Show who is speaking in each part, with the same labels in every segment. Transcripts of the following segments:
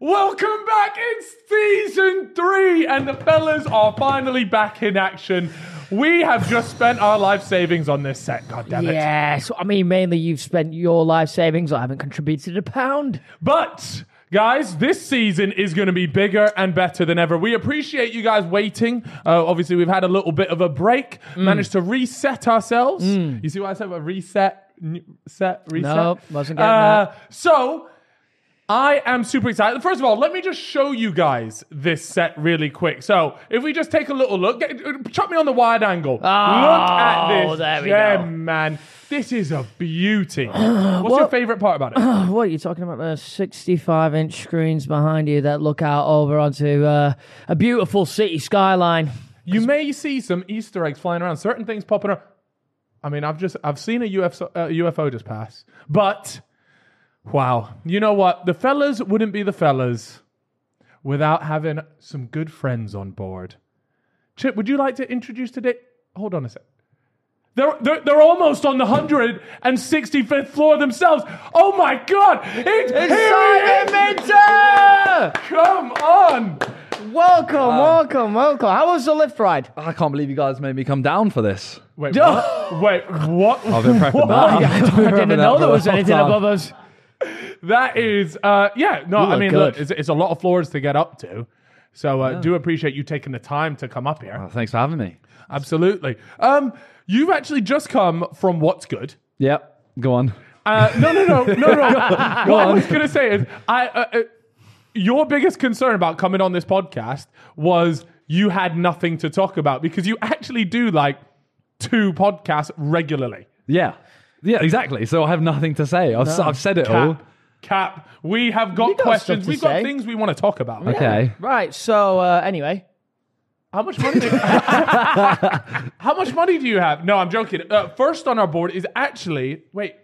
Speaker 1: Welcome back. It's season three, and the fellas are finally back in action. We have just spent our life savings on this set. God damn it.
Speaker 2: Yes, I mean mainly you've spent your life savings. I haven't contributed a pound.
Speaker 1: But guys, this season is going to be bigger and better than ever. We appreciate you guys waiting. Uh, obviously, we've had a little bit of a break,
Speaker 2: Mm.
Speaker 1: managed to reset ourselves. You see what I said about reset, n- set, reset? Uh,
Speaker 2: No, wasn't getting
Speaker 1: So. I am super excited. First of all, let me just show you guys this set really quick. So, if we just take a little look, get, chuck me on the wide angle. look at
Speaker 2: Oh,
Speaker 1: this
Speaker 2: there we
Speaker 1: gem,
Speaker 2: go.
Speaker 1: man. This is a beauty. What's your favorite part about it?
Speaker 2: that. What are you talking about? The 65 inch screens behind you that look out over onto uh, a beautiful city skyline.
Speaker 1: You may see some Easter eggs flying around, certain things popping up. I mean, I've just I've seen a UFO, uh, UFO just pass, but wow, you know what? The fellas wouldn't be the fellas without having some good friends on board. Chip, would you like to introduce today? Hold on a sec. They're, they're, they're almost on the 165th floor themselves. Oh my God! It's
Speaker 2: Simon
Speaker 1: Minter! Come on!
Speaker 2: Welcome, welcome, welcome. How was the lift ride?
Speaker 3: I can't believe you guys made me come down for this.
Speaker 1: Wait, what? Wait, what?
Speaker 3: I've been prepping
Speaker 2: I,
Speaker 3: that. I've been prepping
Speaker 2: didn't
Speaker 3: that
Speaker 2: know
Speaker 3: for
Speaker 2: there
Speaker 3: a
Speaker 2: was
Speaker 3: long
Speaker 2: anything
Speaker 3: time.
Speaker 2: above us.
Speaker 1: That is, uh, yeah, no, I
Speaker 2: look
Speaker 1: mean, look,
Speaker 2: good.
Speaker 1: it's, it's a lot of floors to get up to. So uh, do appreciate you taking the time to come up here.
Speaker 3: Oh, thanks for having me.
Speaker 1: Absolutely. Um, you've actually just come from What's Good.
Speaker 3: Yep, go on.
Speaker 1: Uh, no, no, no, no, no. what I was going to say is, I, uh, uh, your biggest concern about coming on this podcast was you had nothing to talk about because you actually do like two podcasts regularly.
Speaker 3: Yeah, yeah, exactly. So I have nothing to say. I've, s- I've said it all.
Speaker 1: Cap, cap. We have got,
Speaker 2: We got
Speaker 1: questions.
Speaker 2: stuff to
Speaker 1: We've got
Speaker 2: say.
Speaker 1: things we want to talk about.
Speaker 3: Okay.
Speaker 2: Right, so uh, anyway.
Speaker 1: How much money? Do how much money do you have? No, I'm joking. Uh, first on our board is actually wait.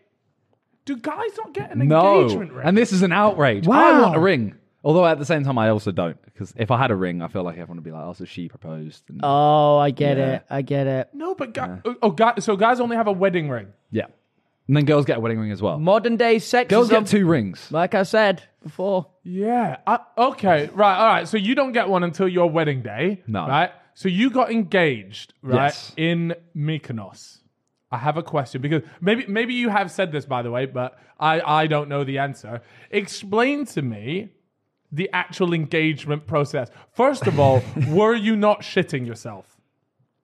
Speaker 1: Do guys not get an engagement
Speaker 3: No,
Speaker 1: ring?
Speaker 3: and this is an outrage. I
Speaker 2: Wow.
Speaker 3: want a ring. Although at the same time, I also don't because if I had a ring, I feel like everyone would be like, "Oh, so she proposed." And,
Speaker 2: Oh, I get
Speaker 3: Yeah.
Speaker 2: it. I get it.
Speaker 1: no, but guy, oh, oh, guy, so guys only have a wedding ring.
Speaker 3: yeah, and then girls get a wedding ring as well.
Speaker 2: Modern day sexism.
Speaker 3: girls get two rings.
Speaker 2: like I said before.
Speaker 1: Yeah. I, okay. Right. All right. So you don't get one until your wedding day.
Speaker 3: No.
Speaker 1: Right. So you got engaged, right,
Speaker 3: Yes.
Speaker 1: in Mykonos. I have a question because maybe maybe you have said this by the way, but I I don't know the answer. Explain to me the actual engagement process. First of all, were you not shitting yourself?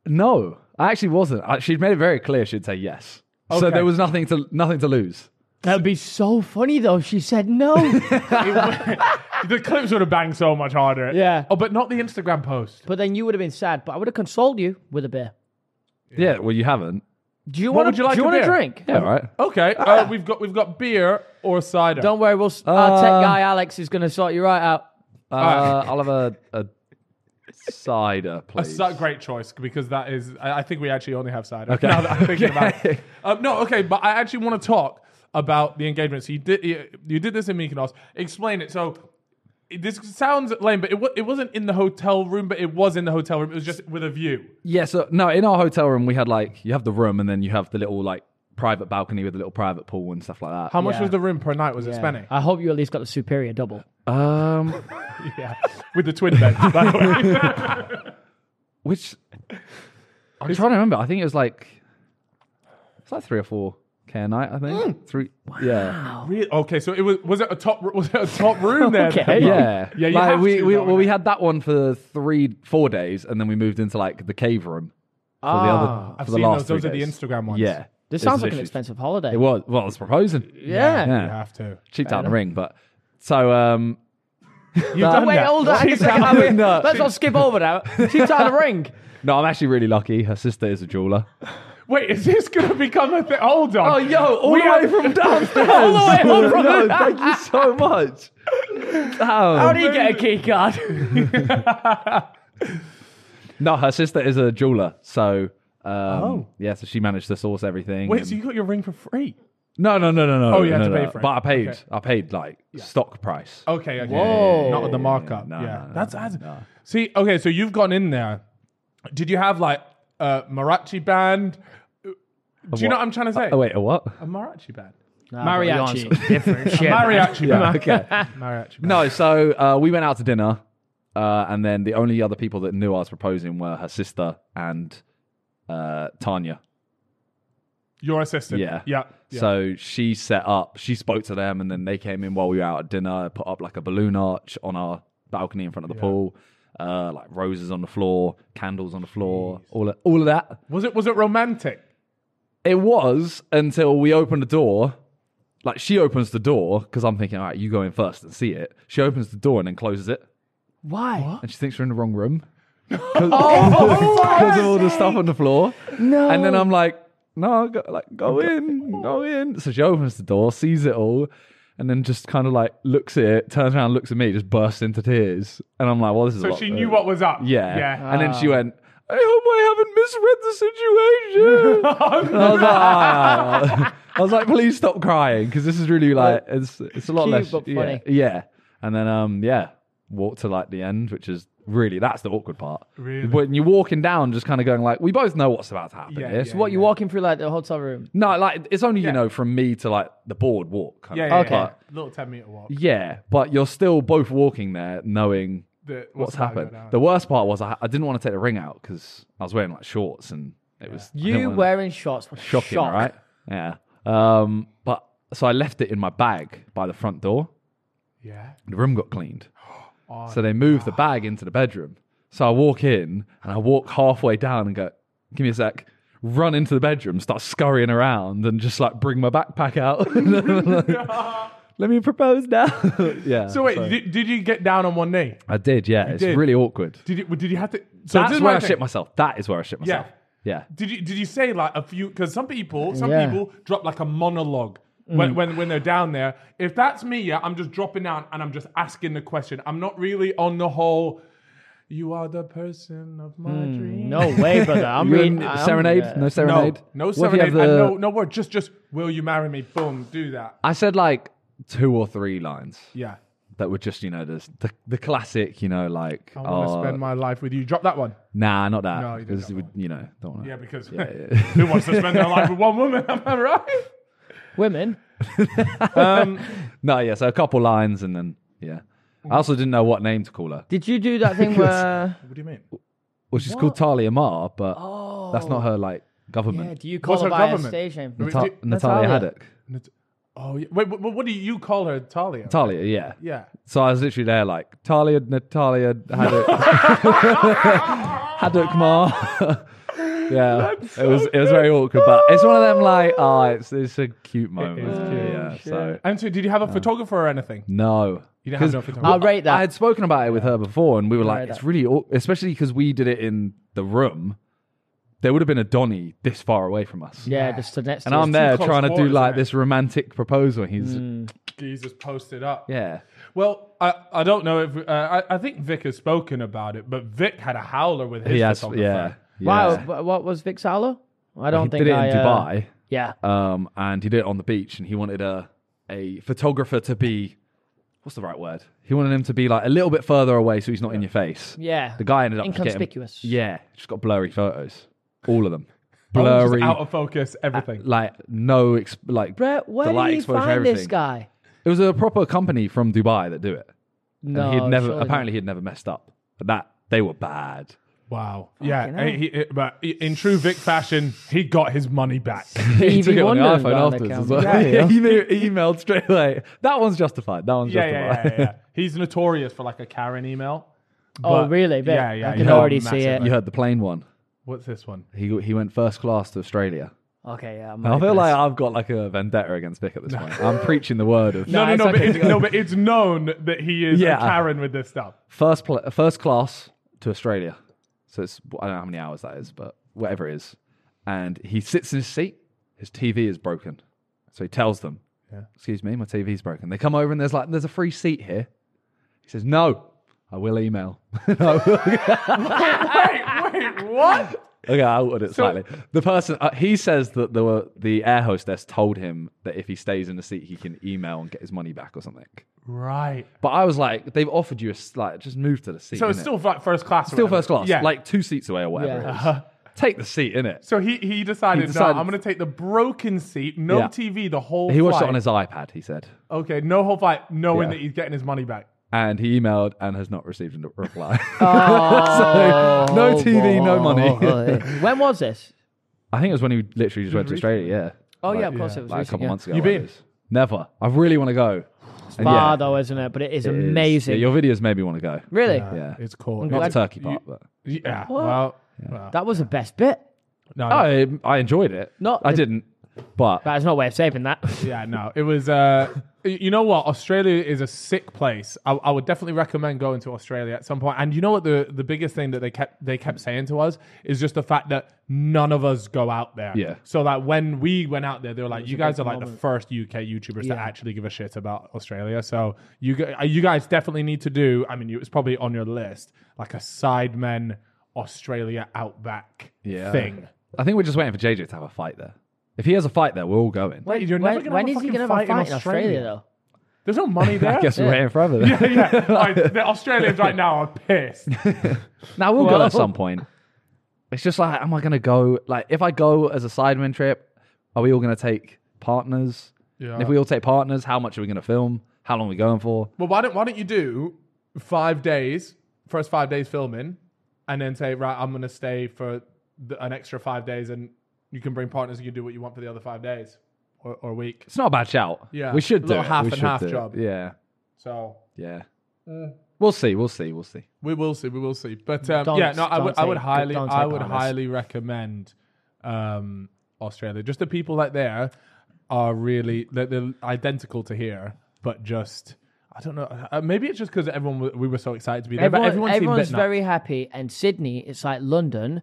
Speaker 3: No, I actually wasn't. I, she'd made it very clear she'd say yes. So
Speaker 1: Okay.
Speaker 3: there was nothing to nothing to lose.
Speaker 2: That'd be so funny though if she said no.
Speaker 1: The clips would have banged so much harder.
Speaker 2: Yeah.
Speaker 1: Oh, but not the Instagram post.
Speaker 2: but then you would have been sad. But I would have consoled you with a beer.
Speaker 3: Yeah, well, you haven't.
Speaker 2: Do you
Speaker 1: What
Speaker 2: want?
Speaker 1: would you like
Speaker 2: do you
Speaker 1: a
Speaker 2: want a
Speaker 1: beer?
Speaker 2: drink?
Speaker 3: Yeah, right.
Speaker 1: Okay. Uh, we've got we've got beer or cider.
Speaker 2: Don't worry, we'll, s our
Speaker 3: Uh,
Speaker 2: tech guy Alex is going to sort you right out.
Speaker 3: Uh, I'll have a, a cider, please.
Speaker 1: That's a great choice because that is. I I think we actually only have cider.
Speaker 3: Okay.
Speaker 1: Now that I'm thinking about it.
Speaker 3: Okay.
Speaker 1: Um, no, okay, but I actually want to talk about the engagement. So you did you, you did this in Mykonos. Explain it. So it- this sounds lame, but it wa- it wasn't in the hotel room, but it was in the hotel room. It was just with a view.
Speaker 3: Yeah, so no, in our hotel room, we had like, you have the room and then you have the little like private balcony with a little private pool and stuff like that.
Speaker 1: How much
Speaker 2: Yeah.
Speaker 1: was the room per night? Was it
Speaker 2: Yeah.
Speaker 1: spending?
Speaker 2: I hope you at least got the superior double.
Speaker 3: um,
Speaker 1: yeah, with the twin bed. By the way.
Speaker 3: which I'm trying to remember. I think it was like, it's like three or four K a night, I think.
Speaker 1: Mm.
Speaker 3: Three, yeah.
Speaker 1: Really? Okay, so it was. Was it a top? r- Was it a top room there?
Speaker 2: Okay.
Speaker 1: then?
Speaker 3: Yeah.
Speaker 1: Yeah, you
Speaker 3: like,
Speaker 1: have
Speaker 3: we,
Speaker 1: to,
Speaker 3: we,
Speaker 1: though,
Speaker 3: well, we had that one for three, four days and then we moved into like the cave room. For
Speaker 2: Ah,
Speaker 1: I've
Speaker 3: for the
Speaker 1: seen
Speaker 3: last
Speaker 1: those. Those
Speaker 3: three
Speaker 1: are the
Speaker 3: days.
Speaker 1: Instagram ones.
Speaker 3: Yeah.
Speaker 2: This
Speaker 3: It's
Speaker 2: sounds like an
Speaker 3: literally-
Speaker 2: expensive holiday.
Speaker 3: It was, well, it's proposing.
Speaker 2: Yeah.
Speaker 1: You
Speaker 3: Yeah.
Speaker 1: have to.
Speaker 3: Cheap down the ring, but so, um,
Speaker 1: You've done
Speaker 2: Wait,
Speaker 1: that.
Speaker 2: hold on. hang a second,
Speaker 3: out
Speaker 2: hang on.
Speaker 3: the nut.
Speaker 2: Let's not skip over that. She's out of the ring.
Speaker 3: No, I'm actually really lucky. Her sister is a jeweler.
Speaker 1: Wait, is this going to become a thing? Hold on.
Speaker 3: Oh, all
Speaker 1: We have-
Speaker 3: downstairs.
Speaker 1: All the way up from
Speaker 3: no, thank you so much. Oh.
Speaker 2: How do you get a key card?
Speaker 3: No, her sister is a jeweler, so um, yeah, so she managed to source everything.
Speaker 1: Oh. Wait,
Speaker 3: and-
Speaker 1: so you got your ring for free?
Speaker 3: no, no, no, no, no.
Speaker 1: Oh, you had
Speaker 3: no,
Speaker 1: to pay
Speaker 3: no.
Speaker 1: for it.
Speaker 3: But I paid.
Speaker 1: Okay.
Speaker 3: I paid like stock price.
Speaker 1: Okay, okay.
Speaker 2: Whoa.
Speaker 1: Not with the markup.
Speaker 3: No,
Speaker 1: yeah.
Speaker 3: no, no,
Speaker 1: that's, that's See, okay, so you've gone in there. Did you have like a mariachi band? Do you know what I'm trying to say?
Speaker 3: Oh wait, a what?
Speaker 1: A mariachi band.
Speaker 2: Mariachi. Different shit.
Speaker 1: Mariachi.
Speaker 3: Yeah,
Speaker 1: man.
Speaker 3: okay.
Speaker 1: Mariachi. man.
Speaker 3: No, so uh, we went out to dinner, uh, and then the only other people that knew I was proposing were her sister and uh, Tanya.
Speaker 1: Your assistant.
Speaker 3: Yeah.
Speaker 1: Yeah. yeah.
Speaker 3: So she set up, she spoke to them, and then they came in while we were out at dinner, put up like a balloon arch on our balcony in front of the pool, uh, like roses on the floor, candles on the floor, all of, all of that.
Speaker 1: was it was it romantic?
Speaker 3: It was until we opened the door. Like she opens the door because I'm thinking, all right, you go in first and see it. She opens the door and then closes it,
Speaker 2: Why?
Speaker 3: and she thinks we're in the wrong room because of all the stuff on the floor.
Speaker 2: No.
Speaker 3: And then I'm like, no, go, like go in, go in. So she opens the door, sees it all, and then just kind of like looks at it, turns around, looks at me, just bursts into tears. And I'm like, well, this is a
Speaker 1: So
Speaker 3: lot
Speaker 1: she
Speaker 3: better.
Speaker 1: knew what was up.
Speaker 3: Yeah. Uh,
Speaker 1: Yeah.
Speaker 3: And then
Speaker 2: Ah.
Speaker 3: she went, I hope I haven't misread the
Speaker 1: Oh,
Speaker 3: situation. And I was like, "Ah." I was like, please stop crying because this is really like it's it's a lot
Speaker 2: Cute,
Speaker 3: less
Speaker 2: but
Speaker 3: yeah,
Speaker 2: funny.
Speaker 3: yeah. And then um yeah, walk to like the end, which is really that's the awkward part.
Speaker 1: Really?
Speaker 3: when you're walking down, just kind of going like, we both know what's about to happen.
Speaker 1: Yeah,
Speaker 3: here.
Speaker 1: yeah,
Speaker 3: So what
Speaker 2: What, you're walking through like the hotel room?
Speaker 3: No, like it's only
Speaker 1: Yeah.
Speaker 3: you know from me to like the board walk. Kind
Speaker 1: yeah,
Speaker 3: of,
Speaker 1: yeah,
Speaker 2: Okay.
Speaker 1: yeah. Little ten meter walk.
Speaker 3: But, yeah, but you're still both walking there, knowing
Speaker 1: The-
Speaker 3: what's
Speaker 1: about to go
Speaker 3: happened.
Speaker 1: down.
Speaker 3: The worst part was I, I didn't want to take the ring out because I was wearing like shorts and it was I didn't
Speaker 2: You
Speaker 3: wanna-
Speaker 2: wearing shorts. was
Speaker 3: shocking,
Speaker 2: shock.
Speaker 3: right? Yeah. Um, but so I left it in my bag by the front door.
Speaker 1: yeah.
Speaker 3: The room got cleaned,
Speaker 1: Oh,
Speaker 3: so they moved the bag into the bedroom. So I walk in and I walk halfway down and go, "Give me a sec." Run into the bedroom, start scurrying around, and just like bring my backpack out. Let me propose now. yeah.
Speaker 1: So wait, did, did you get down on one knee?
Speaker 3: I did. Yeah, it's
Speaker 1: did.
Speaker 3: really awkward.
Speaker 1: Did you did you have to? So this
Speaker 3: That's
Speaker 1: is
Speaker 3: where I
Speaker 1: thing.
Speaker 3: shit myself. That is where I shit myself. Yeah.
Speaker 1: Did you did you say like a few? Because some people some
Speaker 2: Yeah.
Speaker 1: people drop like a monologue
Speaker 3: Mm.
Speaker 1: when, when when they're down there. If that's me, yeah, I'm just dropping down and I'm just asking the question. I'm not really on the whole. You are the person of my
Speaker 3: Hmm,
Speaker 1: dreams.
Speaker 2: No way, brother. I'm
Speaker 3: You
Speaker 2: reading.
Speaker 3: in
Speaker 2: I'm-
Speaker 3: serenade?
Speaker 2: yeah.
Speaker 3: No
Speaker 1: no,
Speaker 3: serenade.
Speaker 1: no
Speaker 3: What if you have
Speaker 1: serenade.
Speaker 3: the-
Speaker 1: and no, no word. Just just will you marry me? Boom, do that.
Speaker 3: I said like two or three lines.
Speaker 1: Yeah.
Speaker 3: that were just you know the the, the classic you know like
Speaker 1: I want to
Speaker 3: oh,
Speaker 1: spend my life with you. Drop that one.
Speaker 3: nah not that
Speaker 1: No, you didn't
Speaker 3: 'cause
Speaker 1: drop
Speaker 3: it would- you know don't want
Speaker 1: Yeah,
Speaker 3: to
Speaker 1: because who wants to spend their life with one woman? Am I right?
Speaker 2: Women.
Speaker 3: no yeah so a couple lines and then yeah
Speaker 1: Mm.
Speaker 3: I also didn't know what name to call her
Speaker 2: Did you do that thing where?
Speaker 1: What do you mean?
Speaker 3: well she's called Talia Mar but that's not
Speaker 1: Oh.
Speaker 3: her like
Speaker 2: Yeah,
Speaker 3: government
Speaker 2: do you call
Speaker 1: What's
Speaker 2: her
Speaker 1: her
Speaker 2: by
Speaker 1: government?
Speaker 2: her station?
Speaker 1: No,
Speaker 3: Ta-
Speaker 1: Do-
Speaker 3: Natalia
Speaker 2: Natalia.
Speaker 3: Haddock
Speaker 1: Nat- Oh, yeah. wait. What, what do you call her, Talia?
Speaker 3: Talia yeah
Speaker 1: yeah.
Speaker 3: so I was literally there like Talia Natalia Haddock Haddock Mar yeah it was it was very awkward but it's one of them like oh it's it's a cute moment
Speaker 1: is
Speaker 3: isn't
Speaker 1: cute.
Speaker 3: it? yeah so
Speaker 1: And so, did you have a
Speaker 3: Uh.
Speaker 1: photographer or anything?
Speaker 3: No,
Speaker 1: You didn't have
Speaker 3: 'Cause
Speaker 1: no photography.
Speaker 2: I'll rate that.
Speaker 3: I had spoken about it with her before, and we were like,
Speaker 2: rate
Speaker 3: "It's
Speaker 2: that.
Speaker 3: really, aw- especially because we did it in the room. There would have been a Donny this far away from us,
Speaker 2: yeah, just to next.
Speaker 3: and
Speaker 2: to us.
Speaker 3: I'm there
Speaker 1: close
Speaker 3: trying to do
Speaker 1: quarters,
Speaker 3: like
Speaker 1: isn't it?
Speaker 3: this romantic proposal. He's
Speaker 2: Mm.
Speaker 1: He's just posted up.
Speaker 3: yeah,
Speaker 1: Well, I, I don't know if uh, I, I think Vic has spoken about it, but Vic had a howler with his
Speaker 3: he has,
Speaker 1: photographer.
Speaker 3: yeah,
Speaker 2: Wow,
Speaker 3: yeah.
Speaker 2: wh- what was Vic Salo? I don't
Speaker 3: He
Speaker 2: think
Speaker 3: did it in
Speaker 2: I, uh,
Speaker 3: Dubai,
Speaker 2: Yeah,
Speaker 3: um, and he did it on the beach, and he wanted a a photographer to be. What's the right word? He wanted him to be like a little bit further away, so he's not in your face.
Speaker 2: yeah.
Speaker 3: The guy ended up getting-
Speaker 2: inconspicuous.
Speaker 3: yeah, just got blurry photos, all of them.
Speaker 1: Oh, just
Speaker 3: Blurry,
Speaker 1: out of focus, everything.
Speaker 3: like no ex- like
Speaker 2: Brett,
Speaker 3: the
Speaker 2: where
Speaker 3: light
Speaker 2: did you
Speaker 3: exposure,
Speaker 2: find
Speaker 3: everything.
Speaker 2: this guy?
Speaker 3: It was a proper company from Dubai that do it. And
Speaker 2: No,
Speaker 3: he'd never
Speaker 2: surely not.
Speaker 3: apparently he'd never messed up. But that they were bad.
Speaker 1: wow. Yeah.
Speaker 2: hell.
Speaker 1: eh, he- eh, but i- in true Vic fashion, he got his money back.
Speaker 3: He
Speaker 2: Stevie
Speaker 3: took it on the
Speaker 2: Wonder's
Speaker 3: iPhone
Speaker 2: got on the
Speaker 3: afterwards as
Speaker 2: camera.
Speaker 3: well.
Speaker 1: Yeah, yeah.
Speaker 3: he knew- he emailed straight away. That one's justified. That one's
Speaker 1: yeah, yeah,
Speaker 3: justified.
Speaker 1: yeah, yeah, yeah. He's notorious for like a Karen email.
Speaker 2: Oh,
Speaker 1: but-
Speaker 2: really? Vic?
Speaker 1: Yeah, yeah,
Speaker 2: I can
Speaker 1: yeah.
Speaker 2: already see
Speaker 1: Massively.
Speaker 2: it.
Speaker 3: You heard the plane one.
Speaker 1: What's this one?
Speaker 3: He he went first class to Australia.
Speaker 2: Okay, yeah. I'm
Speaker 1: Oh,
Speaker 3: I
Speaker 2: ready
Speaker 3: feel
Speaker 2: for
Speaker 3: like
Speaker 2: this.
Speaker 3: I've got like a vendetta against Vic at this point. I'm preaching the word of
Speaker 1: No, no,
Speaker 2: it's
Speaker 1: no, but
Speaker 2: okay.
Speaker 1: it's, no, but it's known that he is
Speaker 3: Yeah.
Speaker 1: a Karen with this stuff.
Speaker 3: first pl- first class to Australia. So it's I don't know how many hours that is, but whatever it is. And he sits in his seat. His TV is broken, so he tells them,
Speaker 1: Yeah.
Speaker 3: "Excuse me, my TV's broken." They come over and there's like there's a free seat here. He says, "No, I will email."
Speaker 1: wait, wait, what?
Speaker 3: okay, I altered it slightly. The person uh, he says that the the air hostess told him that if he stays in the seat, he can email and get his money back or something.
Speaker 1: Right.
Speaker 3: But I was like, they've offered you a s- like just move to the seat.
Speaker 1: So it's
Speaker 3: innit?
Speaker 1: still like first class. or
Speaker 3: Still
Speaker 1: whatever.
Speaker 3: first class,
Speaker 1: Yeah. Uh-huh.
Speaker 3: like two seats away or whatever
Speaker 2: Yeah.
Speaker 3: it is. take the seat in it.
Speaker 1: So he, he decided,
Speaker 3: He decided-
Speaker 1: no, I'm going to take the broken seat, no
Speaker 3: Yeah.
Speaker 1: TV, the whole
Speaker 3: He
Speaker 1: flight.
Speaker 3: watched it on his iPad. He said,
Speaker 1: Okay, no whole flight, knowing
Speaker 3: Yeah.
Speaker 1: that he's getting his money back.
Speaker 3: and he emailed and has not received a reply.
Speaker 2: Oh,
Speaker 3: so, no TV, no money.
Speaker 2: when was this?
Speaker 3: I think it was when he literally just went to Australia. Yeah,
Speaker 2: Oh
Speaker 3: Like-
Speaker 2: yeah, of course
Speaker 1: yeah,
Speaker 2: it was
Speaker 3: like a
Speaker 2: recent,
Speaker 3: couple
Speaker 2: yeah.
Speaker 3: months ago.
Speaker 1: You
Speaker 3: like
Speaker 1: been?
Speaker 3: this. Never. I really want to go. And yeah,
Speaker 2: Far though, isn't it? But it is
Speaker 3: it is.
Speaker 2: amazing.
Speaker 3: Yeah, your videos made me want to go.
Speaker 2: really,
Speaker 3: Yeah.
Speaker 1: It's cool.
Speaker 3: Not Oh, the
Speaker 1: It's-
Speaker 3: turkey part, but
Speaker 1: Yeah. Well, well,
Speaker 2: that was the best bit.
Speaker 1: no, no.
Speaker 3: I I enjoyed it.
Speaker 2: Not
Speaker 3: I
Speaker 2: the-
Speaker 3: didn't, but
Speaker 2: That's no way of saving that.
Speaker 1: Yeah, no. It was. Uh, y- you know what? Australia is a sick place. I, I would definitely recommend going to Australia at some point. And you know what? The the biggest thing that they kept they kept saying to us is just the fact that none of us go out there.
Speaker 3: Yeah.
Speaker 1: So like when we went out there, they were like, "You guys are like the first UK YouTubers
Speaker 2: Yeah.
Speaker 1: to actually give a shit about Australia." So you gu- uh, you guys definitely need to do. I mean, you- it's probably on your list, like a Sidemen Australia Outback
Speaker 3: Yeah.
Speaker 1: thing.
Speaker 3: I think we're just waiting for JJ to have a fight there. If he has a fight there, we're all going.
Speaker 1: Wait, you're never
Speaker 2: when
Speaker 1: gonna
Speaker 2: when
Speaker 1: have a
Speaker 2: is he
Speaker 1: fucking
Speaker 2: gonna
Speaker 1: fight
Speaker 2: have a
Speaker 1: in
Speaker 2: fight in Australia,
Speaker 1: Australia.
Speaker 2: though?
Speaker 1: There's no money there.
Speaker 3: I guess we're waiting forever. Then.
Speaker 1: yeah, like, the Australians right now are pissed.
Speaker 3: Now we'll go
Speaker 2: Well-
Speaker 3: at some point. It's just like, am I going to go? Like, if I go as a sideman trip, are we all going to take partners?
Speaker 1: Yeah.
Speaker 3: And if we all take partners, how much are we going to film? How long are we going for?
Speaker 1: Well, why don't why don't you do five days, first five days filming, and then say, right, I'm gonna stay for the, an extra five days, and you can bring partners, you can do what you want for the other five days or, or week.
Speaker 3: It's not a bad shout.
Speaker 1: Yeah.
Speaker 3: we should
Speaker 1: A
Speaker 3: do
Speaker 1: little
Speaker 3: it.
Speaker 1: half
Speaker 3: We
Speaker 1: and
Speaker 3: should
Speaker 1: half
Speaker 3: do it.
Speaker 1: job.
Speaker 3: Yeah,
Speaker 1: So
Speaker 3: yeah.
Speaker 2: Mm.
Speaker 3: We'll see. We'll see. We'll see.
Speaker 1: we will see, we will see. But um,
Speaker 2: Don't-
Speaker 1: yeah, no, I
Speaker 2: don't
Speaker 1: would I would
Speaker 2: take-
Speaker 1: highly
Speaker 2: don't
Speaker 1: I
Speaker 2: take
Speaker 1: would
Speaker 2: partners.
Speaker 1: highly recommend um, Australia. Just the people out there are really they're, they're identical to here, but just. I don't know. Uh, Maybe it's just because everyone w- we were so excited to be there,
Speaker 2: Everyone-
Speaker 1: but everyone seemed a bit
Speaker 2: everyone's
Speaker 1: nuts.
Speaker 2: very happy, and Sydney, it's like London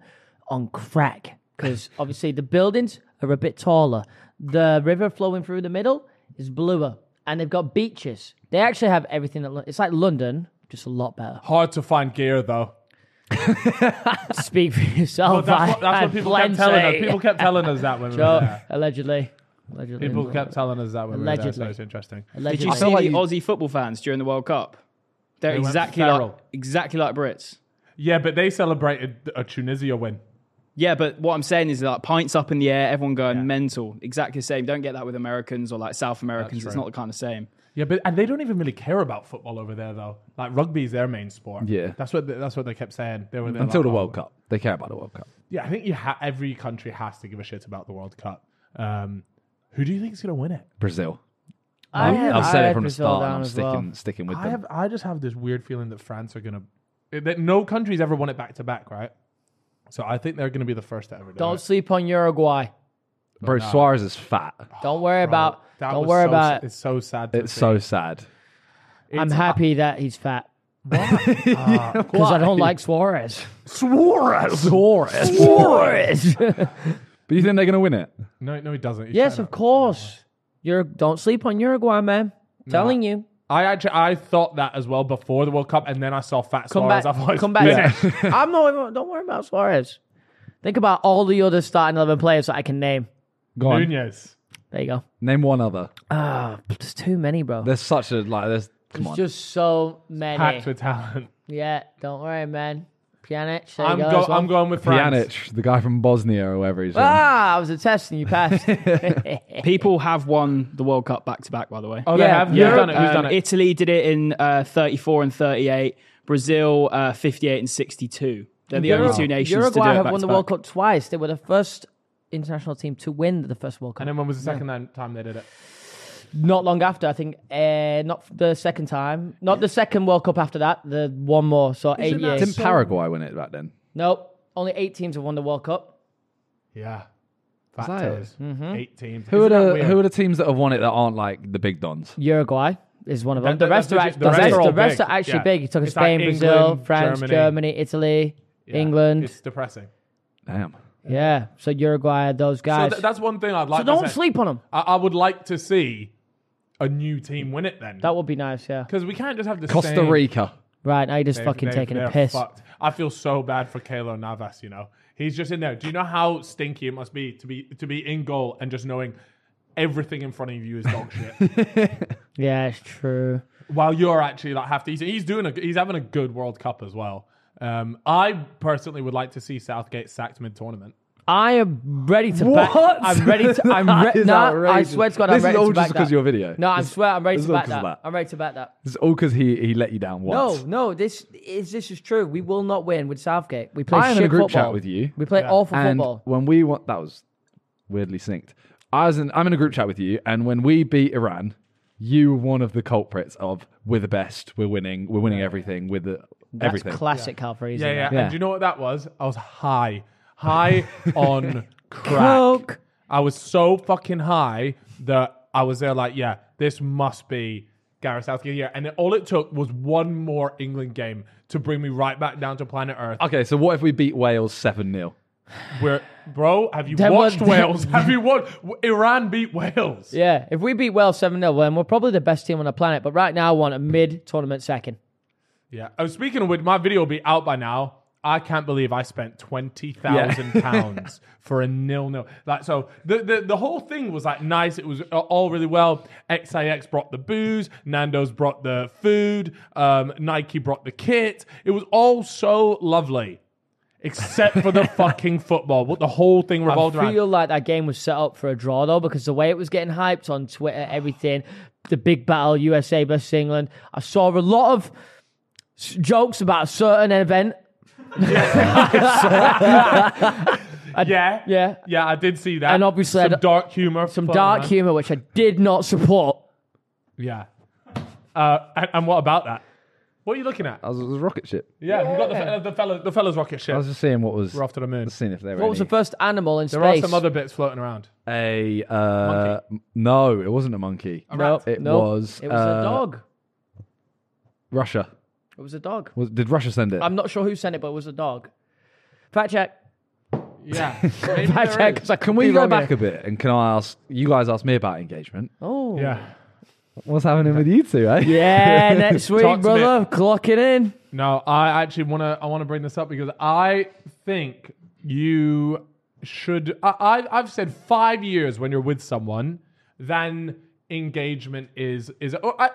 Speaker 2: on crack because obviously the buildings are a bit taller. The river flowing through the middle is bluer, and they've got beaches. They actually have everything. That Lo- it's like London, just a lot better.
Speaker 1: Hard to find gear though.
Speaker 2: Speak for yourself.
Speaker 1: that's what,
Speaker 2: I
Speaker 1: that's
Speaker 2: had
Speaker 1: what people kept
Speaker 2: plenty.
Speaker 1: telling us. People kept telling us that when we
Speaker 2: So,
Speaker 1: were there.
Speaker 2: allegedly, allegedly,
Speaker 1: People kept telling us that when we were there. So
Speaker 2: Allegedly.
Speaker 1: it's interesting.
Speaker 4: Did
Speaker 2: allegedly.
Speaker 4: you see
Speaker 3: like
Speaker 4: the
Speaker 3: you-
Speaker 4: Aussie football fans during the World Cup? They're
Speaker 1: They went
Speaker 4: exactly like,
Speaker 1: feral.
Speaker 4: exactly like Brits.
Speaker 1: Yeah, but they celebrated a Tunisia win.
Speaker 4: Yeah, but what I'm saying is like pints up in the air, everyone going mental. Exactly the same. Don't get that with Americans or like South Americans.
Speaker 1: That's
Speaker 4: It's
Speaker 1: right.
Speaker 4: not the kind of same.
Speaker 1: Yeah, but and they don't even really care about football over there though. Like rugby is their main sport.
Speaker 3: Yeah.
Speaker 1: that's what they, that's what they kept saying. They were there
Speaker 3: Until
Speaker 1: like,
Speaker 3: the
Speaker 1: oh,
Speaker 3: World Cup, they care about the World Cup.
Speaker 1: Yeah, I think you ha- every country has to give a shit about the World Cup. Um, who do you think is going to win it?
Speaker 3: Brazil.
Speaker 2: I
Speaker 3: I've-
Speaker 2: had-
Speaker 3: I've
Speaker 2: I
Speaker 3: said it
Speaker 2: had
Speaker 3: from the
Speaker 2: Brazil
Speaker 3: start. and
Speaker 2: down
Speaker 3: I'm
Speaker 2: as
Speaker 3: sticking,
Speaker 2: well.
Speaker 3: sticking with
Speaker 1: I
Speaker 3: them.
Speaker 1: have I just have this weird feeling that France are going to that no country's ever won it back to back, right? So I think they're going to be the first to ever do
Speaker 2: Don't
Speaker 1: it.
Speaker 2: sleep on Uruguay.
Speaker 3: Bro, Suarez is fat.
Speaker 2: Don't worry about.
Speaker 1: That
Speaker 2: Don't
Speaker 1: was
Speaker 2: worry
Speaker 1: so,
Speaker 2: about.
Speaker 1: It's so sad. To
Speaker 3: It's
Speaker 1: see.
Speaker 3: so sad.
Speaker 2: I'm happy that he's fat because
Speaker 1: Uh,
Speaker 3: Why?
Speaker 2: I don't like Suarez.
Speaker 1: Suarez.
Speaker 3: Suarez.
Speaker 2: Suarez.
Speaker 3: But you think they're going to win it?
Speaker 1: No, no, he doesn't. He's
Speaker 2: yes,
Speaker 1: shut
Speaker 2: of
Speaker 1: up.
Speaker 2: course. You're don't sleep on Uruguay, man. Telling you.
Speaker 1: I actually I thought that as well before the World Cup, and then I saw Fat
Speaker 2: Come
Speaker 1: Suarez.
Speaker 2: back.
Speaker 1: I thought,
Speaker 2: Come back.
Speaker 1: "Finish."
Speaker 2: I'm not. even- Don't worry about Suarez. Think about all the other starting eleven players that I can name.
Speaker 3: Go on.
Speaker 1: Nunez.
Speaker 2: There you go.
Speaker 3: Name one other.
Speaker 2: Ah, there's too many, bro.
Speaker 3: There's such a like. There's come
Speaker 2: There's
Speaker 3: on.
Speaker 2: just so many.
Speaker 1: Packed with talent.
Speaker 2: Yeah, don't worry, man. Pjanic. There
Speaker 1: I'm,
Speaker 2: you go.
Speaker 1: go,
Speaker 2: as well.
Speaker 1: I'm going with France.
Speaker 3: Pjanic, the guy from Bosnia or wherever he's from.
Speaker 2: Ah, I was a test and you passed.
Speaker 4: People have won the World Cup back to back, by the way.
Speaker 1: Oh, they
Speaker 2: Yeah.
Speaker 1: have. Who's
Speaker 2: Yeah.
Speaker 1: done it? Who's done
Speaker 4: Um,
Speaker 1: it?
Speaker 4: Italy did it in uh, 34 and 38. Brazil, uh, 58 and 62. They're the only two nations
Speaker 2: Uruguay
Speaker 4: to do it
Speaker 2: have
Speaker 4: back
Speaker 2: won
Speaker 4: to
Speaker 2: the World
Speaker 4: back.
Speaker 2: Cup twice. They were the first international team to win the first World Cup.
Speaker 1: and then when was the second time- time they did it?
Speaker 2: Not long after, I think. Uh, not the second time. Not the second World Cup after that. The one more. So eight
Speaker 1: that
Speaker 2: years.
Speaker 3: Didn't Paraguay win it back then?
Speaker 2: nope. Only eight teams have won the World Cup.
Speaker 1: Yeah. Fat
Speaker 3: that
Speaker 1: toes.
Speaker 2: Mm-hmm.
Speaker 1: Eight teams.
Speaker 3: Who are
Speaker 1: Isn't that
Speaker 3: the
Speaker 1: weird?
Speaker 3: Who are the teams that have won it that aren't like the big dons?
Speaker 2: Uruguay is one of them.
Speaker 1: That-
Speaker 2: The,
Speaker 1: that-
Speaker 2: rest,
Speaker 1: that's
Speaker 2: are,
Speaker 1: legit-
Speaker 2: act- the
Speaker 1: the rest
Speaker 2: rest,
Speaker 1: are all
Speaker 2: the rest
Speaker 1: big.
Speaker 2: are actually
Speaker 1: Yeah.
Speaker 2: big. You took
Speaker 1: It's like
Speaker 2: Spain, Brazil,
Speaker 1: England,
Speaker 2: France, Germany,
Speaker 1: Germany.
Speaker 2: Italy,
Speaker 1: Yeah.
Speaker 2: England.
Speaker 1: It's depressing.
Speaker 3: Damn.
Speaker 2: yeah. So Uruguay, are those
Speaker 1: So
Speaker 2: guys.
Speaker 1: th- that's one thing I'd like.
Speaker 2: So
Speaker 1: to
Speaker 2: don't
Speaker 1: say.
Speaker 2: sleep on them.
Speaker 1: I, I would like to see a new team win it then,
Speaker 2: That would be nice. Yeah.
Speaker 1: because we can't just have the
Speaker 3: Costa
Speaker 1: same-
Speaker 3: Rica.
Speaker 2: Right now, you're just
Speaker 1: They've-
Speaker 2: fucking
Speaker 1: they've-
Speaker 2: taking a
Speaker 1: they're
Speaker 2: piss.
Speaker 1: fucked. I feel so bad for Kalo Navas. You know, he's just in there. Do you know how stinky it must be to be to be in goal and just knowing everything in front of you is dog shit
Speaker 2: Yeah, it's true.
Speaker 1: while you're actually like half decent? He's doing a he's having a good World Cup as well. Um, I personally would like to see Southgate sacked mid tournament.
Speaker 2: I am ready to back.
Speaker 3: What?
Speaker 2: I'm ready to. I'm
Speaker 3: That
Speaker 2: re-
Speaker 3: is
Speaker 2: nah, I
Speaker 3: outrageous.
Speaker 2: swear to God,
Speaker 3: This
Speaker 2: I'm
Speaker 3: is
Speaker 2: ready
Speaker 3: all
Speaker 2: to
Speaker 3: just
Speaker 2: back
Speaker 3: because
Speaker 2: that.
Speaker 3: of your video.
Speaker 2: No, I
Speaker 3: This-
Speaker 2: swear, I'm ready
Speaker 3: this
Speaker 2: to
Speaker 3: is all
Speaker 2: back
Speaker 3: 'cause
Speaker 2: that.
Speaker 3: of that.
Speaker 2: I'm ready to back that.
Speaker 3: It's all because he, he let you down once.
Speaker 2: No, no, this is this is true. We will not win with Southgate. We play
Speaker 3: I am
Speaker 2: shit
Speaker 3: in a group
Speaker 2: football.
Speaker 3: chat with you.
Speaker 2: We play awful
Speaker 3: and
Speaker 2: football.
Speaker 3: when we won, that was weirdly synced. I was in, I'm in a group chat with you, and when we beat Iran, you were one of the culprits of we're the best, we're winning, we're winning everything with the
Speaker 2: That's
Speaker 3: everything.
Speaker 2: classic Cal Fraser.
Speaker 1: Yeah, yeah.
Speaker 3: Yeah.
Speaker 1: And do you know what that was? I was high, high on crack.
Speaker 2: Coke.
Speaker 1: I was so fucking high that I was there like, yeah, this must be Gareth Southgate. Yeah, and it- all it took was one more England game to bring me right back down to planet Earth.
Speaker 3: okay, so what if we beat Wales seven 0
Speaker 1: Where, bro, have you
Speaker 2: Then what-
Speaker 1: watched Wales? have you watched Iran beat Wales?
Speaker 2: Yeah, if we beat Wales 7 0, then we're probably the best team on the planet. But right now, I want a mid tournament second.
Speaker 1: Yeah. Oh, speaking of which, my video will be out by now. I can't believe I spent twenty thousand pounds for a nil nil. Like so, the, the the whole thing was like nice. It was uh, all really well. XIX brought the booze. Nando's brought the food. Um, Nike brought the kit. It was all so lovely, except for the fucking football. What the whole thing
Speaker 2: I
Speaker 1: revolved around.
Speaker 2: feel like that game was set up for a draw, though, because the way it was getting hyped on Twitter, everything, the big battle, USA versus England, I saw a lot of s- jokes about a certain event.
Speaker 1: yeah,
Speaker 2: Yeah.
Speaker 1: yeah. I did see that.
Speaker 2: And obviously I
Speaker 1: some
Speaker 2: don't-
Speaker 1: dark humor.
Speaker 2: Some dark humor, which I did not support.
Speaker 1: Yeah. Uh, and, and what about that? What are you looking at?
Speaker 3: I was, it was a rocket ship.
Speaker 1: Yeah, we got the, fe- uh, the fellas, the fellas rocket ship.
Speaker 3: I was just seeing what was
Speaker 1: We're off to the moon.
Speaker 3: seeing if there were
Speaker 2: What was the
Speaker 3: any-
Speaker 2: first animal in
Speaker 1: There
Speaker 2: space?
Speaker 1: are some other bits floating around.
Speaker 3: a uh,
Speaker 1: Monkey.
Speaker 3: no, it wasn't a monkey.
Speaker 2: No,
Speaker 3: It
Speaker 2: no.
Speaker 3: was,
Speaker 2: It was
Speaker 3: uh,
Speaker 2: a dog.
Speaker 3: Russia
Speaker 2: It was a dog.
Speaker 3: was, did Russia send it?
Speaker 2: I'm not sure who sent it, but it was a dog. Fact check.
Speaker 1: Yeah.
Speaker 2: Fact check. 'cause I
Speaker 3: Can
Speaker 2: could
Speaker 3: we
Speaker 2: be
Speaker 3: go
Speaker 2: wrong
Speaker 3: back
Speaker 2: here.
Speaker 3: a bit and can I ask you guys asked me about engagement?
Speaker 2: Oh.
Speaker 1: yeah.
Speaker 3: What's happening with you two? Eh?
Speaker 2: Yeah, next
Speaker 1: Talk to
Speaker 2: week,
Speaker 1: me.
Speaker 2: brother. Clocking in.
Speaker 1: No, I actually want to. I want to bring this up because I think you should. I, I, I've said five years when you're with someone, then engagement is is oh, I,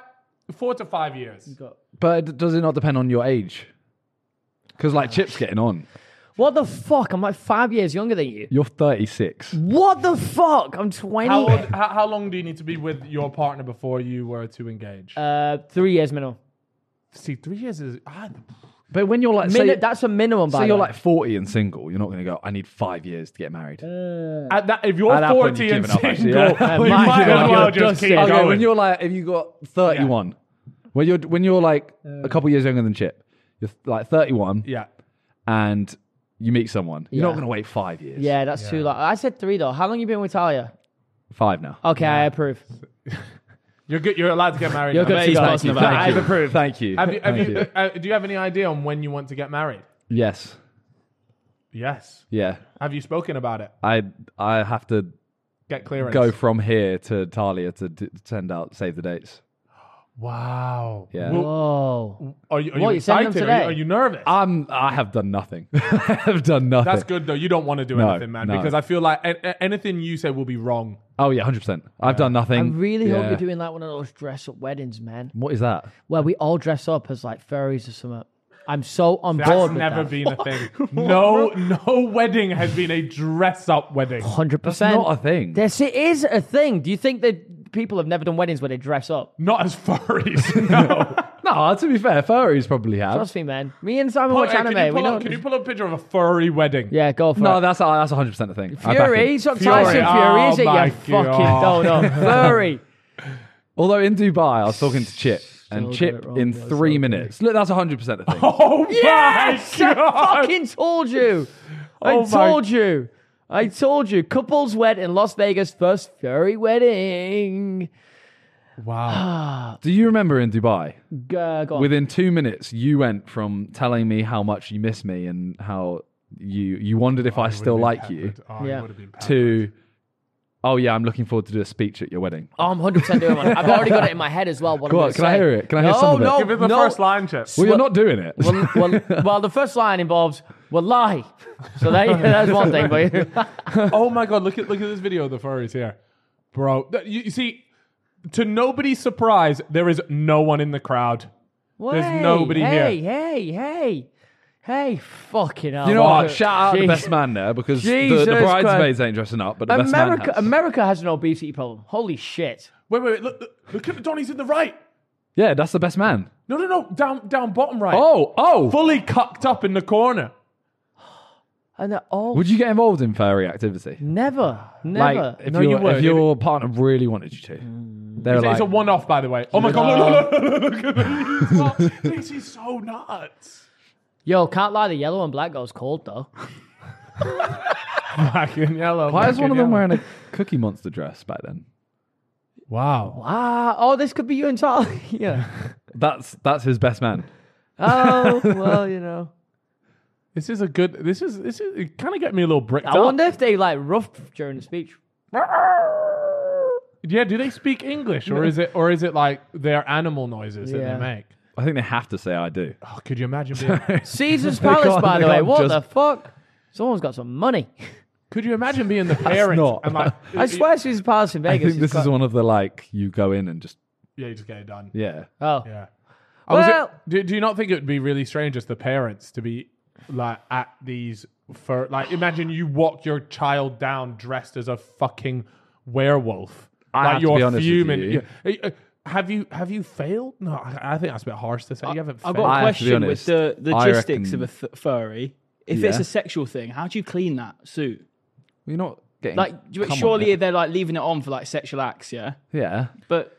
Speaker 1: four to five years.
Speaker 3: But it- does it not depend on your age? Because like Chip's getting on.
Speaker 2: What the fuck? I'm like five years younger than you.
Speaker 3: You're 36.
Speaker 2: What the fuck? I'm 20.
Speaker 1: How, old, how how long do you need to be with your partner before you were to engage?
Speaker 2: Uh, three years minimum.
Speaker 1: See, three years is. ah, I,
Speaker 3: But when you're like,
Speaker 2: Mini-
Speaker 3: say,
Speaker 2: that's a minimum. By
Speaker 3: say
Speaker 2: the
Speaker 3: you're
Speaker 2: way.
Speaker 3: like 40 and single, you're not going to go. I need five years to get married.
Speaker 1: at that, if you're
Speaker 3: At that point,
Speaker 1: Uh, forty
Speaker 3: you're
Speaker 1: and
Speaker 3: giving up, actually,
Speaker 1: single,
Speaker 3: yeah.
Speaker 1: you
Speaker 2: Might
Speaker 1: might
Speaker 2: as well
Speaker 1: as well
Speaker 2: just
Speaker 1: just keep
Speaker 2: say-
Speaker 1: going.
Speaker 2: Okay,
Speaker 3: when you're like, if you got 31, when you're when you're like a couple years younger than Chip, you're like 31,
Speaker 1: yeah.
Speaker 3: and you meet someone, you're not
Speaker 2: Yeah.
Speaker 3: going to wait five years.
Speaker 2: yeah, that's too long. I said three though. How long you been with Talia?
Speaker 3: five now.
Speaker 2: Okay, I approve.
Speaker 1: You're good. You're allowed to get married.
Speaker 2: You're
Speaker 1: now.
Speaker 2: good
Speaker 4: Mate,
Speaker 2: to
Speaker 4: he's
Speaker 2: go.
Speaker 4: passing the baton.
Speaker 2: I've approved.
Speaker 3: Thank you.
Speaker 1: Have you, have
Speaker 3: Thank
Speaker 1: you, Uh, do you have any idea on when you want to get married?
Speaker 3: Yes.
Speaker 1: Yes.
Speaker 3: Yeah.
Speaker 1: Have you spoken about it?
Speaker 3: I I have to
Speaker 1: Get clearance.
Speaker 3: go from here to Talia to d- send out save the dates.
Speaker 1: Wow.
Speaker 3: Yeah. Oh.
Speaker 2: Whoa.
Speaker 1: Are you, are
Speaker 2: What,
Speaker 1: you
Speaker 2: you're sending
Speaker 1: excited?
Speaker 2: them
Speaker 1: Are you,
Speaker 2: today?
Speaker 1: are you nervous?
Speaker 3: I'm. I have done nothing. I have done nothing.
Speaker 1: Uh, That's good though. You don't want to do
Speaker 3: No,
Speaker 1: anything, man,
Speaker 3: no.
Speaker 1: because I feel like a- a- anything you say will be wrong.
Speaker 3: Oh yeah, hundred percent. I've done nothing.
Speaker 2: I really hope
Speaker 3: Yeah.
Speaker 2: you're doing like one of those dress up weddings, man,
Speaker 3: What is that?
Speaker 2: where we all dress up as like furries or something. I'm so on
Speaker 1: That's
Speaker 2: board. with
Speaker 1: never
Speaker 2: that.
Speaker 1: been a thing. No, no wedding has been a dress-up wedding.
Speaker 2: Hundred
Speaker 3: That's
Speaker 2: percent.
Speaker 3: not a thing.
Speaker 2: This it is a thing. Do you think that people have never done weddings where they dress up?
Speaker 1: Not as furries. No.
Speaker 3: No, to be fair, furries probably have.
Speaker 2: Trust me, man. Me and Simon watch
Speaker 1: Hey, can, you
Speaker 2: anime. We
Speaker 1: pull
Speaker 2: know.
Speaker 1: up, can you pull up a picture of a furry wedding?
Speaker 2: yeah, go for
Speaker 3: No,
Speaker 2: it.
Speaker 3: that's that's hundred percent a thing. I back
Speaker 2: Fury,
Speaker 3: it.
Speaker 2: it's not
Speaker 1: Fury.
Speaker 2: Tyson Fury,
Speaker 1: Oh
Speaker 2: is it?
Speaker 1: my
Speaker 2: You fucking
Speaker 1: God.
Speaker 2: don't know. Fury.
Speaker 3: Although in Dubai, I was talking to Chip, and
Speaker 2: got
Speaker 3: Chip
Speaker 2: it wrong,
Speaker 3: in
Speaker 2: that's
Speaker 3: three
Speaker 2: okay.
Speaker 3: minutes. Look, that's hundred percent a thing.
Speaker 1: Oh
Speaker 2: Yes!
Speaker 1: my
Speaker 2: I
Speaker 1: god!
Speaker 2: fucking told you. I
Speaker 1: Oh my-
Speaker 2: told you. I told you. Couples wed in Las Vegas, first Fury wedding.
Speaker 1: Wow.
Speaker 3: Do you remember in Dubai?
Speaker 2: G- uh, go on.
Speaker 3: Within two minutes, you went from telling me how much you miss me and how you you wondered if I still like you
Speaker 1: Oh,
Speaker 2: Yeah.
Speaker 1: would have been peppered.
Speaker 3: to. Oh yeah, I'm looking forward to do a speech at your wedding.
Speaker 2: oh, I'm 100% doing one. I've already got it in my head as well. What
Speaker 3: Go
Speaker 2: I'm
Speaker 3: on,
Speaker 2: gonna
Speaker 3: can I
Speaker 2: say.
Speaker 3: hear it? Can I
Speaker 2: no,
Speaker 3: hear some of it?
Speaker 2: No,
Speaker 1: Give it the
Speaker 2: no.
Speaker 1: first line, Chip.
Speaker 3: Well, you're
Speaker 2: Well-
Speaker 3: not doing it.
Speaker 2: Well, well, well, the first line involves wallahi. So that, that's one thing, but
Speaker 1: Oh my god, look at look at this video of the furries here. Bro, Th- you, you see, to nobody's surprise, there is no one in the crowd. There's nobody
Speaker 2: hey,
Speaker 1: here.
Speaker 2: Hey, hey, hey. Hey, fucking hell.
Speaker 3: You know what?
Speaker 2: Robert.
Speaker 3: Shout out the
Speaker 2: Jeez.
Speaker 3: best man there because the, the
Speaker 2: Jesus Christ.
Speaker 3: bridesmaids ain't dressing up, but the best man
Speaker 2: America,
Speaker 3: has.
Speaker 2: America has an obesity problem. Holy shit.
Speaker 1: Wait, wait, wait. Look, look, look at Donny's in the right.
Speaker 3: yeah, that's the best man.
Speaker 1: No, no, no. Down, down, bottom right.
Speaker 3: Oh, oh.
Speaker 1: fully cucked up in the corner.
Speaker 2: And they're all
Speaker 3: Would you get involved in furry activity?
Speaker 2: never, never.
Speaker 3: Like, if,
Speaker 1: No,
Speaker 3: your-
Speaker 1: you would.
Speaker 3: if your partner really wanted you to, they're
Speaker 1: It's
Speaker 3: like,
Speaker 1: a one-off, by the way. Oh my god! Look, look, look, look, look, look. This is so nuts.
Speaker 2: Yo, can't lie, the yellow and black goes cold though.
Speaker 1: Black and yellow.
Speaker 3: why is one of them wearing a Cookie Monster dress back then?
Speaker 1: Wow.
Speaker 2: Ah, oh, this could be you and Charlie. yeah.
Speaker 3: That's that's his best man.
Speaker 2: Oh, well, you know.
Speaker 1: This is a good. This is this is. It kind of get me a little bricked
Speaker 2: I
Speaker 1: up.
Speaker 2: wonder if they like roughed during the speech.
Speaker 1: Yeah. Do they speak English or is it or is it like their animal noises
Speaker 2: Yeah.
Speaker 1: that they make?
Speaker 3: I think they have to say I do.
Speaker 1: Oh, could you imagine being?
Speaker 2: Caesar's Palace,
Speaker 3: can't-
Speaker 2: by
Speaker 3: they
Speaker 2: the way.
Speaker 3: can't
Speaker 2: What
Speaker 3: just-
Speaker 2: the fuck? Someone's got some money.
Speaker 1: could you imagine being the parent?
Speaker 3: not-
Speaker 1: And like,
Speaker 2: I swear Caesar's Palace in
Speaker 3: I
Speaker 2: Vegas.
Speaker 3: think this is
Speaker 2: got-
Speaker 3: one of the like you go in and just
Speaker 1: yeah, you just get it done.
Speaker 3: yeah.
Speaker 2: Oh,
Speaker 1: Yeah. I was-
Speaker 2: Well-
Speaker 1: do, do you not think it would be really strange as the parents to be like at these for like imagine you walk your child down dressed as a fucking werewolf.
Speaker 3: I
Speaker 1: like
Speaker 3: have to
Speaker 1: you're
Speaker 3: be honest with
Speaker 1: fuming.
Speaker 3: you.
Speaker 1: Yeah. Uh, uh, Have you have you failed? No, I, I think that's a bit harsh to say. you haven't
Speaker 4: I've
Speaker 1: failed.
Speaker 4: got a
Speaker 3: I have to be
Speaker 4: question with
Speaker 3: honest,
Speaker 4: the the
Speaker 3: I
Speaker 4: logistics
Speaker 3: reckon-
Speaker 4: of a th- furry. If
Speaker 3: Yeah.
Speaker 4: it's a sexual thing, how do you clean that suit?
Speaker 3: You're not getting
Speaker 4: Like, do-
Speaker 3: come on,
Speaker 4: surely
Speaker 3: yeah.
Speaker 4: they're like leaving it on for like sexual acts, yeah.
Speaker 3: yeah,
Speaker 4: But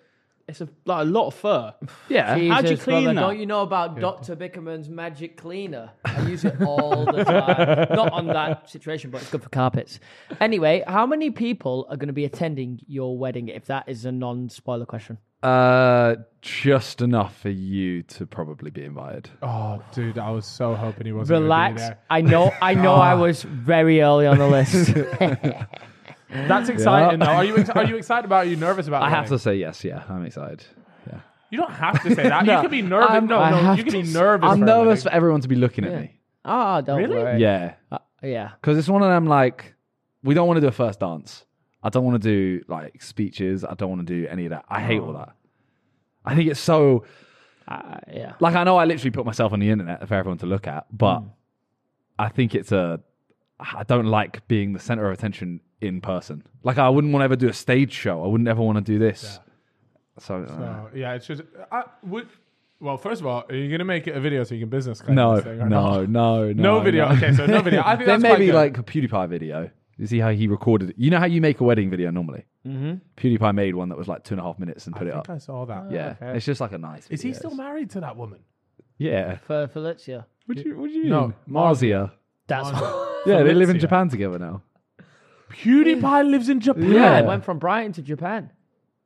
Speaker 4: it's a, like a lot of fur.
Speaker 3: yeah.
Speaker 2: Jesus,
Speaker 4: How'd you clean
Speaker 2: brother,
Speaker 4: that?
Speaker 2: Don't you know about Dr. Bickerman's magic cleaner? I use it all the time. Not on that situation, but it's good for carpets. Anyway, how many people are going to be attending your wedding if that is a non spoiler question?
Speaker 3: Uh, just enough for you to probably be invited.
Speaker 1: oh, dude, I was so hoping he wasn't. gonna be
Speaker 2: Relax.
Speaker 1: there.
Speaker 2: I know I know I was very early on the list.
Speaker 1: That's exciting. Though. Are you ex- are you excited about? it? Are you nervous about?
Speaker 3: I
Speaker 1: the
Speaker 3: have to
Speaker 1: wedding?
Speaker 3: say yes. Yeah, I'm excited. Yeah.
Speaker 1: You don't have to say that.
Speaker 3: No,
Speaker 1: you can be nervous.
Speaker 3: I'm-
Speaker 1: no,
Speaker 3: I
Speaker 1: no,
Speaker 3: have
Speaker 1: you can be
Speaker 3: to-
Speaker 1: nervous.
Speaker 3: I'm
Speaker 1: for a
Speaker 3: nervous for
Speaker 1: wedding.
Speaker 3: everyone to be looking at
Speaker 2: Yeah.
Speaker 3: me.
Speaker 2: Ah, don't
Speaker 1: Really?
Speaker 2: worry.
Speaker 3: Yeah,
Speaker 2: Uh, yeah.
Speaker 3: because it's one of them like we don't want to do a first dance. I don't want to do like speeches. I don't want to do any of that. I hate
Speaker 1: Oh.
Speaker 3: all that. I think it's so
Speaker 2: Uh, yeah.
Speaker 3: like I know I literally put myself on the internet for everyone to look at, but
Speaker 1: Hmm.
Speaker 3: I think it's a I don't like being the center of attention in person. Like I wouldn't want to ever do a stage show. I wouldn't ever want to do this. So, uh,
Speaker 1: No, yeah, it's just. I would. Well, first of all, are you gonna make it a video so you can business claim
Speaker 3: no,
Speaker 1: this thing or not?
Speaker 3: no, no, no,
Speaker 1: No video. Okay, so no video. I think
Speaker 3: Then
Speaker 1: that's quite
Speaker 3: maybe
Speaker 1: good.
Speaker 3: like a PewDiePie video. You see how he recorded it. You know how you make a wedding video normally. Mm-hmm. PewDiePie made one that was like two and a half minutes and put
Speaker 1: I
Speaker 3: it
Speaker 1: think
Speaker 3: up.
Speaker 1: I saw that.
Speaker 3: yeah,
Speaker 1: Okay.
Speaker 3: it's just like a nice.
Speaker 1: Is he
Speaker 3: video.
Speaker 1: still married to that woman?
Speaker 3: Yeah.
Speaker 2: For Felicia.
Speaker 3: What do you, what do you
Speaker 1: No,
Speaker 3: mean? Marzia.
Speaker 2: That's
Speaker 3: Yeah, they live in
Speaker 1: Felicia.
Speaker 3: Japan together now.
Speaker 1: PewDiePie lives in Japan.
Speaker 2: yeah.
Speaker 3: Yeah.
Speaker 2: I went from Brighton to Japan.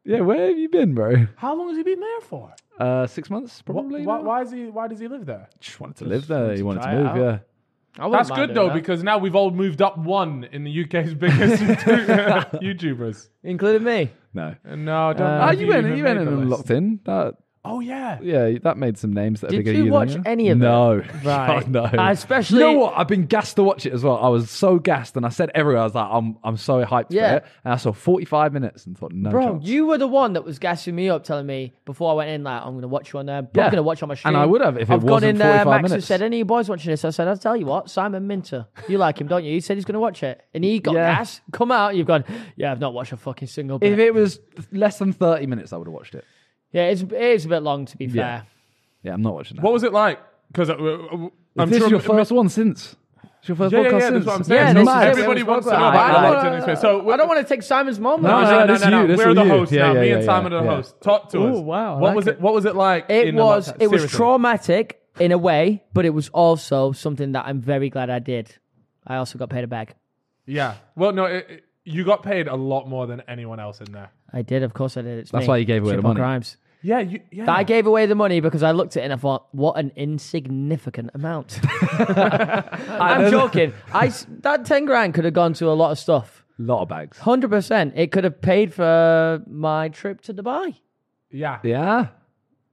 Speaker 3: Yeah, where have you been, bro?
Speaker 1: How long has he been there for?
Speaker 3: Uh, six months
Speaker 1: Wh-
Speaker 3: probably.
Speaker 1: Why,
Speaker 3: now.
Speaker 1: why is he? Why does he live there?
Speaker 3: Just wanted to live there. He wanted to
Speaker 1: try it
Speaker 3: move.
Speaker 1: out.
Speaker 3: Yeah.
Speaker 2: I wouldn't
Speaker 1: That's
Speaker 2: mind
Speaker 1: good
Speaker 2: doing
Speaker 1: though
Speaker 2: that.
Speaker 1: because now we've all moved up one in the UK's biggest YouTubers.
Speaker 2: including me.
Speaker 3: No.
Speaker 1: No, I don't. know
Speaker 3: Ah,
Speaker 1: if
Speaker 3: you went.
Speaker 1: even
Speaker 3: You went
Speaker 1: made
Speaker 3: in
Speaker 1: the
Speaker 3: and
Speaker 1: list.
Speaker 3: locked in. That.
Speaker 1: Oh yeah.
Speaker 3: Yeah. That made some names that are
Speaker 2: Did
Speaker 3: bigger
Speaker 2: you
Speaker 3: than you
Speaker 2: watch any of it?
Speaker 3: No.
Speaker 2: Right.
Speaker 3: God, no.
Speaker 2: Uh, especially-
Speaker 3: You know what? I've been gassed to watch it as well. I was so gassed, and I said everywhere, I was like, "I'm, I'm so hyped
Speaker 2: Yeah.
Speaker 3: for it." And I saw 45 minutes and thought, "No
Speaker 2: Bro,
Speaker 3: chance."
Speaker 2: you were the one that was gassing me up, telling me before I went in, like, I'm going to watch you on there. I'm
Speaker 3: Yeah.
Speaker 2: going to watch you on my stream.
Speaker 3: And I would have if it
Speaker 2: I've gone
Speaker 3: wasn't
Speaker 2: in there.
Speaker 3: 45
Speaker 2: Max has
Speaker 3: minutes.
Speaker 2: said, Any of you boys watching this? I said, I'll tell you what, Simon Minter. You like him, don't you? He said he's going to watch it. And he got
Speaker 3: Yeah.
Speaker 2: gas. Come out. You've gone, Yeah, I've not watched a fucking single bit.
Speaker 3: if it was less than 30 minutes, I would have watched it.
Speaker 2: yeah, it's, it is a bit long, to be
Speaker 3: Yeah.
Speaker 2: fair.
Speaker 3: Yeah, I'm not watching that.
Speaker 1: What was it like? Because I'm
Speaker 3: this
Speaker 1: sure
Speaker 3: is your first one since. It's your first
Speaker 1: Yeah,
Speaker 3: podcast
Speaker 1: yeah, yeah,
Speaker 3: since.
Speaker 1: that's what I'm saying.
Speaker 2: Yeah,
Speaker 1: So
Speaker 2: this is it.
Speaker 1: everybody
Speaker 2: We
Speaker 1: wants to
Speaker 2: always
Speaker 1: know
Speaker 2: talk about
Speaker 1: about
Speaker 2: it.
Speaker 1: what's in this place. So
Speaker 2: I don't want to take Simon's moment.
Speaker 3: No, no,
Speaker 1: no, no,
Speaker 3: this
Speaker 1: no, no.
Speaker 3: you, this
Speaker 1: We're
Speaker 3: is
Speaker 1: the
Speaker 3: you.
Speaker 1: hosts
Speaker 3: Yeah,
Speaker 1: now.
Speaker 3: yeah,
Speaker 1: Me
Speaker 3: yeah,
Speaker 1: and Simon
Speaker 3: yeah,
Speaker 1: are the
Speaker 3: yeah.
Speaker 1: hosts. Talk to us.
Speaker 2: Ooh, wow, I
Speaker 1: What
Speaker 2: like
Speaker 1: was
Speaker 2: it.
Speaker 1: it? What was it like?
Speaker 2: It
Speaker 1: in the
Speaker 2: was
Speaker 1: lockdown?
Speaker 2: it was
Speaker 1: Seriously.
Speaker 2: traumatic in a way, but it was also something that I'm very glad I did. I also got paid a bag.
Speaker 1: Yeah. Well, no, it, it- you got paid a lot more than anyone else in there.
Speaker 2: I did, of course I did. It's
Speaker 3: That's
Speaker 2: me.
Speaker 3: why you gave away the
Speaker 2: Simple
Speaker 3: money.
Speaker 2: Crimes.
Speaker 1: Yeah. You, yeah.
Speaker 2: That I gave away the money because I looked at it and I thought, what an insignificant amount. I'm joking. I s- that ten grand could have gone to a lot of stuff.
Speaker 3: lot of bags.
Speaker 2: Hundred percent. It could have paid for my trip to Dubai.
Speaker 1: yeah.
Speaker 3: Yeah.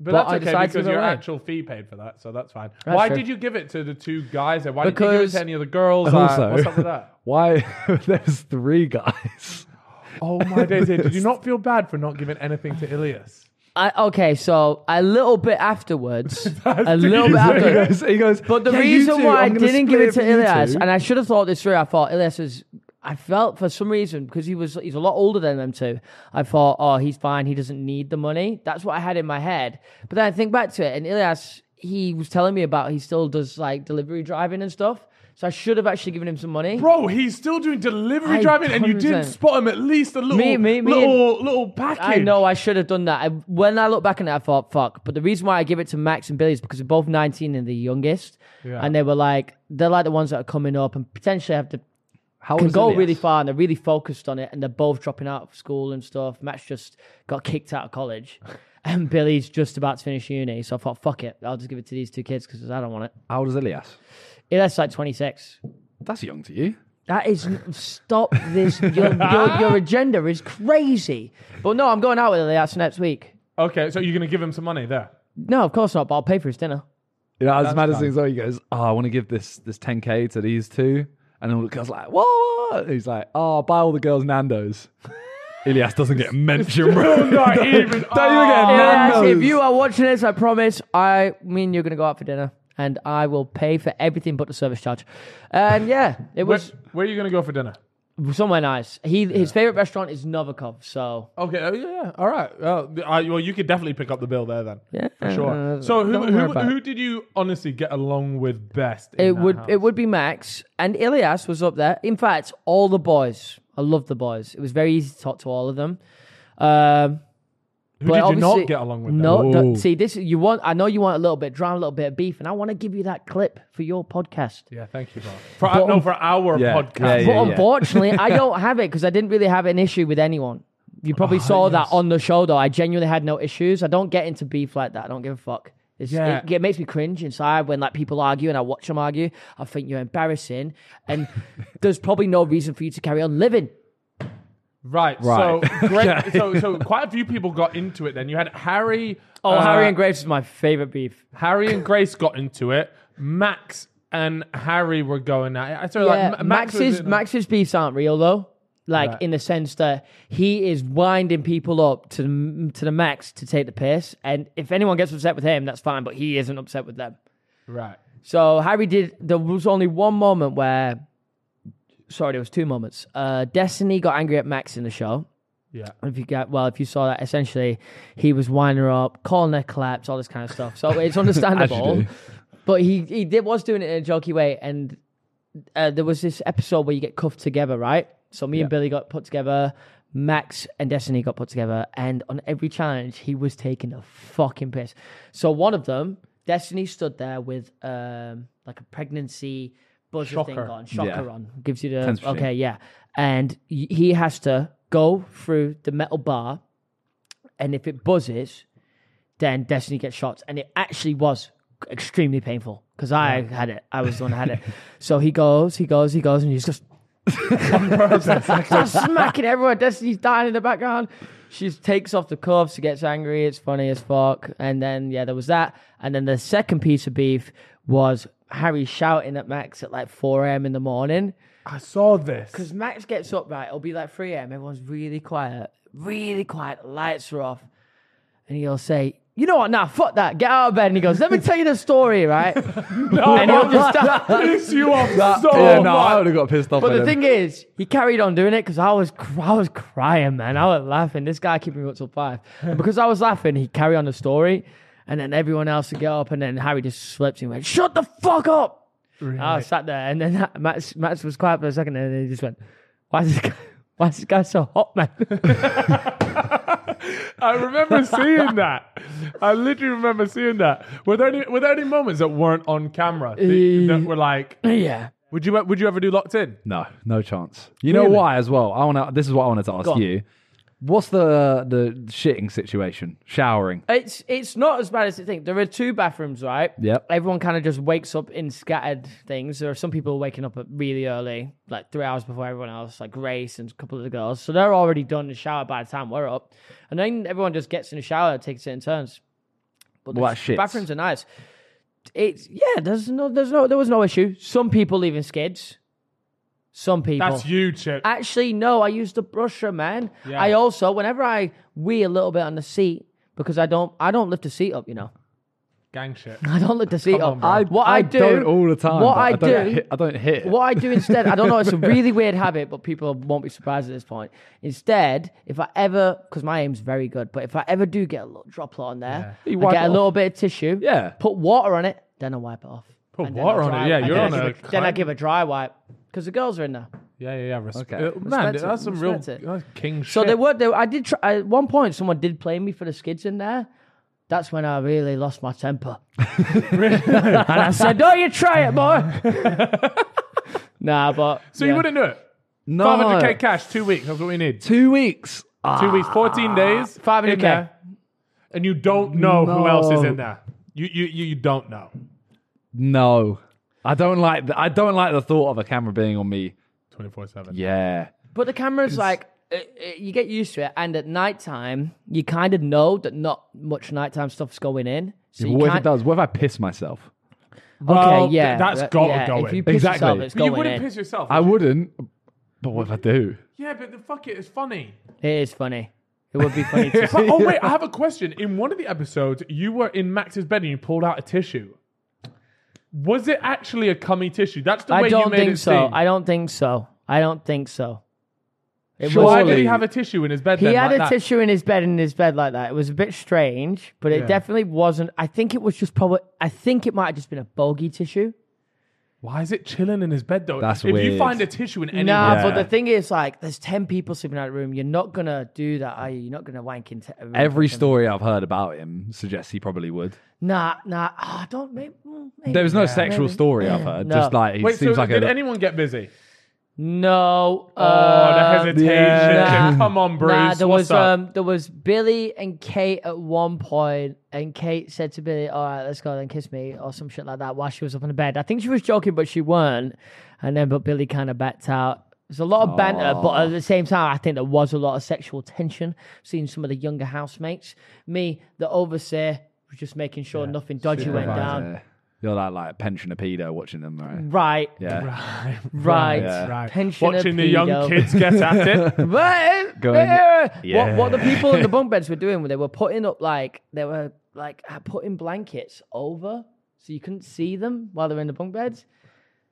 Speaker 1: But,
Speaker 2: But
Speaker 1: that's
Speaker 2: I
Speaker 1: okay
Speaker 2: decided to
Speaker 1: because
Speaker 2: give it
Speaker 1: your
Speaker 2: away.
Speaker 1: actual fee paid for that, so that's fine. Why
Speaker 2: true.
Speaker 1: did you give it to the two guys? And why did you give it
Speaker 2: Because-
Speaker 1: to any of the girls? Like,
Speaker 3: Also,
Speaker 1: what's up with that?
Speaker 3: why there's three guys?
Speaker 1: Oh my days! Did you not feel bad for not giving anything to Ilias?
Speaker 2: I, okay, so a little bit afterwards, a little bit
Speaker 3: he
Speaker 2: afterwards.
Speaker 3: goes, he goes,
Speaker 2: But the
Speaker 3: "Yeah, you
Speaker 2: reason
Speaker 3: two,
Speaker 2: why I
Speaker 3: I'm gonna
Speaker 2: didn't give
Speaker 3: split
Speaker 2: it to
Speaker 3: for you
Speaker 2: Ilias,
Speaker 3: two."
Speaker 2: and I should have thought this through, I thought Ilias was. I felt for some reason because he was he's a lot older than them two. I thought, oh, he's fine. He doesn't need the money. That's what I had in my head. But then I think back to it, and Ilias, he was telling me about he still does like delivery driving and stuff. So I should have actually given him some money.
Speaker 1: Bro, he's still doing delivery
Speaker 2: I
Speaker 1: driving, and you didn't
Speaker 2: 100%.
Speaker 1: spot him at least a little,
Speaker 2: Me- me- me
Speaker 1: little, little package.
Speaker 2: I know I should have done that. I, when I look back on it, I thought, fuck. But the reason why I give it to Max and Billy is because they're both 19 and the youngest. And they were like, they're like the ones that are coming up and potentially have to
Speaker 4: How
Speaker 2: can
Speaker 4: old
Speaker 2: go
Speaker 4: is
Speaker 2: really
Speaker 4: Ilias?
Speaker 2: far and they're really focused on it and they're both dropping out of school and stuff. Max just got kicked out of college and Billy's just about to finish uni. So I thought, fuck it. I'll just give it to these two kids because I don't want it.
Speaker 3: How old is Ilias?
Speaker 2: Yeah, That's like 26.
Speaker 3: That's young to you.
Speaker 2: That is stop this. Your, your, your agenda is crazy. But no, I'm going out with Elias next week.
Speaker 1: Okay, so you're gonna give him some money there.
Speaker 2: No, of course not. But I'll pay for his dinner.
Speaker 3: You know, as mad as
Speaker 1: fine.
Speaker 3: things are, he goes, "Oh, I want to give this this 10k to these two. and all the girls are like, "Whoa!" whoa." And He's like, "Oh, buy all the girls Nando's." Ilias doesn't get mentioned. bro.
Speaker 1: Not even.
Speaker 3: Don't you get
Speaker 1: Oh.
Speaker 2: Yes,
Speaker 3: mad?
Speaker 2: if
Speaker 3: Nando's.
Speaker 2: you are watching this, I promise. I mean, you're going to go out for dinner, and I will pay for everything but the service charge. And yeah, it
Speaker 1: Where,
Speaker 2: was
Speaker 1: where are you gonna go for dinner?
Speaker 2: somewhere nice. He his favorite restaurant is Novikov, so
Speaker 1: Okay, oh, yeah, all right. Well, th- I- well, you could definitely pick up the bill there then.
Speaker 2: yeah,
Speaker 1: For sure. So who
Speaker 2: don't worry
Speaker 1: who,
Speaker 2: about it.
Speaker 1: who did you honestly get along with best? in
Speaker 2: It
Speaker 1: that
Speaker 2: would
Speaker 1: house?
Speaker 2: it would be Max and Ilias was up there. In fact, all the boys. I love the boys. It was very easy to talk to all of them. Um,
Speaker 1: Who did you
Speaker 2: obviously-
Speaker 1: not get along with?
Speaker 2: No,
Speaker 1: then?
Speaker 2: th- see this. You want? I know you want a little bit of drama, a little bit of beef, and I want to give you that clip for your podcast.
Speaker 1: Yeah, thank you, bro. For, uh, no, for our
Speaker 3: Yeah,
Speaker 1: podcast.
Speaker 3: yeah, yeah.
Speaker 2: but unfortunately, I don't have it because I didn't really have an issue with anyone. You probably saw that on the show, though. I genuinely had no issues. I don't get into beef like that. I don't give a fuck. It's,
Speaker 1: Yeah.
Speaker 2: it, it makes me cringe inside when like people argue and I watch them argue. I think you're embarrassing, and there's probably no reason for you to carry on living.
Speaker 1: Right.
Speaker 3: Right.
Speaker 1: So great. So so quite a few people got into it. Then you had Harry.
Speaker 2: Oh,
Speaker 1: uh,
Speaker 2: Harry and Graves is my favorite beef.
Speaker 1: Harry and Grace got into it. Max and Harry were going at it. So
Speaker 2: Yeah,
Speaker 1: like M- Max was
Speaker 2: Max's
Speaker 1: in-
Speaker 2: Max's beefs aren't real though. Like
Speaker 1: Right.
Speaker 2: in the sense that he is winding people up to the, to the max to take the piss, and if anyone gets upset with him, that's fine. But he isn't upset with them.
Speaker 1: right.
Speaker 2: So Harry did. There was only one moment where, sorry, there was two moments. Uh, Destiny got angry at Max in the show.
Speaker 1: Yeah.
Speaker 2: If you got well, if you saw that, essentially he was winding her up, calling her claps, all this kind of stuff. So it's understandable.
Speaker 3: do.
Speaker 2: but he he did was doing it in a jokey way, and uh, there was this episode where you get cuffed together, right? So me and Billy got put together. Max and Destiny got put together, and on every challenge, he was taking a fucking piss. So one of them, Destiny stood there with um like a pregnancy buzzer thing
Speaker 1: Shocker.
Speaker 2: on, shocker
Speaker 3: Yeah.
Speaker 2: on, gives you the
Speaker 3: Tense machine.
Speaker 2: okay, yeah, and y- he has to go through the metal bar, and if it buzzes, then Destiny gets shot. And it actually was extremely painful because I had it. I was the one who had it. so he goes, he goes, he goes, and he's just starts smacking everyone. Destiny's dying in the background. She takes off the cuffs, she gets angry. It's funny as fuck. And then, yeah, there was that. And then the second piece of beef was Harry shouting at Max at like 4 a.m. in the morning.
Speaker 1: I saw this.
Speaker 2: Because Max gets up, right? It'll be like 3 a.m. Everyone's really quiet, really quiet. The lights are off. And he'll say, You know what? Nah, fuck that. Get out of bed. And he goes, Let me tell you the story, right?
Speaker 1: No,
Speaker 2: and he'll just start.
Speaker 1: piss you off so
Speaker 3: yeah, no, I
Speaker 1: much.
Speaker 3: would have got pissed off.
Speaker 2: But
Speaker 3: by
Speaker 2: the thing
Speaker 3: then.
Speaker 2: is, he carried on doing it because I was cr- I was crying, man. I was laughing. This guy keeping me up till five, and because I was laughing, he carried on the story, and then everyone else would get up, and then Harry just slept and went, "Shut the fuck up!" I was sat there, and then Ha- Max Max was quiet for a second, and then he just went, "Why is this guy?" Why is this guy so hot, man?
Speaker 1: I remember seeing that. I literally remember seeing that. Were there any, were there any moments that weren't on camera that, that were like,
Speaker 2: yeah.
Speaker 1: would you would you ever do locked in?
Speaker 3: No, no chance. You know
Speaker 1: Really?
Speaker 3: why as well? I want to. This is what I wanted to ask
Speaker 2: on.
Speaker 3: you. What's the the shitting situation? Showering.
Speaker 2: It's it's not as bad as you think. There are two bathrooms, right?
Speaker 3: Yep.
Speaker 2: Everyone kind of just wakes up in scattered things. There are some people waking up at really early, like three hours before everyone else, like Grace and a couple of the girls. So they're already done in the shower by the time we're up. And then everyone just gets in the shower, takes it in turns. But the
Speaker 3: Well, that shits.
Speaker 2: bathrooms are nice. It's yeah, there's no there's no there was no issue. Some people leaving skids. Some people
Speaker 1: That's you, Chip.
Speaker 2: Actually, no, I use the brusher, man.
Speaker 1: Yeah.
Speaker 2: I also, whenever I wee a little bit on the seat, because I don't I don't lift a seat up. You know,
Speaker 1: Gang shit.
Speaker 2: I don't lift a
Speaker 1: Come
Speaker 2: seat up.
Speaker 1: on, bro. I-
Speaker 2: what I, do
Speaker 3: don't all the time.
Speaker 2: What
Speaker 3: but
Speaker 2: I,
Speaker 3: don't
Speaker 2: do.
Speaker 3: hit- I don't hit.
Speaker 2: What I do instead, I don't know. It's a really weird habit, but people won't be surprised at this point. Instead, if I ever, because my aim's very good, but if I ever do get a little droplet on there,
Speaker 3: You
Speaker 2: I
Speaker 3: wipe
Speaker 2: get
Speaker 3: it
Speaker 2: a
Speaker 3: off.
Speaker 2: little bit of tissue.
Speaker 3: Yeah.
Speaker 2: Put water on it, then I wipe it off.
Speaker 1: Put
Speaker 2: And then
Speaker 1: water
Speaker 2: I
Speaker 1: on it?
Speaker 2: dry-
Speaker 1: Yeah,
Speaker 2: and
Speaker 1: you're
Speaker 2: then
Speaker 1: on
Speaker 2: I
Speaker 1: a
Speaker 2: give Then I
Speaker 1: climb.
Speaker 2: give a dry wipe because the girls are in there.
Speaker 1: Yeah, yeah, yeah. Respect. Uh,
Speaker 3: Okay.
Speaker 1: man,
Speaker 2: Respect it,
Speaker 1: that's some real
Speaker 2: respect it.
Speaker 1: that's king shit.
Speaker 2: So there were. There, I did. Try, at one point, someone did play me for the skids in there. That's when I really lost my temper, and I said, "No, you try it, boy." nah, but
Speaker 1: So
Speaker 2: yeah.
Speaker 1: you wouldn't do it.
Speaker 3: No.
Speaker 1: 500k cash, two weeks. That's what we need.
Speaker 3: Two weeks.
Speaker 2: Ah,
Speaker 1: Two weeks, 14 days. 500
Speaker 2: 500K.
Speaker 1: And you don't know who else is in
Speaker 3: No.
Speaker 1: there. You, you, you, you don't know.
Speaker 3: No, I don't like. The, I don't like the thought of a camera being on me.
Speaker 1: 24 7.
Speaker 3: Yeah.
Speaker 2: But the camera's like uh, uh, you get used to it, and at night time you kind of know that not much nighttime stuff's going in. So you
Speaker 3: what if it
Speaker 2: can't-
Speaker 3: does? What if I piss myself?
Speaker 1: Well,
Speaker 2: okay, yeah,
Speaker 1: th- that's
Speaker 2: that-
Speaker 1: gotta
Speaker 2: yeah,
Speaker 1: go
Speaker 2: If
Speaker 1: in.
Speaker 2: you piss
Speaker 3: Exactly.
Speaker 2: yourself, it's
Speaker 1: But you
Speaker 2: going
Speaker 1: wouldn't
Speaker 2: in.
Speaker 1: piss yourself.
Speaker 3: I wouldn't. But what if I do?
Speaker 1: yeah, but the fuck it, it's funny.
Speaker 2: It is funny. It would be funny. to see.
Speaker 1: But, oh, wait, I have a question. In one of the episodes, you were in Max's bed and you pulled out a tissue. Was it actually a cummy tissue? That's the way
Speaker 2: I
Speaker 1: you
Speaker 2: don't
Speaker 1: made
Speaker 2: think
Speaker 1: it
Speaker 2: so.
Speaker 1: seem.
Speaker 2: I don't think so. I don't think so. It
Speaker 3: Sure.
Speaker 1: Why did he
Speaker 2: was.
Speaker 3: Surely-
Speaker 1: have a tissue in his bed
Speaker 2: He
Speaker 1: then?
Speaker 2: had
Speaker 1: like
Speaker 2: a
Speaker 1: that?
Speaker 2: tissue in his bed in his bed like that. It was a bit strange, but it
Speaker 1: Yeah.
Speaker 2: definitely wasn't. I think it was just probably. I think it might have just been a bogey tissue.
Speaker 1: Why is it chilling in his bed though?
Speaker 3: That's
Speaker 1: if you
Speaker 3: weird.
Speaker 1: find a tissue in any
Speaker 2: Nah,
Speaker 3: Yeah.
Speaker 2: but the thing is, like, there's ten people sleeping out of the room. You're not gonna do that, are you? You're not gonna wank in. T- a room
Speaker 3: Every
Speaker 2: full of
Speaker 3: story I've heard about him suggests he probably would.
Speaker 2: ten- Nah, nah. ah, don't. Maybe, mm, maybe.
Speaker 3: There was no sexual
Speaker 2: maybe.
Speaker 3: story I've heard.
Speaker 2: No.
Speaker 3: Just like he
Speaker 1: wait, so
Speaker 3: seems like
Speaker 1: did
Speaker 3: a.
Speaker 1: anyone get busy?
Speaker 2: No.
Speaker 1: Oh,
Speaker 2: uh,
Speaker 1: the hesitation.
Speaker 3: yeah.
Speaker 2: nah.
Speaker 1: Come on, Bruce.
Speaker 2: Nah, there
Speaker 1: What's
Speaker 2: was
Speaker 1: up?
Speaker 2: um, there was Billy and Kate at one point, and Kate said to Billy, "All right, let's go then kiss me" or some shit like that while she was up in the bed. I think she was joking, but she weren't. And then, but Billy kind of backed out. There's a lot of banter, but at the same time, I think there was a lot of sexual tension. Seeing some of the younger housemates, me, the overseer, was just making sure nothing dodgy went
Speaker 3: Right,
Speaker 2: down. Mm.
Speaker 3: yeah. You're like like pensioner pedo watching them, right?
Speaker 2: Right,
Speaker 3: Yeah.
Speaker 1: Right,
Speaker 2: right,
Speaker 3: Yeah.
Speaker 1: right.
Speaker 2: Pensioner
Speaker 1: Watching the young
Speaker 2: pedo.
Speaker 1: kids get at it.
Speaker 2: But uh,
Speaker 3: Going-
Speaker 2: What, what the
Speaker 3: Yeah.
Speaker 2: people in the bunk beds were doing, they were putting up like they were like uh, putting blankets over so you couldn't see them while they were in the bunk beds.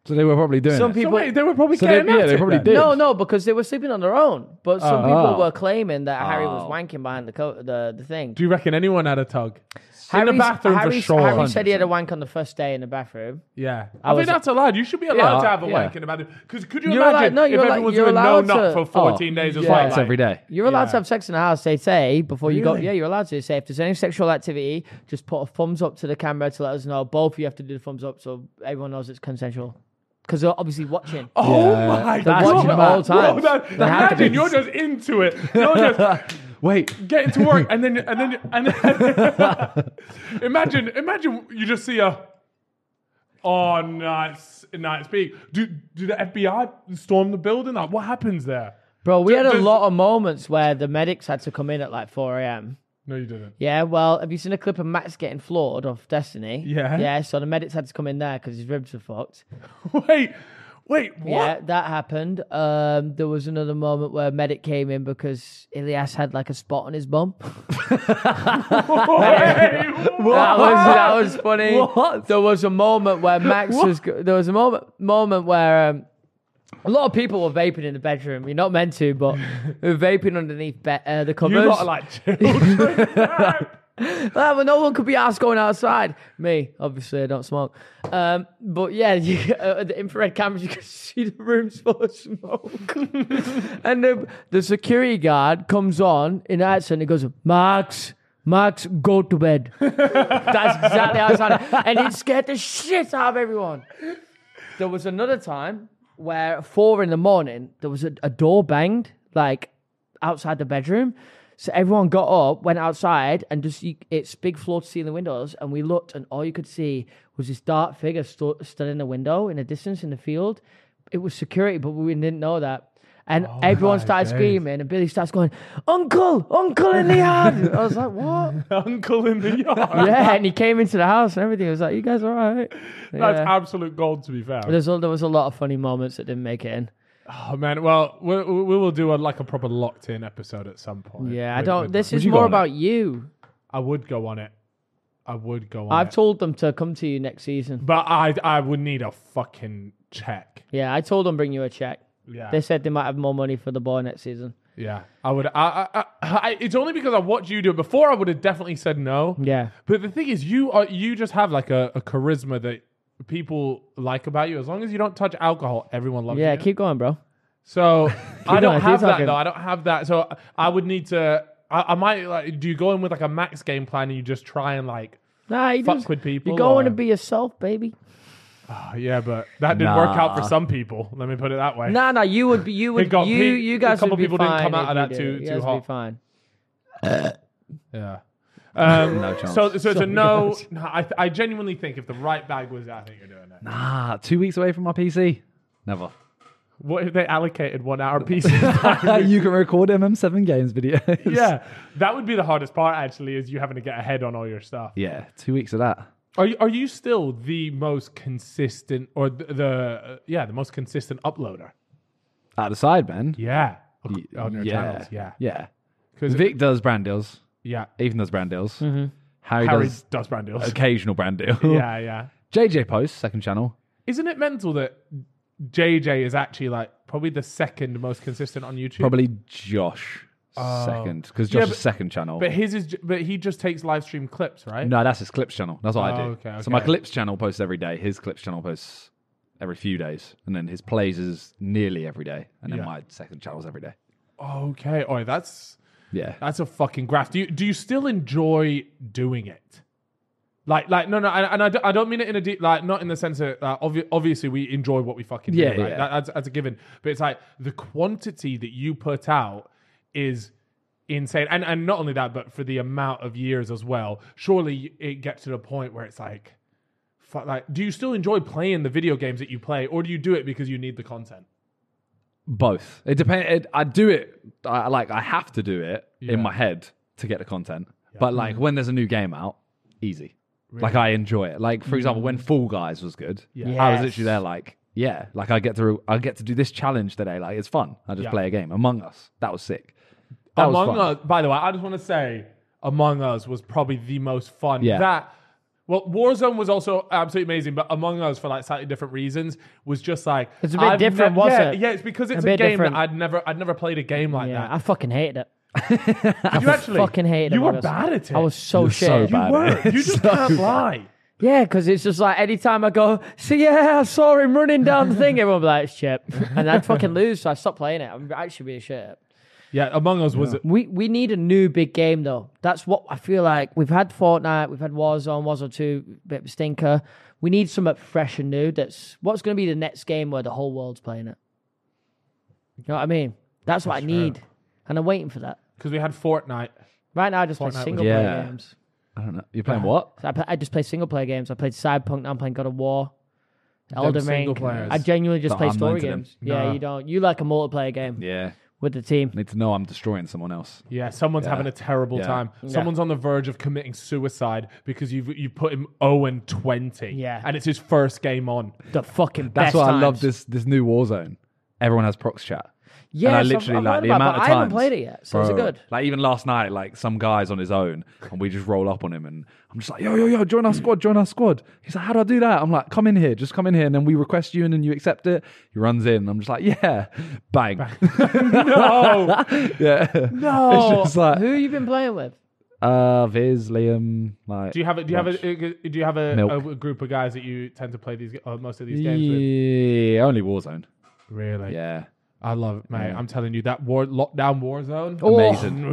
Speaker 3: So they were probably doing.
Speaker 2: Some
Speaker 3: it.
Speaker 1: So
Speaker 2: people,
Speaker 1: wait, they were probably
Speaker 3: So they-
Speaker 1: getting
Speaker 3: yeah,
Speaker 1: at
Speaker 3: they
Speaker 1: it
Speaker 3: probably
Speaker 1: then.
Speaker 3: did.
Speaker 2: no, no, because they were sleeping on their own. But some people
Speaker 1: Uh-huh.
Speaker 3: Oh.
Speaker 2: were claiming that Harry was
Speaker 3: Oh.
Speaker 2: wanking behind the co- the, the thing.
Speaker 1: Do you reckon anyone had a tug?
Speaker 2: Harry's-
Speaker 1: in the bathroom for
Speaker 2: Harry's-
Speaker 1: sure.
Speaker 2: Harry said he had a wank on the first day in the bathroom.
Speaker 1: Yeah, I,
Speaker 2: was-
Speaker 1: think that's allowed. You should be allowed
Speaker 3: Yeah,
Speaker 1: to have a
Speaker 3: yeah.
Speaker 1: wank in a bathroom. Because could you
Speaker 2: You're
Speaker 1: imagine
Speaker 2: allowed- no,
Speaker 1: if
Speaker 2: you're allo-
Speaker 1: everyone was
Speaker 2: you're
Speaker 1: doing no
Speaker 2: allowed
Speaker 1: nut
Speaker 2: to-
Speaker 1: for
Speaker 3: Oh,
Speaker 1: 14 days as
Speaker 2: yeah.
Speaker 1: well?
Speaker 3: Sex every day.
Speaker 2: You're allowed
Speaker 1: Yeah.
Speaker 2: to have sex in the house. They say before you go.
Speaker 1: Really?
Speaker 2: Yeah, you're allowed to say if there's any sexual activity, just put a thumbs up to the camera to let us know. Both of you have to do the thumbs up so everyone knows it's consensual because they're obviously watching.
Speaker 1: Oh
Speaker 3: Yeah.
Speaker 1: my
Speaker 3: They're
Speaker 1: god!
Speaker 2: watching it all the time.
Speaker 1: Whoa, that-
Speaker 2: They have to
Speaker 1: imagine
Speaker 2: be.
Speaker 1: you're just into it. You're just
Speaker 3: Wait,
Speaker 1: getting to work, and then and then and then, imagine imagine you just see a. Oh, nice, nice big. Do do the FBI storm the building? Like, what happens there?
Speaker 2: Bro, we
Speaker 1: Ju-
Speaker 2: had a
Speaker 1: just-
Speaker 2: lot of moments where the medics had to come in at like 4 a.m.
Speaker 1: No, you didn't.
Speaker 2: Yeah, well, have you seen a clip of Max getting floored off Destiny?
Speaker 1: Yeah.
Speaker 2: Yeah, so the medics had to come in there because his ribs were fucked.
Speaker 1: Wait, wait, what?
Speaker 2: Yeah, that happened. Um, there was another moment where a medic came in because Ilias had like a spot on his bum.
Speaker 1: Wait, what?
Speaker 2: That was that was funny.
Speaker 3: What?
Speaker 2: There was a moment where Max was. go- There was a moment moment where um, a lot of people were vaping in the bedroom. You're not meant to, but they were vaping underneath be- uh, the
Speaker 1: You
Speaker 2: covers.
Speaker 1: lot are like children.
Speaker 2: Ah, well, no one could be asked going outside. Me, obviously, I don't smoke. Um, but yeah, you, uh, the infrared cameras, you can see the rooms full of smoke. and the, the security guard comes on in accent. He goes, Max, Max, go to bed. That's exactly how it sounded. And it scared the shit out of everyone. There was another time where at four in the morning, there was a, a door banged, like outside the bedroom. So everyone got up, went outside, and just you, it's big floor to ceiling windows. And we looked, and all you could see was this dark figure sto- stood in the window in the distance in the field. It was security, but we didn't know that. And everyone
Speaker 1: Oh, my
Speaker 2: started
Speaker 1: days.
Speaker 2: screaming, and Billy starts going, "Uncle, Uncle in the yard!" I was like, "What?"
Speaker 1: Uncle in the yard.
Speaker 2: yeah, and he came into the house and everything. I was like, "You guys all right?"
Speaker 1: That's
Speaker 2: Yeah.
Speaker 1: absolute gold, to be fair.
Speaker 2: There's all, there was a lot of funny moments that didn't make it in.
Speaker 1: Oh man, well we, we we will do a, like a proper locked in episode at some point.
Speaker 2: Yeah, I
Speaker 1: With-
Speaker 2: don't.
Speaker 1: with
Speaker 2: This
Speaker 1: that.
Speaker 2: is
Speaker 3: you got
Speaker 2: more
Speaker 3: on it?
Speaker 2: about you.
Speaker 1: I would go on it. I would go on
Speaker 2: I've
Speaker 1: it.
Speaker 2: told them to come to you next season.
Speaker 1: but I I would need a fucking check.
Speaker 2: Yeah, I told them bring you a check.
Speaker 1: Yeah.
Speaker 2: They said they might have more money for the boy next season.
Speaker 1: Yeah, I would. I, I, I, I, it's only because I watched you do it before. I would have definitely said no.
Speaker 2: Yeah.
Speaker 1: But the thing is, you are you just have like a, a charisma that people like about you. As long as you don't touch alcohol, everyone loves
Speaker 2: Yeah,
Speaker 1: you.
Speaker 2: keep going, bro.
Speaker 1: so I
Speaker 2: going,
Speaker 1: don't
Speaker 2: keep
Speaker 1: have that
Speaker 2: talking.
Speaker 1: though. I don't have that. So I would need to. I, I might like. Do you go in with like a max game plan and you just try and like?
Speaker 2: Nah, you
Speaker 1: Fuck
Speaker 2: just,
Speaker 1: with people,
Speaker 2: You're going
Speaker 1: or-
Speaker 2: to be yourself, baby.
Speaker 1: Oh, yeah, but that didn't work out for
Speaker 3: Nah.
Speaker 1: some people. Let me put it that way.
Speaker 2: No, no, you would be. You
Speaker 1: It
Speaker 2: would.
Speaker 1: got
Speaker 2: you,
Speaker 1: peak-
Speaker 2: you
Speaker 1: a
Speaker 2: guys.
Speaker 1: couple
Speaker 2: would be
Speaker 1: people didn't
Speaker 2: fine
Speaker 1: come
Speaker 2: if
Speaker 1: out of
Speaker 2: you
Speaker 1: that
Speaker 2: did
Speaker 1: too-
Speaker 2: it. You
Speaker 1: too
Speaker 2: guys would
Speaker 1: hot.
Speaker 2: Be fine.
Speaker 1: Yeah. Um,
Speaker 3: No chance.
Speaker 1: So, so it's a no. no, I, I genuinely think if the right bag was out, I think you're doing it.
Speaker 3: Ah, two weeks away from my PC. Never.
Speaker 1: What if they allocated one hour pieces?
Speaker 3: you can record MM7 games videos.
Speaker 1: yeah, that would be the hardest part. Actually, is you having to get ahead on all your stuff.
Speaker 3: Yeah, two weeks of that.
Speaker 1: Are you, are you still the most consistent, or the, the uh, yeah, the most consistent uploader?
Speaker 3: Out of side, man.
Speaker 1: Yeah,
Speaker 3: Y-
Speaker 1: on your
Speaker 3: yeah.
Speaker 1: channels. Yeah,
Speaker 3: Yeah.
Speaker 1: 'Cause-
Speaker 3: Vic does brand deals.
Speaker 1: yeah.
Speaker 3: Ethan does brand deals. Harry,
Speaker 1: Harry
Speaker 3: does
Speaker 1: does brand deals.
Speaker 3: occasional brand deal.
Speaker 1: Yeah, yeah.
Speaker 3: JJ posts second channel.
Speaker 1: Isn't it mental that JJ is actually like probably the second most consistent on YouTube?
Speaker 3: Probably Josh second because Josh's
Speaker 1: Oh. but-
Speaker 3: second channel.
Speaker 1: But his is, ju- but he just takes live stream clips, right?
Speaker 3: no, that's his clips channel. That's what I
Speaker 1: Oh,
Speaker 3: do.
Speaker 1: okay,
Speaker 3: So my
Speaker 1: okay.
Speaker 3: clips channel posts every day. His clips channel posts every few days, and then his plays is nearly every day, and then
Speaker 1: Yeah.
Speaker 3: my second channel's every day.
Speaker 1: Okay. Oh, that's
Speaker 3: Yeah.
Speaker 1: that's a fucking graft. Do you do you still enjoy doing it? Like, like, no, no, and, and I, don't, I don't mean it in a deep, like, not in the sense that uh, obvi- obviously we enjoy what we fucking
Speaker 3: Yeah,
Speaker 1: do, right?
Speaker 3: yeah.
Speaker 1: That, that's, that's a given. But it's like the quantity that you put out is insane, and and not only that, but for the amount of years as well. Surely it gets to the point where it's like, fuck, like, do you still enjoy playing the video games that you play, or do you do it because you need the content?
Speaker 3: Both. It depends. It, I do it. I like. I have to do it
Speaker 1: Yeah.
Speaker 3: in my head to get the content. But like when there's a new game out, easy. Like I enjoy it. Like for example,
Speaker 1: Mm.
Speaker 3: when Fall Guys was good, I was
Speaker 2: Yes.
Speaker 3: literally there like, yeah, like I get to I get to do this challenge today. Like it's fun. I just
Speaker 1: Yeah.
Speaker 3: play a game. Among Us, that was sick. That was
Speaker 1: Among
Speaker 3: fun.
Speaker 1: Us, by the way, I just want to say Among Us was probably the most fun.
Speaker 3: Yeah.
Speaker 1: That well, Warzone was also absolutely amazing, but Among Us for like slightly different reasons was just like
Speaker 2: It's a bit different,
Speaker 1: was
Speaker 2: wasn't
Speaker 1: yeah,
Speaker 2: it?
Speaker 1: Yeah, it's because it's
Speaker 2: A
Speaker 1: a,
Speaker 2: bit
Speaker 1: game
Speaker 2: different.
Speaker 1: that I'd never I'd never played a game like
Speaker 2: Yeah, I
Speaker 1: that.
Speaker 2: fucking hated it.
Speaker 1: you actually
Speaker 2: fucking hated it.
Speaker 1: You were bad at it.
Speaker 2: I was so
Speaker 3: You're
Speaker 2: shit.
Speaker 3: so
Speaker 1: You
Speaker 3: bad at
Speaker 1: were.
Speaker 3: it.
Speaker 1: You just
Speaker 3: So
Speaker 1: can't
Speaker 3: bad.
Speaker 1: lie.
Speaker 2: Yeah, because it's just like anytime I go, see, yeah, I saw him running down the thing, everyone would be like, it's Chip. And I'd fucking lose, so I stopped playing it. I'm actually being shit.
Speaker 1: Yeah, Among Us was.
Speaker 2: We we need a new big game though. That's what I feel like. We've had Fortnite, we've had Warzone, Warzone Two, bit of a stinker. We need something fresh and new. That's what's going to be the next game where the whole world's playing it. You know what I mean? That's what I need, and I'm waiting for that.
Speaker 1: Because we had Fortnite.
Speaker 2: Right now, I just play
Speaker 1: Fortnite was-
Speaker 2: single player
Speaker 3: Yeah.
Speaker 2: games.
Speaker 3: I don't know. You're playing what?
Speaker 2: So I, play, I just play single player games. I played Cyberpunk. Now I'm playing God of War, Elden
Speaker 1: single
Speaker 2: Ring.
Speaker 1: players.
Speaker 2: I genuinely just
Speaker 3: But
Speaker 2: play
Speaker 3: I'm not
Speaker 2: story
Speaker 3: into them.
Speaker 2: games. Yeah,
Speaker 1: No.
Speaker 2: you don't. You like a multiplayer game
Speaker 3: Yeah.
Speaker 2: with the team.
Speaker 3: Need to know I'm destroying someone else.
Speaker 1: Yeah, someone's having a terrible
Speaker 3: Yeah.
Speaker 1: time. Someone's on the verge of committing suicide because you've you put him 0 and 20.
Speaker 2: Yeah.
Speaker 1: And it's his first game on.
Speaker 2: The fucking
Speaker 3: That's
Speaker 2: best
Speaker 3: why I
Speaker 2: times.
Speaker 3: love this this new Warzone. Everyone has procs chat.
Speaker 2: Yes,
Speaker 3: and I
Speaker 2: I've-
Speaker 3: literally
Speaker 2: I've
Speaker 3: like
Speaker 2: heard
Speaker 3: the
Speaker 2: about
Speaker 3: amount
Speaker 2: that.
Speaker 3: of
Speaker 2: I
Speaker 3: times.
Speaker 2: haven't played it yet, so is it
Speaker 3: Bro,
Speaker 2: good?
Speaker 3: Like even last night, like some guy's on his own, and we just roll up on him, and I'm just like, yo, yo, yo, join our squad, join our squad. He's like, how do I do that? I'm like, come in here, just come in here, and then we request you, and then you accept it. He runs in, and I'm just like, yeah, bang,
Speaker 1: No.
Speaker 3: yeah.
Speaker 1: No.
Speaker 3: It's just like,
Speaker 2: Who you been playing with?
Speaker 3: uh, Viz, Liam, like,
Speaker 1: Do you have a do you have a do you have a,
Speaker 3: Milk.
Speaker 1: a group of guys that you tend to play these uh, most of these games with?
Speaker 3: yeah, only Warzone,
Speaker 1: Really?
Speaker 3: yeah,
Speaker 1: I love it, mate. I'm telling you that war lockdown war zone.
Speaker 3: Oh. amazing.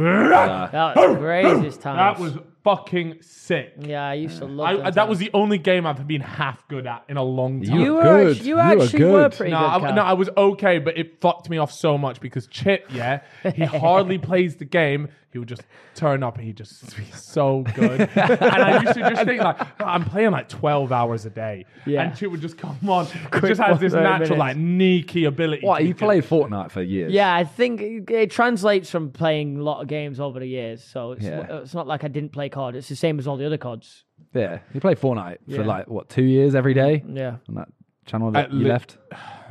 Speaker 3: Yeah.
Speaker 2: That was craziest time.
Speaker 1: That was fucking sick.
Speaker 2: Yeah, I used to love
Speaker 1: I,
Speaker 2: them
Speaker 1: that was the only game I've been half good at in a long time.
Speaker 2: times. you
Speaker 3: You
Speaker 2: were
Speaker 3: were
Speaker 2: good.
Speaker 3: good.
Speaker 2: you
Speaker 3: You were
Speaker 2: actually were,
Speaker 3: good.
Speaker 2: pretty
Speaker 1: no,
Speaker 2: good.
Speaker 1: I,
Speaker 2: Cal.
Speaker 1: no, I was okay, but it fucked me off so much because Chip, yeah, he hardly plays the game. He would just turn up and he'd just be so good. and I used to just think like, I'm playing like 12 hours a day,
Speaker 2: Yeah.
Speaker 1: and Chip would just come on. He just has this
Speaker 2: 130
Speaker 1: natural
Speaker 2: minutes.
Speaker 1: like sneaky ability.
Speaker 3: What
Speaker 1: to
Speaker 3: you
Speaker 1: be good.
Speaker 3: played Fortnite for years?
Speaker 2: yeah, I think it, it translates from playing a lot of games over the years. So it's,
Speaker 3: Yeah.
Speaker 2: it's not like I didn't play COD. It's the same as all the other CODs.
Speaker 3: yeah. You played Fortnite
Speaker 2: Yeah.
Speaker 3: for like what two years every day?
Speaker 2: Yeah.
Speaker 3: And that channel that
Speaker 1: At
Speaker 3: you
Speaker 1: li-
Speaker 3: left?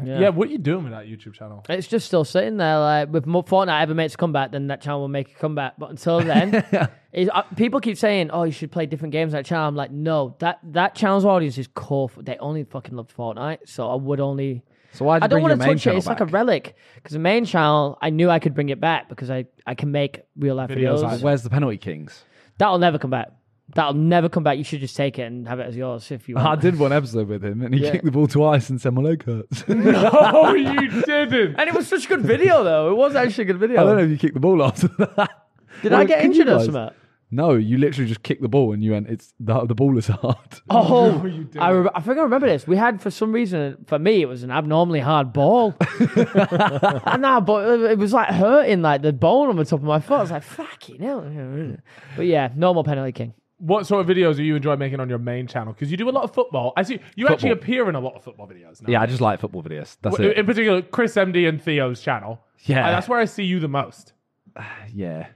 Speaker 1: Yeah. what are you doing with that YouTube channel?
Speaker 2: It's just still sitting there. Like with Mo- Fortnite ever makes a comeback, then that channel will make a comeback. But until then, it's- uh, people keep saying, "Oh, you should play different games." on That channel, I'm like, no, that that channel's audience is core. For, they only fucking loved Fortnite, so I would only.
Speaker 3: So why did
Speaker 2: I don't
Speaker 3: you bring your
Speaker 2: want to
Speaker 3: main
Speaker 2: touch it.
Speaker 3: channel
Speaker 2: It's like a
Speaker 3: back?
Speaker 2: relic because the main channel, I knew I could bring it back because I I can make real life
Speaker 1: Videos
Speaker 2: videos.
Speaker 1: like-
Speaker 3: Where's the penalty kings?
Speaker 2: That'll never come back. That'll never come back. You should just take it and have it as yours if you
Speaker 3: I
Speaker 2: want.
Speaker 3: did one episode with him, and he
Speaker 2: Yeah.
Speaker 3: kicked the ball twice and said my leg hurts. I
Speaker 1: oh, you didn't.
Speaker 2: and it was such a good video though. It was actually a good video.
Speaker 3: don't know if you kicked the ball after that.
Speaker 2: Did
Speaker 3: Well,
Speaker 2: I get
Speaker 3: can you
Speaker 2: injured or
Speaker 3: guys-
Speaker 2: something?
Speaker 3: No, you literally just kicked the ball, and you went, "It's the, the ball is hard."
Speaker 2: Oh,
Speaker 1: you didn't.
Speaker 2: I, re- I think I remember this. We had, for some reason, for me, it was an abnormally hard ball. I know, but it- it was like hurting, like the bone on the top of my foot. I was like, fucking hell. But yeah, normal penalty king.
Speaker 1: What sort of videos do you enjoy making on your main channel? Because you do a lot of football. I see you actually
Speaker 3: Football.
Speaker 1: appear in a lot of football videos. Now.
Speaker 3: Yeah, I just like football videos. That's
Speaker 1: W-
Speaker 3: it.
Speaker 1: in particular, Chris MD and Theo's channel.
Speaker 3: Yeah.
Speaker 1: And that's where I see you the most.
Speaker 3: Yeah.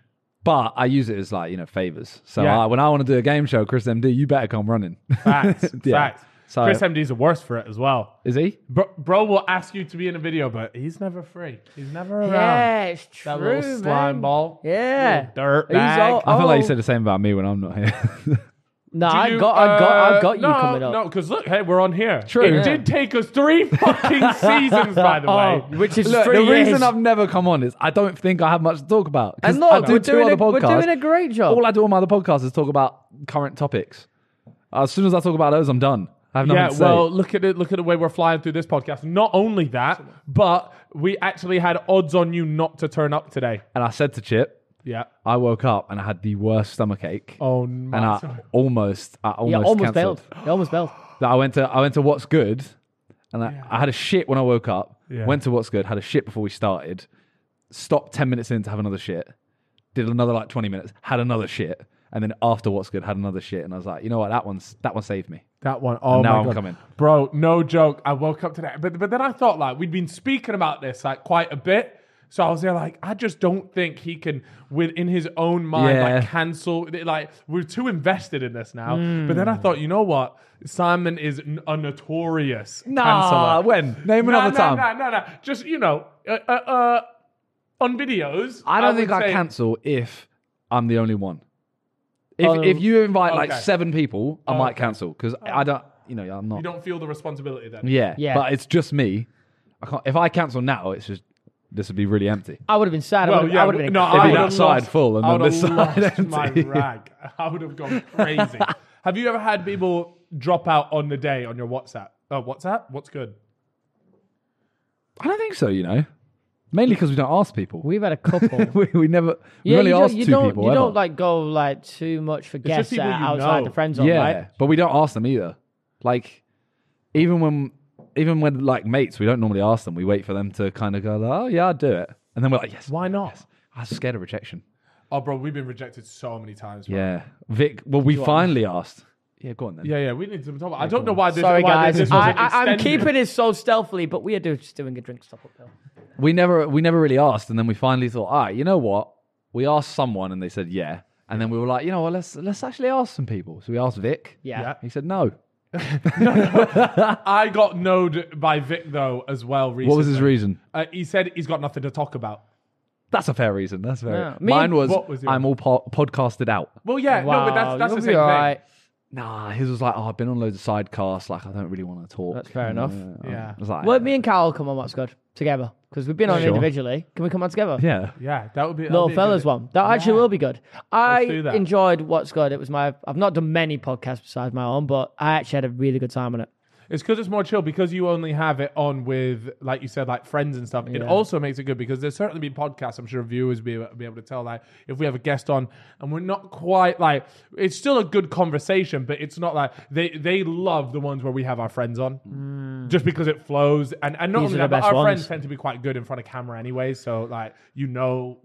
Speaker 3: But I use it as like you know favors. So
Speaker 1: Yeah.
Speaker 3: I, when I want to do a game show, Chris MD, you better come running.
Speaker 1: Facts.
Speaker 3: Yeah.
Speaker 1: Facts.
Speaker 3: So-
Speaker 1: Chris MD's the worst for it as well.
Speaker 3: Is he?
Speaker 1: Bro, bro will ask you to be in a video, but he's never free. He's never around.
Speaker 2: Yeah, it's true.
Speaker 1: that little slime
Speaker 2: man.
Speaker 1: ball.
Speaker 2: Yeah.
Speaker 1: Little Dirt
Speaker 2: He's
Speaker 1: bag.
Speaker 2: all-
Speaker 3: I feel like you
Speaker 2: Oh.
Speaker 3: said the same about me when I'm not here.
Speaker 2: No,
Speaker 1: Do
Speaker 2: I
Speaker 1: you,
Speaker 2: got, I got,
Speaker 1: uh,
Speaker 2: I got you
Speaker 1: no,
Speaker 2: coming up.
Speaker 1: No, because look, hey, we're on here.
Speaker 3: True.
Speaker 1: It
Speaker 3: Yeah.
Speaker 1: did take us three fucking seasons, by the way.
Speaker 2: Oh, which is
Speaker 3: Look,
Speaker 2: three
Speaker 3: the
Speaker 2: years.
Speaker 3: reason I've never come on is I don't think I have much to talk about. 'Cause
Speaker 2: And look,
Speaker 3: I do
Speaker 2: we're
Speaker 3: two
Speaker 2: doing
Speaker 3: other
Speaker 2: a- we're
Speaker 3: podcasts.
Speaker 2: doing a great job.
Speaker 3: All I do on my other podcasts is talk about current topics. As soon as I talk about those, I'm done. I have nothing
Speaker 1: Yeah,
Speaker 3: to say.
Speaker 1: well, look at it. Look at the way we're flying through this podcast. Not only that, but we actually had odds on you not to turn up today.
Speaker 3: and I said to Chip,
Speaker 1: Yeah.
Speaker 3: I woke up and I had the worst stomach ache.
Speaker 1: Oh my.
Speaker 3: and I
Speaker 1: sorry.
Speaker 3: almost, I almost,
Speaker 2: yeah, almost
Speaker 3: cancelled.
Speaker 2: failed. You almost failed.
Speaker 3: that I went to I went to What's Good, and I, I had a shit when I woke up.
Speaker 1: Yeah.
Speaker 3: Went to What's Good, had a shit before we started. Stopped ten minutes in to have another shit. Did another like twenty minutes, had another shit, and then after What's Good, had another shit, and I was like, you know what, that one's that one saved me.
Speaker 1: That one. Oh,
Speaker 3: now
Speaker 1: my
Speaker 3: I'm
Speaker 1: God.
Speaker 3: coming.
Speaker 1: bro. No joke. I woke up today, but but then I thought like we'd been speaking about this like quite a bit. So I was there like I just don't think he can within his own mind
Speaker 3: Yeah.
Speaker 1: like cancel like we're too invested in this now. But
Speaker 3: Hmm.
Speaker 1: then I thought, you know what? Simon is n- a notorious canceller.
Speaker 3: when name
Speaker 1: No,
Speaker 3: another
Speaker 1: no,
Speaker 3: time.
Speaker 1: No, no, no. Just you know, uh, uh, uh, on videos.
Speaker 3: I don't think
Speaker 1: would
Speaker 3: I
Speaker 1: say-
Speaker 3: cancel if I'm the only one. If
Speaker 2: Oh,
Speaker 3: if you invite like
Speaker 1: okay. Oh,
Speaker 3: seven people, I might cancel because I don't, you know, I'm not.
Speaker 1: You don't feel the responsibility then.
Speaker 3: yeah,
Speaker 2: Yeah.
Speaker 3: But it's just me. I can't. If I cancel now, it's just this would be really empty.
Speaker 2: I would have been sad. I
Speaker 1: Well,
Speaker 2: would have,
Speaker 1: yeah.
Speaker 2: I would have been.
Speaker 1: no,
Speaker 2: No,
Speaker 1: I
Speaker 3: Maybe
Speaker 1: would
Speaker 3: that
Speaker 1: have
Speaker 3: side
Speaker 1: lost-
Speaker 3: full and
Speaker 1: I
Speaker 3: then
Speaker 1: would
Speaker 3: this
Speaker 1: have
Speaker 3: side
Speaker 1: lost my
Speaker 3: empty.
Speaker 1: rag. I would have gone crazy. have you ever had people drop out on the day on your WhatsApp? Uh, WhatsApp? What's good?
Speaker 3: I don't think so. You know, mainly because we don't ask people. We
Speaker 2: We've had a couple.
Speaker 3: we, we never
Speaker 2: Yeah,
Speaker 3: we only
Speaker 2: you don't,
Speaker 3: ask
Speaker 2: you
Speaker 3: two
Speaker 2: don't,
Speaker 3: people.
Speaker 2: You
Speaker 3: ever.
Speaker 2: don't like go like too much for
Speaker 1: just
Speaker 2: guests uh,
Speaker 1: people you
Speaker 2: outside
Speaker 1: know.
Speaker 2: the friend zone,
Speaker 3: yeah,
Speaker 2: right?
Speaker 3: but we don't ask them either. Like even when even when like mates, we don't normally ask them. We wait for them to kind of go, like, oh yeah, I'll do it, and then we're like, yes.
Speaker 1: Why not?
Speaker 3: I was scared of rejection.
Speaker 1: Oh, bro, we've been rejected so many times. Bro.
Speaker 3: Yeah, Vic. Well, we finally asked. Yeah, go on then.
Speaker 1: Yeah, yeah, we need some time. I don't know why this.
Speaker 2: Sorry,
Speaker 1: why
Speaker 2: guys.
Speaker 1: This
Speaker 2: I,
Speaker 1: wasn't
Speaker 2: I, I'm
Speaker 1: extended.
Speaker 2: keeping it so stealthily, but we are do, just doing a drink stop up bill.
Speaker 3: we never we never really asked, and then we finally thought, all right, you know what? We asked someone, and they said yeah, and then we were like, you know what? Let's let's actually ask some people. So we asked Vic.
Speaker 2: Yeah.
Speaker 1: Yeah.
Speaker 3: He said no.
Speaker 1: I got knowed by Vic though as well. Recently.
Speaker 3: What was his reason?
Speaker 1: Uh, he said he's got nothing to talk about.
Speaker 3: That's a fair reason. That's fair.
Speaker 2: Yeah. Me-
Speaker 3: Mine was,
Speaker 1: What was yours?
Speaker 3: I'm all po- podcasted out.
Speaker 1: Well, yeah, no, but
Speaker 2: Wow,
Speaker 1: that's that's the
Speaker 2: you'll be
Speaker 1: same thing.
Speaker 2: all right.
Speaker 3: Nah, his was like, oh, I've been on loads of sidecasts. Like, I don't really want to talk.
Speaker 2: That's fair enough.
Speaker 1: Yeah,
Speaker 3: I was like,
Speaker 2: Well, me and Carl come on What's Good together because we've been on
Speaker 3: Sure.
Speaker 2: individually. Can we come on together?
Speaker 3: yeah.
Speaker 1: yeah, that would be that'd
Speaker 2: Little
Speaker 1: be a
Speaker 2: fellas
Speaker 1: good-
Speaker 2: one. That actually will be good. I
Speaker 1: do that.
Speaker 2: enjoyed What's Good. It was my. I've not done many podcasts besides my own, but I actually had a really good time on it.
Speaker 1: It's because it's more chill because you only have it on with, like you said, like friends and stuff. It
Speaker 2: Yeah.
Speaker 1: also makes it good because there's certainly been podcasts. I'm sure viewers be able, be able to tell like if we have a guest on and we're not quite like it's still a good conversation, but it's not like they they love the ones where we have our friends on just because it flows and and not
Speaker 2: Mm. These
Speaker 1: only
Speaker 2: are the
Speaker 1: that, but
Speaker 2: best
Speaker 1: our
Speaker 2: ones.
Speaker 1: friends tend to be quite good in front of camera anyway. So like you know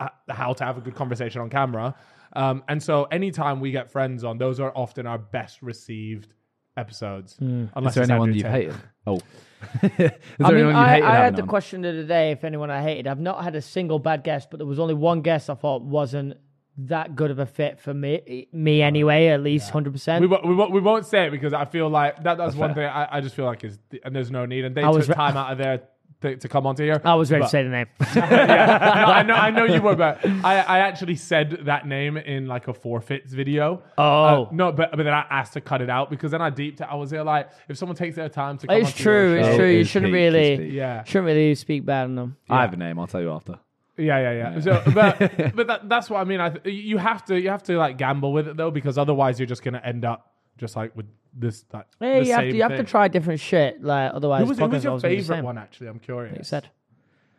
Speaker 1: h- how to have a good conversation on camera. Um, and so anytime we get friends on, those are often our best received episodes.
Speaker 2: Hmm.
Speaker 1: Unless
Speaker 3: Is there
Speaker 1: it's
Speaker 3: anyone
Speaker 1: Andrew
Speaker 3: you've
Speaker 1: Tate.
Speaker 3: hated? Oh. Is there anyone you
Speaker 2: I,
Speaker 3: hated?
Speaker 2: I
Speaker 3: having
Speaker 2: had the
Speaker 3: on?
Speaker 2: question of the day if anyone I hated. I've not had a single bad guest, but there was only one guest I thought wasn't that good of a fit for me, me anyway. At least hundred
Speaker 1: We,
Speaker 2: percent.
Speaker 1: wo- we, wo- we won't say it because I feel like that, that's one
Speaker 3: fair.
Speaker 1: thing I, I just feel like is and there's no need and they
Speaker 2: I was
Speaker 1: took
Speaker 2: re-
Speaker 1: time out of their to, to come onto here.
Speaker 2: I was ready
Speaker 1: But-
Speaker 2: to say the name.
Speaker 1: No, I know I know you were, but I, I actually said that name in like a forfeits video. Uh,
Speaker 2: Oh.
Speaker 1: no, but but then I asked to cut it out because then I deeped it. I was there like if someone takes their time to. Come
Speaker 2: it's
Speaker 1: onto your
Speaker 2: true. It's
Speaker 1: show-
Speaker 2: true. You
Speaker 3: It's
Speaker 2: shouldn't
Speaker 3: peak, it's
Speaker 2: really,
Speaker 3: peak.
Speaker 1: Yeah.
Speaker 2: shouldn't really speak bad on them.
Speaker 3: I have a name. I'll tell you after.
Speaker 1: Yeah, yeah, yeah. So, but but that, that's what I mean. I th- you have to you have to like gamble with it though, because otherwise you're just gonna end up just like with this like.
Speaker 2: Yeah,
Speaker 1: the
Speaker 2: you have
Speaker 1: same
Speaker 2: to, you have to
Speaker 1: thing.
Speaker 2: try different shit. Like otherwise,
Speaker 1: Who was, who
Speaker 2: podcasts
Speaker 1: was your
Speaker 2: always gonna be the
Speaker 1: favorite
Speaker 2: same.
Speaker 1: one? Actually, I'm curious.
Speaker 2: You said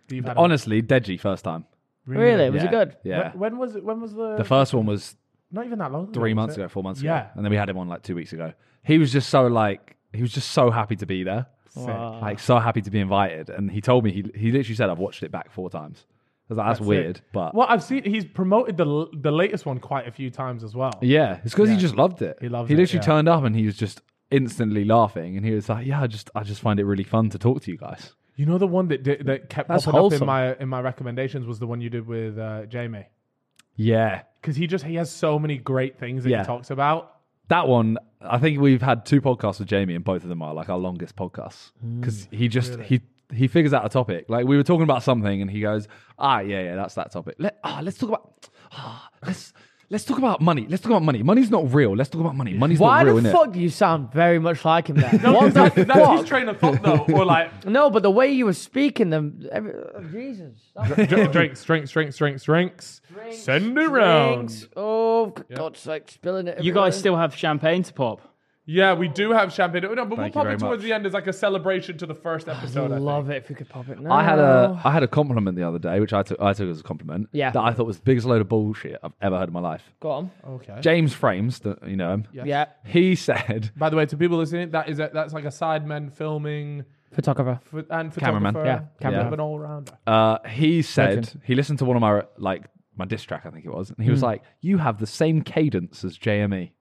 Speaker 1: You've had a-
Speaker 3: Honestly, Deji first time.
Speaker 2: really? Was it
Speaker 3: Yeah.
Speaker 2: good?
Speaker 3: Yeah.
Speaker 1: When, when was it? When was the?
Speaker 3: The first one was
Speaker 1: not even that long. ago,
Speaker 3: three
Speaker 1: was
Speaker 3: months
Speaker 1: it?
Speaker 3: ago, four months ago.
Speaker 1: Yeah.
Speaker 3: And then we had him on like two weeks ago. He was just so like, he was just so happy to be there.
Speaker 1: Sick.
Speaker 2: Wow.
Speaker 3: Like, so happy to be invited. And he told me, he, he literally said, I've watched it back four times. I was like, that's,
Speaker 1: That's it.
Speaker 3: weird. But
Speaker 1: Well, I've seen he's promoted the the latest one quite a few times as well.
Speaker 3: yeah, it's because he just loved it.
Speaker 1: He loves
Speaker 3: He
Speaker 1: it,
Speaker 3: literally
Speaker 1: yeah.
Speaker 3: turned up and he was just instantly laughing. And he was like, yeah, I just, I just find it really fun to talk to you guys.
Speaker 1: You know the one that did, that kept
Speaker 2: That's
Speaker 1: popping up
Speaker 2: wholesome.
Speaker 1: in my in my recommendations was the one you did with uh, Jamie
Speaker 3: Yeah.
Speaker 1: because he just he has so many great things that
Speaker 3: Yeah.
Speaker 1: he talks about.
Speaker 3: That one, I think we've had two podcasts with Jamie, and both of them are like our longest podcasts because he just he he figures out a topic. Like we were talking about something, and he goes, "Ah, yeah, yeah, that's that topic. Let ah, let's talk about ah, let's let's talk about money. Let's talk about money. Money's not real. Let's talk about money. Money's
Speaker 2: Why
Speaker 3: not real,
Speaker 2: the
Speaker 3: innit?
Speaker 2: fuck do you sound very much like him? There. what
Speaker 1: That-
Speaker 2: the
Speaker 1: that's his
Speaker 2: fuck?
Speaker 1: train of thought though. Or like
Speaker 2: No, but the way you were speaking them, every, oh, Jesus. That was-
Speaker 1: dr- drinks, drinks, drinks, drinks, drinks.
Speaker 2: Drinks,
Speaker 1: Send it round.
Speaker 2: drinks. Oh, for God's sake, spilling it.
Speaker 4: You
Speaker 2: everywhere.
Speaker 4: guys still have champagne to pop?
Speaker 1: Yeah, we do have champagne. No, but we'll
Speaker 3: Thank you
Speaker 1: pop
Speaker 3: very
Speaker 1: it towards
Speaker 3: much.
Speaker 1: the end as like a celebration to the first episode. I
Speaker 2: I'd
Speaker 1: think.
Speaker 2: love it if we could pop it now.
Speaker 3: I had a I had a compliment the other day, which I took I took as a compliment.
Speaker 2: Oh. Yeah.
Speaker 3: that I thought was the biggest load of bullshit I've ever heard in my life.
Speaker 2: Go on.
Speaker 1: Okay.
Speaker 3: James Frames, the, you know him.
Speaker 2: Yeah.
Speaker 3: He said,
Speaker 1: By the way, to people listening, that is a, that's like a sideman filming
Speaker 2: Photographer.
Speaker 1: ph- and
Speaker 3: Cameraman.
Speaker 1: photographer. Cameraman.
Speaker 2: Yeah,
Speaker 3: cameraman.
Speaker 1: Of an all rounder.
Speaker 3: Uh, he said
Speaker 2: Legend. Hmm.
Speaker 3: he listened to one of my like my diss track, I think it was, and he was like, "You have the same cadence as E." JME."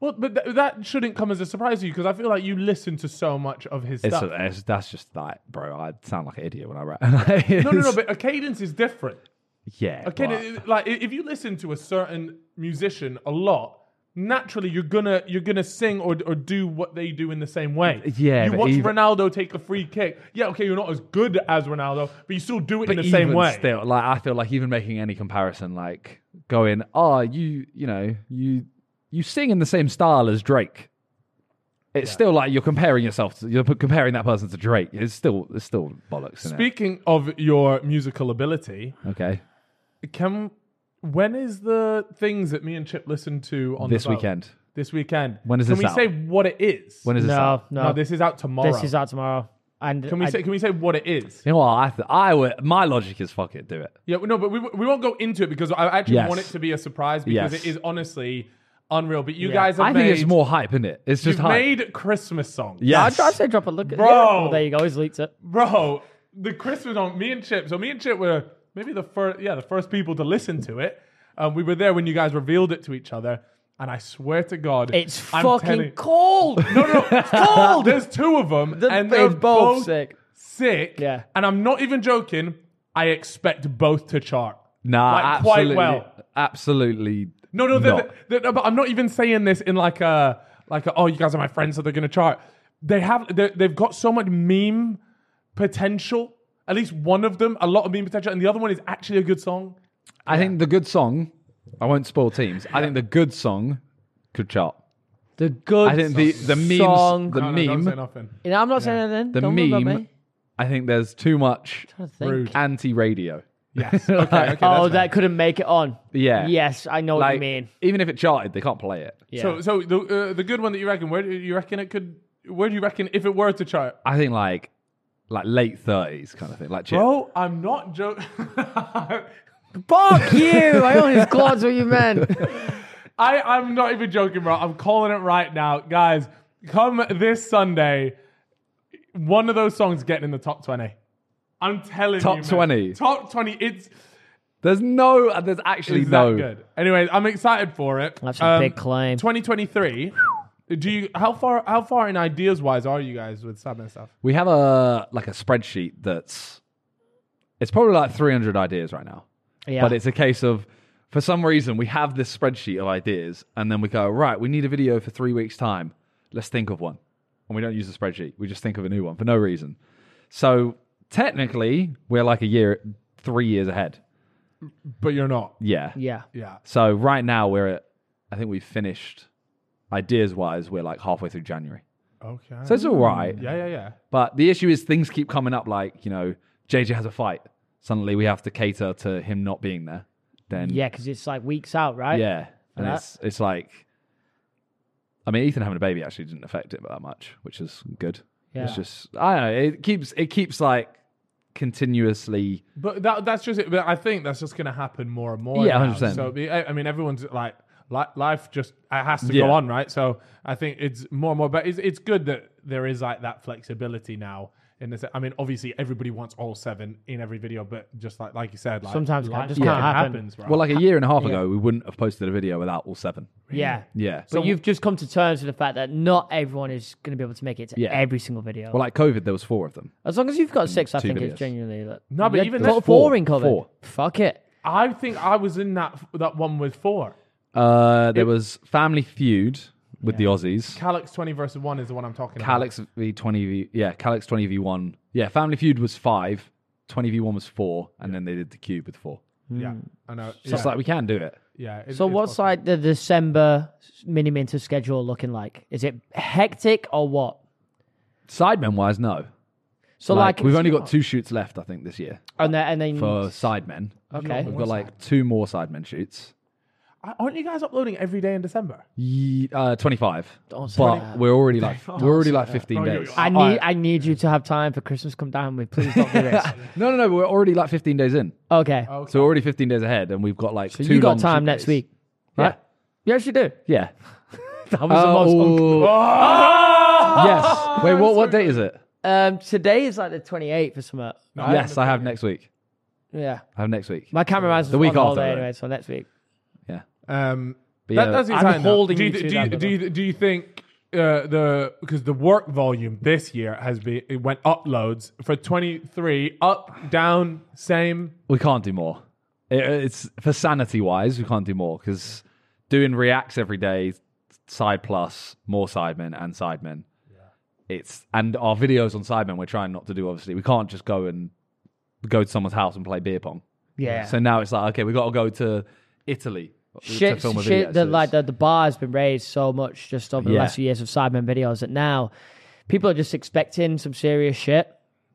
Speaker 1: Well, but th- that shouldn't come as a surprise to you because I feel like you listen to so much of his
Speaker 3: It's,
Speaker 1: stuff.
Speaker 3: it's- that's just like, bro, I sound like an idiot when I rap.
Speaker 1: no, no, no. But a cadence is different.
Speaker 3: yeah,
Speaker 1: A cadence,
Speaker 3: but-
Speaker 1: like i- if you listen to a certain musician a lot, naturally you're gonna you're gonna sing or or do what they do in the same way.
Speaker 3: Yeah,
Speaker 1: You
Speaker 3: but
Speaker 1: watch
Speaker 3: even-
Speaker 1: Ronaldo take a free kick. Yeah, okay, you're not as good as Ronaldo, but you still do it in the same
Speaker 3: even
Speaker 1: way.
Speaker 3: Still, like I feel like even making any comparison, like going, "Oh, you, you know, you, you sing in the same style as Drake." It's still like you're comparing yourself. To, you're p- comparing that person to Drake. It's still, it's still bollocks. Isn't
Speaker 1: Speaking of your musical ability,
Speaker 3: it? Okay,
Speaker 1: can when is the things that me and Chip listened to on the
Speaker 3: this
Speaker 1: boat?
Speaker 3: weekend.
Speaker 1: This weekend.
Speaker 3: When is
Speaker 1: can
Speaker 3: this
Speaker 1: we
Speaker 3: out?
Speaker 1: say what it is?
Speaker 3: When is this? out?
Speaker 2: No, no.
Speaker 1: No,
Speaker 2: this,
Speaker 1: this is out tomorrow.
Speaker 2: is out tomorrow. And
Speaker 1: Can we
Speaker 2: I-
Speaker 1: say? Can we say what it is?
Speaker 3: You know what? I, th- I would, my logic is fuck it, do it.
Speaker 1: Yeah, no, but we, we won't go into it because I actually
Speaker 3: Yes.
Speaker 1: want it to be a surprise because
Speaker 3: Yes.
Speaker 1: it is honestly unreal. But you
Speaker 2: Yeah.
Speaker 1: guys, have
Speaker 3: I
Speaker 1: made,
Speaker 3: think it's more hype, isn't it? It's just
Speaker 1: You've
Speaker 3: hype.
Speaker 1: made Christmas songs,
Speaker 3: Yeah.
Speaker 2: I'd, I'd say drop a look. at-
Speaker 1: Bro.
Speaker 2: Yeah. Oh, there you go. He's leaked it.
Speaker 1: bro. The Christmas song. Me and Chip. So me and Chip were maybe the first, yeah, the first people to listen to it. Um, we were there when you guys revealed it to each other, and I swear to God,
Speaker 2: It's
Speaker 1: I'm
Speaker 2: fucking
Speaker 1: telling-
Speaker 2: cold.
Speaker 1: No, no, it's cold. There's two of them,
Speaker 2: The-
Speaker 1: and
Speaker 2: they're
Speaker 1: they're
Speaker 2: both sick.
Speaker 1: sick.
Speaker 2: Yeah.
Speaker 1: and I'm not even joking. I expect both to chart.
Speaker 3: nah,
Speaker 1: like, quite
Speaker 3: absolutely,
Speaker 1: well.
Speaker 3: absolutely.
Speaker 1: No, no, they're,
Speaker 3: not.
Speaker 1: they're- no, but I'm not even saying this in like a like a, oh, you guys are my friends, so they're gonna chart. They have they- they've got so much meme potential. At least one of them, a lot of meme potential, and the other one is actually a good song.
Speaker 3: I think the good song. I won't spoil teams. I think the good song could chart.
Speaker 2: The good
Speaker 3: I think the the memes,
Speaker 2: song.
Speaker 3: the
Speaker 1: No, no,
Speaker 3: meme,
Speaker 1: don't say nothing.
Speaker 2: You know, I'm not saying anything.
Speaker 3: the
Speaker 2: Don't worry about
Speaker 3: meme.
Speaker 2: me.
Speaker 3: I think there's too much
Speaker 2: I think.
Speaker 1: Rude.
Speaker 3: anti-radio.
Speaker 1: Yes. Okay. okay that's
Speaker 2: Oh,
Speaker 1: fine.
Speaker 2: that couldn't make it on.
Speaker 3: Yeah.
Speaker 2: Yes, I know what you
Speaker 3: Like
Speaker 2: mean.
Speaker 3: even if it charted, they can't play it.
Speaker 2: Yeah.
Speaker 1: So, so the uh, the good one that you reckon, where do you reckon it could? Where do you reckon if it were to chart?
Speaker 3: I think like like late thirties kind of thing. Like Chip.
Speaker 1: Bro, Oh, I'm not joking.
Speaker 2: Fuck you! I only clods what you meant.
Speaker 1: I, I'm not even joking, bro. I'm calling it right now. Guys, come this Sunday, one of those songs getting in the top 20. I'm telling
Speaker 3: Top
Speaker 1: you. man.
Speaker 3: 20?
Speaker 1: Top 20. It's,
Speaker 3: There's no. There's actually
Speaker 1: it's
Speaker 3: no.
Speaker 1: that good. Anyways, I'm excited for it.
Speaker 2: That's a big claim.
Speaker 1: 2023. Do you how far how far in ideas wise are you guys with Sam and stuff?
Speaker 3: We have a like a spreadsheet that's it's probably like 300 ideas right now.
Speaker 2: Yeah.
Speaker 3: But it's a case of for some reason, we have this spreadsheet of ideas, and then we go, right, we need a video for three weeks' time. Let's think of one. And we don't use the spreadsheet, we just think of a new one for no reason. So technically, we're like a year, three years ahead.
Speaker 1: but you're not.
Speaker 3: Yeah.
Speaker 2: Yeah.
Speaker 1: Yeah.
Speaker 3: So right now, we're at, I think we've finished ideas wise, we're like halfway through January.
Speaker 1: Okay.
Speaker 3: So it's all right.
Speaker 1: yeah, yeah, yeah.
Speaker 3: But the issue is things keep coming up. Like you know, JJ has a fight. Suddenly we have to cater to him not being there. Then
Speaker 2: Yeah, because it's like weeks out, right?
Speaker 3: yeah, and
Speaker 2: That-
Speaker 3: it's it's like, I mean, Ethan having a baby actually didn't affect it that much, which is good.
Speaker 2: Yeah.
Speaker 3: It's just I don't know. It keeps it keeps like continuously.
Speaker 1: But that that's just it. But I think that's just going to happen more and more.
Speaker 3: Yeah,
Speaker 1: now.
Speaker 3: 100%.
Speaker 1: So be- I I mean, everyone's like li- life just it has to
Speaker 3: Yeah.
Speaker 1: go on, right? So I think it's more and more. But it's it's good that there is like that flexibility now. In this, I mean, obviously everybody wants all seven in every video, but just like like you said, like
Speaker 2: Sometimes
Speaker 1: life
Speaker 2: can't- just
Speaker 1: fucking
Speaker 2: can't happen.
Speaker 1: happens, bro.
Speaker 3: Well, like a year and a half ago, we wouldn't have posted a video without all seven.
Speaker 2: Yeah.
Speaker 3: Yeah.
Speaker 2: But you've just come to terms with the fact that not everyone is going to be able to make it to
Speaker 3: Yeah.
Speaker 2: every single video.
Speaker 3: well, like COVID, there was four of them.
Speaker 2: as long as you've got six, I
Speaker 3: two
Speaker 2: think
Speaker 3: videos.
Speaker 2: it's genuinely like,
Speaker 1: No, but
Speaker 2: Yeah,
Speaker 1: even
Speaker 2: put
Speaker 1: that's
Speaker 2: four,
Speaker 3: four.
Speaker 2: in cover.
Speaker 3: Four.
Speaker 2: Fuck it.
Speaker 1: I think I was in that that one with four.
Speaker 3: Uh, there was Family Feud with the Aussies.
Speaker 1: Calix twenty versus one is the one I'm talking about.
Speaker 3: Calix v twenty v yeah, Calix twenty v one. Yeah, Family Feud was five, 20 v one was four, and then they did the cube with four.
Speaker 1: yeah, I know.
Speaker 3: So it's like we can do it.
Speaker 1: yeah. it-
Speaker 2: So
Speaker 1: it's
Speaker 2: what's
Speaker 1: possible.
Speaker 2: like the December mini minter schedule looking like? Is it hectic or what?
Speaker 3: Sidemen wise, no.
Speaker 2: So
Speaker 3: like,
Speaker 2: like,
Speaker 3: we've only got two shoots left, I think, this year
Speaker 2: and then, and then
Speaker 3: for sidemen.
Speaker 2: okay.
Speaker 3: We've got like two more sidemen shoots.
Speaker 1: Aren't you guys uploading every day in December?
Speaker 3: Ye- Uh, twenty five.
Speaker 2: Don't say
Speaker 3: But
Speaker 2: that.
Speaker 3: we're already like we're already like fifteen
Speaker 1: Bro, you-
Speaker 3: days.
Speaker 2: I need
Speaker 1: Alright.
Speaker 2: I need you to have time for Christmas come down with. Please don't do this.
Speaker 3: No, no, no. We're already like fifteen days in.
Speaker 2: Okay.
Speaker 3: So we're already fifteen days ahead, and we've got like
Speaker 2: So
Speaker 3: Oh, two.
Speaker 2: you
Speaker 3: long
Speaker 2: got
Speaker 3: shoot
Speaker 2: time next
Speaker 3: days.
Speaker 2: week.
Speaker 3: Yeah.
Speaker 2: You actually do.
Speaker 3: Yeah.
Speaker 2: That was
Speaker 3: Oh,
Speaker 2: Ah!
Speaker 3: yes. Wait, what? What date is it?
Speaker 2: Um, today is like the 28th or something.
Speaker 3: Yes, I have next week.
Speaker 2: Yeah.
Speaker 3: I have next week.
Speaker 2: My cameraman's the
Speaker 3: week
Speaker 2: week on
Speaker 3: after,
Speaker 2: holiday
Speaker 3: though.
Speaker 2: anyway, so next week.
Speaker 1: Um,
Speaker 3: But
Speaker 1: that,
Speaker 3: yeah,
Speaker 1: that's
Speaker 2: I'm
Speaker 1: exciting, though.
Speaker 2: holding
Speaker 1: do
Speaker 2: you to
Speaker 1: do,
Speaker 2: that,
Speaker 1: you, do, you, do you think uh, the because the work volume this year has been it went uploads for twenty three up down same
Speaker 3: we can't do more. It, it's for sanity wise, we can't do more because doing reacts every day, side plus more sidemen and sidemen. It's and our videos on sidemen we're trying not to do. Obviously, we can't just go and go to someone's house and play beer pong.
Speaker 2: Yeah.
Speaker 3: So now it's like okay, we got to go to Italy to
Speaker 2: shit,
Speaker 3: film a video.
Speaker 2: shit
Speaker 3: So
Speaker 2: the,
Speaker 3: it's-
Speaker 2: like the, the bar has been raised so much just over the
Speaker 3: Yeah.
Speaker 2: last few years of Sidemen videos that now people are just expecting some serious shit.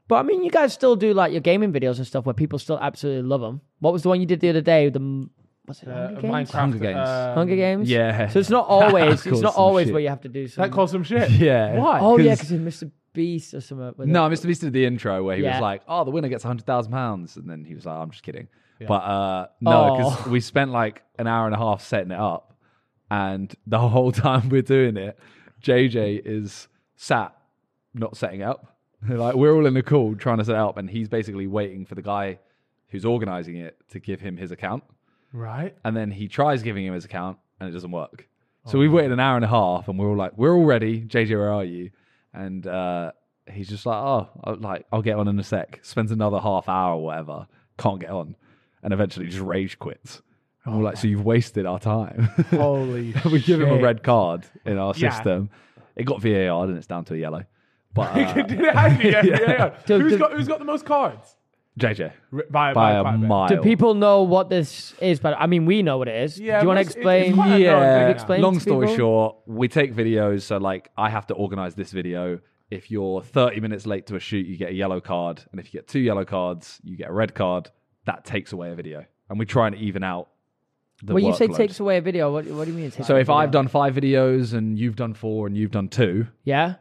Speaker 2: But I mean, you guys still do like your gaming videos and stuff where people still absolutely love them. What was the one you did the other day? The m- was it
Speaker 1: uh,
Speaker 2: Hunger Games?
Speaker 1: Minecraft
Speaker 3: Hunger Games.
Speaker 1: um,
Speaker 2: Hunger Games.
Speaker 3: yeah.
Speaker 2: So it's not always it's
Speaker 3: Caused
Speaker 2: not
Speaker 3: some
Speaker 2: always
Speaker 3: shit.
Speaker 2: where you have to do some.
Speaker 1: that caused some shit
Speaker 3: yeah.
Speaker 1: why
Speaker 2: oh yeah,
Speaker 3: 'cause-
Speaker 2: because Mr. Beast or something. with
Speaker 3: No,
Speaker 2: it.
Speaker 3: Mr. Beast did the intro where he
Speaker 2: Yeah.
Speaker 3: was like, "Oh, the winner gets hundred thousand pounds," and then he was like, "I'm just kidding." But uh, no, because we spent like an hour and a half setting it up, and the whole time we're doing it, JJ is sat not setting up. like we're all in the call trying to set it up, and he's basically waiting for the guy who's organizing it to give him his account,
Speaker 1: right
Speaker 3: and then he tries giving him his account, and it doesn't work. So
Speaker 1: Oh,
Speaker 3: we waited an hour and a half, and we're all like, "We're all ready, JJ, where are you?" And uh, he's just like, "Oh, I'll, like I'll get on in a sec." Spends another half hour or whatever, can't get on, and eventually just rage quits. And we're like, "So you've wasted our time."
Speaker 1: Oh, holy
Speaker 3: we give him a
Speaker 1: shit.
Speaker 3: red card in our
Speaker 1: Yeah.
Speaker 3: system. It got VAR, and it's down to a yellow. But uh,
Speaker 1: Did it actually? Yeah, yeah, yeah.
Speaker 2: Do-
Speaker 1: who's
Speaker 2: do-
Speaker 1: got who's got the most cards
Speaker 3: JJ
Speaker 1: R- by,
Speaker 3: by
Speaker 1: by
Speaker 3: a
Speaker 1: quite bit.
Speaker 3: mile.
Speaker 2: Do people know what this is? But I mean, we know what it is.
Speaker 1: Yeah,
Speaker 2: Do you want
Speaker 1: but
Speaker 2: to
Speaker 1: it's- it's
Speaker 2: explain?
Speaker 1: quite a known thing
Speaker 3: yeah.
Speaker 1: now.
Speaker 2: explain
Speaker 3: Long
Speaker 2: to
Speaker 3: story
Speaker 2: people?
Speaker 3: short, we take videos. So like, I have to organize this video. If you're 30 minutes late to a shoot, you get a yellow card, and if you get two yellow cards, you get a red card. That takes away a video, and we try and even out. The
Speaker 2: When you say
Speaker 3: workload.
Speaker 2: takes away a video, what, what do you mean? It takes
Speaker 3: so
Speaker 2: away
Speaker 3: if
Speaker 2: a
Speaker 3: I've
Speaker 2: video?
Speaker 3: done five videos and you've done four and you've done two,
Speaker 2: yeah.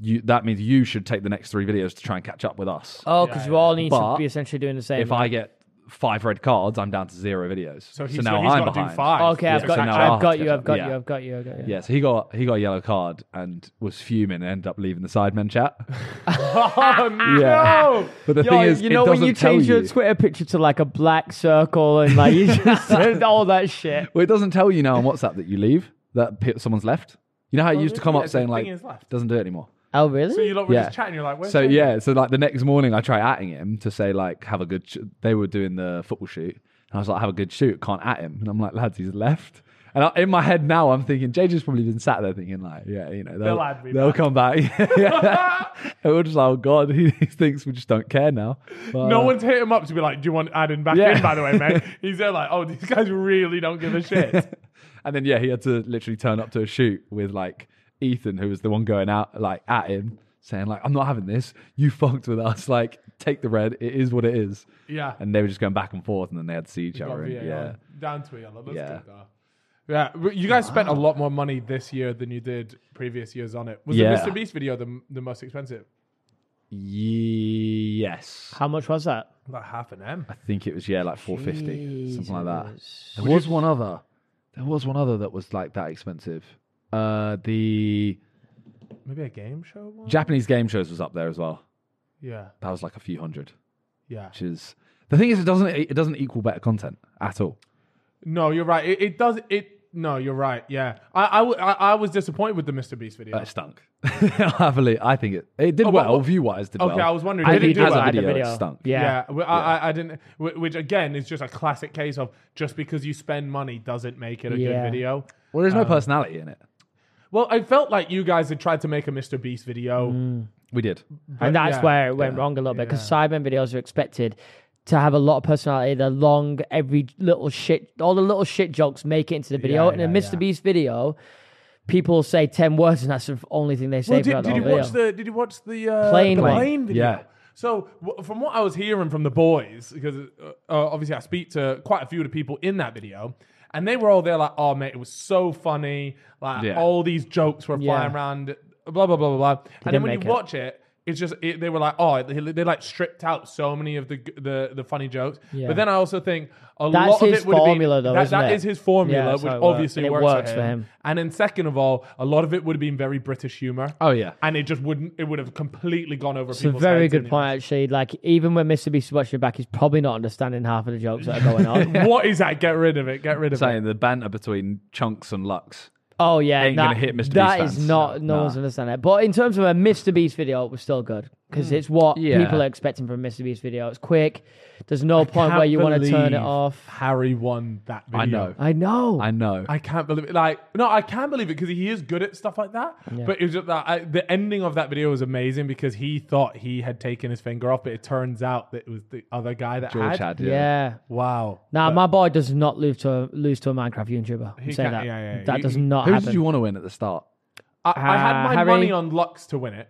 Speaker 3: you that means you should take the next three videos to try and catch up with us.
Speaker 2: Oh, because we all need
Speaker 3: But
Speaker 2: to be essentially doing the same.
Speaker 3: if I get five red cards, I'm down to zero videos.
Speaker 1: so, he's,
Speaker 3: now
Speaker 1: so he's
Speaker 3: I'm
Speaker 1: got to
Speaker 3: behind.
Speaker 1: do five
Speaker 2: okay, I've
Speaker 3: Yeah,
Speaker 2: got,
Speaker 3: so now I'll
Speaker 2: I've got
Speaker 3: have to
Speaker 2: you,
Speaker 3: catch
Speaker 2: I've got
Speaker 3: up.
Speaker 2: you,
Speaker 3: Yeah.
Speaker 2: I've got you, I've got you.
Speaker 3: Yeah, so he got he got a yellow card and was fuming and ended up leaving the sidemen chat.
Speaker 1: oh, no.
Speaker 3: Yeah. But the thing is,
Speaker 2: you
Speaker 3: it
Speaker 2: know when
Speaker 3: doesn't
Speaker 2: you
Speaker 3: tell
Speaker 2: change your
Speaker 3: you-
Speaker 2: Twitter picture to like a black circle and like you just said all that shit.
Speaker 3: Well, it doesn't tell you now on WhatsApp that you leave that pe- someone's left. You know how it used to
Speaker 1: yeah,
Speaker 3: come
Speaker 1: the
Speaker 3: up saying
Speaker 1: thing
Speaker 3: like
Speaker 1: is left.
Speaker 3: doesn't do it anymore.
Speaker 2: Oh really?
Speaker 1: so you lot were
Speaker 3: Yeah.
Speaker 1: just chatting you're like Where's
Speaker 3: So
Speaker 1: Jamie?
Speaker 3: yeah, so like the next morning I try atting him to say like have a good. Sh-. They were doing the football shoot, And I was like, have a good shoot. Can't at him. And I'm like, lads, he's left. And I, in my head now, I'm thinking, JJ's probably been sat there thinking, like, yeah, you know,
Speaker 1: They'll add
Speaker 3: they'll,
Speaker 1: me
Speaker 3: they'll
Speaker 1: back.
Speaker 3: come back. and we're just like, oh, God, he, he thinks we just don't care now. But,
Speaker 1: no
Speaker 3: uh,
Speaker 1: one's hit him up to be like, "Do you want Adam back
Speaker 3: Yeah.
Speaker 1: in?" By the way, mate, he's there like, "Oh, these guys really don't give a shit."
Speaker 3: and then, yeah, he had to literally turn up to a shoot with, like, Ethan, who was the one going out, like, at him, saying, like, I'm not having this. You fucked with us. Like, take the red. It is what it is.
Speaker 1: Yeah.
Speaker 3: And they were just going back and forth, and then they had to see each
Speaker 1: Got
Speaker 3: other. and
Speaker 1: VAR.
Speaker 3: yeah.
Speaker 1: Down to yellow. Let's
Speaker 3: Yeah.
Speaker 1: yeah. Yeah, but you guys spent a lot more money this year than you did previous years on it. Was
Speaker 3: Yeah.
Speaker 1: the Mr. Beast video the, the most expensive?
Speaker 3: Yes.
Speaker 2: How much was that?
Speaker 1: Like half an M.
Speaker 3: I think it was yeah, like four fifty, something like that.
Speaker 2: Jesus.
Speaker 3: There was one other. There was one other that was like that expensive. Uh, the
Speaker 1: Maybe a game show one?
Speaker 3: Japanese game shows was up there as well.
Speaker 1: yeah,
Speaker 3: That was like a few hundred,
Speaker 1: yeah.
Speaker 3: which is the thing is it doesn't it doesn't equal better content at all.
Speaker 1: No, you're right. It, it does. It no, you're right. Yeah, I I, w- I, I was disappointed with the Mr. Beast video.
Speaker 3: It stunk. I believe I think it it did
Speaker 1: Oh,
Speaker 3: well
Speaker 1: well, well-
Speaker 3: view wise. Did
Speaker 1: Okay,
Speaker 3: well.
Speaker 1: I was wondering,
Speaker 3: I
Speaker 1: did it
Speaker 3: think
Speaker 1: do
Speaker 3: as
Speaker 1: well?
Speaker 3: a
Speaker 1: I
Speaker 3: video,
Speaker 2: did
Speaker 3: it stunk.
Speaker 2: Yeah.
Speaker 1: yeah, w I I, I, didn't. wh- Which again is just a classic case of just because you spend money doesn't make it a
Speaker 2: Yeah.
Speaker 1: good video.
Speaker 3: Well,
Speaker 1: um,
Speaker 3: there's no personality in it.
Speaker 1: Well, I felt like you guys had tried to make a Mr. Beast video.
Speaker 3: We did.
Speaker 2: and that's
Speaker 1: yeah,
Speaker 2: where it went wrong a little bit because Cybermen videos are expected to have a lot of personality. They're long, every little shit, all the little shit jokes make it into the video.
Speaker 1: Yeah,
Speaker 2: and in
Speaker 1: yeah,
Speaker 2: a Mr. Beast video, people say 10 words and that's the only thing they say
Speaker 1: Well,
Speaker 2: throughout
Speaker 1: did, did you
Speaker 2: the whole
Speaker 1: watch
Speaker 2: video.
Speaker 1: the? Did you watch the uh,
Speaker 2: Plane
Speaker 1: the
Speaker 2: one.
Speaker 1: plane video?
Speaker 3: Yeah.
Speaker 1: So w- from what I was hearing from the boys, because uh, uh, obviously I speak to quite a few of the people in that video, and they were all there like, "Oh mate, it was so funny! Like
Speaker 3: Yeah.
Speaker 1: all these jokes were
Speaker 2: Yeah.
Speaker 1: flying around, blah blah blah blah blah." And then
Speaker 2: didn't
Speaker 1: when you
Speaker 2: make it.
Speaker 1: watch it, it's just it, they were like, "Oh, they, they like stripped out so many of the g- the, the funny jokes."
Speaker 2: Yeah.
Speaker 1: But then I also think a
Speaker 2: That's
Speaker 1: lot of
Speaker 2: his
Speaker 1: it would have been-
Speaker 2: formula, though,
Speaker 1: that-
Speaker 2: isn't
Speaker 1: that
Speaker 2: it?
Speaker 1: is his formula,
Speaker 2: Yeah, that's
Speaker 1: which
Speaker 2: how it works.
Speaker 1: obviously
Speaker 2: And it
Speaker 1: works,
Speaker 2: works for him.
Speaker 1: and then second of all, a lot of it would have been very British humor.
Speaker 3: Oh yeah.
Speaker 1: And it just wouldn't. It would have completely gone over.
Speaker 2: It's a very good point, actually. Like, even when Mr. Beast is watching back, he's probably not understanding half of the jokes that are going on.
Speaker 1: what is that? Get rid of it. Get rid of it.
Speaker 3: Saying the banter between chunks and lux.
Speaker 2: Oh yeah,
Speaker 3: Ain't
Speaker 2: that,
Speaker 3: gonna hit Mr.
Speaker 2: That
Speaker 3: Beast
Speaker 2: is
Speaker 3: fans.
Speaker 2: not no
Speaker 3: Nah.
Speaker 2: one's understanding that. But in terms of a Mr. Beast video, it was still good because it's what
Speaker 3: Mm. Yeah.
Speaker 2: people are expecting from a Mr. Beast video. It's quick. There's no point where you want to turn it
Speaker 1: believe
Speaker 2: off.
Speaker 1: Harry won that video.
Speaker 3: I know.
Speaker 2: I know.
Speaker 3: I know.
Speaker 1: I can't believe it. Like, no, I can believe it because he is good at stuff like that. But it was just that I, the ending of that video was amazing because he thought he had taken his finger off, but it turns out that it was the other guy that
Speaker 3: George
Speaker 1: had.
Speaker 3: had.
Speaker 2: yeah.
Speaker 1: Wow.
Speaker 2: Nah, my boy does not lose to a, lose to a Minecraft YouTuber. I'm saying
Speaker 1: can't-
Speaker 2: that.
Speaker 1: yeah, yeah,
Speaker 2: That
Speaker 1: he-
Speaker 2: does
Speaker 1: he-
Speaker 2: not
Speaker 3: Who
Speaker 2: happen.
Speaker 3: did you want to win at the start?
Speaker 1: I, I had
Speaker 2: Uh,
Speaker 1: my
Speaker 2: Harry-
Speaker 1: money on Lux to win it.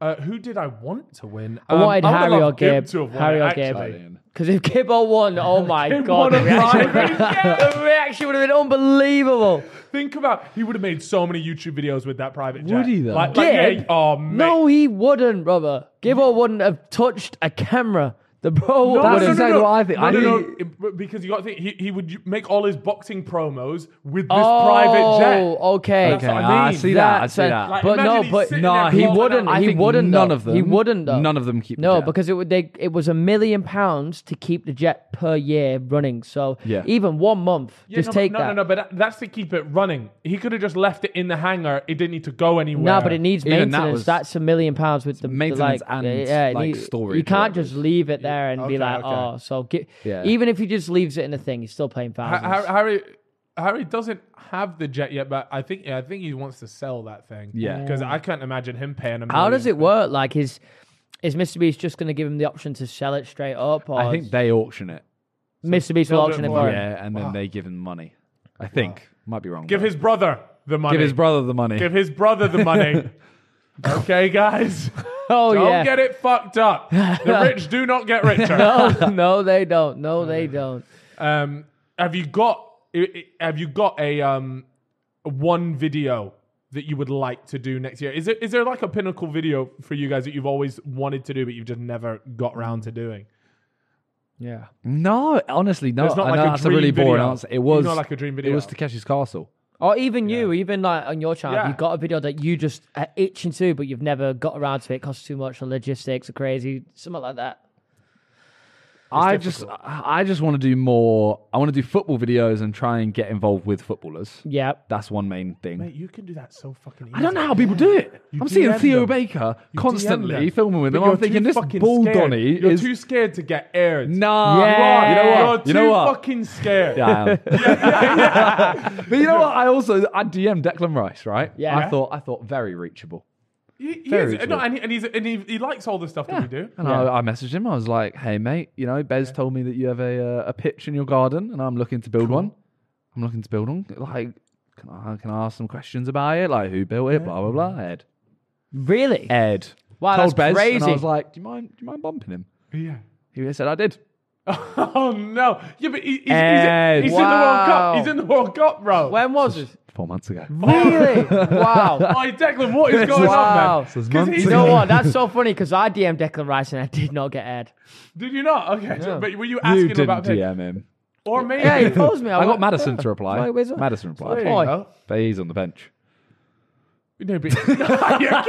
Speaker 1: Uh, who did I want to win?
Speaker 2: I
Speaker 1: Um,
Speaker 2: wanted
Speaker 1: would have
Speaker 2: Harry or
Speaker 1: loved Gib
Speaker 2: Gibb.
Speaker 1: to have won
Speaker 2: Harry
Speaker 1: it,
Speaker 2: or
Speaker 1: actually.
Speaker 2: Gibb. Because if Gibbo won, oh my
Speaker 1: won
Speaker 2: god, the
Speaker 1: a
Speaker 2: reaction,
Speaker 1: Minecraft. Yeah.
Speaker 2: the reaction would have been unbelievable.
Speaker 1: Think about he would have made so many YouTube videos with that private jet.
Speaker 3: Would he, though?
Speaker 1: Like, like,
Speaker 2: Gib?
Speaker 1: yeah, oh mate.
Speaker 2: No, he wouldn't, brother. Gibbo wouldn't have touched a camera. The bro
Speaker 1: No,
Speaker 2: would
Speaker 1: no,
Speaker 2: have
Speaker 1: no, no.
Speaker 3: what I think.
Speaker 1: No,
Speaker 3: I
Speaker 1: no, no.
Speaker 3: think-
Speaker 1: It- Because you got to think he, he would make all his boxing promos with this
Speaker 2: oh,
Speaker 1: private jet.
Speaker 2: Okay,
Speaker 1: That's
Speaker 3: Okay,
Speaker 1: what I
Speaker 3: I
Speaker 1: mean.
Speaker 3: see that. I
Speaker 2: That's
Speaker 3: see
Speaker 2: a-
Speaker 3: that.
Speaker 1: Like,
Speaker 2: but
Speaker 1: imagine
Speaker 2: no,
Speaker 1: he's
Speaker 2: but
Speaker 1: sitting
Speaker 3: Nah,
Speaker 1: there
Speaker 2: he
Speaker 1: blowing
Speaker 2: wouldn't.
Speaker 1: up.
Speaker 3: I
Speaker 2: he
Speaker 3: think
Speaker 2: wouldn't.
Speaker 3: none
Speaker 2: though.
Speaker 3: of them-
Speaker 2: He wouldn't. Though.
Speaker 3: none of them keep the
Speaker 2: No,
Speaker 3: jet.
Speaker 2: because it would. They, it was a million pounds to keep the jet per year running. So
Speaker 3: Yeah.
Speaker 2: even one month,
Speaker 1: Yeah,
Speaker 2: just
Speaker 1: no,
Speaker 2: take
Speaker 1: no,
Speaker 2: that.
Speaker 1: No, no, but that, that's to keep it running. He could have just left it in the hangar. It didn't need to go anywhere.
Speaker 2: Nah, but it needs
Speaker 3: Even that
Speaker 2: maintenance.
Speaker 3: was-
Speaker 2: That's a million pounds with the the, like,
Speaker 3: maintenance and,
Speaker 2: yeah, it
Speaker 3: like,
Speaker 2: need-
Speaker 3: storage
Speaker 2: You
Speaker 3: or
Speaker 2: can't
Speaker 3: whatever
Speaker 2: just leave it there and
Speaker 1: Okay,
Speaker 2: be like,
Speaker 1: okay.
Speaker 2: oh, so gi-
Speaker 3: Yeah.
Speaker 2: even if he just leaves it in the thing, he's still paying
Speaker 1: Ha-
Speaker 2: thousands.
Speaker 1: Har- Harry Harry doesn't have the jet yet, but I think yeah, I think he wants to sell that thing.
Speaker 3: Yeah.
Speaker 1: because I can't imagine him paying a.
Speaker 2: How does
Speaker 1: million.
Speaker 2: it work? Like, is is Mr. Beast just going to give him the option to sell it straight up, or
Speaker 3: I think they auction it.
Speaker 2: Mr. Beast will
Speaker 1: They'll do
Speaker 2: auction
Speaker 1: it
Speaker 2: it
Speaker 1: for
Speaker 2: for
Speaker 1: Wow.
Speaker 2: him?
Speaker 3: Yeah, and then they give him money. I think. Might be wrong.
Speaker 1: Give
Speaker 3: though.
Speaker 1: his brother the money.
Speaker 3: give his brother the money.
Speaker 1: Give his brother the money. okay, guys.
Speaker 2: Oh
Speaker 1: Don't
Speaker 2: yeah.
Speaker 1: get it fucked up. The rich do not get richer.
Speaker 2: no, no, they don't. No, they don't.
Speaker 1: Um, have you got i- i- have you got a um one video that you would like to do next year? Is it is there like a pinnacle video for you guys that you've always wanted to do but you've just never got round to doing?
Speaker 2: Yeah.
Speaker 3: no, honestly, no.
Speaker 1: It's not
Speaker 3: I
Speaker 1: like
Speaker 3: know
Speaker 1: a
Speaker 3: that's a
Speaker 1: dream
Speaker 3: really boring
Speaker 1: video.
Speaker 3: answer. It was
Speaker 1: not like a dream video.
Speaker 3: It was Takeshi's Castle.
Speaker 2: Or even you, even like on your channel,
Speaker 1: Yeah.
Speaker 2: you've got a video that you just are itching to, but you've never got around to it. It costs too much, the logistics are crazy, something like that.
Speaker 3: I just, I just want to do more. I want to do football videos and try and get involved with footballers.
Speaker 2: Yeah.
Speaker 3: That's one main thing.
Speaker 1: Mate, you can do that so fucking easy.
Speaker 3: I don't know how people do it.
Speaker 1: You
Speaker 3: I'm seeing
Speaker 1: DM
Speaker 3: Theo
Speaker 1: them.
Speaker 3: Baker
Speaker 1: You DM
Speaker 3: constantly
Speaker 1: them.
Speaker 3: filming with
Speaker 1: But
Speaker 3: them. I'm
Speaker 1: you're too
Speaker 3: thinking this
Speaker 1: fucking
Speaker 3: ball
Speaker 1: scared.
Speaker 3: Donny
Speaker 1: You're
Speaker 3: is
Speaker 1: too scared to get aired.
Speaker 3: nah.
Speaker 2: Yeah.
Speaker 3: You know
Speaker 1: You're
Speaker 3: what? you know
Speaker 1: too
Speaker 3: what?
Speaker 1: fucking scared.
Speaker 3: Yeah, I am. but you know what? I also I DM Declan Rice, right?
Speaker 2: Yeah.
Speaker 3: I thought I thought very reachable.
Speaker 1: He, he
Speaker 3: Very
Speaker 1: is,
Speaker 3: true.
Speaker 1: no, and, he, and, he's, and he, he likes all the stuff that we do.
Speaker 3: And I, I messaged him. I was like, "Hey, mate, you know, Bez told me that you have a uh, a pitch in your garden, and I'm looking to build one. I'm looking to build one. Like, can I can I ask some questions about it? Like, who built it? Blah blah blah. Ed,
Speaker 2: Really?
Speaker 3: Ed.
Speaker 2: Wow,
Speaker 3: Told
Speaker 2: that's
Speaker 3: Bez, And
Speaker 2: crazy.
Speaker 3: I was like, "Do you mind? Do you mind bumping him?
Speaker 1: Yeah.
Speaker 3: He said, "I did.
Speaker 1: Oh no! Yeah, but he, he's, he's,
Speaker 3: Ed.
Speaker 1: he's in the World Cup.
Speaker 2: Wow.
Speaker 1: He's in the World Cup, bro.
Speaker 2: When was it?
Speaker 3: Four months ago.
Speaker 2: Really? wow.
Speaker 1: Oi, Declan, what is going
Speaker 2: Wow.
Speaker 1: on, man?
Speaker 3: This is
Speaker 1: 'Cause
Speaker 3: months
Speaker 1: he's-
Speaker 2: You know what? That's so funny because I DM'd Declan Rice and I did not get aired.
Speaker 1: Did you not? Okay, so- but were you asking
Speaker 3: You didn't
Speaker 1: about him?
Speaker 3: DM him.
Speaker 1: Or maybe?
Speaker 2: Yeah, he follows me.
Speaker 3: I got
Speaker 2: went-
Speaker 3: Madison
Speaker 2: Yeah.
Speaker 3: to reply.
Speaker 2: Wait, where's-
Speaker 3: Madison
Speaker 1: There
Speaker 3: replied,
Speaker 1: you
Speaker 2: Oi.
Speaker 1: go.
Speaker 3: but he's on the bench.
Speaker 1: No, but you can't say that. You fucking.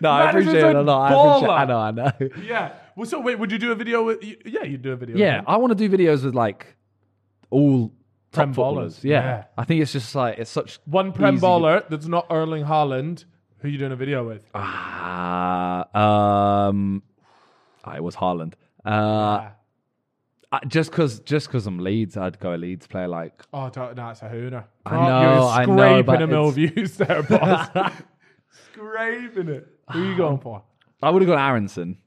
Speaker 3: No, I
Speaker 1: Madison's
Speaker 3: appreciate it a lot. I, appreciate, I know, I know.
Speaker 1: Yeah. Well, so wait, would you do a video? With, you- yeah, you'd do a video.
Speaker 3: Yeah, I want to do videos with like all
Speaker 1: Prem
Speaker 3: top footballers.
Speaker 1: ballers,
Speaker 3: Yeah.
Speaker 1: yeah.
Speaker 3: I think it's just like it's such
Speaker 1: One prem
Speaker 3: easy-
Speaker 1: baller that's not Erling Haaland. Who you doing a video with?
Speaker 3: Uh, Ah, um, ah, it was Haaland. Uh,
Speaker 2: Ah.
Speaker 1: Ah.
Speaker 3: I- just because just because I'm Leeds, I'd go a Leeds player like
Speaker 1: Oh, don't, no, it's a hooner.
Speaker 3: I
Speaker 1: Can't-
Speaker 3: know,
Speaker 1: you're
Speaker 3: I
Speaker 1: scraping
Speaker 3: know, but
Speaker 1: a mil
Speaker 3: it's-
Speaker 1: views there, boss. scraping it. Who are you going for?
Speaker 3: I would have gone Aronson,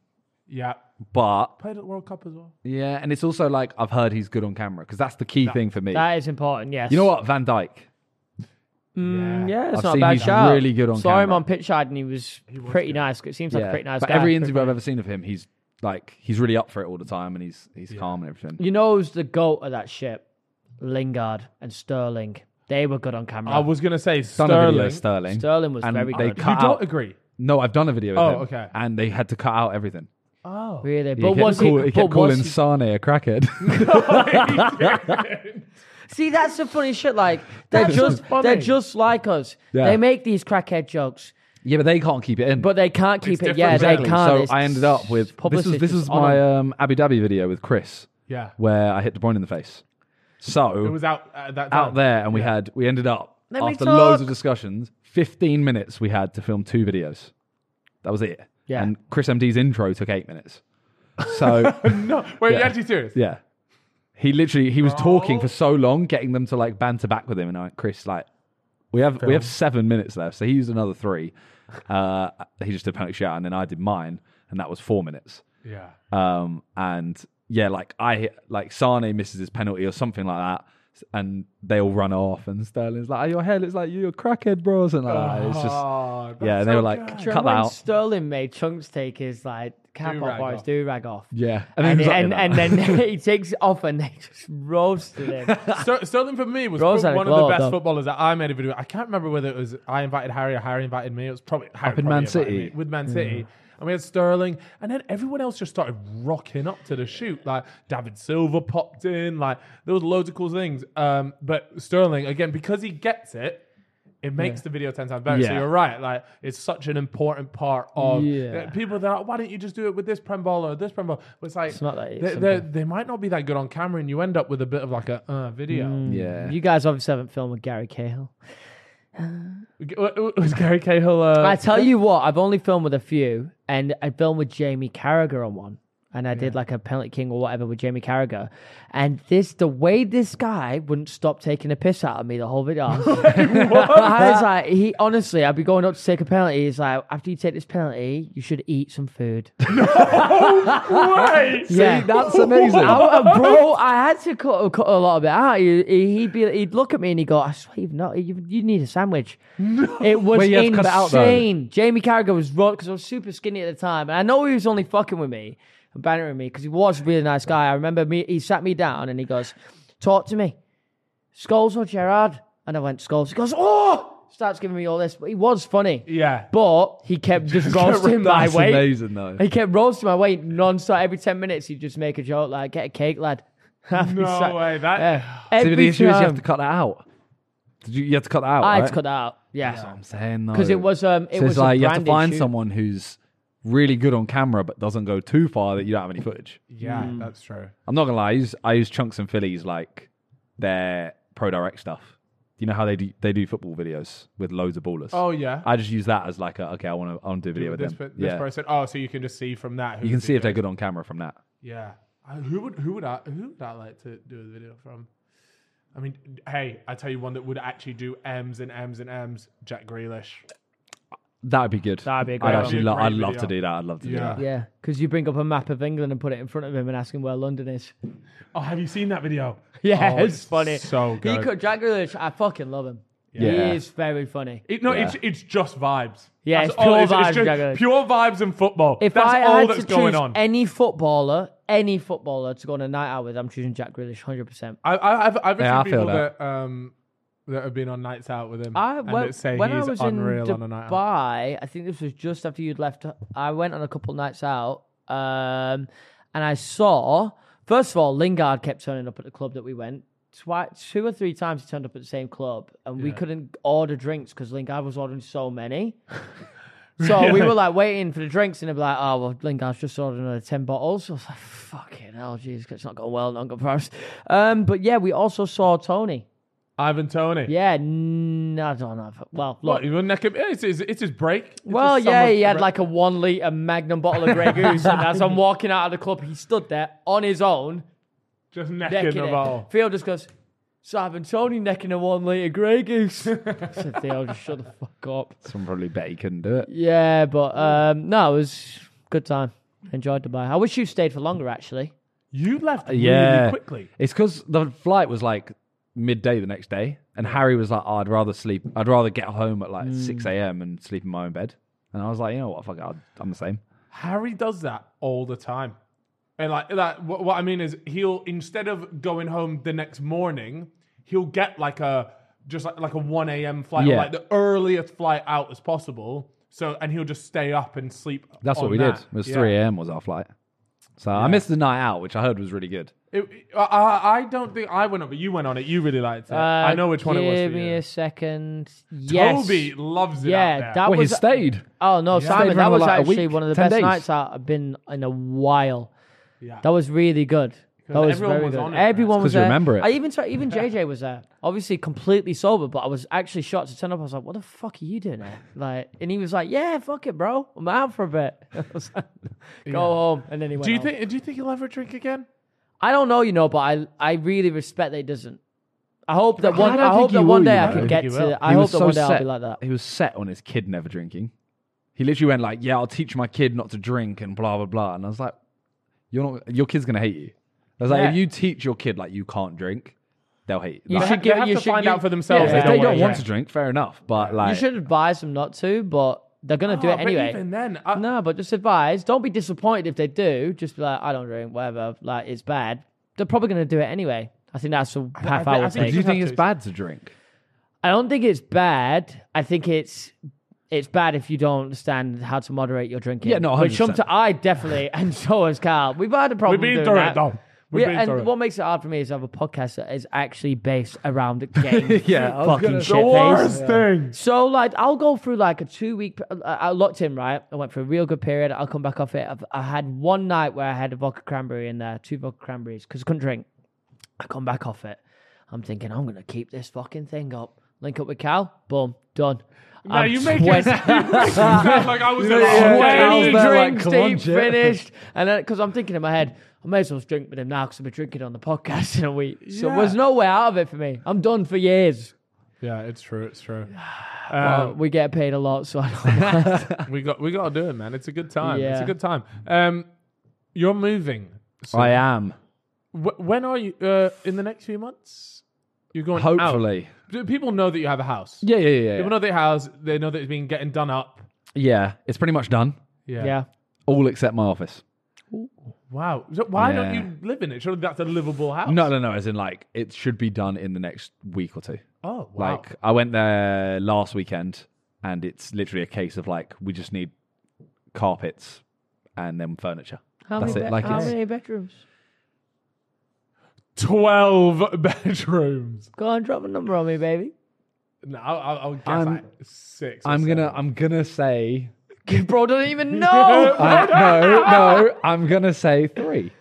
Speaker 1: Yeah,
Speaker 3: but
Speaker 1: played at the World Cup as well.
Speaker 3: yeah, and it's also like I've heard he's good on camera because that's the key thing for me.
Speaker 2: That is important, yes.
Speaker 3: you know what, Van Dyke.
Speaker 2: Yeah, it's not
Speaker 3: I've seen
Speaker 2: a bad
Speaker 3: he's
Speaker 2: shot.
Speaker 3: really good on
Speaker 2: Saw him
Speaker 3: camera.
Speaker 2: on pitch side and he was, pretty nice. It seems like a pretty nice
Speaker 3: but
Speaker 2: guy.
Speaker 3: every interview I've ever seen of him, he's like he's really up for it all the time, and he's he's calm and everything.
Speaker 2: You know who's the goat of that ship? Lingard and Sterling. They were good on camera.
Speaker 1: I was gonna say
Speaker 3: done a video
Speaker 1: Sterling.
Speaker 3: of Sterling.
Speaker 2: Sterling was
Speaker 3: and
Speaker 2: very
Speaker 3: they
Speaker 2: good.
Speaker 1: You
Speaker 3: Cut
Speaker 1: don't
Speaker 3: out.
Speaker 1: agree?
Speaker 3: No, I've done a video. With
Speaker 1: Oh,
Speaker 3: him,
Speaker 1: okay.
Speaker 3: And they had to cut out everything.
Speaker 1: Oh,
Speaker 2: really.
Speaker 3: He
Speaker 2: But
Speaker 3: kept
Speaker 2: was he?
Speaker 3: call- he
Speaker 2: but
Speaker 3: kept calling
Speaker 2: was he-
Speaker 3: Sane a crackhead.
Speaker 2: See, that's the funny shit. Like they're
Speaker 3: That's
Speaker 2: just
Speaker 1: funny.
Speaker 2: they're just like us.
Speaker 3: Yeah.
Speaker 2: They make these crackhead jokes,
Speaker 3: yeah, but they can't keep it in.
Speaker 2: but they can't keep it.
Speaker 1: different.
Speaker 2: Yeah,
Speaker 3: exactly.
Speaker 2: they can't.
Speaker 3: So
Speaker 2: It's
Speaker 3: I ended up with this was
Speaker 2: publicity
Speaker 3: this
Speaker 2: just
Speaker 3: was
Speaker 2: on
Speaker 3: my
Speaker 2: them.
Speaker 3: um, Abu Dhabi video with Chris
Speaker 1: yeah.
Speaker 3: where I hit the point in the face. So
Speaker 1: It was out at that time.
Speaker 3: out there, and we had we ended up
Speaker 2: Let me
Speaker 3: after loads
Speaker 2: talk.
Speaker 3: of discussions. Fifteen minutes we had to film two videos. That was it.
Speaker 2: Yeah.
Speaker 3: And Chris MD's intro took eight minutes. So
Speaker 1: No, wait,
Speaker 3: Yeah.
Speaker 1: you're actually serious?
Speaker 3: yeah, he literally he was talking
Speaker 1: Oh.
Speaker 3: for so long, getting them to like banter back with him, and I went, Chris, like we have we have seven minutes left, so he used another three. Uh, he just did panic shout, and then I did mine, and that was four minutes.
Speaker 1: Yeah.
Speaker 3: Um, and yeah, like I like Sane misses his penalty or something like that, and they all run off, and Sterling's like, oh, "Your hair looks like you, you're a crackhead, bro," or something like that. It's just
Speaker 1: Oh, that's
Speaker 3: yeah, and they
Speaker 1: so
Speaker 3: were like,
Speaker 1: good.
Speaker 2: Do you
Speaker 3: "Cut
Speaker 2: remember
Speaker 3: that
Speaker 2: when
Speaker 3: out."
Speaker 2: Sterling made Chunks take his like cap
Speaker 1: Do-rag
Speaker 2: off, or his
Speaker 1: off.
Speaker 2: do rag off.
Speaker 3: Yeah,
Speaker 2: And,
Speaker 3: he was like,
Speaker 2: and,
Speaker 3: "Yeah,
Speaker 2: and
Speaker 3: nah."
Speaker 2: then he takes it off and they just roasted him.
Speaker 1: Ster- Sterling for me was
Speaker 2: Rose
Speaker 1: prob-
Speaker 2: had a
Speaker 1: one of the
Speaker 2: glow up,
Speaker 1: best
Speaker 2: though.
Speaker 1: footballers that I made a video. I can't remember whether it was I invited Harry or Harry invited me. It was probably Harry
Speaker 3: in
Speaker 1: probably
Speaker 3: Man
Speaker 1: invited
Speaker 3: City.
Speaker 1: me with Man City. And we had Sterling, and then everyone else just started rocking up to the shoot. Like David Silva popped in, like there was loads of cool things. Um, but Sterling again because he gets it, it makes the video ten times better. So
Speaker 3: Yeah.
Speaker 1: you're right, like it's such an important part of
Speaker 2: Yeah.
Speaker 1: uh, people. That are like, why don't you just do it with this prem baller or this prem baller? But it's like
Speaker 2: It's not that
Speaker 1: they-
Speaker 2: simple.
Speaker 1: they they might not be that good on camera, and you end up with a bit of like a uh, video.
Speaker 3: yeah.
Speaker 2: You guys obviously haven't filmed with Gary Cahill.
Speaker 1: G- w- w- Was Gary Cahill? Uh,
Speaker 2: I tell you what, I've only filmed with a few, and I filmed with Jamie Carragher on one, and I did like a penalty king or whatever with Jamie Carragher, and this the way this guy wouldn't stop taking a piss out of me the whole video. I was like, he honestly, I'd be going up to take a penalty. He's like, after you take this penalty, you should eat some food.
Speaker 1: Right.
Speaker 2: yeah,
Speaker 3: that's amazing.
Speaker 2: I- uh, bro, I had to cut, cut a lot of it out. He, he- he'd be, he'd look at me and he'd go, "I swear you've not, you, you need a sandwich." It was
Speaker 3: Well, you had to
Speaker 2: insane.
Speaker 3: cut it out, though.
Speaker 2: Jamie Carragher was raw because I was super skinny at the time, and I know he was only fucking with me and bantering me because he was a really nice guy. I remember me, he sat me down and he goes, "Talk to me, Scholes or Gerard?" And I went, "Scholes." He goes, "Oh!" Starts giving me all this, but he was funny.
Speaker 1: Yeah.
Speaker 2: But he kept just roasting my
Speaker 3: That's
Speaker 2: weight.
Speaker 3: amazing though.
Speaker 2: He kept roasting my weight non-stop. Every ten minutes, he'd just make a joke like, "Get a cake, lad."
Speaker 1: No way. That
Speaker 3: See,
Speaker 2: Every
Speaker 3: but the issue is you have
Speaker 2: time.
Speaker 3: to cut that out. Did you, you have to cut that out?
Speaker 2: I had
Speaker 3: right?
Speaker 2: to cut that out. Yeah,
Speaker 3: That's what I'm saying though.
Speaker 2: 'Cause it was, um, it
Speaker 3: so
Speaker 2: was
Speaker 3: it's
Speaker 2: a
Speaker 3: like you have to
Speaker 2: branded
Speaker 3: find
Speaker 2: shoot.
Speaker 3: someone who's really good on camera, but doesn't go too far that you don't have any footage.
Speaker 1: Yeah,
Speaker 2: Mm.
Speaker 1: that's true.
Speaker 3: I'm not gonna lie, I use, I use chunks and fillies like their pro direct stuff. You know how they do they do football videos with loads of ballers.
Speaker 1: Oh yeah.
Speaker 3: I just use that as like a okay, I want to I want to do a video with
Speaker 1: this,
Speaker 3: them.
Speaker 1: per- this
Speaker 3: yeah,
Speaker 1: person. Oh, so you can just see from that. Who
Speaker 3: you can
Speaker 1: would be
Speaker 3: see if they're good on camera from that.
Speaker 1: Yeah. I, who would who would I who would I like to do a video from? I mean, hey, I tell you one that would actually do M's and M's and M's. Jack Grealish.
Speaker 3: That would be good.
Speaker 2: That'd be a
Speaker 3: I'd
Speaker 2: great
Speaker 3: actually
Speaker 1: one.
Speaker 3: lo-
Speaker 1: That'd
Speaker 3: I'd
Speaker 1: be a great
Speaker 3: love to
Speaker 1: video.
Speaker 3: do that. I'd love to do
Speaker 1: Yeah.
Speaker 3: that.
Speaker 2: Yeah, because you bring up a map of England and put it in front of him and ask him where London is.
Speaker 1: Oh, have you seen that video?
Speaker 2: Yeah,
Speaker 1: Oh,
Speaker 2: it's, funny.
Speaker 1: So good.
Speaker 2: He could Jack Grealish. I fucking love him.
Speaker 3: Yeah.
Speaker 2: He is very funny.
Speaker 1: It- no, it's it's just vibes.
Speaker 2: Yeah,
Speaker 1: That's
Speaker 2: it's pure
Speaker 1: all just
Speaker 2: vibes, Jack Grealish.
Speaker 1: pure vibes and football.
Speaker 2: If
Speaker 1: that's
Speaker 2: I
Speaker 1: all
Speaker 2: had
Speaker 1: that's
Speaker 2: to
Speaker 1: going
Speaker 2: choose
Speaker 1: on.
Speaker 2: any footballer, any footballer to go on a night out with, I'm choosing Jack Grealish 100%.
Speaker 1: I, I, I've I've
Speaker 3: Yeah, I
Speaker 1: seen
Speaker 3: feel
Speaker 1: people that. um that have been on nights out with him
Speaker 2: I
Speaker 1: and
Speaker 2: well,
Speaker 1: that say
Speaker 2: when
Speaker 1: he's
Speaker 2: I was
Speaker 1: unreal
Speaker 2: in
Speaker 1: on a night out.
Speaker 2: Dubai, I think this was just after you'd left. I went on a couple nights out, um, and I saw. First of all, Lingard kept turning up at the club that we went. Twi- two or three times he turned up at the same club, and we couldn't order drinks because Lingard was ordering so many. so we were like waiting for the drinks, and they'd be like, "Oh well, Lingard's just ordered another ten bottles." I was like, "Fucking hell, jeez, it's not going well, not going for us." Um, but yeah, we also saw Tony.
Speaker 1: Ivan Tony.
Speaker 2: Yeah, n- I don't know. if- Well, look,
Speaker 1: What, you wouldn't like him? Yeah, it's, his- it's his break. It's
Speaker 2: well,
Speaker 1: his
Speaker 2: yeah,
Speaker 1: summer
Speaker 2: he had
Speaker 1: break.
Speaker 2: like a one litre magnum bottle of Grey Goose. and as I'm walking out of the club, he stood there on his own,
Speaker 1: just necking
Speaker 2: necking
Speaker 1: the
Speaker 2: it.
Speaker 1: ball.
Speaker 2: Theo just goes, Simon Tony necking a one litre Grey Goose. I said, Theo, just shut the fuck up.
Speaker 3: Someone probably bet he couldn't do it.
Speaker 2: Yeah, but um, no, it was good time. Enjoyed Dubai. I wish you stayed for longer, actually.
Speaker 1: You left
Speaker 3: yeah.
Speaker 1: really quickly.
Speaker 3: It's because the flight was like midday the next day, and Harry was like, oh, "I'd rather sleep. I'd rather get home at like
Speaker 2: Mm.
Speaker 3: six a.m. and sleep in my own bed." And I was like, "You know what? Fuck it. I'll- I'm the same."
Speaker 1: Harry does that all the time. And like, like what, what I mean is, he'll instead of going home the next morning, he'll get like a just like, like a one a.m. flight, or
Speaker 3: Yeah.
Speaker 1: like the earliest flight out as possible. So and he'll just stay up and sleep.
Speaker 3: That's what
Speaker 1: on
Speaker 3: we
Speaker 1: that.
Speaker 3: did. It was
Speaker 1: Yeah.
Speaker 3: three a.m. was our flight. So I missed the night out, which I heard was really good.
Speaker 1: It, I, I I don't think I went on it. You went on it. You really liked it. I know which one it was.
Speaker 2: Uh, Give
Speaker 1: for
Speaker 2: me
Speaker 1: you.
Speaker 2: a second. Yes.
Speaker 1: Toby loves it.
Speaker 2: Yeah,
Speaker 1: out there.
Speaker 2: that
Speaker 3: Well, he
Speaker 2: was
Speaker 3: stayed.
Speaker 2: Oh no,
Speaker 3: Stayed
Speaker 2: Simon,
Speaker 3: around
Speaker 2: that
Speaker 3: for,
Speaker 2: was
Speaker 3: like, a
Speaker 2: actually
Speaker 3: week,
Speaker 2: one of the
Speaker 3: 10
Speaker 2: best
Speaker 3: days.
Speaker 2: nights out I've been in a while.
Speaker 1: Yeah.
Speaker 2: That was really good. That was
Speaker 1: everyone
Speaker 2: very
Speaker 1: was
Speaker 2: good.
Speaker 1: on it, man.
Speaker 2: everyone
Speaker 3: It's 'cause
Speaker 2: was
Speaker 3: you
Speaker 2: there.
Speaker 3: remember it.
Speaker 2: I even saw, even JJ was there. Obviously, completely sober, but I was actually shocked to turn up. I was like, "What the fuck are you doing there?" Like, and he was like, "Yeah, fuck it, bro. I'm out for a bit. I was like, Go home." And then he went.
Speaker 1: do you
Speaker 2: home.
Speaker 1: think? Do you think he'll ever drink again?
Speaker 2: I don't know, you know, but I I really respect that he doesn't. I hope that one.
Speaker 3: don't
Speaker 2: I, hope
Speaker 3: think he
Speaker 2: that one
Speaker 3: will,
Speaker 2: day
Speaker 3: you
Speaker 2: I
Speaker 3: know.
Speaker 2: can
Speaker 3: I
Speaker 2: get
Speaker 1: think he
Speaker 2: to.
Speaker 1: will.
Speaker 2: I
Speaker 3: He
Speaker 2: hope
Speaker 3: was
Speaker 2: that
Speaker 3: so
Speaker 2: one day I'll
Speaker 3: set-
Speaker 2: be like that.
Speaker 3: He was set on his kid never drinking. He literally went like, "Yeah, I'll teach my kid not to drink and blah blah blah." And I was like, "You're not. Your kid's gonna hate you." I was like,
Speaker 2: Yeah.
Speaker 3: "If you teach your kid like you can't drink, they'll hate you."
Speaker 2: You
Speaker 3: Like,
Speaker 2: should
Speaker 1: They
Speaker 2: give.
Speaker 1: have
Speaker 2: you
Speaker 1: to
Speaker 2: should,
Speaker 1: find
Speaker 2: you-
Speaker 1: out for themselves
Speaker 2: Yeah,
Speaker 3: if they don't
Speaker 1: Yeah.
Speaker 3: want to drink, fair enough. But like,
Speaker 2: You should advise them not to, but they're gonna do
Speaker 1: Oh,
Speaker 2: it
Speaker 1: but
Speaker 2: anyway.
Speaker 1: even then, I-
Speaker 2: no, but just advise. Don't be disappointed if they do. Just be like, I don't drink, whatever. Like it's bad. They're probably gonna do it anyway. I think that's a half
Speaker 1: I
Speaker 2: hour
Speaker 1: think-
Speaker 3: do you
Speaker 2: take.
Speaker 3: think it's bad to drink?
Speaker 2: I don't think it's bad. I think it's it's bad if you don't understand how to moderate your drinking.
Speaker 3: Yeah, no,
Speaker 2: Which
Speaker 3: 100%.
Speaker 2: sometimes I definitely, and so has Carl. We've had a problem.
Speaker 1: We've been
Speaker 2: doing
Speaker 1: through
Speaker 2: that.
Speaker 1: it though. We've
Speaker 2: Yeah,
Speaker 1: been
Speaker 2: and
Speaker 1: through it.
Speaker 2: what makes it hard for me is I have a podcast that is actually based around the game.
Speaker 3: Yeah, I was
Speaker 2: fucking
Speaker 3: gonna-
Speaker 2: shit
Speaker 1: the worst
Speaker 2: face.
Speaker 1: thing.
Speaker 2: So like I'll go through like a two week. I I locked in right. I went for a real good period. I'll come back off it. I've, I had one night where I had a vodka cranberry in there, two vodka cranberries because I couldn't drink. I come back off it. I'm thinking I'm gonna keep this fucking thing up. Link up with Cal. Boom, done.
Speaker 1: Now you make it. You make it sound like I was in
Speaker 3: yeah, yeah.
Speaker 1: a
Speaker 3: Cal's
Speaker 2: Twenty
Speaker 3: there, like,
Speaker 2: drinks
Speaker 3: "Come on,
Speaker 2: deep,
Speaker 3: Jim."
Speaker 2: finished, and then because I'm thinking in my head, I may as well drink with him now because I've been drinking on the podcast in a week. So
Speaker 1: Yeah.
Speaker 2: there's no way out of it for me. I'm done for years.
Speaker 1: Yeah, it's true. It's true.
Speaker 2: Uh,
Speaker 1: Um,
Speaker 2: we get paid a lot, so I don't
Speaker 1: we got we got to do it, man. It's a good time. It's a
Speaker 2: Yeah.
Speaker 1: good time. Um, you're moving. So
Speaker 3: I am.
Speaker 1: wh- when are you? Uh, in the next few months, you're going out.
Speaker 3: Hopefully,
Speaker 1: Do people know that you have a house?
Speaker 3: yeah, yeah, yeah,
Speaker 1: People
Speaker 3: yeah.
Speaker 1: know that your house. They know that it's been getting done up.
Speaker 3: yeah. It's pretty much done.
Speaker 1: Yeah.
Speaker 2: yeah.
Speaker 3: All except my office.
Speaker 1: Wow. So why don't
Speaker 3: Yeah.
Speaker 1: you live in it? Surely that's a livable house.
Speaker 3: No, no, no. As in, like, it should be done in the next week or two.
Speaker 1: Oh, wow.
Speaker 3: Like I went there last weekend, and it's literally a case of like we just need carpets and then furniture.
Speaker 2: How
Speaker 3: That's
Speaker 2: many,
Speaker 3: it.
Speaker 2: be-
Speaker 3: Like
Speaker 2: how
Speaker 3: it's
Speaker 2: many bedrooms?
Speaker 1: twelve bedrooms.
Speaker 2: Go on, drop a number on me, baby.
Speaker 1: No, I'll, I'll- I'll guess
Speaker 3: I'm-
Speaker 1: like six. or
Speaker 3: I'm gonna
Speaker 1: seven.
Speaker 3: I'm gonna say
Speaker 2: Bro doesn't even know.
Speaker 3: I, no, no, I'm gonna say three.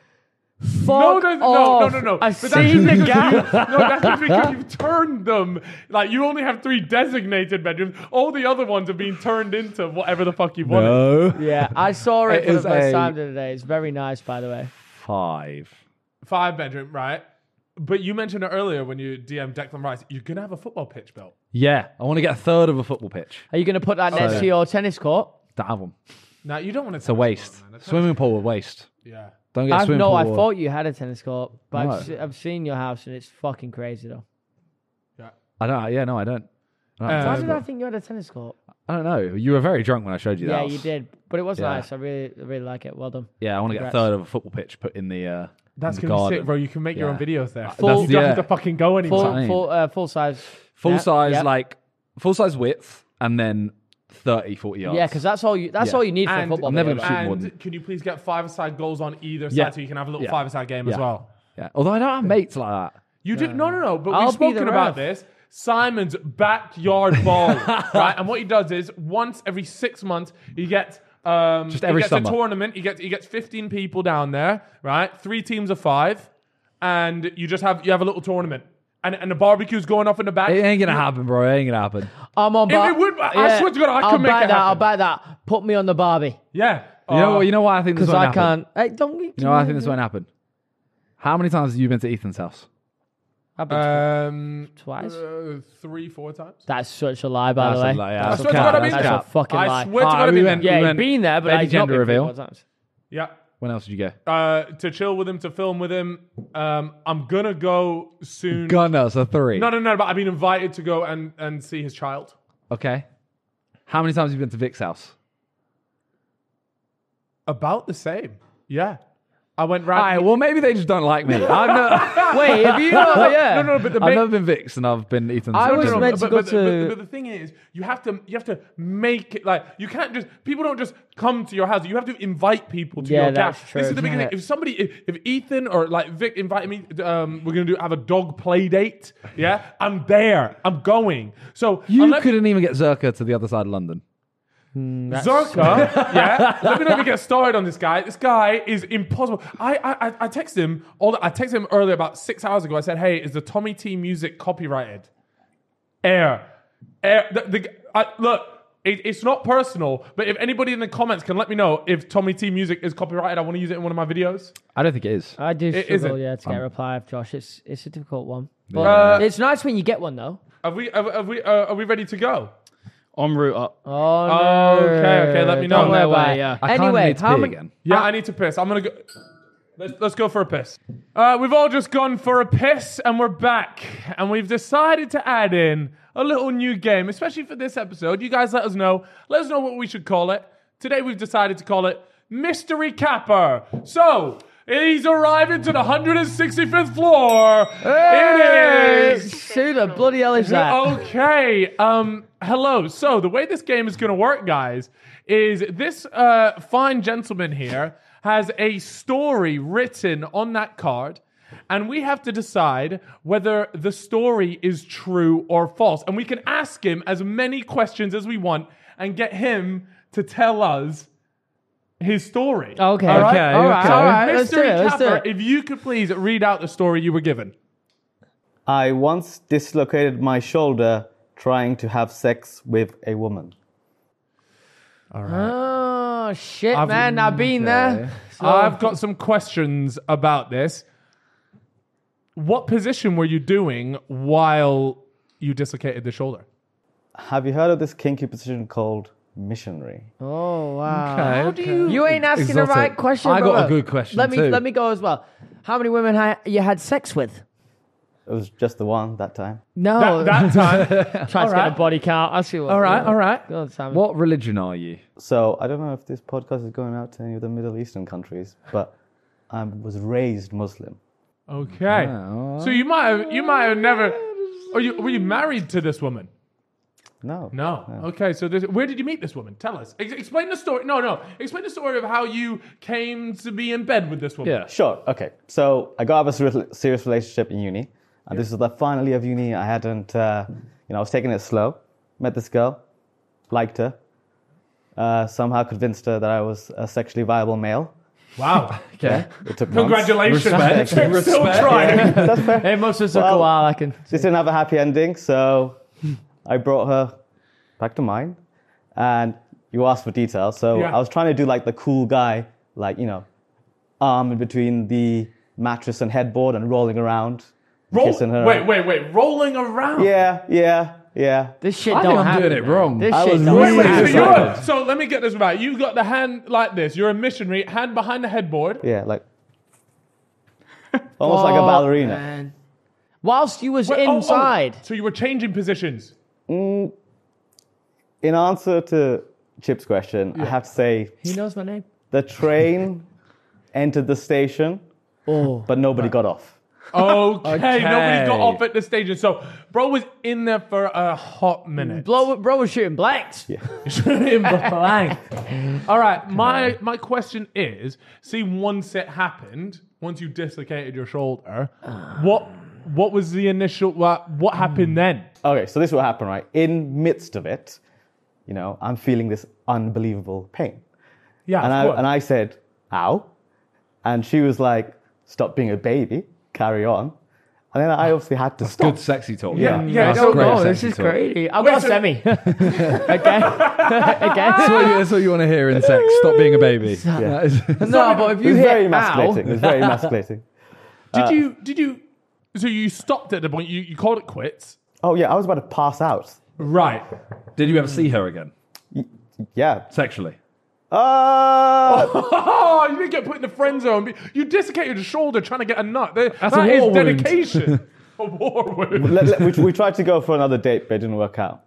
Speaker 2: Fuck
Speaker 1: No, no, no, no,
Speaker 2: off.
Speaker 3: oh,
Speaker 1: no, no.
Speaker 2: I
Speaker 1: But that's
Speaker 2: seen
Speaker 1: just
Speaker 2: the
Speaker 1: because
Speaker 2: gap.
Speaker 1: you- No, that's just because you've turned them. Like you only have three designated bedrooms. All the other ones have been turned into whatever the fuck you wanted.
Speaker 2: Yeah, I saw it,
Speaker 3: It
Speaker 2: for the
Speaker 3: is
Speaker 2: first
Speaker 3: a-
Speaker 2: time the other day. It's very nice, by the way.
Speaker 3: Five.
Speaker 1: Five bedroom, right? But you mentioned it earlier when you DM Declan Rice. You're gonna have a football pitch built.
Speaker 3: Yeah, I want to get a third of a football pitch.
Speaker 2: Are you going to put that next to your tennis court?
Speaker 3: Don't have them.
Speaker 1: Now you don't want to.
Speaker 3: It's a waste. Swimming pool with waste.
Speaker 1: Yeah.
Speaker 3: Don't get a
Speaker 2: I
Speaker 3: swimming
Speaker 2: no,
Speaker 3: pool.
Speaker 2: I
Speaker 3: with-
Speaker 2: thought you had a tennis court, but
Speaker 3: No.
Speaker 2: I've, se- I've seen your house and it's fucking crazy though.
Speaker 1: Yeah.
Speaker 3: I don't. Yeah, no, I don't. I don't,
Speaker 1: Uh,
Speaker 2: Why
Speaker 1: Yeah,
Speaker 2: did
Speaker 1: but-
Speaker 2: I think you had a tennis court?
Speaker 3: I don't know. You were very drunk when I showed you that.
Speaker 2: Yeah, you did, but it was
Speaker 3: Yeah.
Speaker 2: nice. I really, I really like it. Well done.
Speaker 3: Yeah, I want to get a
Speaker 2: Congrats.
Speaker 3: third of a football pitch put in the. Uh,
Speaker 1: That's
Speaker 3: in the
Speaker 1: gonna be sick,
Speaker 3: garden.
Speaker 1: bro. You can make your own
Speaker 3: Yeah.
Speaker 1: videos there.
Speaker 3: Full-
Speaker 1: you don't
Speaker 3: yeah.
Speaker 1: have to fucking go anywhere.
Speaker 2: Full,
Speaker 3: Fine.
Speaker 2: full, uh, full size.
Speaker 3: Full
Speaker 2: Yeah,
Speaker 3: size,
Speaker 2: yeah.
Speaker 3: like full size width, and then 30, 40 yards.
Speaker 2: yeah, because that's all you. That's
Speaker 3: Yeah.
Speaker 2: all you need for a
Speaker 1: And,
Speaker 2: football.
Speaker 3: I'm never
Speaker 2: game.
Speaker 3: gonna shoot more than-
Speaker 1: and can you please get five side goals on either side
Speaker 3: Yeah.
Speaker 1: so you can have a little
Speaker 3: Yeah.
Speaker 1: five side game as
Speaker 3: Yeah.
Speaker 1: well?
Speaker 3: Yeah. Although I don't have mates like that.
Speaker 1: You did no, no, no. But
Speaker 2: I'll
Speaker 1: we've
Speaker 2: be the
Speaker 1: spoken about
Speaker 2: ref.
Speaker 1: this. Simon's backyard ball, right? And what he does is once every six months he gets um,
Speaker 3: Just every
Speaker 1: he gets a
Speaker 3: summer.
Speaker 1: tournament. He gets he gets fifteen people down there, right? Three teams of five, and you just have you have a little tournament, and and the barbecue's going off in the back.
Speaker 3: It ain't gonna happen, bro. It ain't gonna happen.
Speaker 2: I'm on. Bar-
Speaker 1: it would- I swear to God, I
Speaker 2: will
Speaker 1: could make
Speaker 2: buy
Speaker 1: it
Speaker 2: that. I'll
Speaker 1: happen.
Speaker 2: buy that. Put me on the Barbie
Speaker 1: yeah,
Speaker 3: You know,
Speaker 1: Uh,
Speaker 3: you know why I think this
Speaker 2: because
Speaker 3: won't
Speaker 2: Oh, I
Speaker 3: happen?
Speaker 2: can't. Hey, don't we?
Speaker 3: You know why I think this won't happen? How many times have you been to Ethan's house?
Speaker 2: I've been
Speaker 1: um,
Speaker 2: twice.
Speaker 1: uh, three, four times.
Speaker 2: That's such a lie, by
Speaker 3: That's
Speaker 2: the way.
Speaker 3: a lie, yeah,
Speaker 1: I
Speaker 3: that's
Speaker 1: swear to
Speaker 3: cap,
Speaker 1: God, I've been
Speaker 3: that's
Speaker 1: there.
Speaker 2: cap. fucking
Speaker 1: I
Speaker 2: lie.
Speaker 1: swear to
Speaker 3: Ah,
Speaker 1: God, I've
Speaker 3: we
Speaker 1: been
Speaker 3: went-
Speaker 1: there.
Speaker 2: yeah,
Speaker 3: You
Speaker 2: he's
Speaker 3: went
Speaker 2: been there, but
Speaker 3: baby
Speaker 2: I've not
Speaker 3: gender
Speaker 2: been
Speaker 3: reveal.
Speaker 2: football times.
Speaker 1: Yeah.
Speaker 3: When else did you go?
Speaker 1: Uh, to chill with him, to film with him. Um, I'm gonna go
Speaker 2: Um,
Speaker 1: soon.
Speaker 3: Gunner, so three.
Speaker 1: No, no, no. But I've been invited to go and, and see his child.
Speaker 3: Okay. How many times have you been to Vic's house?
Speaker 1: About the same. Yeah. I went
Speaker 3: All right,
Speaker 1: round.
Speaker 3: well, maybe they just don't like me. I've, no-
Speaker 2: Wait, have you? Oh, yeah.
Speaker 1: no, no, but the
Speaker 3: I've
Speaker 1: big-
Speaker 3: never been Vic's and I've been Ethan's.
Speaker 2: I
Speaker 3: house.
Speaker 2: was
Speaker 1: no, no,
Speaker 2: meant to
Speaker 1: but,
Speaker 2: go
Speaker 1: but, the-
Speaker 2: to-
Speaker 1: But, but the thing is, you have to you have to make it like you can't just people don't just come to your house. You have to invite people to
Speaker 2: Yeah,
Speaker 1: your
Speaker 2: that's
Speaker 1: house.
Speaker 2: true.
Speaker 1: This is the big
Speaker 2: Yeah.
Speaker 1: thing. If somebody, if, if Ethan or like Vic invited me, um, we're gonna do have a dog play date. Yeah, I'm there. I'm going. So
Speaker 3: You
Speaker 1: unless-
Speaker 3: couldn't even get Zerka to the other side of London.
Speaker 1: Zerka, yeah. Let me not even get started on this guy. This guy is impossible. I I I- I texted him all. I texted him earlier about six hours ago. I said, "Hey, is the Tommy T music copyrighted?" Air, air. The, the, I, look, it, it's not personal, but if anybody in the comments can let me know if Tommy T music is copyrighted, I want to use it in one of my videos.
Speaker 3: I don't think it is.
Speaker 2: I do struggle,
Speaker 1: isn't.
Speaker 2: yeah, to get a reply of Josh. It's it's a difficult one. But
Speaker 1: Uh,
Speaker 2: it's nice when you get one though.
Speaker 1: Have we? Have, have we? Uh, are we ready to go?
Speaker 4: En route uh, up.
Speaker 2: Oh no.
Speaker 1: okay, okay, let me know.
Speaker 2: Don't worry
Speaker 4: No way,
Speaker 2: about it.
Speaker 4: yeah.
Speaker 3: I kinda
Speaker 2: Anyway,
Speaker 3: need to
Speaker 2: how
Speaker 3: pee
Speaker 2: many?
Speaker 3: again.
Speaker 1: Yeah, I need to piss. I'm gonna go. Let's, let's go for a piss. Uh, we've all just gone for a piss, and we're back. And we've decided to add in a little new game, especially for this episode. You guys, let us know. Let us know what we should call it. Today, we've decided to call it Mystery Capper. So he's arriving to the 165th floor. It is
Speaker 2: Sue the bloody hell is that?
Speaker 1: Okay. Um. Hello. So the way this game is going to work, guys, is this uh, fine gentleman here has a story written on that card, and we have to decide whether the story is true or false. And we can ask him as many questions as we want and get him to tell us his story.
Speaker 2: Okay.
Speaker 1: All right.
Speaker 3: Okay,
Speaker 2: All right.
Speaker 3: okay.
Speaker 2: All right. Let's do
Speaker 1: Mystery
Speaker 2: it. Let's do
Speaker 1: Capper,
Speaker 2: it.
Speaker 1: if you could please read out the story you were given.
Speaker 5: I once dislocated my shoulder trying to have sex with a woman.
Speaker 2: Oh shit, man! I've been there. So-
Speaker 1: I've got some questions about this. What position were you doing while you dislocated the shoulder?
Speaker 5: Have you heard of this kinky position called missionary?
Speaker 2: Oh wow.
Speaker 3: How do you?
Speaker 2: You ain't asking the
Speaker 3: Exotic.
Speaker 2: right question.
Speaker 3: I got a
Speaker 2: brother.
Speaker 3: good question
Speaker 2: Let me
Speaker 3: too.
Speaker 2: let me go as well. How many women ha- you had sex with?
Speaker 5: It was just the one that time.
Speaker 2: No,
Speaker 1: That, that time.
Speaker 2: trying to
Speaker 1: alright.
Speaker 2: get a body count. I see what.
Speaker 1: all right, all right.
Speaker 2: Go on, Simon.
Speaker 3: What religion are you?
Speaker 5: So I don't know if this podcast is going out to any of the Middle Eastern countries, but I was raised Muslim.
Speaker 1: Okay. So you might have you might have never. Are you were you married to this woman?
Speaker 5: No.
Speaker 1: No. Okay. So this, where did you meet this woman? Tell us. Ex- explain the story. No, no. Explain the story of how you came to be in bed with this woman.
Speaker 3: Yeah.
Speaker 5: Sure. Okay. So I got out of a serious- serious relationship in uni, and this was the final year of uni. I hadn't, uh, you know, I was taking it slow. Met this girl, liked her, uh, somehow convinced her that I was a sexually viable male.
Speaker 1: Wow.
Speaker 3: Okay.
Speaker 5: It took months.
Speaker 1: Congratulations.
Speaker 3: Respect.
Speaker 1: Still
Speaker 3: Respect.
Speaker 1: trying.
Speaker 2: It must have took a
Speaker 5: Well-
Speaker 2: while. I can.
Speaker 5: This didn't have a happy ending, so I brought her back to mine. And you asked for details, so
Speaker 1: Yeah.
Speaker 5: I was trying to do like the cool guy, like you know, arm in between the mattress and headboard and rolling around,
Speaker 1: Roll-
Speaker 5: kissing her.
Speaker 1: wait, wait, wait. Rolling around.
Speaker 5: Yeah, yeah, yeah.
Speaker 2: This shit
Speaker 3: I
Speaker 2: don't
Speaker 3: think I'm
Speaker 2: happen.
Speaker 3: doing it wrong.
Speaker 2: This
Speaker 5: I
Speaker 2: shit
Speaker 5: was
Speaker 2: don't
Speaker 1: Wait, wait, so,
Speaker 2: happen.
Speaker 5: Exactly.
Speaker 1: you're a- so let me get this right. You've got the hand like this. You're a missionary, hand behind the headboard.
Speaker 5: Yeah, like almost like a
Speaker 2: Oh,
Speaker 5: ballerina.
Speaker 2: man. Whilst you was
Speaker 1: Wait, oh, oh.
Speaker 2: inside.
Speaker 1: So you were changing positions.
Speaker 5: In answer to Chip's question, I have to say
Speaker 2: He knows my name.
Speaker 5: the train entered the station,
Speaker 2: Oh.
Speaker 5: but nobody got off.
Speaker 1: Okay,
Speaker 3: Okay.
Speaker 1: nobody got off at the station. So bro was in there for a hot minute.
Speaker 2: Blow, bro was shooting blanks.
Speaker 1: in blank. All right, my my question is: See, once it happened, once you dislocated your shoulder, what what was the initial what what happened
Speaker 5: Hmm.
Speaker 1: then?
Speaker 5: Okay, so this will happen, right? In midst of it, you know, I'm feeling this unbelievable pain.
Speaker 1: Yeah,
Speaker 5: And
Speaker 1: of
Speaker 5: I,
Speaker 1: course.
Speaker 5: and I said, ow. And she was like, stop being a baby, carry on. And then I obviously had to stop.
Speaker 3: Good sexy talk.
Speaker 1: Yeah, yeah,
Speaker 3: That's
Speaker 1: I don't
Speaker 3: great
Speaker 1: know,
Speaker 2: Oh, this
Speaker 3: sexy
Speaker 2: is
Speaker 3: talk.
Speaker 2: crazy. I've
Speaker 1: Wait,
Speaker 2: got a
Speaker 1: so-
Speaker 2: semi. Again.
Speaker 3: That's
Speaker 2: Again.
Speaker 3: what, you, that's what you want to hear in sex. Stop being a baby. That is-
Speaker 2: No, but if
Speaker 5: It
Speaker 2: you
Speaker 5: was
Speaker 2: hit
Speaker 5: very
Speaker 2: ow-
Speaker 5: emasculating. It was very emasculating. uh,
Speaker 1: did you did you? So you stopped at the point you, you called it quits,
Speaker 5: Oh, yeah, I was about to pass out.
Speaker 1: right?
Speaker 3: Did you ever see her again
Speaker 5: Yeah.
Speaker 3: sexually?
Speaker 5: Uh,
Speaker 1: Oh, you didn't get put in the friend zone. You dislocated your shoulder trying to get a nut. That-
Speaker 3: That's
Speaker 1: that
Speaker 3: a war
Speaker 1: is
Speaker 3: wound.
Speaker 1: dedication. a war wound.
Speaker 5: let- let- we, we tried to go for another date, but it didn't work out.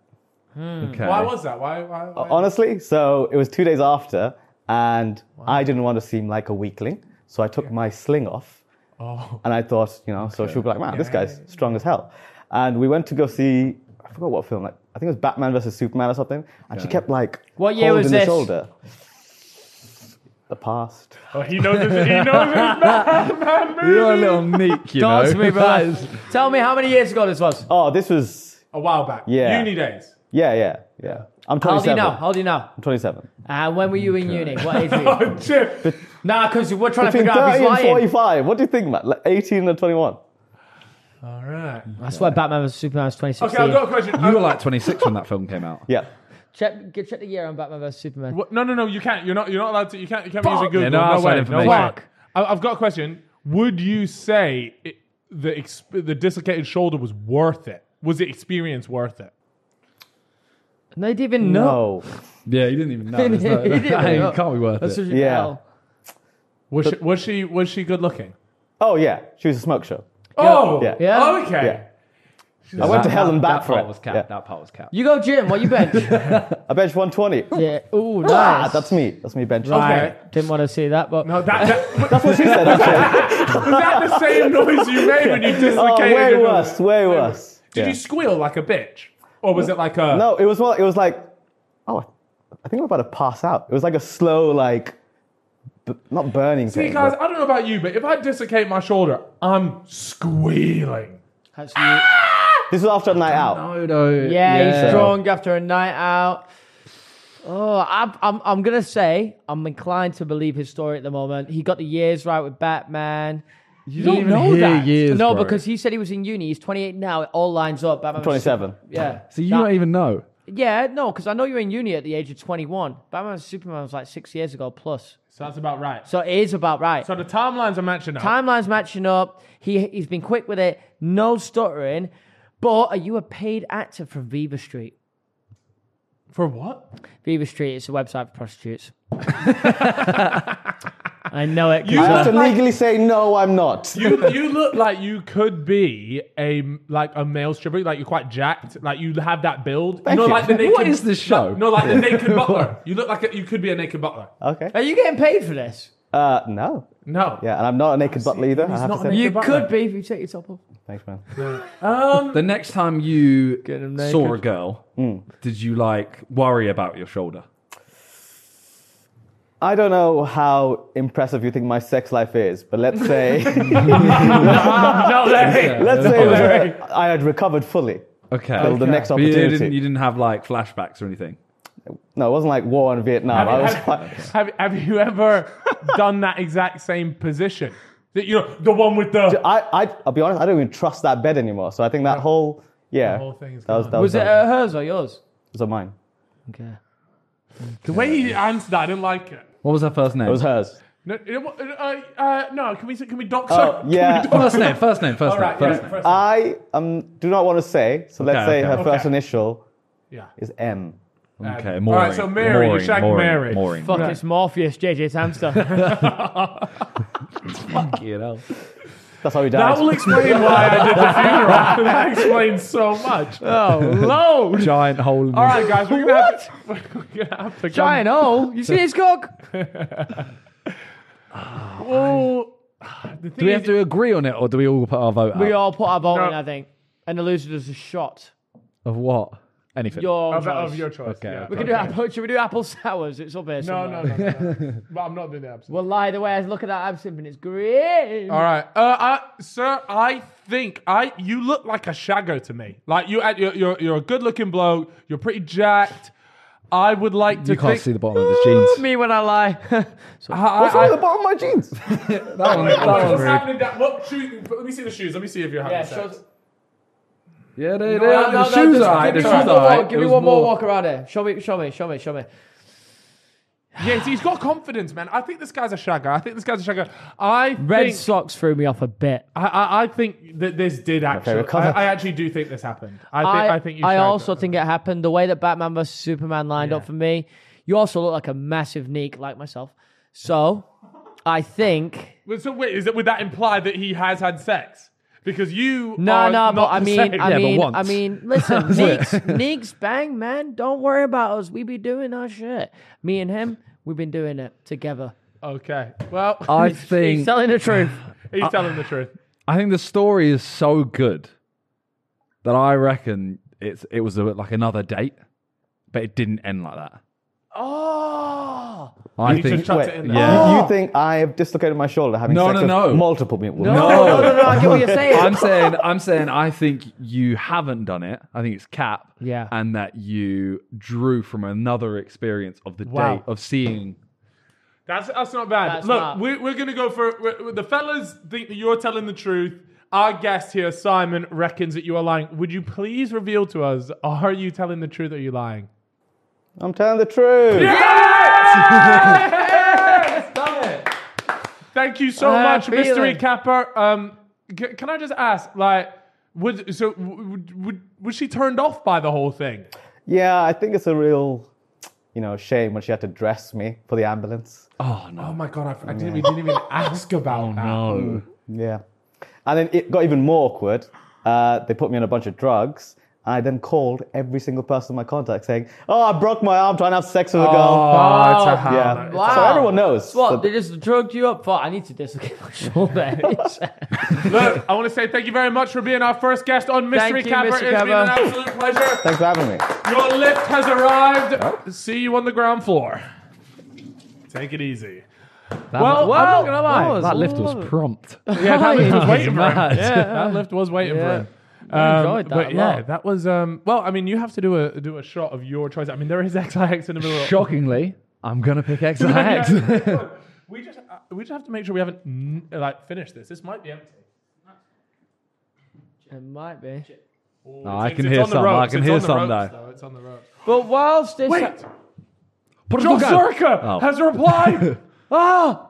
Speaker 3: Okay.
Speaker 1: Why was that? Why? why, why?
Speaker 5: Honestly, so it was two days after, and I didn't want to seem like a weakling, so I took my sling off,
Speaker 1: Oh.
Speaker 5: and I thought, you know, so she'll be like, "Wow, this guy's strong as hell." And we went to go see, I forgot what film, like I think it was Batman versus Superman or something, and she kept like
Speaker 2: What year
Speaker 5: holding
Speaker 2: was
Speaker 5: the
Speaker 2: this?
Speaker 5: shoulder. The past.
Speaker 1: Oh, he knows. His, he knows. His Batman movie.
Speaker 3: You're a little meek, you
Speaker 2: Talk
Speaker 3: know.
Speaker 2: to me, bro. Tell me how many years ago this was.
Speaker 5: Oh, this was
Speaker 1: A while back.
Speaker 5: Yeah.
Speaker 1: Uni days.
Speaker 5: yeah, yeah, yeah. I'm
Speaker 2: How old
Speaker 5: 27.
Speaker 2: you now? How old you now?
Speaker 5: I'm 27.
Speaker 2: Uh, when were you in uni? What age were you?
Speaker 1: Oh, Chip.
Speaker 2: nah, because we're trying to
Speaker 5: Between
Speaker 2: figure out if
Speaker 5: 30
Speaker 2: he's
Speaker 5: and
Speaker 2: lying.
Speaker 5: 45. What do you think, Matt? Like 18 and 21.
Speaker 1: All right.
Speaker 2: That's why Batman vs Superman was
Speaker 1: Okay,
Speaker 2: 2016.
Speaker 1: I've got a question.
Speaker 3: You
Speaker 1: Uh,
Speaker 3: were like 26 when that film came out.
Speaker 5: Yeah.
Speaker 2: check, get- check the year on Batman vs Superman.
Speaker 1: what- no, no, no. You can't. You're not. You're not allowed to. You can't. You can't be using
Speaker 2: Fuck.
Speaker 1: Google.
Speaker 3: Yeah, no
Speaker 1: no
Speaker 3: outside
Speaker 1: way. No way.
Speaker 3: information.
Speaker 1: I,
Speaker 2: Fuck.
Speaker 1: I've got a question. Would you say it, the exp- the dislocated shoulder was worth it? Was the experience worth it?
Speaker 2: No, he didn't even know.
Speaker 5: no.
Speaker 3: Yeah, you didn't even know. There's No,
Speaker 2: You didn't even
Speaker 3: Hey,
Speaker 2: know.
Speaker 3: it can't be worth
Speaker 2: That's
Speaker 3: it.
Speaker 2: just
Speaker 5: Yeah.
Speaker 2: hell.
Speaker 1: Was she, was she was she good looking?
Speaker 5: Oh, yeah. She was a smoke show.
Speaker 1: Oh,
Speaker 5: Yeah.
Speaker 2: Yeah.
Speaker 1: Okay.
Speaker 5: Yeah. I went to hell and back
Speaker 3: that
Speaker 5: for
Speaker 3: part
Speaker 5: it.
Speaker 3: was capped.
Speaker 5: Yeah.
Speaker 3: That part was capped.
Speaker 2: You go, Jim. What you bench?
Speaker 5: I bench 120.
Speaker 2: yeah. Ooh,
Speaker 5: Ah,
Speaker 2: nice.
Speaker 5: that's me. That's me bench.
Speaker 2: Right.
Speaker 1: Okay.
Speaker 2: Didn't want to see that, but
Speaker 1: No, that, that, was
Speaker 5: That's what she said. Actually.
Speaker 1: that the same noise you made when you dislocated?
Speaker 5: Oh, way
Speaker 1: your-
Speaker 5: worse. Way worse.
Speaker 1: Did
Speaker 5: Yeah.
Speaker 1: you squeal like a bitch, or was it like a?
Speaker 5: No, it was more. It was like, oh, I think I'm about to pass out. It was like a slow, like, b- not burning
Speaker 1: See,
Speaker 5: pain.
Speaker 1: guys,
Speaker 5: but-
Speaker 1: I don't know about you, but if I dislocate my shoulder, I'm squealing.
Speaker 2: That's you.
Speaker 5: this was after a night out.
Speaker 3: No, no.
Speaker 2: Yeah, he's drunk after a night out. Oh, I'm, I'm, I'm gonna say I'm inclined to believe his story at the moment. He got the years right with Batman.
Speaker 3: You
Speaker 2: don't
Speaker 3: even
Speaker 2: know
Speaker 3: hear
Speaker 2: that.
Speaker 3: years,
Speaker 2: no,
Speaker 3: bro.
Speaker 2: because he said he was in uni. He's 28 now. It all lines up. Batman versus
Speaker 5: 27.
Speaker 2: Yeah.
Speaker 3: So you
Speaker 2: That-
Speaker 3: don't even know.
Speaker 2: Yeah, no, because I know you're in uni at the age of 21. Batman vs Superman was like six years ago plus.
Speaker 1: So that's about right.
Speaker 2: So it is about right.
Speaker 1: So the timelines are matching up.
Speaker 2: Timeline's matching up. He he's been quick with it. No stuttering. But are you a paid actor for Viva Street?
Speaker 1: For what?
Speaker 2: Viva Street is a website for prostitutes. I know it. 'cause uh,
Speaker 1: You
Speaker 5: I
Speaker 2: I-
Speaker 5: have to legally say no, I'm not.
Speaker 1: You, you look like you could be a like a male stripper. Like you're quite jacked. Like you have that build.
Speaker 5: Thank
Speaker 1: no,
Speaker 5: you.
Speaker 1: like the naked.
Speaker 3: What is this show?
Speaker 1: No, like the naked butler. You look like a, you could be a naked butler.
Speaker 5: Okay.
Speaker 2: Are you getting paid for this?
Speaker 5: Uh, no.
Speaker 1: No.
Speaker 5: Yeah, and I'm not a naked butler either. I
Speaker 1: he's
Speaker 5: have to
Speaker 1: not a
Speaker 5: say.
Speaker 1: naked-
Speaker 2: You
Speaker 1: Butler.
Speaker 2: could be if you take your top off.
Speaker 5: Thanks, man.
Speaker 3: The next time you
Speaker 2: him
Speaker 3: saw a
Speaker 2: naked.
Speaker 3: girl, did you like worry about your shoulder?
Speaker 5: I don't know how impressive you think my sex life is, but let's say,
Speaker 1: No, Larry.
Speaker 5: let's say it was a- I had recovered fully.
Speaker 3: Okay.
Speaker 5: Till the next
Speaker 3: But you didn't,
Speaker 5: opportunity.
Speaker 3: you didn't have like flashbacks or anything.
Speaker 5: no, it wasn't like war in Vietnam. I was
Speaker 1: have,
Speaker 5: like,
Speaker 1: have, have you ever done that exact same position? That you know, the one with the
Speaker 5: I, I, I'll be honest, I don't even trust that bed anymore. So I think that whole, yeah,
Speaker 1: whole thing is
Speaker 5: that was
Speaker 1: gone.
Speaker 5: that was,
Speaker 2: Was it
Speaker 5: that
Speaker 2: uh, hers or yours?
Speaker 5: was on mine.
Speaker 2: Okay.
Speaker 1: the way he answered that, I didn't like it.
Speaker 3: What was her first name?
Speaker 5: It was hers.
Speaker 1: No, it wa- uh, uh, no, can we can we dox
Speaker 5: Oh,
Speaker 1: her?
Speaker 5: yeah.
Speaker 3: First name, first name, first
Speaker 1: All right,
Speaker 3: name, first
Speaker 1: yeah,
Speaker 3: name.
Speaker 1: first name.
Speaker 5: I um do not want to say. So let's
Speaker 3: Okay,
Speaker 5: say
Speaker 3: okay.
Speaker 5: her first
Speaker 1: Okay.
Speaker 5: initial
Speaker 1: Yeah.
Speaker 5: is M.
Speaker 3: Okay,
Speaker 1: Um,
Speaker 3: Maureen.
Speaker 1: All right, so Mary, you
Speaker 3: Maureen,
Speaker 1: shag
Speaker 3: Maureen,
Speaker 1: Mary.
Speaker 3: Maureen.
Speaker 2: Fuck,
Speaker 1: Right.
Speaker 2: it's Morpheus, JJ's hamster.
Speaker 3: you know.
Speaker 5: That's how he died.
Speaker 1: That will explain why I did the funeral. that explains so much.
Speaker 2: oh, load.
Speaker 3: Giant hole.
Speaker 1: All right, guys, we're gonna have to, we're gonna have to
Speaker 2: Giant hole. You see his cock?
Speaker 1: Come, well, Oh, the thing
Speaker 3: Do we
Speaker 1: is-
Speaker 3: have to agree on it, or do we all put our vote
Speaker 2: We
Speaker 3: out?
Speaker 2: all put our vote
Speaker 1: No.
Speaker 2: in, I think. And the loser does a shot.
Speaker 3: Of what? Anything.
Speaker 2: Your
Speaker 1: of,
Speaker 2: choice.
Speaker 1: of your choice.
Speaker 3: Okay,
Speaker 1: yeah.
Speaker 3: okay.
Speaker 2: we can do apple, should we do apple sours? It's up here
Speaker 1: No,
Speaker 2: somewhere.
Speaker 1: no, no. no, no. but I'm not doing the absent.
Speaker 2: Well, lie the way I look at that absinthe and it's green.
Speaker 1: All right, uh, uh, sir. I think I you look like a shagger to me. Like you, you're you're, you're a good-looking bloke. You're pretty jacked. I would like to
Speaker 3: you can't
Speaker 1: think-
Speaker 3: see the bottom of his jeans.
Speaker 2: Me when I lie.
Speaker 1: I-
Speaker 5: What's
Speaker 1: I-
Speaker 5: wrong
Speaker 1: I-
Speaker 5: with the bottom of my jeans?
Speaker 1: What's happening? down- What shoe? Let me see the shoes. Let me see if you're having
Speaker 2: yeah,
Speaker 1: sex.
Speaker 2: shows-
Speaker 3: Yeah,
Speaker 2: No,
Speaker 3: they, they,
Speaker 2: no,
Speaker 3: the
Speaker 2: no,
Speaker 3: shoes
Speaker 2: just
Speaker 3: are right.
Speaker 2: Give
Speaker 3: The
Speaker 2: me one
Speaker 3: shoes are
Speaker 2: more
Speaker 3: right.
Speaker 2: walk. Give
Speaker 3: It
Speaker 2: me
Speaker 3: was
Speaker 2: one more
Speaker 3: more-
Speaker 2: walk around here. Show me, show me, show me, show me.
Speaker 1: Yeah, see, he's got confidence, man. I think this guy's a shagger. I think this guy's a shagger. I
Speaker 2: Red
Speaker 1: think,
Speaker 2: socks threw me off a bit.
Speaker 1: I, I, I think that this did actually.
Speaker 5: we're covered.
Speaker 1: I, I actually do think this happened. I think.
Speaker 2: I,
Speaker 1: I, think you. shagger.
Speaker 2: also think it happened the way that Batman vs Superman lined
Speaker 1: Yeah.
Speaker 2: up for me. You also look like a massive neek, like myself. So, I think
Speaker 1: Well, So wait, is it? Would that imply that he has had sex? Because you.
Speaker 2: no,
Speaker 1: are
Speaker 2: no,
Speaker 1: not
Speaker 2: but I
Speaker 1: the
Speaker 2: mean,
Speaker 1: same.
Speaker 2: I
Speaker 3: Yeah, but
Speaker 2: mean,
Speaker 3: once.
Speaker 2: I mean. Listen, neeks, neeks, bang, man. Don't worry about us. We be doing our shit. Me and him, we've been doing it together.
Speaker 1: Okay. Well,
Speaker 3: I
Speaker 2: He's
Speaker 3: think.
Speaker 2: telling the truth. Uh,
Speaker 1: he's telling the truth.
Speaker 3: I think the story is so good that I reckon it's it was a, like another date, but it didn't end like that.
Speaker 2: Oh,
Speaker 3: I
Speaker 1: You
Speaker 3: think.
Speaker 1: just chucked
Speaker 5: Wait,
Speaker 1: it Oh. in there.
Speaker 3: yeah.
Speaker 5: You think I have dislocated my shoulder having
Speaker 3: No,
Speaker 5: sex
Speaker 3: no,
Speaker 5: with
Speaker 3: no.
Speaker 5: multiple people?
Speaker 3: No.
Speaker 2: no, no, no! I get what you're saying.
Speaker 3: I'm saying I'm saying I think you haven't done it. I think it's cap.
Speaker 2: Yeah.
Speaker 3: And that you drew from another experience of the
Speaker 1: Wow.
Speaker 3: date of seeing
Speaker 1: That's that's not bad.
Speaker 2: That's
Speaker 1: Look,
Speaker 2: not-
Speaker 1: We're, we're gonna go for we the fellas think that you're telling the truth. Our guest here, Simon, reckons that you are lying. Would you please reveal to us? Are you telling the truth? Or are you lying?
Speaker 5: I'm telling the truth.
Speaker 1: Thank you so
Speaker 2: I had
Speaker 1: much,
Speaker 2: a feeling.
Speaker 1: Mystery Capper. Um, c- can I just ask, like, would so would, would was she turned off by the whole thing?
Speaker 5: Yeah, I think it's a real, you know, shame when she had to dress me for the ambulance.
Speaker 3: Oh no.
Speaker 1: Oh my god, I, I didn't, we didn't even ask
Speaker 2: Oh,
Speaker 1: about that.
Speaker 3: No.
Speaker 5: Yeah. And then it got even more awkward. Uh, they put me on a bunch of drugs. And I then called every single person in my contact saying, Oh, I broke my arm trying to have sex with a girl.
Speaker 1: Oh, it's a hammer.
Speaker 5: yeah.
Speaker 1: It's
Speaker 2: Wow.
Speaker 5: So everyone knows.
Speaker 2: What?
Speaker 5: that-
Speaker 2: They just drugged you up for? I need to dislocate my shoulder.
Speaker 1: Look, I want to say thank you very much for being our first guest on Mystery
Speaker 2: Thank you,
Speaker 1: Capper.
Speaker 2: Mr.
Speaker 1: It's been an
Speaker 2: Capper.
Speaker 1: absolute pleasure.
Speaker 5: Thanks for having me.
Speaker 1: Your lift has arrived. See you on the ground floor. Take it easy.
Speaker 3: That,
Speaker 1: Well,
Speaker 3: that-
Speaker 1: I'm not gonna lie.
Speaker 3: that lift was prompt.
Speaker 1: Yeah, that lift was waiting for him.
Speaker 3: Mad.
Speaker 1: Yeah, that lift was waiting for him. Um,
Speaker 2: enjoyed that
Speaker 1: but
Speaker 2: a
Speaker 1: yeah,
Speaker 2: lot.
Speaker 1: that was um, well. I mean, you have to do a do a shot of your choice. I mean, there is XIX in the middle.
Speaker 3: Shockingly, I'm gonna pick X and X.
Speaker 1: Yeah. we just uh, we just have to make sure we haven't n- like finished this. This might be empty.
Speaker 2: it might be.
Speaker 3: No, I
Speaker 1: It's-
Speaker 3: can
Speaker 1: it's
Speaker 3: hear
Speaker 1: on the
Speaker 3: some. I
Speaker 1: ropes.
Speaker 3: can
Speaker 1: It's
Speaker 3: hear
Speaker 1: on the
Speaker 3: some
Speaker 1: ropes,
Speaker 3: though.
Speaker 1: though. It's on the ropes.
Speaker 2: But whilst this,
Speaker 1: Wait, John
Speaker 3: Portugal.
Speaker 1: Zerka
Speaker 3: Oh.
Speaker 1: has replied.
Speaker 2: ah,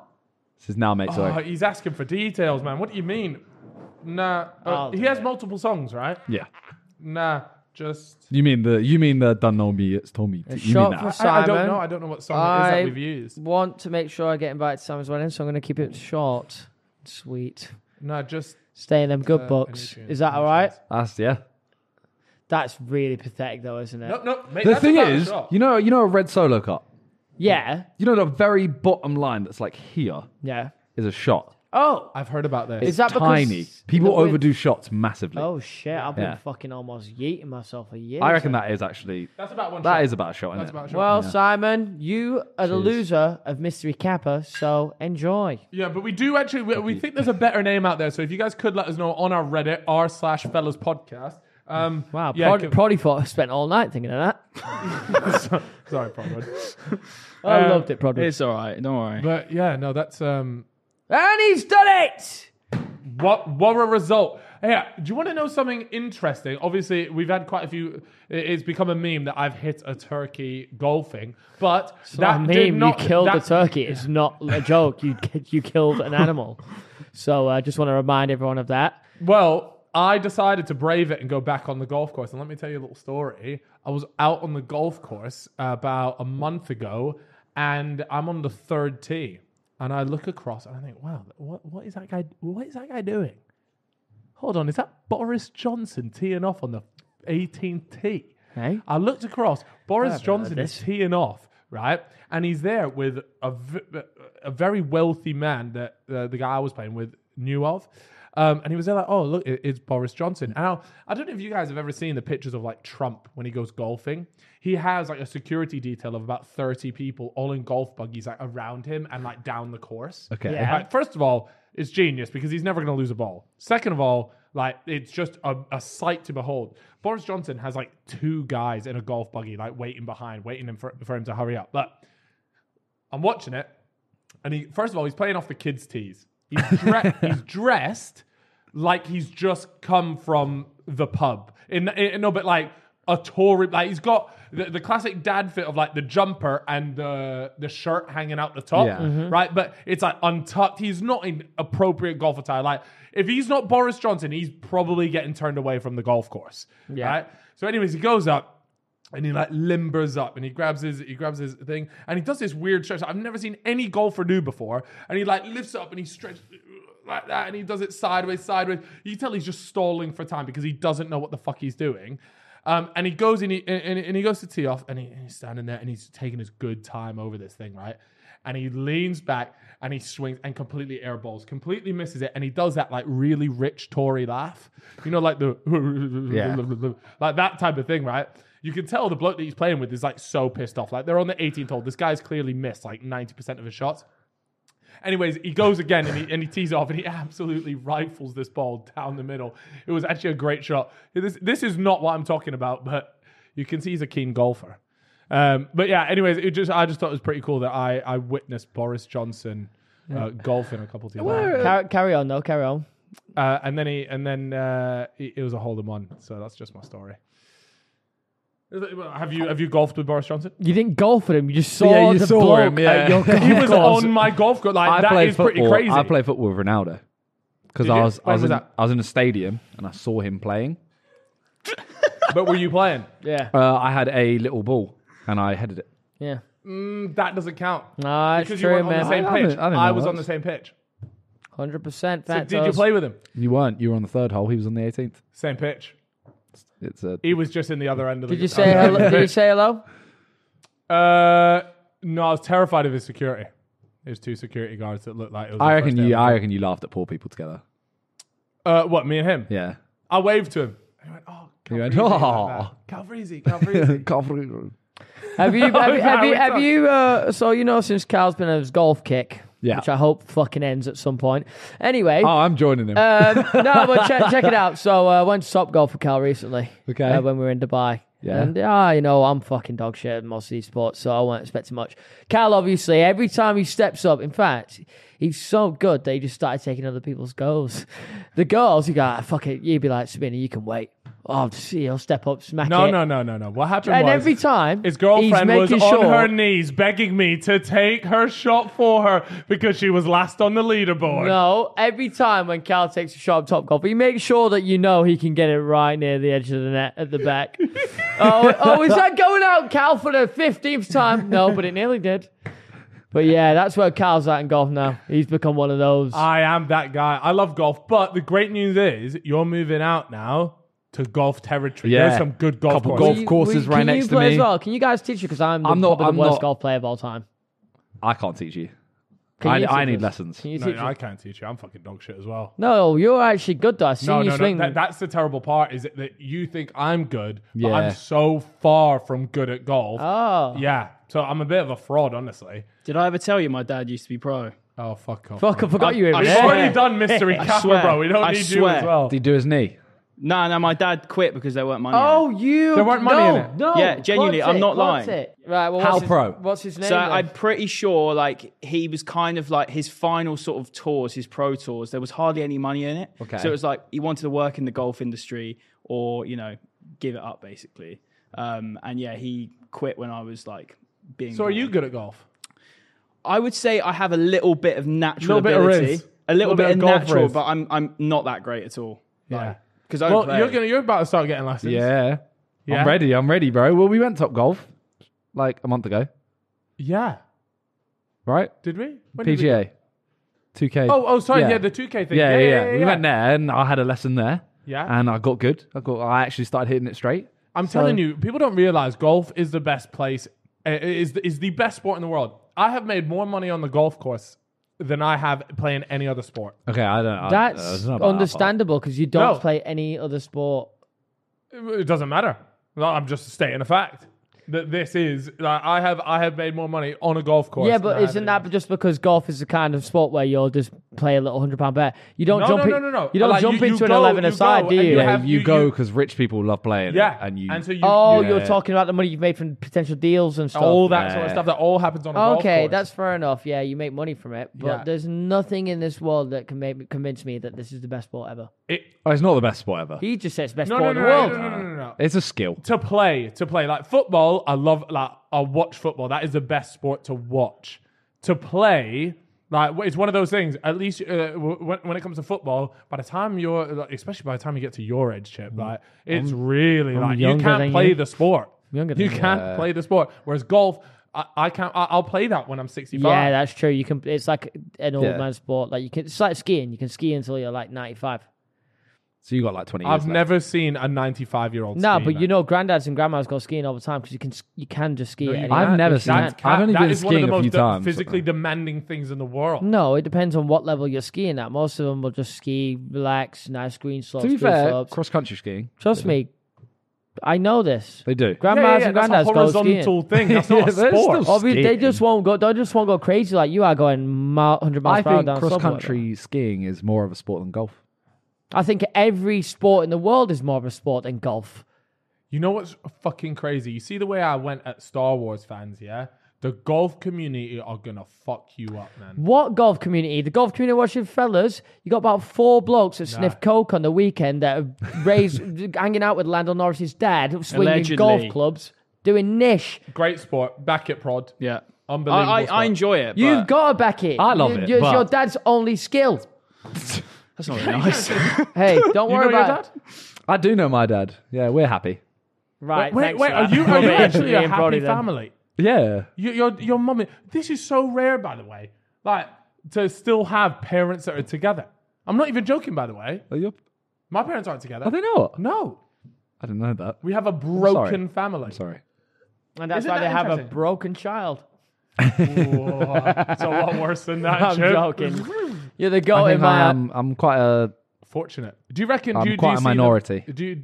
Speaker 3: This is now, mate. Sorry.
Speaker 1: oh, he's asking for details, man. What do you mean? Nah, uh,
Speaker 2: I'll
Speaker 1: he
Speaker 2: do
Speaker 1: has
Speaker 2: it.
Speaker 1: multiple songs, right?
Speaker 3: yeah.
Speaker 1: Nah, just
Speaker 3: You mean the? You mean the? Don't know me. It's told me. You mean
Speaker 2: shot
Speaker 3: that?
Speaker 2: for
Speaker 1: I, I don't
Speaker 2: Simon.
Speaker 1: know. I don't know what song it
Speaker 2: I
Speaker 1: is that we've used.
Speaker 2: want to make sure I get invited to Simon's wedding, so I'm going to keep it short, and sweet.
Speaker 1: Nah, just
Speaker 2: Stay in them good
Speaker 1: Uh,
Speaker 2: books.
Speaker 1: nutrients,
Speaker 2: Is that all right?
Speaker 3: That's yeah.
Speaker 2: That's really pathetic, though, isn't it?
Speaker 1: no, no. Mate,
Speaker 3: The
Speaker 1: that's
Speaker 3: thing
Speaker 1: about a
Speaker 3: is,
Speaker 1: shot.
Speaker 3: you know, you know, a red solo cup.
Speaker 2: Yeah,
Speaker 3: You know, the very bottom line that's like here
Speaker 2: yeah.
Speaker 3: is a shot.
Speaker 2: Oh,
Speaker 1: I've heard about this.
Speaker 2: is that because
Speaker 3: Tiny. People
Speaker 2: the wind-
Speaker 3: overdo shots massively.
Speaker 2: Oh shit! I've been
Speaker 3: Yeah.
Speaker 2: fucking almost yeeting myself for years.
Speaker 3: I reckon that is actually.
Speaker 1: that's about one.
Speaker 3: That
Speaker 1: shot.
Speaker 3: is about a shot. Isn't
Speaker 1: That's
Speaker 3: it?
Speaker 1: about a shot.
Speaker 2: Well, Simon, you are the
Speaker 3: Cheers.
Speaker 2: loser of Mystery Kappa, so enjoy.
Speaker 1: Yeah, but we do actually. We, we think there's a better name out there. So if you guys could let us know on our Reddit r slash Fellas Podcast, Um,
Speaker 2: Wow,
Speaker 1: Yeah,
Speaker 2: Prod-
Speaker 1: give-
Speaker 2: Proddy thought I spent all night thinking of that.
Speaker 1: sorry, Prodwood.
Speaker 2: I
Speaker 1: Um,
Speaker 2: loved it, Proddy.
Speaker 4: It's all right. Don't worry.
Speaker 1: But yeah, no, that's um,
Speaker 2: And he's done it!
Speaker 1: What what a result! Yeah, do you want to know something interesting? Obviously, we've had quite a few. it- It's become a meme that I've hit a turkey golfing, but
Speaker 2: That
Speaker 1: that did
Speaker 2: meme,
Speaker 1: not,
Speaker 2: you killed
Speaker 1: that,
Speaker 2: a turkey, is not a joke. You you killed an animal. So I just want to remind everyone of that.
Speaker 1: Well, I decided to brave it and go back on the golf course. And let me tell you a little story. I was out on the golf course about a month ago, and I'm on the third tee, and I look across and I think, wow, what what is that guy? What is that guy doing? Hold on, is that Boris Johnson teeing off on the 18th tee?
Speaker 2: Hey?
Speaker 1: I looked across. Boris Johnson
Speaker 2: this.
Speaker 1: is teeing off, right? And he's there with a, v- a very wealthy man that uh, the guy I was playing with knew of. Um, and he was there like, oh, look, it- it's Boris Johnson. And I, I don't know if you guys have ever seen the pictures of like Trump when he goes golfing. He has like a security detail of about 30 people all in golf buggies like around him and like down the course.
Speaker 3: Okay.
Speaker 2: Yeah.
Speaker 1: Like, first of all, it's genius because he's never going to lose a ball. Second of all, like it's just a, a sight to behold. Boris Johnson has like two guys in a golf buggy, like waiting behind, waiting him for, for him to hurry up. But I'm watching it, and he first of all he's playing off the kids' tees. He's, dre- he's dressed like he's just come from the pub. In, in no, but like a Tory, like he's got the, the classic dad fit of like the jumper and the the shirt hanging out the top,
Speaker 3: Yeah. Mhm.
Speaker 1: right? But it's like untucked. He's not in appropriate golf attire. Like if he's not Boris Johnson, he's probably getting turned away from the golf course,
Speaker 2: Yeah.
Speaker 1: right? So, anyways, he goes up and he like limbers up and he grabs his he grabs his thing and he does this weird stretch. I've never seen any golfer do before. And he like lifts up and he stretches like that and he does it sideways, sideways. You can tell he's just stalling for time because he doesn't know what the fuck he's doing. Um, and he goes and he and, and he goes to tee off and, he, and he's standing there and he's taking his good time over this thing, right? And he leans back and he swings and completely airballs, completely misses it, and he does that like really rich Tory laugh, you know, like the like that type of thing, right? You can tell the bloke that he's playing with is like so pissed off. Like they're on the 18th hole. This guy's clearly missed like 90% of his shots. Anyways, he goes again and he, and he tees off and he absolutely rifles this ball down the middle. It was actually a great shot. This, this is not what I'm talking about, but you can see he's a keen golfer. Um, but yeah, anyways, it just I just thought it was pretty cool that I, I witnessed Boris Johnson uh, golfing a couple of times,
Speaker 3: Uh,
Speaker 2: Carry, carry on, though, carry on.
Speaker 1: uh, and then he and then uh, it, it was a hole in one. So that's just my story. Have you have you golfed with Boris Johnson?
Speaker 2: You didn't golf with him, you just saw
Speaker 3: Yeah, you
Speaker 2: Oh, the
Speaker 3: saw
Speaker 2: bloke
Speaker 3: him, yeah.
Speaker 2: at your golf
Speaker 1: He was
Speaker 2: course.
Speaker 1: on my golf course. Like
Speaker 3: I
Speaker 1: that
Speaker 3: played
Speaker 1: is pretty
Speaker 3: football.
Speaker 1: crazy.
Speaker 3: I played football with Ronaldo because
Speaker 1: Did
Speaker 3: I
Speaker 1: you?
Speaker 3: was I
Speaker 1: When
Speaker 3: was,
Speaker 1: was
Speaker 3: in,
Speaker 1: that?
Speaker 3: I was in a stadium and I saw him playing.
Speaker 1: but were you playing?
Speaker 2: Yeah,
Speaker 3: Uh, I had a little ball and I headed it.
Speaker 2: yeah.
Speaker 1: That doesn't count.
Speaker 2: No, it's
Speaker 1: Because you
Speaker 2: true,
Speaker 1: weren't on the
Speaker 2: man.
Speaker 1: same
Speaker 3: I didn't-
Speaker 1: pitch.
Speaker 3: I didn't
Speaker 1: I,
Speaker 3: know
Speaker 1: was
Speaker 3: that.
Speaker 1: on the same pitch.
Speaker 2: 100%
Speaker 1: So
Speaker 2: factos.
Speaker 1: did you play with him?
Speaker 3: You weren't. You were on the third hole. He was on the 18th.
Speaker 1: Same pitch.
Speaker 3: It's a
Speaker 1: He was just in the other end of the.
Speaker 2: Did you say hello? Did you say hello?
Speaker 1: Uh, no, I was terrified of his security. There's two security guards that looked like. It was
Speaker 3: I
Speaker 1: the
Speaker 3: reckon
Speaker 1: first day
Speaker 3: you.
Speaker 1: of-
Speaker 3: I reckon you laughed at poor people together.
Speaker 1: Uh, what? Me and him.
Speaker 3: Yeah.
Speaker 1: I waved to him. He went, "Oh,
Speaker 3: You went, "Oh."
Speaker 1: Calfreezy, Calfreezy, Calfreezy."
Speaker 2: Have you, have you, have you,
Speaker 1: Alex,
Speaker 2: have you uh, so you know, since Carl's been on his golf kick,
Speaker 3: Yeah.
Speaker 2: which I hope fucking ends at some point. Anyway,
Speaker 3: Oh, I'm joining
Speaker 1: Uh,
Speaker 3: him.
Speaker 2: um, no, but check, check it out. So uh, I went to Top Golf with Cal recently.
Speaker 3: Okay.
Speaker 2: uh, when we were in Dubai.
Speaker 3: Yeah.
Speaker 2: And ah, you know, I'm fucking dog shit at most of these sports, so I weren't expecting much. Cal, obviously, every time he steps up, in fact, he's so good that he just started taking other people's goals. The girls, you go, ah, fuck it. You'd be like, Sabina, you can wait. Oh, see, he'll step up, smack
Speaker 1: no,
Speaker 2: it.
Speaker 1: no, no, no, no. What happened
Speaker 2: And
Speaker 1: was
Speaker 2: every time,
Speaker 1: his girlfriend
Speaker 2: he's
Speaker 1: was
Speaker 2: making
Speaker 1: on
Speaker 2: sure,
Speaker 1: her knees begging me to take her shot for her because she was last on the leaderboard.
Speaker 2: No, every time when Cal takes a shot at top golf, he makes sure that you know he can get it right near the edge of the net at the back. oh, oh, is that going out, Cal, for the fifteenth time? No, but it nearly did. But yeah, that's where Cal's at in golf now. He's become one of those.
Speaker 3: Ah,
Speaker 1: I am that guy. I love golf, but the great news is you're moving out now to golf territory.
Speaker 3: Yeah.
Speaker 1: There's some good golf
Speaker 3: Couple
Speaker 1: courses.
Speaker 3: golf courses right
Speaker 2: can
Speaker 3: next
Speaker 2: you
Speaker 3: to
Speaker 2: play
Speaker 3: me.
Speaker 2: As well? Can you guys teach you? Because I'm, the-
Speaker 3: I'm not-
Speaker 2: probably
Speaker 3: I'm
Speaker 2: the worst
Speaker 3: not-
Speaker 2: golf player of all time.
Speaker 3: I can't teach you.
Speaker 2: Can
Speaker 3: I,
Speaker 2: you
Speaker 3: I
Speaker 2: teach
Speaker 3: need
Speaker 2: us?
Speaker 3: lessons.
Speaker 2: Can you
Speaker 1: No,
Speaker 2: teach
Speaker 1: no,
Speaker 2: us?
Speaker 1: I can't teach you. I'm fucking dog shit as well.
Speaker 2: No, you're actually good though. I've seen
Speaker 1: No,
Speaker 2: you
Speaker 1: no, no.
Speaker 2: swing.
Speaker 1: That, that's the terrible part is that, that you think I'm good, but
Speaker 3: Yeah.
Speaker 1: I'm so far from good at golf.
Speaker 2: oh,
Speaker 1: Yeah. So I'm a bit of a fraud, honestly.
Speaker 4: Did I ever tell you my dad used to be pro?
Speaker 1: Oh, fuck off.
Speaker 2: fuck! I forgot you were even
Speaker 4: I
Speaker 1: We've
Speaker 2: there.
Speaker 4: swear.
Speaker 1: already done mystery
Speaker 4: I
Speaker 1: camera,
Speaker 4: swear.
Speaker 1: bro. We don't
Speaker 4: I
Speaker 1: need you
Speaker 4: swear.
Speaker 1: as well.
Speaker 3: Did he do his knee?
Speaker 4: No, no, my dad quit because there weren't money. in it.
Speaker 2: Oh, you.
Speaker 1: There weren't money in
Speaker 2: no,
Speaker 1: it.
Speaker 2: No.
Speaker 4: Yeah, genuinely,
Speaker 2: clocked
Speaker 4: I'm
Speaker 2: it,
Speaker 4: not
Speaker 2: clocked
Speaker 4: lying.
Speaker 2: it. Right. Well, what's
Speaker 3: How
Speaker 2: his,
Speaker 3: pro?
Speaker 2: What's his name?
Speaker 4: So
Speaker 2: then?
Speaker 4: I'm pretty sure, like he was kind of like his final sort of tours, his pro tours. There was hardly any money in it.
Speaker 3: Okay.
Speaker 4: So it was like he wanted to work in the golf industry or you know give it up basically. Um, and yeah, he quit when I was like being.
Speaker 1: So are
Speaker 4: born.
Speaker 1: you good at golf?
Speaker 4: I would say I have a little bit of natural
Speaker 1: Little bit of
Speaker 4: ability,
Speaker 1: riz.
Speaker 4: a little,
Speaker 1: Little bit of
Speaker 4: bit, of
Speaker 1: golf
Speaker 4: natural,
Speaker 1: riz.
Speaker 4: but I'm I'm not that great at all.
Speaker 1: Yeah.
Speaker 4: Because I
Speaker 1: Well,
Speaker 4: play.
Speaker 1: you're gonna you're about to start getting lessons.
Speaker 3: Yeah.
Speaker 1: Yeah.
Speaker 3: I'm ready. I'm ready, bro. Well, we went top golf like a month ago,
Speaker 1: Yeah.
Speaker 3: right?
Speaker 1: Did we? When did we-
Speaker 3: PGA, 2K.
Speaker 1: Oh, oh, sorry.
Speaker 3: Yeah.
Speaker 1: Yeah, the 2K thing.
Speaker 3: yeah, yeah, yeah, We
Speaker 1: yeah.
Speaker 3: went there, and I had a lesson there.
Speaker 1: Yeah.
Speaker 3: and I got good. I got. I actually started hitting it straight.
Speaker 1: I'm telling you, people don't realize golf is the best place, uh, is the, is the best sport in the world. I have made more money on the golf course than I have playing any other sport.
Speaker 3: Okay, I don't. I- I,
Speaker 1: Uh,
Speaker 2: That's
Speaker 3: don't know about
Speaker 2: understandable because you don't
Speaker 1: No.
Speaker 2: play any other sport.
Speaker 1: It it doesn't matter. No, I'm just stating a fact that this is like, I have I have made more money on a golf course.
Speaker 2: Yeah,
Speaker 1: than I
Speaker 2: but
Speaker 1: have
Speaker 2: isn't
Speaker 1: any-
Speaker 2: that just because golf is the kind of sport where you'll just play a little hundred pound bet? You don't
Speaker 1: No,
Speaker 2: jump.
Speaker 1: no, no,
Speaker 2: in-
Speaker 1: no, no.
Speaker 2: You don't
Speaker 1: Like,
Speaker 2: jump
Speaker 1: you- you
Speaker 2: into an
Speaker 1: go-
Speaker 2: eleven
Speaker 1: you
Speaker 2: aside,
Speaker 1: go
Speaker 2: do
Speaker 1: and
Speaker 2: you?
Speaker 1: you
Speaker 3: that. Yeah,
Speaker 1: have-
Speaker 3: you
Speaker 1: you-
Speaker 3: go
Speaker 1: you-
Speaker 3: because rich people love playing. it,
Speaker 1: Yeah,
Speaker 3: and you.
Speaker 1: so you
Speaker 2: Oh,
Speaker 1: you-
Speaker 2: you're
Speaker 3: Yeah.
Speaker 2: talking about the money you've made from potential deals and stuff.
Speaker 1: all that sort of
Speaker 3: Yeah.
Speaker 1: stuff that all happens on a golf course.
Speaker 2: Okay, that's fair enough. Yeah, you make money from it, but
Speaker 1: Yeah.
Speaker 2: there's nothing in this world that can make me convince me that this is the best sport ever.
Speaker 1: it,
Speaker 3: Oh, it's not the best sport ever.
Speaker 2: He just says best
Speaker 1: no, no,
Speaker 2: sport
Speaker 1: no,
Speaker 2: in the
Speaker 1: no,
Speaker 2: world.
Speaker 1: no, no, no, no, no.
Speaker 3: It's a skill.
Speaker 1: to play to play like football i love like i watch football that is the best sport to watch to play like it's one of those things at least uh, w- when, when it comes to football by the time you're like, especially by the time you get to your age chip like it's really like you
Speaker 2: Mm. younger
Speaker 1: can't
Speaker 2: than
Speaker 1: play
Speaker 2: you.
Speaker 1: the sport
Speaker 2: Younger
Speaker 1: you
Speaker 2: than you.
Speaker 1: can't play the sport whereas golf i, I can't I, i'll play that when i'm 65
Speaker 2: Yeah, that's true. You can. It's like an old
Speaker 3: Yeah.
Speaker 2: man sport. Like you can. It's like skiing. You can ski until you're like 95.
Speaker 3: So you got like twenty. Years
Speaker 1: i've
Speaker 3: left.
Speaker 1: never seen a 95 year old
Speaker 2: No, but you know, granddads and grandmas go skiing all the time because you can. s- You can just ski. at
Speaker 1: you
Speaker 2: any
Speaker 1: can't.
Speaker 2: time.
Speaker 3: I've never
Speaker 2: You
Speaker 3: seen
Speaker 2: can't.
Speaker 3: that. I've only been
Speaker 1: one of the
Speaker 3: skiing a
Speaker 1: most
Speaker 3: few
Speaker 1: de-
Speaker 3: times.
Speaker 1: physically demanding things in the world
Speaker 2: No, it depends on what level you're skiing at. Most of them will just ski, relax, nice green slopes.
Speaker 3: To be
Speaker 2: good
Speaker 3: fair,
Speaker 2: slopes.
Speaker 3: cross country skiing,
Speaker 2: trust me, I know this.
Speaker 3: they do.
Speaker 1: Yeah,
Speaker 2: Grandmas
Speaker 1: yeah, yeah,
Speaker 2: and
Speaker 1: that's a
Speaker 2: granddads go
Speaker 1: horizontal
Speaker 2: skiing.
Speaker 1: thing. That's not a
Speaker 3: Yeah, that's
Speaker 1: sport.
Speaker 3: still
Speaker 2: Oh, but they
Speaker 3: skiing.
Speaker 2: just won't go. They just won't go crazy like you are going mile, hundred miles
Speaker 3: I
Speaker 2: per hour
Speaker 3: think
Speaker 2: down a
Speaker 3: cross
Speaker 2: slope or whatever.
Speaker 3: country skiing is more of a sport than golf.
Speaker 2: I think every sport in the world is more of a sport than golf.
Speaker 1: You know what's fucking crazy? You see the way I went at Star Wars fans, yeah? The golf community are gonna fuck you up, man.
Speaker 2: What golf community? The golf community watching fellas. You got about four blokes that sniff coke on the weekend that are raised, hanging out with Landon Norris's dad, swinging
Speaker 4: Allegedly.
Speaker 2: golf clubs, doing nish.
Speaker 1: Great sport. Back at prod.
Speaker 4: yeah.
Speaker 1: Unbelievable.
Speaker 4: I, I,
Speaker 1: sport.
Speaker 4: I enjoy it.
Speaker 2: You've
Speaker 4: but
Speaker 2: got to back it.
Speaker 3: I love
Speaker 2: You-
Speaker 3: it,
Speaker 2: you- It's
Speaker 3: but-
Speaker 2: your dad's only skill.
Speaker 4: that's not really nice.
Speaker 2: Hey, don't
Speaker 1: You
Speaker 2: worry
Speaker 1: know your
Speaker 2: about
Speaker 1: dad?
Speaker 2: it.
Speaker 3: I do know my dad. Yeah, we're happy.
Speaker 2: Right.
Speaker 1: Wait,
Speaker 2: thanks
Speaker 1: wait,
Speaker 2: for
Speaker 1: are
Speaker 2: that.
Speaker 1: you, are you
Speaker 2: Brody.
Speaker 1: actually
Speaker 2: Me
Speaker 1: a
Speaker 2: and Brody
Speaker 1: happy
Speaker 2: then.
Speaker 1: family?
Speaker 3: Yeah,
Speaker 1: You, your your mum i- this is so rare, by the way. Like to still have parents that are together. I'm not even joking, by the way.
Speaker 3: are, you,
Speaker 1: My parents aren't together.
Speaker 3: are they not?
Speaker 1: No.
Speaker 3: I didn't know that.
Speaker 1: We have a broken family.
Speaker 3: Sorry.
Speaker 2: And that's
Speaker 1: Isn't
Speaker 2: why
Speaker 1: that
Speaker 2: they have a
Speaker 1: interesting?
Speaker 2: broken child.
Speaker 1: Whoa, it's a lot worse than that.
Speaker 2: I'm
Speaker 1: Chip.
Speaker 2: joking. You're the goat in
Speaker 3: I think
Speaker 2: my.
Speaker 3: I am, I'm quite a.
Speaker 1: Fortunate. Do you reckon?
Speaker 3: I'm
Speaker 1: do, you- do
Speaker 3: quite
Speaker 1: you
Speaker 3: a
Speaker 1: see the-
Speaker 3: minority.
Speaker 1: do you?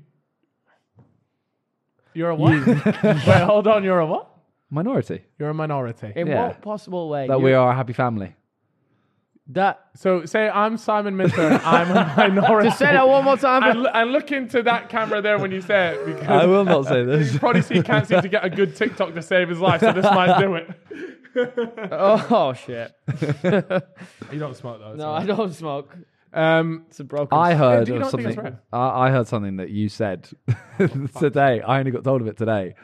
Speaker 1: You're a what? Wait, hold on. You're a what?
Speaker 3: Minority
Speaker 1: You're a minority.
Speaker 2: in
Speaker 3: yeah.
Speaker 2: what possible way?
Speaker 3: that
Speaker 2: You-
Speaker 3: we are a happy family.
Speaker 2: That.
Speaker 1: So say I'm Simon Minter. and I'm a minority.
Speaker 2: Just say that one more time.
Speaker 1: And, l- and look into that camera there when you say it because
Speaker 3: I will not say this.
Speaker 1: you probably see he can't seem to get a good TikTok to save his life. So this might do it.
Speaker 2: oh shit!
Speaker 1: You don't smoke though.
Speaker 2: No, I don't smoke.
Speaker 1: Um,
Speaker 2: It's a broken.
Speaker 3: I heard
Speaker 1: you
Speaker 3: of
Speaker 1: not think
Speaker 3: something.
Speaker 1: it's right? Oh,
Speaker 3: I, I heard something that you said today. I only got told of it today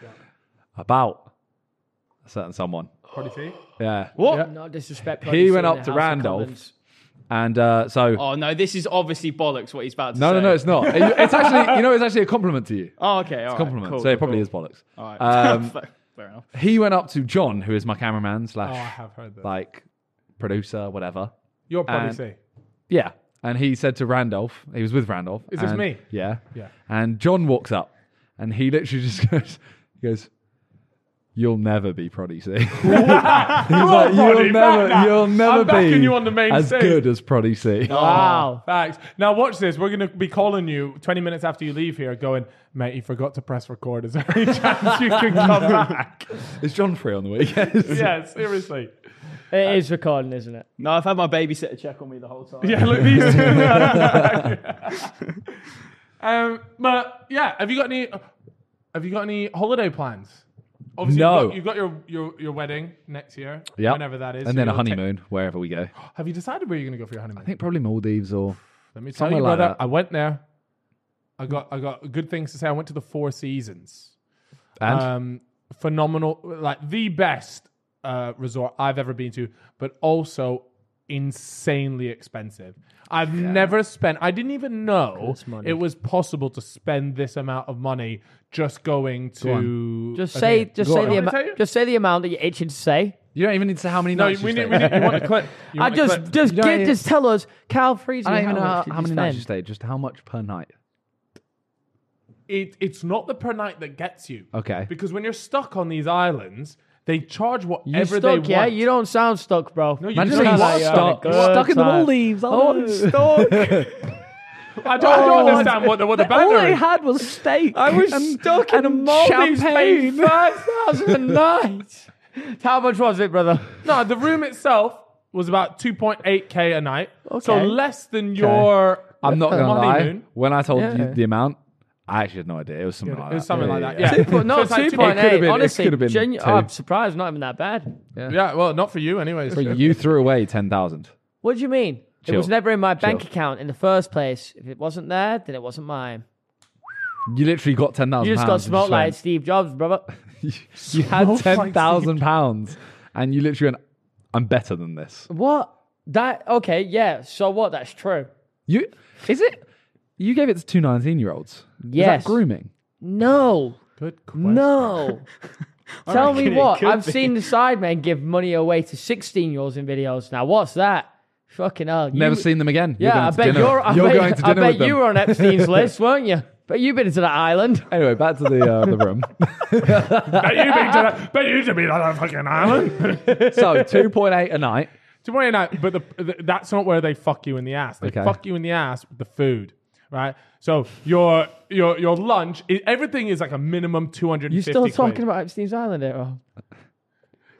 Speaker 3: about a certain someone.
Speaker 1: probably see.
Speaker 3: Yeah.
Speaker 4: what?
Speaker 2: Not disrespect.
Speaker 3: He
Speaker 2: Brody Sue in
Speaker 3: went up
Speaker 2: the
Speaker 3: to
Speaker 2: House of
Speaker 3: Randolph,
Speaker 2: Commons.
Speaker 3: and uh, so
Speaker 4: Oh no, this is obviously bollocks. What he's about to
Speaker 3: no,
Speaker 4: say.
Speaker 3: no, no, it's not. It- it's actually you know, it's actually a compliment to you.
Speaker 4: Oh, okay. All right,
Speaker 3: compliment.
Speaker 4: cool,
Speaker 3: so it
Speaker 4: cool,
Speaker 3: probably
Speaker 4: cool.
Speaker 3: is bollocks.
Speaker 4: All right.
Speaker 3: Um,
Speaker 4: Fair enough.
Speaker 3: He went up to John, who is my cameraman
Speaker 1: Oh, I
Speaker 3: slash
Speaker 1: have heard that.
Speaker 3: like producer, whatever.
Speaker 1: You're probably
Speaker 3: and-
Speaker 1: see.
Speaker 3: Yeah. And he said to Randolph, he was with Randolph.
Speaker 1: Is this
Speaker 3: and-
Speaker 1: me?
Speaker 3: Yeah.
Speaker 1: Yeah.
Speaker 3: And John walks up and he literally just goes, he goes, You'll never be Proddy C. He's like,
Speaker 1: Proddy,
Speaker 3: you'll never,
Speaker 1: back that.
Speaker 3: you'll never
Speaker 1: I'm
Speaker 3: be
Speaker 1: backing you on the main
Speaker 3: as
Speaker 1: stage."
Speaker 3: good as Proddy C.
Speaker 2: Wow.
Speaker 1: Thanks. Now watch this. We're gonna be calling you 20 minutes after you leave here, going, mate, you forgot to press record. Is there any chance you can come back?
Speaker 3: Is John free on the weekends?
Speaker 1: yeah, seriously.
Speaker 2: It is recording, isn't it?
Speaker 4: No, I've had my babysitter check on me the whole time.
Speaker 1: Yeah, look these. Um, but yeah, have you got any? Have you got any holiday plans? Obviously,
Speaker 3: No.
Speaker 1: You've got, you've got your, your your wedding next year.
Speaker 3: Yeah.
Speaker 1: Whenever that is.
Speaker 3: And
Speaker 1: So
Speaker 3: then a
Speaker 1: you'll take-
Speaker 3: honeymoon, wherever we go. I
Speaker 1: have you decided where you're going to go for your honeymoon?
Speaker 3: think probably Maldives or.
Speaker 1: Let me tell you,
Speaker 3: somewhere like
Speaker 1: brother.
Speaker 3: that.
Speaker 1: I went there. I got I got good things to say. I went to the Four Seasons.
Speaker 3: And?
Speaker 1: Um, phenomenal, like the best uh, resort I've ever been to, but also insanely expensive. I've never spent. I didn't even know
Speaker 2: It's money.
Speaker 1: it was possible to spend this amount of money just going to.
Speaker 2: Just
Speaker 1: a
Speaker 2: say,
Speaker 1: thing.
Speaker 2: just
Speaker 1: Go
Speaker 2: say
Speaker 1: on.
Speaker 2: the
Speaker 1: You want me to tell you?
Speaker 2: amount. Just say the amount that you're itching to say.
Speaker 3: you don't even need to say how many
Speaker 1: No,
Speaker 3: nights.
Speaker 1: we
Speaker 3: you
Speaker 1: need,
Speaker 3: stayed.
Speaker 1: we need. You want the clip? You
Speaker 2: I
Speaker 1: want the
Speaker 2: just,
Speaker 1: clip?
Speaker 2: just
Speaker 3: You don't
Speaker 2: get,
Speaker 3: need-
Speaker 2: just tell us, Cal Freeze.
Speaker 3: I don't even know how,
Speaker 2: much did
Speaker 3: how many
Speaker 2: you
Speaker 3: nights you
Speaker 2: spend?
Speaker 3: stayed, just how much per night.
Speaker 1: it, it's not the per night that gets you.
Speaker 3: Okay.
Speaker 1: Because when you're stuck on these islands, they charge
Speaker 2: You
Speaker 1: whatever they
Speaker 2: stuck,
Speaker 1: want.
Speaker 2: yeah? You don't sound stuck, bro.
Speaker 1: No, you
Speaker 3: Imagine
Speaker 1: don't.
Speaker 3: being
Speaker 1: Like,
Speaker 2: you're
Speaker 3: stuck,
Speaker 2: having a good
Speaker 3: stuck in the
Speaker 2: time.
Speaker 3: Maldives.
Speaker 2: Oh, I'm stuck.
Speaker 1: I don't, I don't
Speaker 2: Oh.
Speaker 1: understand what the, what the
Speaker 3: All
Speaker 1: banner
Speaker 3: I
Speaker 1: is.
Speaker 3: had was steak.
Speaker 2: I was stuck in
Speaker 3: and
Speaker 2: Maldives paying
Speaker 3: champagne.
Speaker 2: 5,000 a night. How much was it, brother?
Speaker 1: No, the room itself was about 2.8k a night. So
Speaker 2: Okay.
Speaker 1: less than your.
Speaker 3: I'm not gonna lie.
Speaker 1: honeymoon.
Speaker 3: When I told
Speaker 2: Yeah.
Speaker 3: you the amount, I actually had no idea. It was something like
Speaker 1: It was
Speaker 3: that.
Speaker 1: something like that. Yeah.
Speaker 2: But
Speaker 1: So
Speaker 2: no,
Speaker 1: it's like
Speaker 2: two point eight.
Speaker 3: been- it
Speaker 2: Honestly,
Speaker 3: could've been
Speaker 2: genu-
Speaker 3: two.
Speaker 2: oh, I'm surprised. Not even that bad.
Speaker 1: Yeah, well, not for you, anyways.
Speaker 3: But you threw away ten thousand.
Speaker 2: What do you mean? It
Speaker 3: Chill.
Speaker 2: was never in my bank
Speaker 3: Chill.
Speaker 2: account in the first place. If it wasn't there, then it wasn't mine.
Speaker 3: You literally got ten thousand.
Speaker 2: You just got smoked like Steve Jobs, brother.
Speaker 3: You had
Speaker 1: Smoked like
Speaker 3: ten thousand pounds, and you literally went, "I'm better than this."
Speaker 2: What? That okay? Yeah. So what? That's true.
Speaker 3: You is it? You gave it to two 19 year olds.
Speaker 2: Yes.
Speaker 3: Is that grooming?
Speaker 2: No,
Speaker 1: Good question.
Speaker 2: no. Tell me
Speaker 4: reckon it
Speaker 2: what?
Speaker 4: could
Speaker 2: I've
Speaker 4: be.
Speaker 2: seen the Sidemen give money away to sixteen-year-olds in videos. Now what's that? Fucking hell!
Speaker 3: Never
Speaker 2: you,
Speaker 3: seen them again. You're
Speaker 2: Yeah,
Speaker 3: going
Speaker 2: I
Speaker 3: to
Speaker 2: bet
Speaker 3: dinner.
Speaker 2: you're. I
Speaker 3: you're
Speaker 2: bet,
Speaker 3: going to
Speaker 2: I
Speaker 3: dinner
Speaker 2: bet
Speaker 3: with them.
Speaker 2: you were on Epstein's list, weren't you? But you've been to that island.
Speaker 3: Anyway, back to the uh, the room.
Speaker 1: bet you been to that, bet you to be on that fucking island.
Speaker 3: so two point eight a night.
Speaker 1: to point out, but the, the, that's not where they fuck you in the ass. They
Speaker 3: Okay.
Speaker 1: fuck you in the ass with the food, right? So your your your lunch, i everything is like a minimum two hundred.
Speaker 2: You still talking about Epstein's island, Oh, Errol?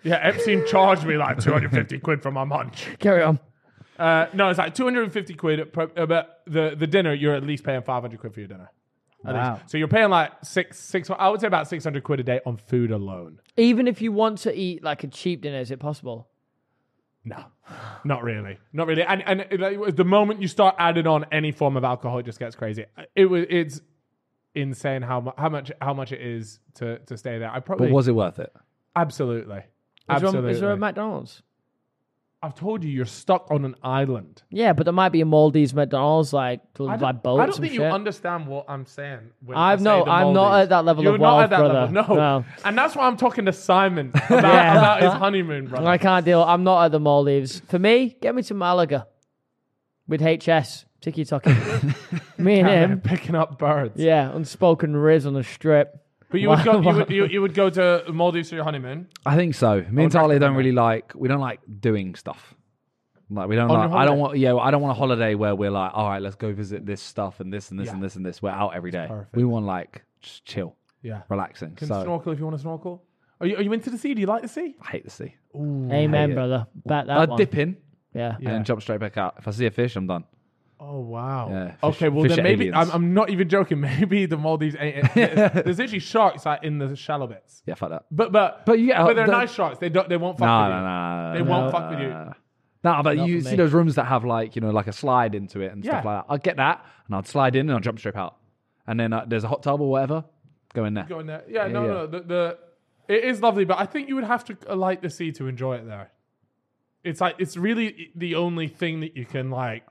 Speaker 1: Yeah, Epstein charged me like two hundred fifty quid for my lunch.
Speaker 2: Carry on.
Speaker 1: Uh, no, it's like two hundred and fifty quid. Per, uh, but the the dinner, you're at least paying five hundred quid for your dinner. At least.
Speaker 3: Wow.
Speaker 1: So you're paying like six six. I would say about six hundred quid a day on food alone.
Speaker 2: Even if you want to eat like a cheap dinner, is it possible?
Speaker 1: No, not really, not really. And and uh, like, the moment you start adding on any form of alcohol, it just gets crazy. Uh, It was it's insane how mu- how much how much it is to to stay there. I probably
Speaker 3: But was it worth it?
Speaker 1: absolutely
Speaker 2: Is there,
Speaker 1: absolutely.
Speaker 2: is there a McDonald's?
Speaker 1: I've told you, you're stuck on an island.
Speaker 2: Yeah, but there might be a Maldives McDonald's, like
Speaker 1: I
Speaker 2: to
Speaker 1: don't,
Speaker 2: buy boats
Speaker 1: I don't
Speaker 2: and
Speaker 1: think you
Speaker 2: shit.
Speaker 1: understand what I'm saying. When I
Speaker 2: I've
Speaker 1: say
Speaker 2: no-
Speaker 1: the
Speaker 2: I'm not
Speaker 1: Maldives.
Speaker 2: at that level of
Speaker 1: You're not
Speaker 2: wealth,
Speaker 1: at that
Speaker 2: brother.
Speaker 1: level. No.
Speaker 2: No.
Speaker 1: and that's why I'm talking to Simon about,
Speaker 2: Yeah.
Speaker 1: about his honeymoon, brother.
Speaker 2: I can't deal. I'm not at the Maldives. For me, get me to Malaga with HS Tiki Toki. me and
Speaker 1: They're
Speaker 2: him.
Speaker 1: picking up birds.
Speaker 2: Yeah, unspoken riz on the strip.
Speaker 1: But you would go. You would, you, you would go to Maldives for your honeymoon.
Speaker 3: I think so. Me and
Speaker 1: would
Speaker 3: Tali don't
Speaker 1: recommend
Speaker 3: really like. We don't like doing stuff. Like we don't
Speaker 1: On
Speaker 3: like.
Speaker 1: your
Speaker 3: I don't
Speaker 1: holiday.
Speaker 3: want. Yeah, I don't want a holiday where we're like, all right, let's go visit this stuff and this and this
Speaker 1: Yeah.
Speaker 3: and this and this. We're out every day.
Speaker 1: perfect.
Speaker 3: We want like just chill,
Speaker 1: Yeah.
Speaker 3: relaxing.
Speaker 1: Can
Speaker 3: so
Speaker 1: snorkel if you want to snorkel. Are you, are you into the sea? Do you like the sea?
Speaker 3: I hate the sea.
Speaker 2: Amen,
Speaker 3: it.
Speaker 2: brother. Back that
Speaker 3: I
Speaker 2: one.
Speaker 3: dip in
Speaker 2: Yeah.
Speaker 3: and then jump straight back out. If I see a fish, I'm done.
Speaker 1: Oh wow.
Speaker 3: Yeah, fish-
Speaker 1: okay, well
Speaker 3: fish
Speaker 1: then
Speaker 3: are
Speaker 1: maybe
Speaker 3: aliens.
Speaker 1: I'm, I'm not even joking. Maybe the Maldives ain't. it. There's, there's actually sharks like in the shallow bits.
Speaker 3: Yeah, fuck that.
Speaker 1: But but
Speaker 3: But you get-
Speaker 1: but they're
Speaker 3: the-
Speaker 1: nice sharks. They don't. They won't fuck
Speaker 3: No,
Speaker 1: with
Speaker 3: no,
Speaker 1: you.
Speaker 3: no.
Speaker 1: They
Speaker 3: no,
Speaker 1: won't
Speaker 3: no,
Speaker 1: fuck with you.
Speaker 3: No, no, but you
Speaker 2: for
Speaker 3: see
Speaker 2: me.
Speaker 3: those rooms that have like you know like a slide into it and stuff
Speaker 1: Yeah.
Speaker 3: like that. I'll get that and I'd slide in and I'll jump straight out. And then uh, there's a hot tub or whatever. Go in there.
Speaker 1: Go in there. Yeah,
Speaker 3: Yeah,
Speaker 1: no,
Speaker 3: yeah.
Speaker 1: no. The, the it is lovely, but I think you would have to uh, like the sea to enjoy it there. It's like it's really e, the only thing that you can like.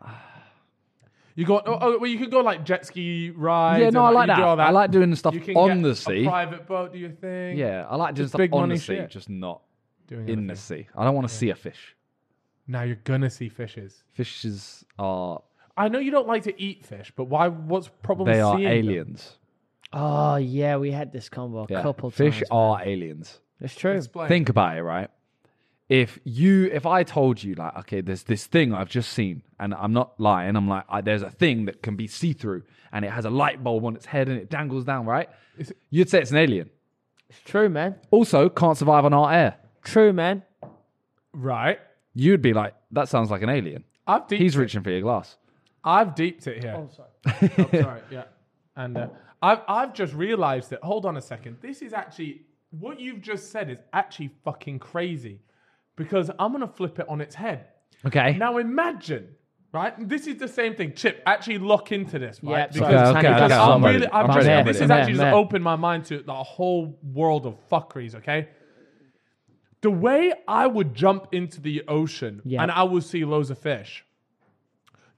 Speaker 1: You go oh, oh well, you could go like jet ski rides.
Speaker 3: Yeah,
Speaker 1: and,
Speaker 3: no, I like
Speaker 1: you do
Speaker 3: that.
Speaker 1: all
Speaker 3: I like doing stuff
Speaker 1: You can
Speaker 3: on
Speaker 1: get
Speaker 3: the sea.
Speaker 1: A private boat, do you think?
Speaker 3: Yeah, I like doing
Speaker 1: Just
Speaker 3: stuff
Speaker 1: big
Speaker 3: on
Speaker 1: money
Speaker 3: the sea,
Speaker 1: shit.
Speaker 3: just not
Speaker 1: Doing
Speaker 3: in
Speaker 1: in
Speaker 3: the sea. I don't want to see a fish.
Speaker 1: Now you're gonna see fishes.
Speaker 3: Fishes are
Speaker 1: I know you don't like to eat fish, but why? What's the problem?
Speaker 3: they
Speaker 1: with
Speaker 3: are
Speaker 1: seeing them?
Speaker 3: aliens.
Speaker 2: Oh yeah, we had this combo a
Speaker 3: Yeah.
Speaker 2: couple
Speaker 3: fish
Speaker 2: times.
Speaker 3: are aliens.
Speaker 2: It's true.
Speaker 1: Explain.
Speaker 3: Think about it, right? If you, if I told you, like, okay, there's this thing I've just seen, and I'm not lying. I'm like, I, there's a thing that can be see through, and it has a light bulb on its head, and it dangles down, right? You'd say it's an alien.
Speaker 2: It's true, man.
Speaker 3: Also, can't survive on our air.
Speaker 2: True, man.
Speaker 1: Right.
Speaker 3: You'd be like, that sounds like an alien.
Speaker 1: I've deeped.
Speaker 3: He's reaching for your glass.
Speaker 1: I've deeped it here. Oh, sorry. sorry. Yeah. And uh, I've I've just realised that. Hold on a second. This is actually what you've just said is actually fucking crazy, because I'm gonna flip it on its head.
Speaker 2: Okay.
Speaker 1: Now imagine, right? This is the same thing. Chip, actually lock into this, right?
Speaker 2: Yep, sorry,
Speaker 1: Because
Speaker 2: just
Speaker 3: okay,
Speaker 2: hang it
Speaker 3: okay,
Speaker 2: just
Speaker 3: I'm
Speaker 2: on.
Speaker 3: ready.
Speaker 1: really, I'm
Speaker 3: I'm
Speaker 1: just,
Speaker 3: ready, I'm
Speaker 1: this
Speaker 3: ready.
Speaker 1: has
Speaker 2: Man,
Speaker 1: actually
Speaker 2: man.
Speaker 1: just opened my mind to the whole world of fuckeries, okay? The way I would jump into the ocean
Speaker 2: Yeah.
Speaker 1: and I would see loads of fish,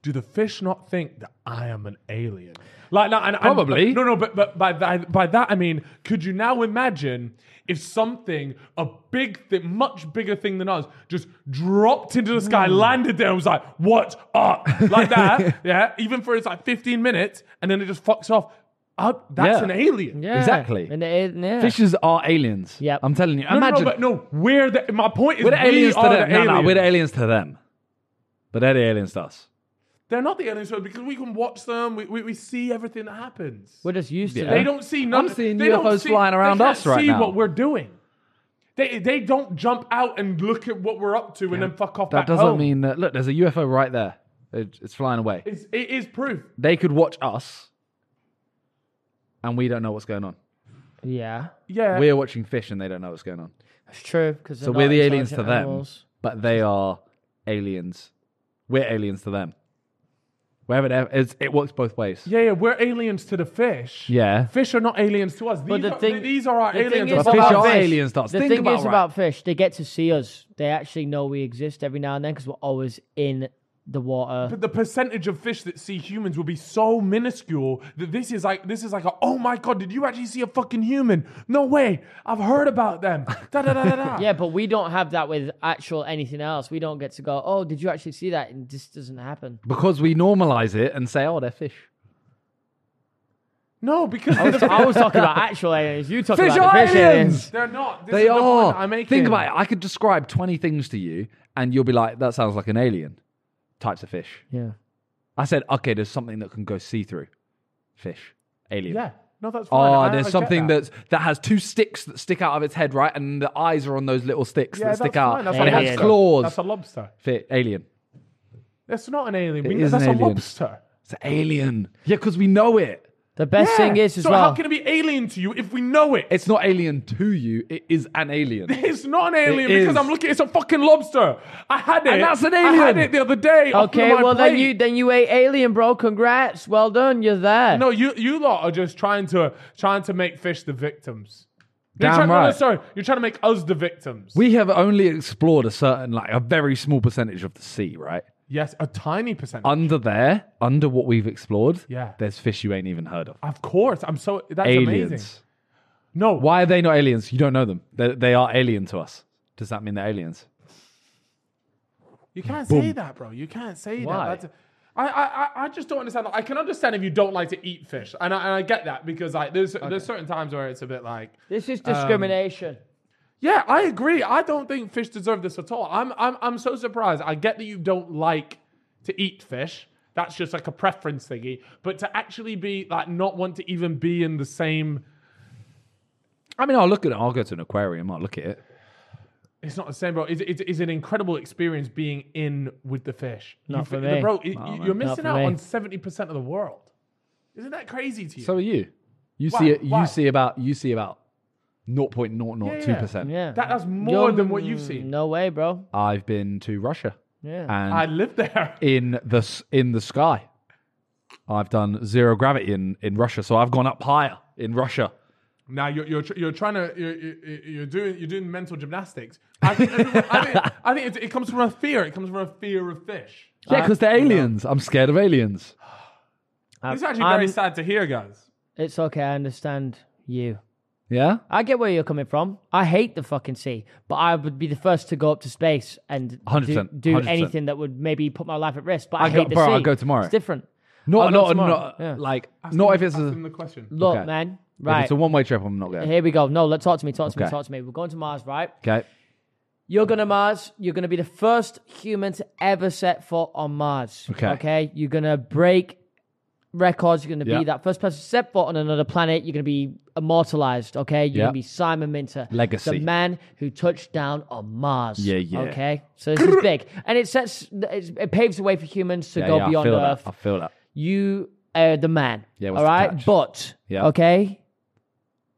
Speaker 1: do the fish not think that I am an alien? Like, no, and, and-
Speaker 3: Probably.
Speaker 1: no, no, but, but by, that, by that I mean, could you now imagine if something, a big thing, much bigger thing than us, just dropped into the
Speaker 3: Hmm.
Speaker 1: sky, landed there, and was like, what up? Like that, yeah, even for it's like 15 minutes, and then it just fucks off. Uh, that's
Speaker 3: Yeah.
Speaker 1: an alien.
Speaker 2: Yeah.
Speaker 3: Exactly.
Speaker 2: And it, yeah.
Speaker 3: Fishes are aliens.
Speaker 2: Yep.
Speaker 3: I'm telling you.
Speaker 1: No, no, no,
Speaker 3: Imagine.
Speaker 1: but no, we're the, my point is,
Speaker 3: We're
Speaker 1: we
Speaker 3: the aliens to
Speaker 1: are
Speaker 3: them.
Speaker 1: the
Speaker 3: No,
Speaker 1: aliens.
Speaker 3: no, we're the aliens to them. But they're the aliens to us.
Speaker 1: They're not the aliens, though, because we can watch them, we, we, we see everything that happens.
Speaker 2: We're just used to
Speaker 3: Yeah.
Speaker 1: They
Speaker 2: it.
Speaker 1: don't see none.
Speaker 3: I'm seeing
Speaker 1: they
Speaker 3: UFOs
Speaker 1: don't see-
Speaker 3: flying around
Speaker 1: they can't
Speaker 3: us right
Speaker 1: see
Speaker 3: now.
Speaker 1: What we're doing. They they don't jump out and look at what we're up to and then fuck off.
Speaker 3: That
Speaker 1: back
Speaker 3: doesn't
Speaker 1: home.
Speaker 3: mean that. Look, there's a UFO right there. It- it's flying away.
Speaker 1: it's, it is proof.
Speaker 3: They could watch us, and we don't know what's going on.
Speaker 2: Yeah.
Speaker 1: Yeah,
Speaker 3: We're watching fish, and they don't know what's going on.
Speaker 2: It's true. Because
Speaker 3: So we're the aliens to them, but they are aliens. We're aliens to them. Wherever they're- it's, it works both ways.
Speaker 1: yeah, yeah. We're aliens to the fish.
Speaker 3: Yeah.
Speaker 1: fish are not aliens to us. These,
Speaker 2: But the
Speaker 1: are,
Speaker 2: thing-
Speaker 1: these are our
Speaker 2: the
Speaker 1: aliens.
Speaker 2: thing
Speaker 1: to
Speaker 2: is
Speaker 1: us.
Speaker 3: fish
Speaker 2: about
Speaker 3: are
Speaker 2: fish.
Speaker 3: aliens to us.
Speaker 2: The
Speaker 3: Think
Speaker 2: thing
Speaker 3: about
Speaker 2: is
Speaker 3: right.
Speaker 2: about fish, they get to see us. They actually know we exist every now and then because we're always in the water.
Speaker 1: But the percentage of fish that see humans will be so minuscule that this is like this is like a oh my god did you actually see a fucking human no way I've heard about them da da da da da
Speaker 2: yeah, but we don't have that with actual anything else. We don't get to go, oh, did you actually see that? And this doesn't happen.
Speaker 3: Because we normalize it and say, oh, they're fish.
Speaker 1: no because
Speaker 2: I was talking about actual aliens. You talking
Speaker 3: Fish
Speaker 2: about
Speaker 3: are
Speaker 2: the fish aliens.
Speaker 3: aliens!
Speaker 1: they're not This
Speaker 3: They
Speaker 1: is the point
Speaker 3: are.
Speaker 1: that I'm making
Speaker 3: Think about it. I could describe 20 things to you, and you'll be like, that sounds like an alien. Types of fish.
Speaker 2: Yeah.
Speaker 3: I said, okay, there's something that can go see through. Fish. Alien.
Speaker 1: yeah no that's fine
Speaker 3: Oh,
Speaker 1: I- I
Speaker 3: there's
Speaker 1: get
Speaker 3: something
Speaker 1: that.
Speaker 3: that's that has two sticks that stick out of its head, right? And the eyes are on those little sticks that
Speaker 1: that's
Speaker 3: stick out.
Speaker 1: fine. That's
Speaker 3: and
Speaker 1: a
Speaker 3: it has
Speaker 2: alien.
Speaker 3: claws.
Speaker 1: That's a lobster.
Speaker 3: Fi- alien.
Speaker 1: That's not an alien.
Speaker 3: It
Speaker 1: We-
Speaker 3: is
Speaker 1: that's
Speaker 3: an
Speaker 1: a
Speaker 3: alien.
Speaker 1: lobster.
Speaker 3: It's an alien. Yeah, because we know it.
Speaker 2: The best thing
Speaker 1: Yeah.
Speaker 2: is as
Speaker 1: so
Speaker 2: well.
Speaker 1: how can it be alien to you if we know it?
Speaker 3: It's not alien to you. It is an alien.
Speaker 1: It's not an alien
Speaker 3: It
Speaker 1: because
Speaker 3: is.
Speaker 1: I'm looking. It's a fucking lobster. I had it.
Speaker 3: And that's an
Speaker 1: I had
Speaker 3: alien.
Speaker 1: it the other day. off
Speaker 2: Okay,
Speaker 1: my
Speaker 2: well then
Speaker 1: plate.
Speaker 2: you then you ate alien, bro. Congrats, well done. You're there.
Speaker 1: No, you you lot are just trying to trying to make fish the victims. You're
Speaker 3: Damn
Speaker 1: trying, no, no,
Speaker 3: right.
Speaker 1: sorry, you're trying to make us the victims.
Speaker 3: We have only explored a certain, like a very small percentage of the sea, right?
Speaker 1: yes, a tiny percent.
Speaker 3: Under there, under what we've explored,
Speaker 1: Yeah.
Speaker 3: there's fish you ain't even heard of.
Speaker 1: of course, I'm so that's
Speaker 3: aliens.
Speaker 1: amazing. No,
Speaker 3: Why are they not aliens? You don't know them. They, they are alien to us. Does that mean they're aliens?
Speaker 1: You can't say that, bro. You can't say
Speaker 3: Why?
Speaker 1: that. That's, I, I, I- I just don't understand. I can understand if you don't like to eat fish, and I, and I get that because like there's there's certain times where it's a bit like,
Speaker 2: This is discrimination.
Speaker 1: yeah, I agree. I don't think fish deserve this at all. I'm I'm I'm so surprised. I get that you don't like to eat fish. That's just like a preference thingy. But to actually be like not want to even be in the same,
Speaker 3: I mean, I'll look at it. I'll go to an aquarium. I'll look at it.
Speaker 1: it's not the same, bro. It's, it's, it's an incredible experience being in with the fish.
Speaker 2: Not
Speaker 1: You
Speaker 2: for
Speaker 1: fi-
Speaker 2: me.
Speaker 1: bro. it-
Speaker 3: man.
Speaker 1: you're
Speaker 3: Not
Speaker 1: missing
Speaker 2: for
Speaker 1: out
Speaker 2: me.
Speaker 1: on seventy percent of the world. Isn't that crazy to you?
Speaker 3: So are you. You
Speaker 1: Why?
Speaker 3: see it. You
Speaker 1: Why?
Speaker 3: see about. You see about. 0.002%.
Speaker 2: yeah,
Speaker 1: Um, That, that's more
Speaker 2: You're-
Speaker 1: than what you've seen.
Speaker 2: No way, bro.
Speaker 3: I've been to Russia
Speaker 2: Yeah.
Speaker 3: and
Speaker 1: I live there.
Speaker 3: in the s- in the sky. I've done zero gravity in, in Russia, so I've gone up higher in Russia.
Speaker 2: Ah,
Speaker 1: Now you're you're, tr- you're trying to you're, you're, you're doing you're doing mental gymnastics. I think, everyone- I think, I think it, it comes from a fear. It comes from a fear of fish.
Speaker 3: Yeah, because they're aliens. I'm scared of aliens.
Speaker 1: It's actually
Speaker 2: I'm-
Speaker 1: very sad to hear, guys.
Speaker 2: It's okay. I understand you.
Speaker 3: Yeah,
Speaker 2: I get where you're coming from. I hate the fucking sea, but I would be the first to go up to space and do,
Speaker 3: 100%,
Speaker 2: do
Speaker 3: 100%.
Speaker 2: anything that would maybe put my life at risk. But I,
Speaker 3: I
Speaker 2: hate
Speaker 3: go-
Speaker 2: the
Speaker 3: bro,
Speaker 2: sea.
Speaker 3: I'll go tomorrow.
Speaker 2: It's different.
Speaker 3: not
Speaker 2: I'll go
Speaker 3: not,
Speaker 2: tomorrow.
Speaker 3: not
Speaker 2: Yeah.
Speaker 3: like not if it's
Speaker 1: Ask
Speaker 3: a,
Speaker 1: them the question.
Speaker 2: Look,
Speaker 3: Okay.
Speaker 2: man.
Speaker 3: if
Speaker 2: Right.
Speaker 3: it's a one way trip. I'm not going.
Speaker 2: Here we go. No, let talk to me. Talk to me.
Speaker 3: Okay.
Speaker 2: Talk to me. We're going to Mars, right?
Speaker 3: Okay,
Speaker 2: You're going to Mars. You're going to be the first human to ever set foot on Mars.
Speaker 3: Okay.
Speaker 2: Okay. You're going to break records. You're going to
Speaker 3: Yeah.
Speaker 2: be that first person to set foot on another planet. You're going to be immortalized. Okay. You're
Speaker 3: Yeah.
Speaker 2: going to be Simon Minter.
Speaker 3: Legacy.
Speaker 2: The man who touched down on Mars.
Speaker 3: Yeah, yeah.
Speaker 2: Okay. So this is big. And it sets, it's- it paves the way for humans to
Speaker 3: yeah,
Speaker 2: go
Speaker 3: yeah, I
Speaker 2: beyond
Speaker 3: feel
Speaker 2: Earth.
Speaker 3: that. I feel that.
Speaker 2: You uh, the man.
Speaker 3: Yeah, what's
Speaker 2: all
Speaker 3: the
Speaker 2: right,
Speaker 3: catch?
Speaker 2: but
Speaker 3: Yeah.
Speaker 2: okay,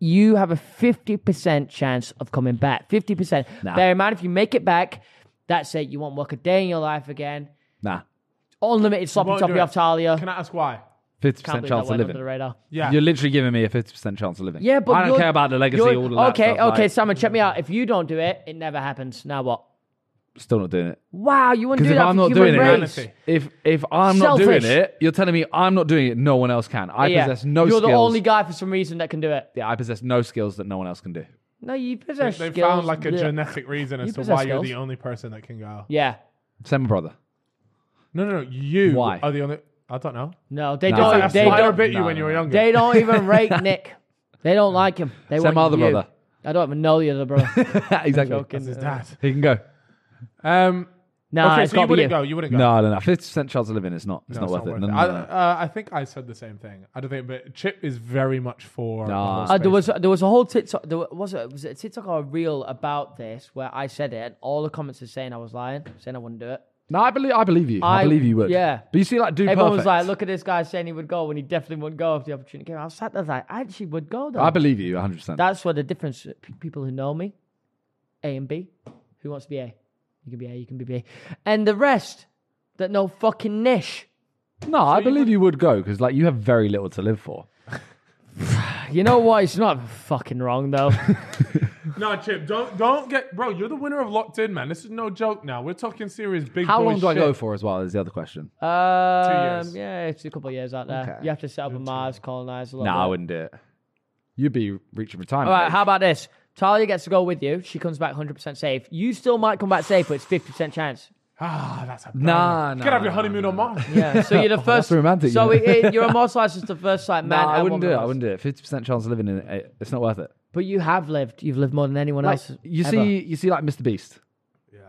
Speaker 2: you have a fifty percent chance of coming back. Fifty percent.
Speaker 3: Nah.
Speaker 2: Bear in mind, if you make it back, that's it. You won't work a day in your life again.
Speaker 3: Nah,
Speaker 2: Unlimited sloppy
Speaker 1: won't do
Speaker 2: toppy
Speaker 1: it.
Speaker 2: off Talia.
Speaker 1: Can I ask why?
Speaker 3: fifty
Speaker 2: Can't
Speaker 3: percent
Speaker 2: believe
Speaker 3: chance
Speaker 2: that
Speaker 3: of
Speaker 2: went under the
Speaker 3: living.
Speaker 2: radar.
Speaker 1: Yeah.
Speaker 3: You're literally giving me a fifty percent chance of living.
Speaker 2: Yeah, but
Speaker 3: I don't
Speaker 2: you're-
Speaker 3: care about the legacy.
Speaker 2: you're-
Speaker 3: All of that
Speaker 2: okay,
Speaker 3: stuff,
Speaker 2: okay,
Speaker 3: like,
Speaker 2: Simon, check me out. If you don't do it, it never happens. Now what?
Speaker 3: still not doing it.
Speaker 2: Wow, you wouldn't
Speaker 3: Because
Speaker 2: do
Speaker 3: if
Speaker 2: that
Speaker 3: I'm
Speaker 2: for
Speaker 3: not
Speaker 2: human
Speaker 3: doing
Speaker 2: race.
Speaker 1: Humanity.
Speaker 3: it, if if I'm not
Speaker 2: Selfish.
Speaker 3: doing it, you're telling me I'm not doing it. No one else can. I
Speaker 2: Yeah.
Speaker 3: possess no
Speaker 2: You're
Speaker 3: skills.
Speaker 2: the only guy for some reason that can do it.
Speaker 3: yeah, I possess no skills that no one else can do.
Speaker 2: No, you possess
Speaker 1: They
Speaker 2: skills.
Speaker 1: found like a
Speaker 2: Yeah.
Speaker 1: genetic reason as to
Speaker 2: possess
Speaker 1: why you're the
Speaker 2: skills.
Speaker 1: only person that can go.
Speaker 2: Yeah.
Speaker 3: Send my brother.
Speaker 1: No, no, no. You
Speaker 3: Why?
Speaker 1: are the only. I don't know.
Speaker 2: No, they
Speaker 3: No.
Speaker 2: don't.
Speaker 1: That's
Speaker 2: they
Speaker 1: why I
Speaker 2: don't.
Speaker 1: bit you
Speaker 3: No,
Speaker 1: when you
Speaker 3: no,
Speaker 1: were
Speaker 3: no.
Speaker 1: younger.
Speaker 2: They don't even rate Nick. They don't like him. They
Speaker 3: Send
Speaker 2: want
Speaker 3: my other
Speaker 2: you.
Speaker 3: brother.
Speaker 2: I don't even know the other brother.
Speaker 3: exactly.
Speaker 2: Joking.
Speaker 1: His dad.
Speaker 3: He can go.
Speaker 1: Um,
Speaker 2: Nah,
Speaker 1: okay,
Speaker 2: it's
Speaker 1: so you
Speaker 2: got to be
Speaker 1: wouldn't
Speaker 2: you.
Speaker 1: go. You wouldn't go.
Speaker 3: No, no, no. Fifty percent chance of living is not. It's
Speaker 1: No,
Speaker 3: not
Speaker 1: it's
Speaker 3: worth it. No,
Speaker 1: I,
Speaker 3: no, no.
Speaker 1: uh, I think I said the same thing. I don't think, but Chip is very much for.
Speaker 3: No.
Speaker 1: the whole
Speaker 2: Uh, there
Speaker 1: space.
Speaker 2: was there was a whole TikTok. There wa- was it was it a TikTok or a reel about this where I said it and all the comments are saying I was lying, saying I wouldn't do it.
Speaker 3: No, I believe. I believe you. I,
Speaker 2: I-
Speaker 3: believe you would.
Speaker 2: yeah.
Speaker 3: But you see, like, do
Speaker 2: Everyone
Speaker 3: perfect.
Speaker 2: was like, "Look at this guy saying he would go when he definitely wouldn't go if the opportunity came." I was sat there like, "I actually would go though."
Speaker 3: I believe you 100. percent
Speaker 2: That's where the difference. p- People who know me, A and B. Who wants to be A? You can be A. You can be B. And the rest that know fucking niche.
Speaker 3: No, I believe you would go because, like, you have very little to live for.
Speaker 2: You know what? It's not fucking wrong though. Um,
Speaker 1: No, Chip, don't don't get, bro. You're the winner of Locked In, man. This is no joke. Now we're talking serious, big.
Speaker 3: How
Speaker 1: boy
Speaker 3: long do I
Speaker 1: shit.
Speaker 3: go for? As well is the other question.
Speaker 2: um,
Speaker 1: years.
Speaker 2: Yeah, it's a couple of years out there.
Speaker 3: Okay.
Speaker 2: You have to set up a Mars, colonize a little.
Speaker 3: no, I
Speaker 2: bit.
Speaker 3: wouldn't do it. You'd be reaching retirement.
Speaker 2: All right,
Speaker 3: age.
Speaker 2: how about this? Talia gets to go with you. She comes back 100% safe. You still might come back safe, but it's 50% chance.
Speaker 1: Ah, that's a
Speaker 3: Nah,
Speaker 1: banger.
Speaker 3: nah,
Speaker 1: You could have
Speaker 3: nah,
Speaker 1: your honeymoon
Speaker 3: nah,
Speaker 1: on Mars.
Speaker 2: Yeah, so you're the first.
Speaker 3: Oh, romantic,
Speaker 2: So
Speaker 3: yeah.
Speaker 2: it, it, you're immortalized as the first sight
Speaker 3: No,
Speaker 2: man.
Speaker 3: I
Speaker 2: and
Speaker 3: wouldn't do it.
Speaker 2: woman
Speaker 3: I
Speaker 2: was.
Speaker 3: wouldn't do it. Fifty percent chance of living in it. It's not worth it.
Speaker 2: But you have lived. You've lived more than anyone
Speaker 3: Like,
Speaker 2: else.
Speaker 3: you
Speaker 2: ever.
Speaker 3: see, you see, like Mr. Beast.
Speaker 1: Yeah.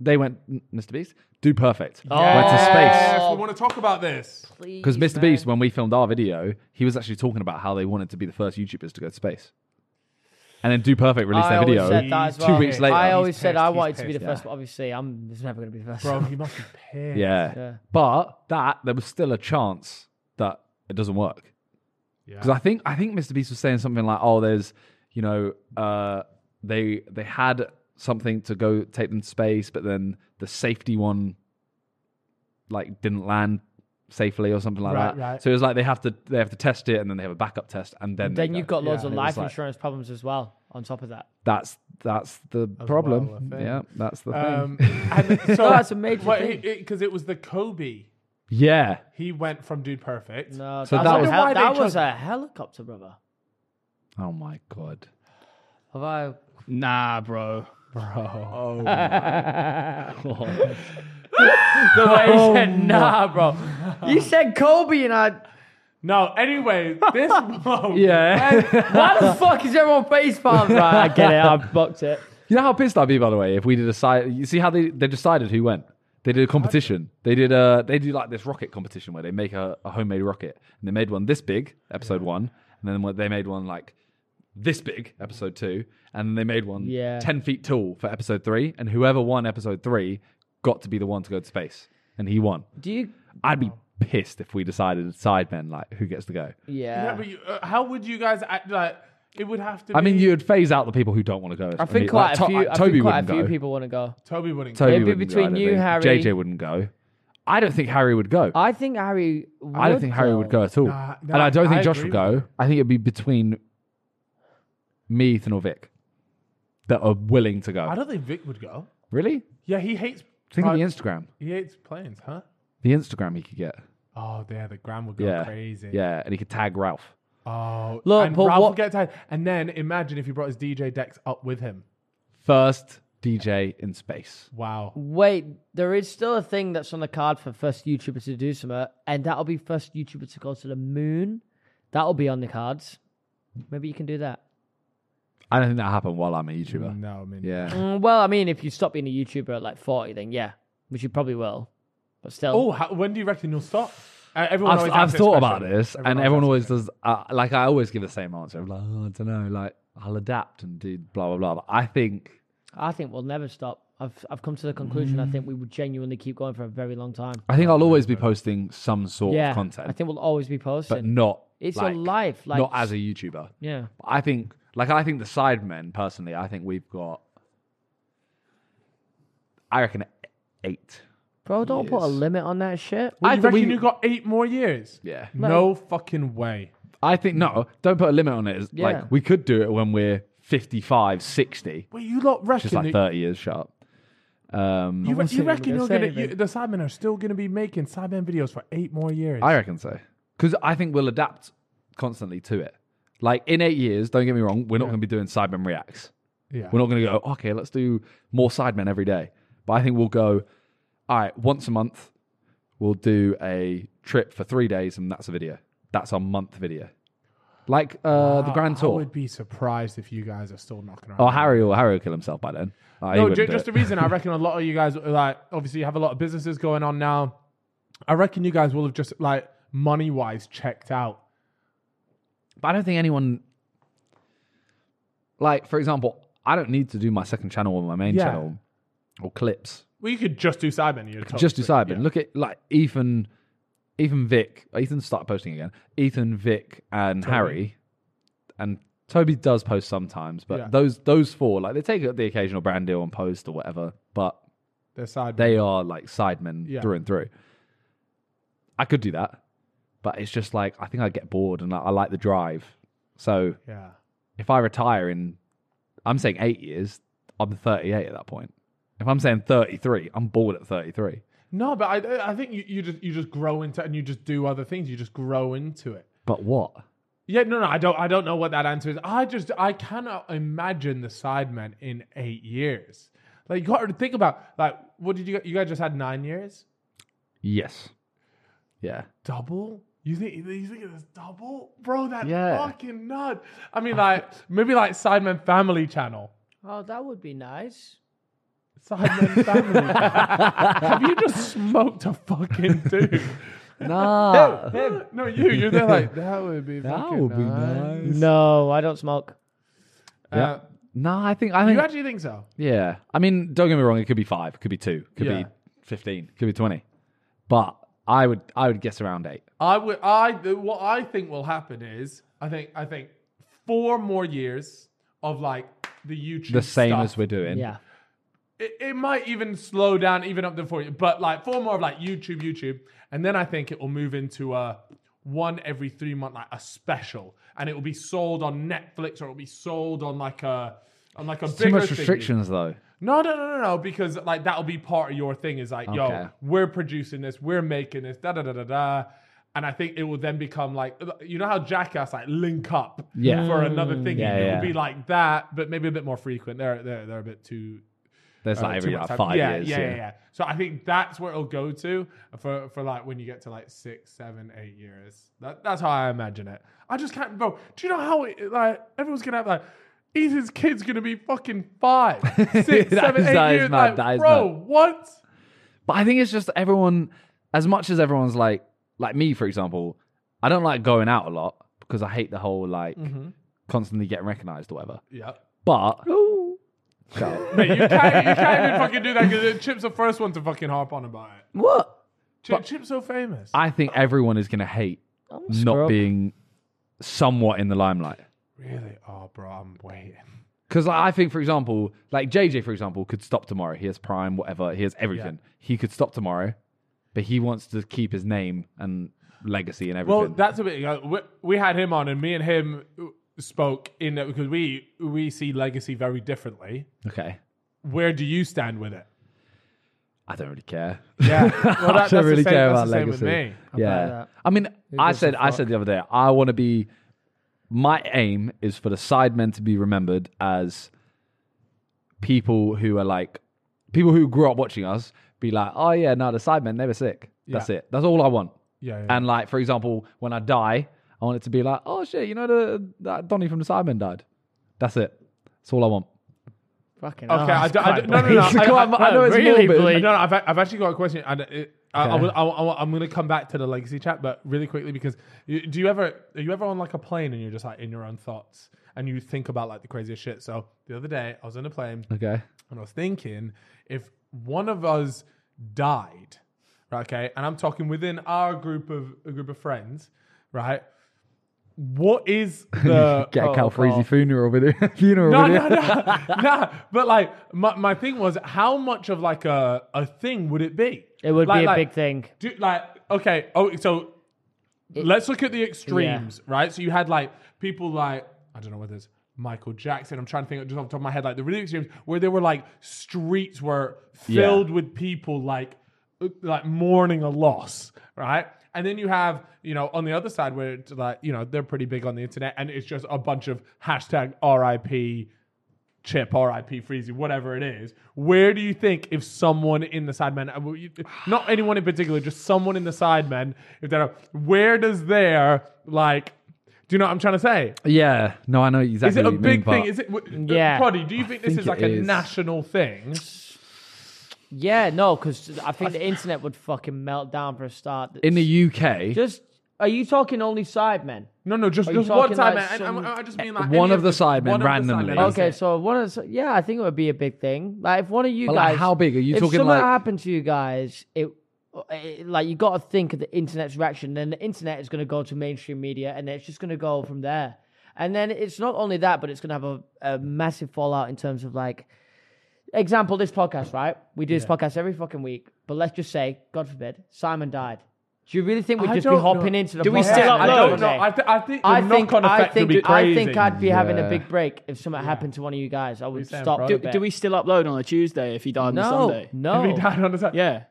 Speaker 3: They went "M- Mr. Beast. Do perfect. Went to
Speaker 2: Yes.
Speaker 3: space
Speaker 1: Yes, we want to talk about this.
Speaker 3: because
Speaker 2: Please,
Speaker 3: Mr.
Speaker 2: man.
Speaker 3: Beast, when we filmed our video, he was actually talking about how they wanted to be the first YouTubers to go to space, and then Do Perfect released
Speaker 2: I
Speaker 3: their
Speaker 2: always
Speaker 3: video.
Speaker 2: said that as
Speaker 3: two
Speaker 2: well.
Speaker 3: weeks later.
Speaker 2: I
Speaker 3: He's
Speaker 2: always said
Speaker 1: pissed,
Speaker 2: I
Speaker 1: he's
Speaker 2: wanted to be the
Speaker 1: pissed,
Speaker 2: first, but obviously I'm it's never going to be the first.
Speaker 1: Bro, he must be pissed.
Speaker 3: Yeah.
Speaker 2: Yeah.
Speaker 3: But that there was still a chance that it doesn't work. Because I think I think Mr. Beast was saying something like, "Oh, there's, you know, uh, they they had something to go take them to space, but then the safety one, like, didn't land safely or something like
Speaker 1: Right,
Speaker 3: that.
Speaker 1: right.
Speaker 3: So it was like they have to they have to test it, and then they have a backup test, and then they
Speaker 2: Then
Speaker 3: go.
Speaker 2: you've got loads
Speaker 1: Yeah.
Speaker 2: of
Speaker 1: It
Speaker 3: was
Speaker 2: life
Speaker 3: like-
Speaker 2: insurance problems as well. On top of that,
Speaker 3: that's that's the
Speaker 1: well,
Speaker 3: problem.
Speaker 1: I think.
Speaker 3: yeah, that's the thing.
Speaker 1: Um, and
Speaker 3: Oh,
Speaker 1: so
Speaker 2: that's a major thing.
Speaker 1: because it was the Kobe.
Speaker 3: yeah,
Speaker 1: He went from Dude Perfect.
Speaker 2: no,
Speaker 3: So
Speaker 2: that,
Speaker 3: that
Speaker 2: was,
Speaker 3: was-
Speaker 2: a hel-
Speaker 1: Uh, Why they
Speaker 2: that was
Speaker 1: chose-
Speaker 2: a helicopter, brother.
Speaker 3: Oh my god.
Speaker 2: Have I?
Speaker 4: Nah, bro.
Speaker 2: The way he said, "Nah, bro." You said Kobe, and I.
Speaker 1: No, anyway, this bloke.
Speaker 3: Yeah.
Speaker 2: Why the fuck is everyone face palm? Right, I get it. I blocked it.
Speaker 3: You know how pissed I'd be, by the way, if we did a side. You see how they, they decided who went. They did a competition. They did a they do like this rocket competition where they make a, a homemade rocket, and they made one this big, episode one, and then what- they made one like this big, episode two, and then they made one
Speaker 2: Yeah.
Speaker 3: ten feet tall for episode three, and whoever won episode three got to be the one to go to space, and he won.
Speaker 2: Do you?
Speaker 3: I'd be pissed if we decided sidemen like who gets to go.
Speaker 1: Yeah,
Speaker 2: Yeah.
Speaker 1: but you, uh, how would you guys act like it would have to
Speaker 3: I mean,
Speaker 1: be-
Speaker 3: you'd phase out the people who don't want to go.
Speaker 2: I think quite a few. I
Speaker 3: Toby
Speaker 2: think quite a
Speaker 3: wouldn't
Speaker 2: few
Speaker 3: go.
Speaker 2: people want to uh, go.
Speaker 1: Toby wouldn't
Speaker 3: Toby
Speaker 2: It'd be
Speaker 3: wouldn't go,
Speaker 2: between
Speaker 3: I don't
Speaker 2: you,
Speaker 3: think.
Speaker 2: Harry.
Speaker 3: JJ wouldn't go. I don't think Harry would go. I,
Speaker 2: I think Harry. Would,
Speaker 3: don't think Harry would
Speaker 2: though.
Speaker 3: go at all.
Speaker 1: Nah, nah,
Speaker 3: and I don't think
Speaker 1: I
Speaker 3: Josh
Speaker 1: agree
Speaker 3: would
Speaker 1: with
Speaker 3: go. I think it'd be between me, Ethan, or Vic that are willing to go.
Speaker 1: I don't think Vic would go.
Speaker 3: really?
Speaker 1: Yeah, he hates.
Speaker 3: Think
Speaker 1: uh,
Speaker 3: of the Instagram.
Speaker 1: he hates planes, huh?
Speaker 3: The Instagram he could get.
Speaker 1: Oh, yeah, the gram would go
Speaker 3: Yeah.
Speaker 1: crazy.
Speaker 3: Yeah, and he could tag Ralph.
Speaker 1: Oh,
Speaker 2: Look,
Speaker 1: and
Speaker 2: but
Speaker 1: Ralph
Speaker 2: what-
Speaker 1: would get tired. And then imagine if he brought his DJ decks up with him.
Speaker 3: First DJ in space.
Speaker 1: Wow.
Speaker 2: Wait, there is still a thing that's on the card for first YouTuber to do something, and that'll be first YouTuber to go to the moon. That'll be on the cards. Maybe you can do that.
Speaker 3: I don't think that happened while I'm a YouTuber.
Speaker 1: No, I mean,
Speaker 3: Yeah.
Speaker 2: Mm, well, I mean, if you stop being a YouTuber at like 40, then yeah, which you probably will. But still,
Speaker 1: Oh, how, when do you reckon you'll stop? Uh, everyone
Speaker 3: I've,
Speaker 1: always
Speaker 3: I've
Speaker 1: asks
Speaker 3: thought
Speaker 1: question.
Speaker 3: about this, and everyone always does. Uh, like I always give the same answer. I'm like, oh, I don't know. Like I'll adapt and do blah blah blah. But I think
Speaker 2: I think we'll never stop. I've I've come to the conclusion. I think we would genuinely keep going for a very long time.
Speaker 3: I think I'll always be posting some sort
Speaker 2: yeah,
Speaker 3: of content,
Speaker 2: I think we'll always be
Speaker 3: but
Speaker 2: posting.
Speaker 3: not.
Speaker 2: it's
Speaker 3: like,
Speaker 2: your life, like
Speaker 3: not as a YouTuber.
Speaker 2: yeah.
Speaker 3: I think, like, I think the Sidemen personally. I think we've got. I reckon eight.
Speaker 2: Bro, don't put a limit on that shit.
Speaker 1: I
Speaker 3: I
Speaker 1: Oh, you
Speaker 3: think
Speaker 1: reckon
Speaker 3: we-
Speaker 1: you got eight more years?
Speaker 3: Yeah.
Speaker 1: No fucking way.
Speaker 3: I think no. Don't put a limit on it. It's
Speaker 2: Yeah.
Speaker 3: Like we could do it when we're 55, 60,
Speaker 1: Wait, you lot reckon
Speaker 3: just like
Speaker 1: that,
Speaker 3: thirty years sharp. Um,
Speaker 1: you, re-
Speaker 2: wasn't
Speaker 1: you
Speaker 2: even
Speaker 1: reckon
Speaker 2: gonna
Speaker 1: you're
Speaker 2: say
Speaker 1: gonna you,
Speaker 2: anything.
Speaker 1: the Sidemen are still gonna be making Sidemen videos for eight more years?
Speaker 3: I reckon so. Because I think we'll adapt constantly to it. Like in eight years, don't get me wrong, we're not going to be doing Sidemen Reacts.
Speaker 1: yeah.
Speaker 3: We're not going to go, "Oh, okay, let's do more Sidemen every day. But I think we'll go, all right, once a month, we'll do a trip for three days and that's a video. That's our month video. Like uh, the Grand
Speaker 1: I
Speaker 3: Tour.
Speaker 1: would be surprised if you guys are still knocking around.
Speaker 3: Oh, Harry will, Harry will kill himself by then. Uh, he
Speaker 1: No,
Speaker 3: wouldn't
Speaker 1: ju-
Speaker 3: do
Speaker 1: just
Speaker 3: it.
Speaker 1: the reason I reckon a lot of you guys are like obviously you have a lot of businesses going on now. I reckon you guys will have just like money wise checked out.
Speaker 3: But I don't think anyone, like, for example, I don't need to do my second channel or my main
Speaker 1: Yeah.
Speaker 3: channel or clips.
Speaker 1: Well, you could just do Sidemen. You're totally
Speaker 3: just do
Speaker 1: free.
Speaker 3: Sidemen. Look at like Ethan, Ethan Vic. Ethan start posting again. Ethan Vic and Harry, and Toby does post sometimes. But
Speaker 1: Yeah.
Speaker 3: those those four, like they take up the occasional brand deal and post or whatever. But
Speaker 1: They're Sidemen.
Speaker 3: they are like sidemen
Speaker 1: Yeah.
Speaker 3: through and through. I could do that, but it's just like I think I get bored and I, I like the drive. So
Speaker 1: yeah.
Speaker 3: if I retire in, I'm saying eight years, I'm 38 at that point. If I'm saying 33, I'm bored at 33.
Speaker 1: No, but I I think you, you just you just grow into it and you just do other things. You just grow into it.
Speaker 3: But what?
Speaker 1: Yeah, no, no, I don't I don't know what that answer is. I just I cannot imagine the Sidemen in eight years. Like you got to think about like what did you you guys just had nine years?
Speaker 3: Yes. Yeah.
Speaker 1: double? You think you think it's double, bro? That's
Speaker 3: Yeah.
Speaker 1: fucking nut. I mean, like maybe like Sidemen Family Channel.
Speaker 2: Oh, that would be nice.
Speaker 1: Sidemen Family. Channel. Have you just smoked a fucking dude?
Speaker 3: Nah.
Speaker 1: no, you. You're there like that would be.
Speaker 3: that
Speaker 1: fucking
Speaker 3: would be
Speaker 1: nice."
Speaker 3: nice.
Speaker 2: No, I don't smoke.
Speaker 1: Uh,
Speaker 3: Nah, I think I
Speaker 1: You
Speaker 3: think
Speaker 1: actually think so?
Speaker 3: yeah. I mean, don't get me wrong. It could be five. Could be two. Could
Speaker 1: Yeah.
Speaker 3: be fifteen. Could be twenty. But I would I would guess around eight.
Speaker 1: I would. I the- what I think will happen is I think I think four more years of like the YouTube
Speaker 3: The same
Speaker 1: stuff.
Speaker 3: as we're doing.
Speaker 2: Yeah.
Speaker 1: it, it might even slow down even up to 40 but like four more of like youtube youtube and then i think it will move into a one every three month like a special and it will be sold on netflix or it will be sold on like a on like a
Speaker 3: Too
Speaker 1: bigger
Speaker 3: much
Speaker 1: thingy.
Speaker 3: restrictions though.
Speaker 1: no no no no no because like that'll be part of your thing is like yo
Speaker 3: Okay.
Speaker 1: we're producing this we're making this da da da da da and I think it will then become like you know how Jackass like link up
Speaker 3: Yeah. Mm.
Speaker 1: for another thing.
Speaker 3: yeah,
Speaker 1: it
Speaker 3: yeah.
Speaker 1: will be like that, but maybe a bit more frequent. They're they're they're a bit too
Speaker 3: There's
Speaker 1: uh,
Speaker 3: like
Speaker 1: too
Speaker 3: every
Speaker 1: much
Speaker 3: like
Speaker 1: time.
Speaker 3: five
Speaker 1: yeah,
Speaker 3: years.
Speaker 1: Yeah, yeah, yeah. So I think that's where it'll go to for, for like when you get to like six, seven, eight years. That, that's how I imagine it. I just can't, bro. Do you know how it, like everyone's gonna have like Ethan's kid's gonna be fucking five, six,
Speaker 3: That
Speaker 1: seven,
Speaker 3: is-
Speaker 1: eight
Speaker 3: that is
Speaker 1: years.
Speaker 3: mad.
Speaker 1: Like,
Speaker 3: That is
Speaker 1: bro, what?
Speaker 3: But I think it's just everyone, as much as everyone's like, like me, for example, I don't like going out a lot because I hate the whole like
Speaker 1: Mm-hmm.
Speaker 3: constantly getting recognized or whatever.
Speaker 1: Yeah.
Speaker 3: But
Speaker 1: Mate, you can't, you can't even fucking do that because Chip's the first one to fucking harp on about it.
Speaker 2: What?
Speaker 1: Chip, Chip's so famous.
Speaker 3: I think everyone is going to hate
Speaker 2: I'm a
Speaker 3: not
Speaker 2: scrub.
Speaker 3: being somewhat in the limelight.
Speaker 1: really? Oh, bro, I'm waiting.
Speaker 3: Because like, I think, for example, like JJ, for example, could stop tomorrow. He has Prime, whatever. He has everything. He could stop tomorrow, but he wants to keep his name and legacy and everything.
Speaker 1: Well, that's a bit. uh, we, we had him on, and me and him uh, spoke in that because we we see legacy very differently.
Speaker 3: okay.
Speaker 1: Where do you stand with it?
Speaker 3: I don't really care.
Speaker 1: Yeah, well,
Speaker 3: I don't really
Speaker 1: the same,
Speaker 3: care
Speaker 1: that's
Speaker 3: about
Speaker 1: the same
Speaker 3: legacy.
Speaker 1: with me.
Speaker 3: Yeah,
Speaker 2: that.
Speaker 3: I mean, I
Speaker 2: gives a
Speaker 3: said, I said the other day, I want to be. My aim is for the sidemen to be remembered as people who are like people who grew up watching us. Be like, oh yeah, no, the sidemen they were sick. That's
Speaker 1: Yeah.
Speaker 3: it. That's all I want.
Speaker 1: Yeah, yeah.
Speaker 3: And like, for example, when I die, I want it to be like, oh shit, you know the that Donny from the sidemen died. That's it. That's all I want.
Speaker 2: Fucking
Speaker 1: Okay,
Speaker 2: hell.
Speaker 1: I, d- I d- no, no, no. I,
Speaker 3: It's Oh, quite-
Speaker 1: I-
Speaker 3: I know it's
Speaker 1: really
Speaker 3: morbid.
Speaker 1: bleak. No, no, I've, I've actually got a question, and it, I, I will, I, am going to come back to the legacy chat, but really quickly because you, do you ever are you ever on like a plane and you're just like in your own thoughts and you think about like the craziest shit? So the other day I was on a plane
Speaker 3: Okay.
Speaker 1: and I was thinking if one of us died, right, okay, and I'm talking within our group of a group of friends, right? What is the
Speaker 3: Get
Speaker 1: oh,
Speaker 3: a Cal
Speaker 1: oh.
Speaker 3: Freezy funeral video. funeral
Speaker 1: No,
Speaker 3: video.
Speaker 1: no, no, no. But like, my, my thing was, how much of like a a thing would it be?
Speaker 2: It would
Speaker 1: Like-
Speaker 2: be a
Speaker 1: like,
Speaker 2: big thing.
Speaker 1: do like okay. Oh, so let's look at the extremes, right? So you had like people like I don't know whether it's Michael Jackson. I'm trying to think just off the top of my head, like the really extremes where there were like streets were filled with people like uh, like mourning a loss, right? And then you have you know on the other side where it's like you know they're pretty big on the internet, and it's just a bunch of hashtag RIP Chip, RIP, Freezy, whatever it is. Where do you think if someone in the Sidemen, uh, well, you- not anyone in particular, just someone in the Sidemen, if they're, where does their like, do you know what I'm trying to say?
Speaker 3: Yeah. No, I know exactly.
Speaker 1: Is it a
Speaker 3: what you mean,
Speaker 1: big thing?
Speaker 3: but-
Speaker 1: Is it, w-
Speaker 2: Yeah.
Speaker 1: Proddy, do you think this
Speaker 3: think
Speaker 1: is like
Speaker 3: it
Speaker 1: a
Speaker 3: is.
Speaker 1: national thing?
Speaker 2: Yeah, no, because I think the internet would fucking melt down for a start.
Speaker 3: in the UK?
Speaker 2: just are you talking only Sidemen?
Speaker 1: No, no, just,
Speaker 2: Are you
Speaker 1: just one
Speaker 2: talking
Speaker 1: time.
Speaker 2: like
Speaker 1: I- I,
Speaker 2: some-
Speaker 1: I, I just mean like
Speaker 3: one
Speaker 1: any
Speaker 3: of the Sidemen
Speaker 1: one of the
Speaker 3: randomly.
Speaker 1: Sidemen.
Speaker 2: Okay, so one of the, yeah, I think it would be a big thing. Like if one of you
Speaker 3: But, like,
Speaker 2: guys,
Speaker 3: how big? Are you
Speaker 2: if
Speaker 3: talking,
Speaker 2: something
Speaker 3: like-
Speaker 2: happened to you guys? It, it like you got to think of the internet's reaction. Then the internet is going to go to mainstream media, and it's just going to go from there. And then it's not only that, but it's going to have a, a massive fallout in terms of like, example, this podcast, right? We do this podcast every fucking week. But let's just say, God forbid, Simon died. Do you really think we'd
Speaker 1: I
Speaker 2: just be
Speaker 1: don't know.
Speaker 2: hopping into the?
Speaker 4: Do we
Speaker 2: podcast
Speaker 4: still
Speaker 1: I
Speaker 2: every
Speaker 1: don't
Speaker 2: day?
Speaker 1: know. I, th- I think the
Speaker 2: I think
Speaker 1: knock-on
Speaker 2: I
Speaker 1: effect would
Speaker 2: think
Speaker 1: be
Speaker 2: I
Speaker 1: crazy.
Speaker 2: think I'd be having a
Speaker 3: Yeah.
Speaker 2: big break if something happened to one of you guys. I would
Speaker 1: saying,
Speaker 2: stop.
Speaker 1: bro?
Speaker 4: Do,
Speaker 2: the bet.
Speaker 4: do we still upload on a Tuesday if he died on a
Speaker 2: no,
Speaker 4: Sunday?
Speaker 1: If he
Speaker 2: no.
Speaker 1: died on the side.
Speaker 4: Yeah.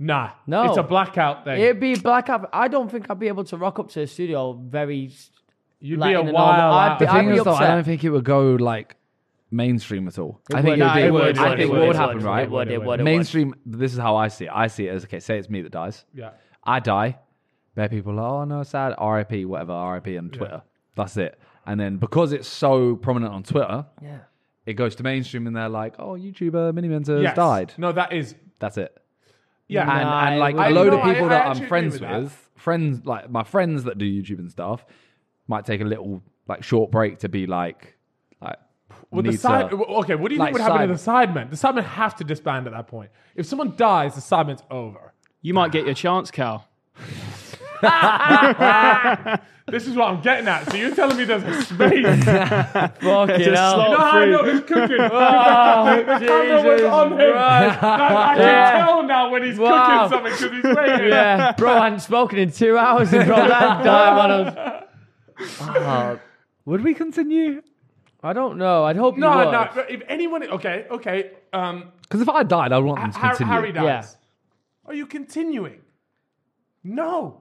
Speaker 1: Nah,
Speaker 2: No.
Speaker 1: it's a blackout thing.
Speaker 2: It'd be blackout. I don't think I'd be able to rock up to the studio. Very. s-
Speaker 1: You'd
Speaker 2: like
Speaker 1: be a
Speaker 2: in a
Speaker 1: while.
Speaker 2: normal- I'd
Speaker 1: out.
Speaker 2: be-
Speaker 3: the thing
Speaker 2: I'd
Speaker 3: is, though, I
Speaker 2: upset.
Speaker 3: don't think it would go like mainstream at all. I
Speaker 2: would.
Speaker 3: think it would be.
Speaker 2: No, it would,
Speaker 3: I
Speaker 2: it would, it
Speaker 3: think what would
Speaker 2: would,
Speaker 3: happen,
Speaker 2: it
Speaker 3: right?
Speaker 2: would, it would, it would.
Speaker 3: Mainstream. This is how I see it. I see it as okay. Say it's me that dies.
Speaker 1: yeah.
Speaker 3: I die. Bare people. Are, oh no, sad. R.I.P. Whatever. R.I.P. on Twitter. That's it. And then because it's so prominent on Twitter,
Speaker 2: Yeah.
Speaker 3: it goes to mainstream, and they're like, "Oh, YouTuber Mini Mentor
Speaker 1: Yes.
Speaker 3: died."
Speaker 1: No, that is.
Speaker 3: That's it.
Speaker 1: Yeah.
Speaker 3: and,
Speaker 2: Nah,
Speaker 3: and
Speaker 2: it
Speaker 3: like
Speaker 2: would-
Speaker 3: a load
Speaker 1: No,
Speaker 3: of
Speaker 1: I-
Speaker 3: people
Speaker 1: I
Speaker 3: that
Speaker 1: actually
Speaker 3: I'm
Speaker 1: agree
Speaker 3: friends
Speaker 1: with
Speaker 3: with,
Speaker 1: that.
Speaker 3: friends like my friends that do YouTube and stuff, might take a little like short break to be like, like
Speaker 1: Well, the
Speaker 3: need
Speaker 1: side,
Speaker 3: to-
Speaker 1: okay, what do you
Speaker 3: like
Speaker 1: think would happen to the
Speaker 3: side-
Speaker 1: sidemen? The sidemen have to disband at that point. If someone dies, the sidemen's over.
Speaker 4: You might get your chance, Cal.
Speaker 1: This is what I'm getting at. So you're telling me there's a space. no,
Speaker 2: Fucking hell.
Speaker 1: I know he's cooking.
Speaker 3: Oh,
Speaker 1: the camera was
Speaker 2: Jesus
Speaker 1: on him.
Speaker 2: Christ.
Speaker 1: I, I can
Speaker 2: Yeah.
Speaker 1: tell now when he's cooking
Speaker 2: Wow.
Speaker 1: something because he's waiting.
Speaker 2: Yeah, bro, I hadn't spoken in two hours, and bro, that died on us. Oh,
Speaker 3: would we continue?
Speaker 2: I don't know. I'd hope you
Speaker 1: No,
Speaker 2: would.
Speaker 1: no. If anyone, okay, okay. Um,
Speaker 3: Because if I died, I'd want them to
Speaker 1: Har-
Speaker 3: continue.
Speaker 1: Harry dies.
Speaker 2: Yeah.
Speaker 1: Are you continuing? No.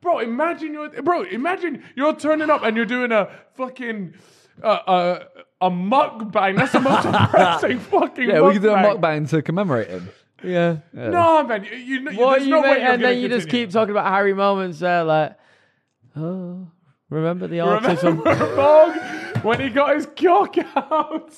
Speaker 1: Bro, imagine you're bro, imagine you're turning up and you're doing a fucking uh, uh, a mukbang. That's the most depressing fucking
Speaker 3: yeah,
Speaker 1: mukbang.
Speaker 3: we could do a mukbang to commemorate him.
Speaker 2: Yeah.
Speaker 1: No, man. You, you, you,
Speaker 2: What
Speaker 1: there's
Speaker 2: you
Speaker 1: no
Speaker 2: mean-
Speaker 1: way you're
Speaker 2: and
Speaker 1: gonna
Speaker 2: then you just
Speaker 1: continue.
Speaker 2: keep talking about Harry moments there, like, oh, remember the autism?
Speaker 1: Remember Bog when he got his cock out?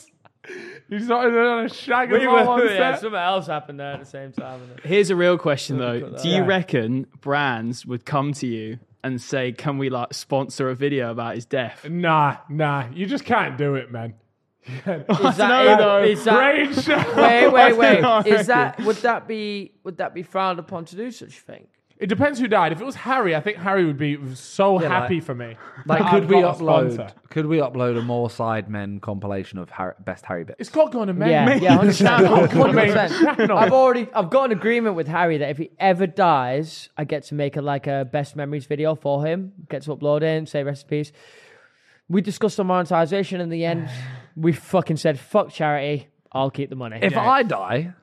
Speaker 1: He started on a shag as well on
Speaker 2: yeah,
Speaker 1: set.
Speaker 2: something else happened there at the same time. innit?
Speaker 4: Here's a real question though.
Speaker 2: cut that
Speaker 4: Do you
Speaker 2: out.
Speaker 4: reckon brands would come to you and say, "Can we like sponsor a video about his death?"
Speaker 1: Nah, nah. You just can't do it, man.
Speaker 2: Is that,
Speaker 4: know, though.
Speaker 2: is that-
Speaker 1: Brain shag.
Speaker 2: wait, wait,
Speaker 4: I don't
Speaker 2: wait.
Speaker 4: know.
Speaker 2: Is that would that be would that be frowned upon to do such a thing?
Speaker 1: It depends who died. If it was Harry, I think Harry would be so happy for me.
Speaker 3: Like,
Speaker 1: that
Speaker 3: could
Speaker 1: I've
Speaker 3: we
Speaker 1: got a sponsor.
Speaker 3: upload? Could we upload a more Sidemen compilation of Har best Harry bits?
Speaker 1: It's got going to make
Speaker 2: Yeah, yeah,
Speaker 1: Channel.
Speaker 2: 100%. 100%.
Speaker 1: Channel.
Speaker 2: I've already I've got an agreement with Harry that if he ever dies, I get to make a like a best memories video for him. Get to upload it, say recipes. We discussed the monetization in the end. We fucking said fuck charity. I'll keep the money.
Speaker 3: If I die,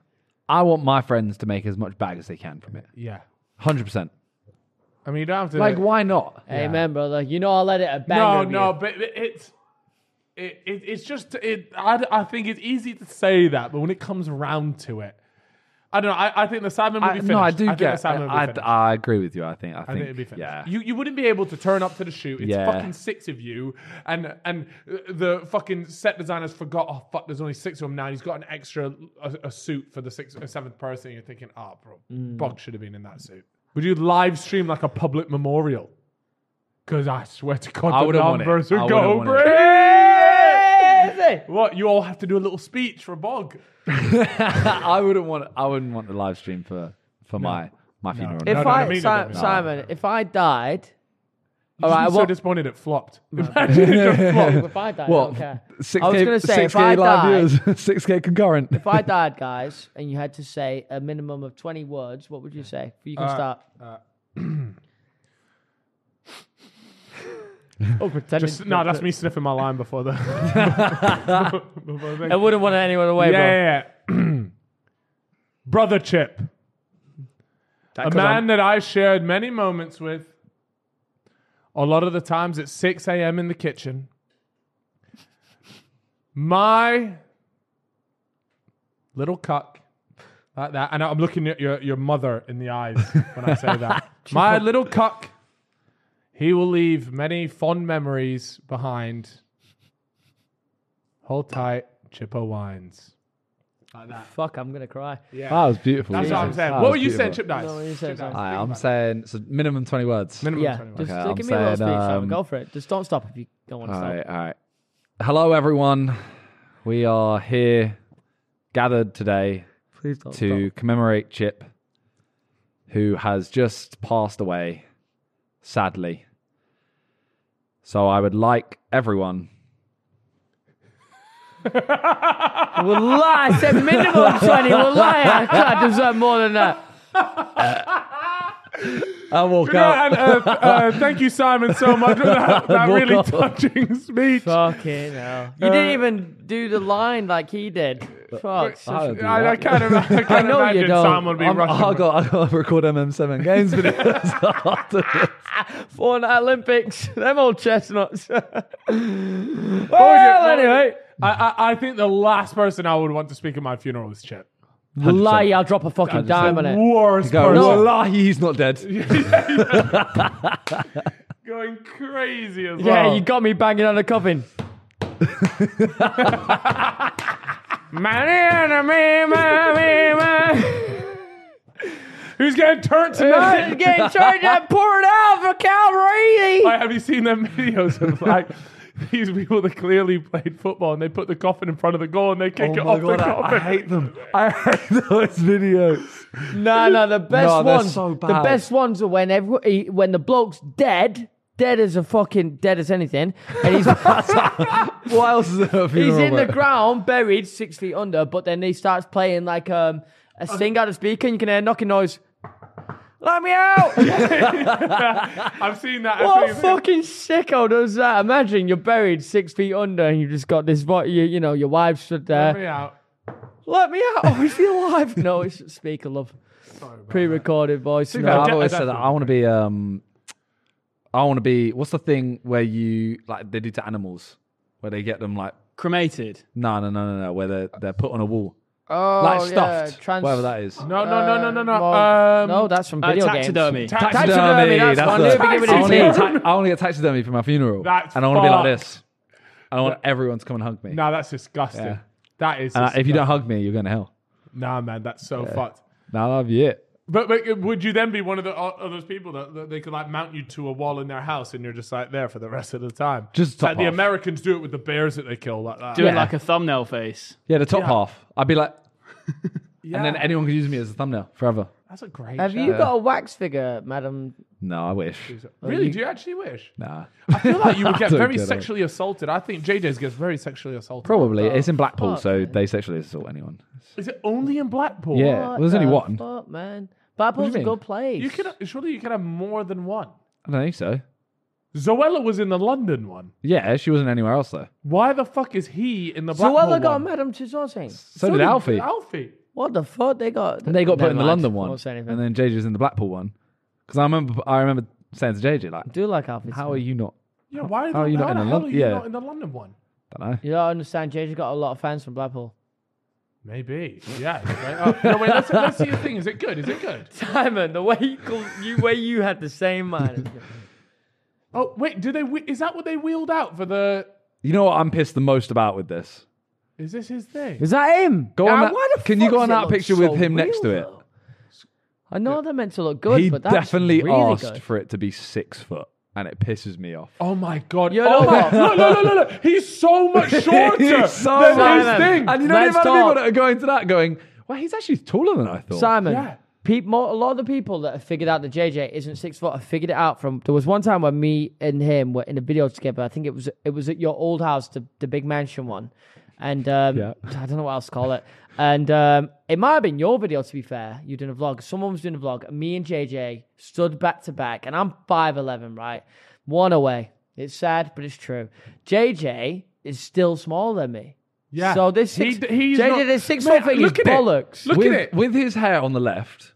Speaker 3: I want my friends to make as much bag as they can from it.
Speaker 1: Yeah.
Speaker 3: Hundred percent.
Speaker 1: I mean, you don't have to.
Speaker 3: Like, why not?
Speaker 2: Amen, brother. You know I'll let it a banger.
Speaker 1: no,
Speaker 2: of you.
Speaker 1: no, but it- it's. It, it, it's just it I, I think it's easy to say that but when it comes round to it I don't know. I, I think the Sandman would
Speaker 3: I,
Speaker 1: be finished.
Speaker 3: no, I do
Speaker 1: think the
Speaker 3: get. I,
Speaker 1: Sandman would be
Speaker 3: I,
Speaker 1: finished.
Speaker 3: I agree with you. I think. I,
Speaker 1: I think it'd be finished.
Speaker 3: Yeah.
Speaker 1: You you wouldn't be able to turn up to the shoot. It's
Speaker 3: Yeah.
Speaker 1: fucking six of you, and and uh, the fucking set designers forgot. Oh fuck, there's only six of them now. And he's got an extra a, a suit for the sixth, uh, seventh person. And you're thinking, ah, bro,
Speaker 3: Mm.
Speaker 1: Bog should have been in that suit. Would you live stream like a public memorial? Because I swear to God,
Speaker 3: I
Speaker 1: the
Speaker 3: wouldn't want it.
Speaker 1: numbers
Speaker 3: I
Speaker 1: would
Speaker 3: wouldn't
Speaker 1: go
Speaker 3: want it.
Speaker 1: crazy. What you all have to do a little speech for Bog?
Speaker 3: I wouldn't want. I wouldn't want the live stream for for my my funeral.
Speaker 2: If
Speaker 1: no,
Speaker 2: I,
Speaker 1: I mean,
Speaker 2: Si-
Speaker 1: no, no, no.
Speaker 2: Simon, if I died,
Speaker 1: All
Speaker 2: right,
Speaker 1: right, so
Speaker 2: what-
Speaker 1: disappointed it flopped. Imagine it just flopped.
Speaker 2: if I died, I don't care.
Speaker 3: What? Six
Speaker 2: I was
Speaker 3: K.
Speaker 2: gonna say,
Speaker 3: Six
Speaker 2: if I
Speaker 3: K live
Speaker 2: died-
Speaker 3: viewers. Six K concurrent.
Speaker 2: if I died, guys, and you had to say a minimum of twenty words, what would you say? You
Speaker 1: Uh,
Speaker 2: can start. oh, pretend
Speaker 1: Just, no, that's me sniffing my line before the. before the thing.
Speaker 2: I wouldn't want anyone away,
Speaker 1: yeah,
Speaker 2: bro.
Speaker 1: yeah, yeah. Brother Chip, a man that I shared many moments with. A lot of the times at 6 a.m. in the kitchen. My little cuck, like that. And I'm looking at your, your mother in the eyes when I say that. My little cuck, he will leave many fond memories behind. Hold tight, Chippo Wines.
Speaker 2: Fuck, I'm gonna cry.
Speaker 3: That was beautiful.
Speaker 1: Oh, That's what I'm saying. What were you saying, Chip Dice?
Speaker 2: No, what you said,
Speaker 1: Chip Dice.
Speaker 2: Simon.
Speaker 3: I, am saying so minimum twenty words.
Speaker 1: Minimum
Speaker 2: Yeah,
Speaker 1: 21.
Speaker 2: just,
Speaker 3: Okay,
Speaker 2: just
Speaker 3: I'm
Speaker 2: give me a little
Speaker 3: saying,
Speaker 2: speech. Simon.
Speaker 3: um,
Speaker 2: Go for it. Just don't stop if you don't want to
Speaker 3: All
Speaker 2: stop.
Speaker 3: right, all right. Hello, everyone. We are here gathered today
Speaker 2: Please don't
Speaker 3: to commemorate Chip, who has just passed away, sadly. So I would like everyone.
Speaker 2: stop. We'll lie. I said minimum twenty. We'll lie. I can't deserve more than that.
Speaker 3: I walk
Speaker 1: No, and, uh, uh, thank you, Simon, so much for that, that
Speaker 3: Walk
Speaker 1: really
Speaker 3: off.
Speaker 1: touching speech.
Speaker 2: Fucking hell. You
Speaker 1: Uh,
Speaker 2: didn't even do the line like he did. Fuck.
Speaker 3: I don't do
Speaker 1: I, I
Speaker 3: that.
Speaker 1: can't, ima- I can't
Speaker 2: I know you
Speaker 1: imagine
Speaker 2: don't.
Speaker 1: Simon being
Speaker 3: I'm- I
Speaker 1: Russian.
Speaker 3: got I got to record MM7 games videos afterwards.
Speaker 2: Four night Olympics. Them old chestnuts.
Speaker 1: Well,
Speaker 2: well, anyway.
Speaker 1: I, I, I think the last person I would want to speak at my funeral is Chip.
Speaker 2: Lie, I'll drop a fucking dime on eh. it.
Speaker 1: Worst
Speaker 3: Go,
Speaker 1: person.
Speaker 3: Wallahi, he's not dead.
Speaker 1: Going crazy as well.
Speaker 2: Yeah, you got me banging on the coffin.
Speaker 1: Man, enemy, man, me, man. Who's getting turned tonight?
Speaker 2: Getting charged and poured out for Calvary.
Speaker 1: Like, have you seen them videos of like these people that clearly played football and they put the coffin in front of the goal and they
Speaker 3: Oh
Speaker 1: kick it off the coffin?
Speaker 3: them. I hate those videos.
Speaker 2: No, no, the best
Speaker 3: No, they're
Speaker 2: ones.
Speaker 3: so
Speaker 2: The
Speaker 3: bad.
Speaker 2: best ones are when every, when the bloke's dead, dead as a fucking dead as anything, and he's
Speaker 3: What else is there?
Speaker 2: He's in the ground, buried six feet under, but then he starts playing like um, a sing out of speaker, and you can hear a knocking noise. Let me out!
Speaker 1: I've seen that. I've
Speaker 2: what
Speaker 1: seen that.
Speaker 2: fucking sicko does that? Imagine you're buried six feet under, and you just got this. vo- You, you know, your wife stood
Speaker 1: Let
Speaker 2: there.
Speaker 1: me out.
Speaker 2: Let me out! Oh, is he alive? no, it's just speaker love, pre-recorded voice.
Speaker 1: that.
Speaker 2: No.
Speaker 3: I've always
Speaker 1: Yeah,
Speaker 3: said that I want to be. Um, I want to be. What's the thing where you like they do to animals, where they get them like
Speaker 4: cremated.
Speaker 3: no, no, no, no, no, where they're they're put on a wall,
Speaker 2: Oh,
Speaker 3: like
Speaker 2: yeah,
Speaker 3: stuffed,
Speaker 2: trans-
Speaker 3: whatever that is.
Speaker 1: No, no, no, no, no, no.
Speaker 2: well,
Speaker 1: um,
Speaker 2: no, that's from
Speaker 4: Uh,
Speaker 2: video games.
Speaker 4: taxidermy.
Speaker 1: taxidermy.
Speaker 2: Taxidermy, that's one.
Speaker 3: the-
Speaker 2: Don't be giving it
Speaker 3: I want to
Speaker 2: to
Speaker 3: get
Speaker 2: me.
Speaker 3: ta- I want to get taxidermy for my funeral,
Speaker 1: That's
Speaker 3: and I want to be like
Speaker 1: fucked.
Speaker 3: this. And I want everyone to come and hug me.
Speaker 1: No, that's disgusting.
Speaker 3: Yeah.
Speaker 1: That is.
Speaker 3: and I, if you
Speaker 1: disgusting.
Speaker 3: don't hug me, you're going to hell.
Speaker 1: nah, man, that's so fucked.
Speaker 3: No, that'd be it.
Speaker 1: But, but would you then be one of the of those people that, that they could like mount you to a wall in their house and you're just like there for the rest of the time?
Speaker 3: Just top
Speaker 1: like the
Speaker 3: off.
Speaker 1: Americans do it with the bears that they kill like that.
Speaker 4: Doing
Speaker 3: Yeah.
Speaker 4: like a thumbnail face.
Speaker 3: Yeah, the top half. I'd be like,
Speaker 1: Yeah.
Speaker 3: and then anyone could use me as a thumbnail forever.
Speaker 1: that's a great.
Speaker 2: Have
Speaker 1: shout.
Speaker 2: you got a wax figure, madam?
Speaker 3: No, I wish.
Speaker 1: really? do you actually wish?
Speaker 3: Nah.
Speaker 1: I feel like you would get
Speaker 3: don't
Speaker 1: very
Speaker 3: get it.
Speaker 1: sexually assaulted. I think JJ's gets very sexually assaulted.
Speaker 3: Probably. It's in Blackpool,
Speaker 2: fuck,
Speaker 3: so they sexually assault anyone.
Speaker 1: Is it only in Blackpool?
Speaker 3: Yeah. Well, there's only
Speaker 2: the
Speaker 3: one.
Speaker 2: Fuck, man. Blackpool's
Speaker 3: do
Speaker 2: a
Speaker 3: you mean?
Speaker 2: good place.
Speaker 1: You can surely you can have more than one.
Speaker 3: I don't think so.
Speaker 1: Zoella was in the London one.
Speaker 3: Yeah, she wasn't anywhere else though.
Speaker 1: Why the fuck is he in the
Speaker 2: So
Speaker 1: Blackpool
Speaker 2: what they got
Speaker 1: one?
Speaker 2: Madame Tussauds saying?
Speaker 3: So, did Alfie.
Speaker 1: Alfie.
Speaker 2: What the fuck they got?
Speaker 3: And they got put
Speaker 2: Never
Speaker 3: in the
Speaker 2: mind.
Speaker 3: London one,
Speaker 2: Won't say anything.
Speaker 3: and then JJ's in the Blackpool one. Because I remember, I remember saying to JJ like,
Speaker 2: do like Alfie.
Speaker 3: "How are
Speaker 2: you?
Speaker 3: you not?
Speaker 1: Yeah, why
Speaker 3: How
Speaker 1: are
Speaker 3: are
Speaker 1: you
Speaker 3: you
Speaker 1: why
Speaker 3: Oh, not in
Speaker 1: the
Speaker 3: the
Speaker 1: hell
Speaker 3: Lon-
Speaker 1: are you
Speaker 3: yeah.
Speaker 1: not in the London one?
Speaker 3: Don't know."
Speaker 2: You don't understand. JJ's got a lot of fans from Blackpool.
Speaker 1: Maybe. Yeah. it's great. Oh, no, wait, let's, let's see the thing. Is it good? Is it good?
Speaker 2: Simon, the way you, call, you way you had the same mind.
Speaker 1: Oh, wait. Do they? whe- Is that what they wheeled out for the?
Speaker 3: You know what I'm pissed the most about with this?
Speaker 1: Is this his thing?
Speaker 2: Is that him?
Speaker 3: Go on that- can you go on that picture with him next to it?
Speaker 2: I know they're meant to look good,
Speaker 3: he
Speaker 2: but that's
Speaker 3: definitely
Speaker 2: really
Speaker 3: asked
Speaker 2: good.
Speaker 3: for it to be six foot, and it pisses me off.
Speaker 1: Oh my god!
Speaker 2: You
Speaker 1: oh
Speaker 2: know
Speaker 1: my,
Speaker 2: what?
Speaker 1: look, look, look, look, look. He's so much shorter
Speaker 3: He's so
Speaker 1: than
Speaker 2: much-
Speaker 1: his thing.
Speaker 3: And you know
Speaker 2: Let's
Speaker 3: the amount of people
Speaker 2: talk.
Speaker 3: that are going to that going, well, he's actually taller than I thought.
Speaker 2: Simon,
Speaker 1: Yeah.
Speaker 2: peop- mo- a lot of the people that have figured out that JJ isn't six foot have figured it out from. There was one time when me and him were in a video together. I think it was it was at your old house, the, the big mansion one, and um,
Speaker 3: Yeah.
Speaker 2: I don't know what else to call it. And um, it might have been your video, to be fair. You doing a vlog. Someone was doing a vlog. And me and JJ stood back to back, and I'm five eleven, right? One away. It's sad, but it's true. JJ is still smaller than me.
Speaker 1: Yeah.
Speaker 2: So this
Speaker 1: He
Speaker 2: six,
Speaker 1: d- he's
Speaker 2: JJ,
Speaker 1: not-
Speaker 2: this six
Speaker 1: Mate,
Speaker 2: foot thing
Speaker 1: look
Speaker 2: is
Speaker 1: at it.
Speaker 2: bollocks.
Speaker 1: Look
Speaker 3: with,
Speaker 1: at it.
Speaker 3: with his hair on the left,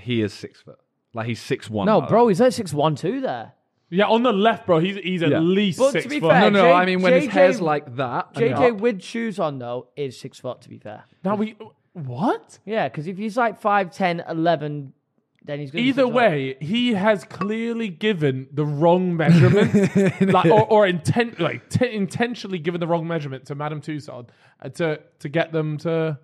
Speaker 3: he is six foot. Like he's six one.
Speaker 2: No, bro, he's like six one two there.
Speaker 1: Yeah, on the left, bro. He's he's at
Speaker 3: Yeah.
Speaker 1: least
Speaker 2: But to
Speaker 1: six
Speaker 2: be
Speaker 1: foot.
Speaker 2: fair-
Speaker 3: No, no.
Speaker 2: J-
Speaker 3: I mean, when his
Speaker 2: JJ
Speaker 3: hair's like that, and
Speaker 2: JJ
Speaker 3: up-
Speaker 2: with shoes on though is six foot to be fair.
Speaker 1: Now we what?
Speaker 2: Yeah, because if he's like 5, 10, 11, then he's gonna be
Speaker 1: Either
Speaker 2: six foot.
Speaker 1: way, he has clearly given the wrong measurement, like, or, or intent, like t- intentionally given the wrong measurement to Madame Tussauds uh, to to get them to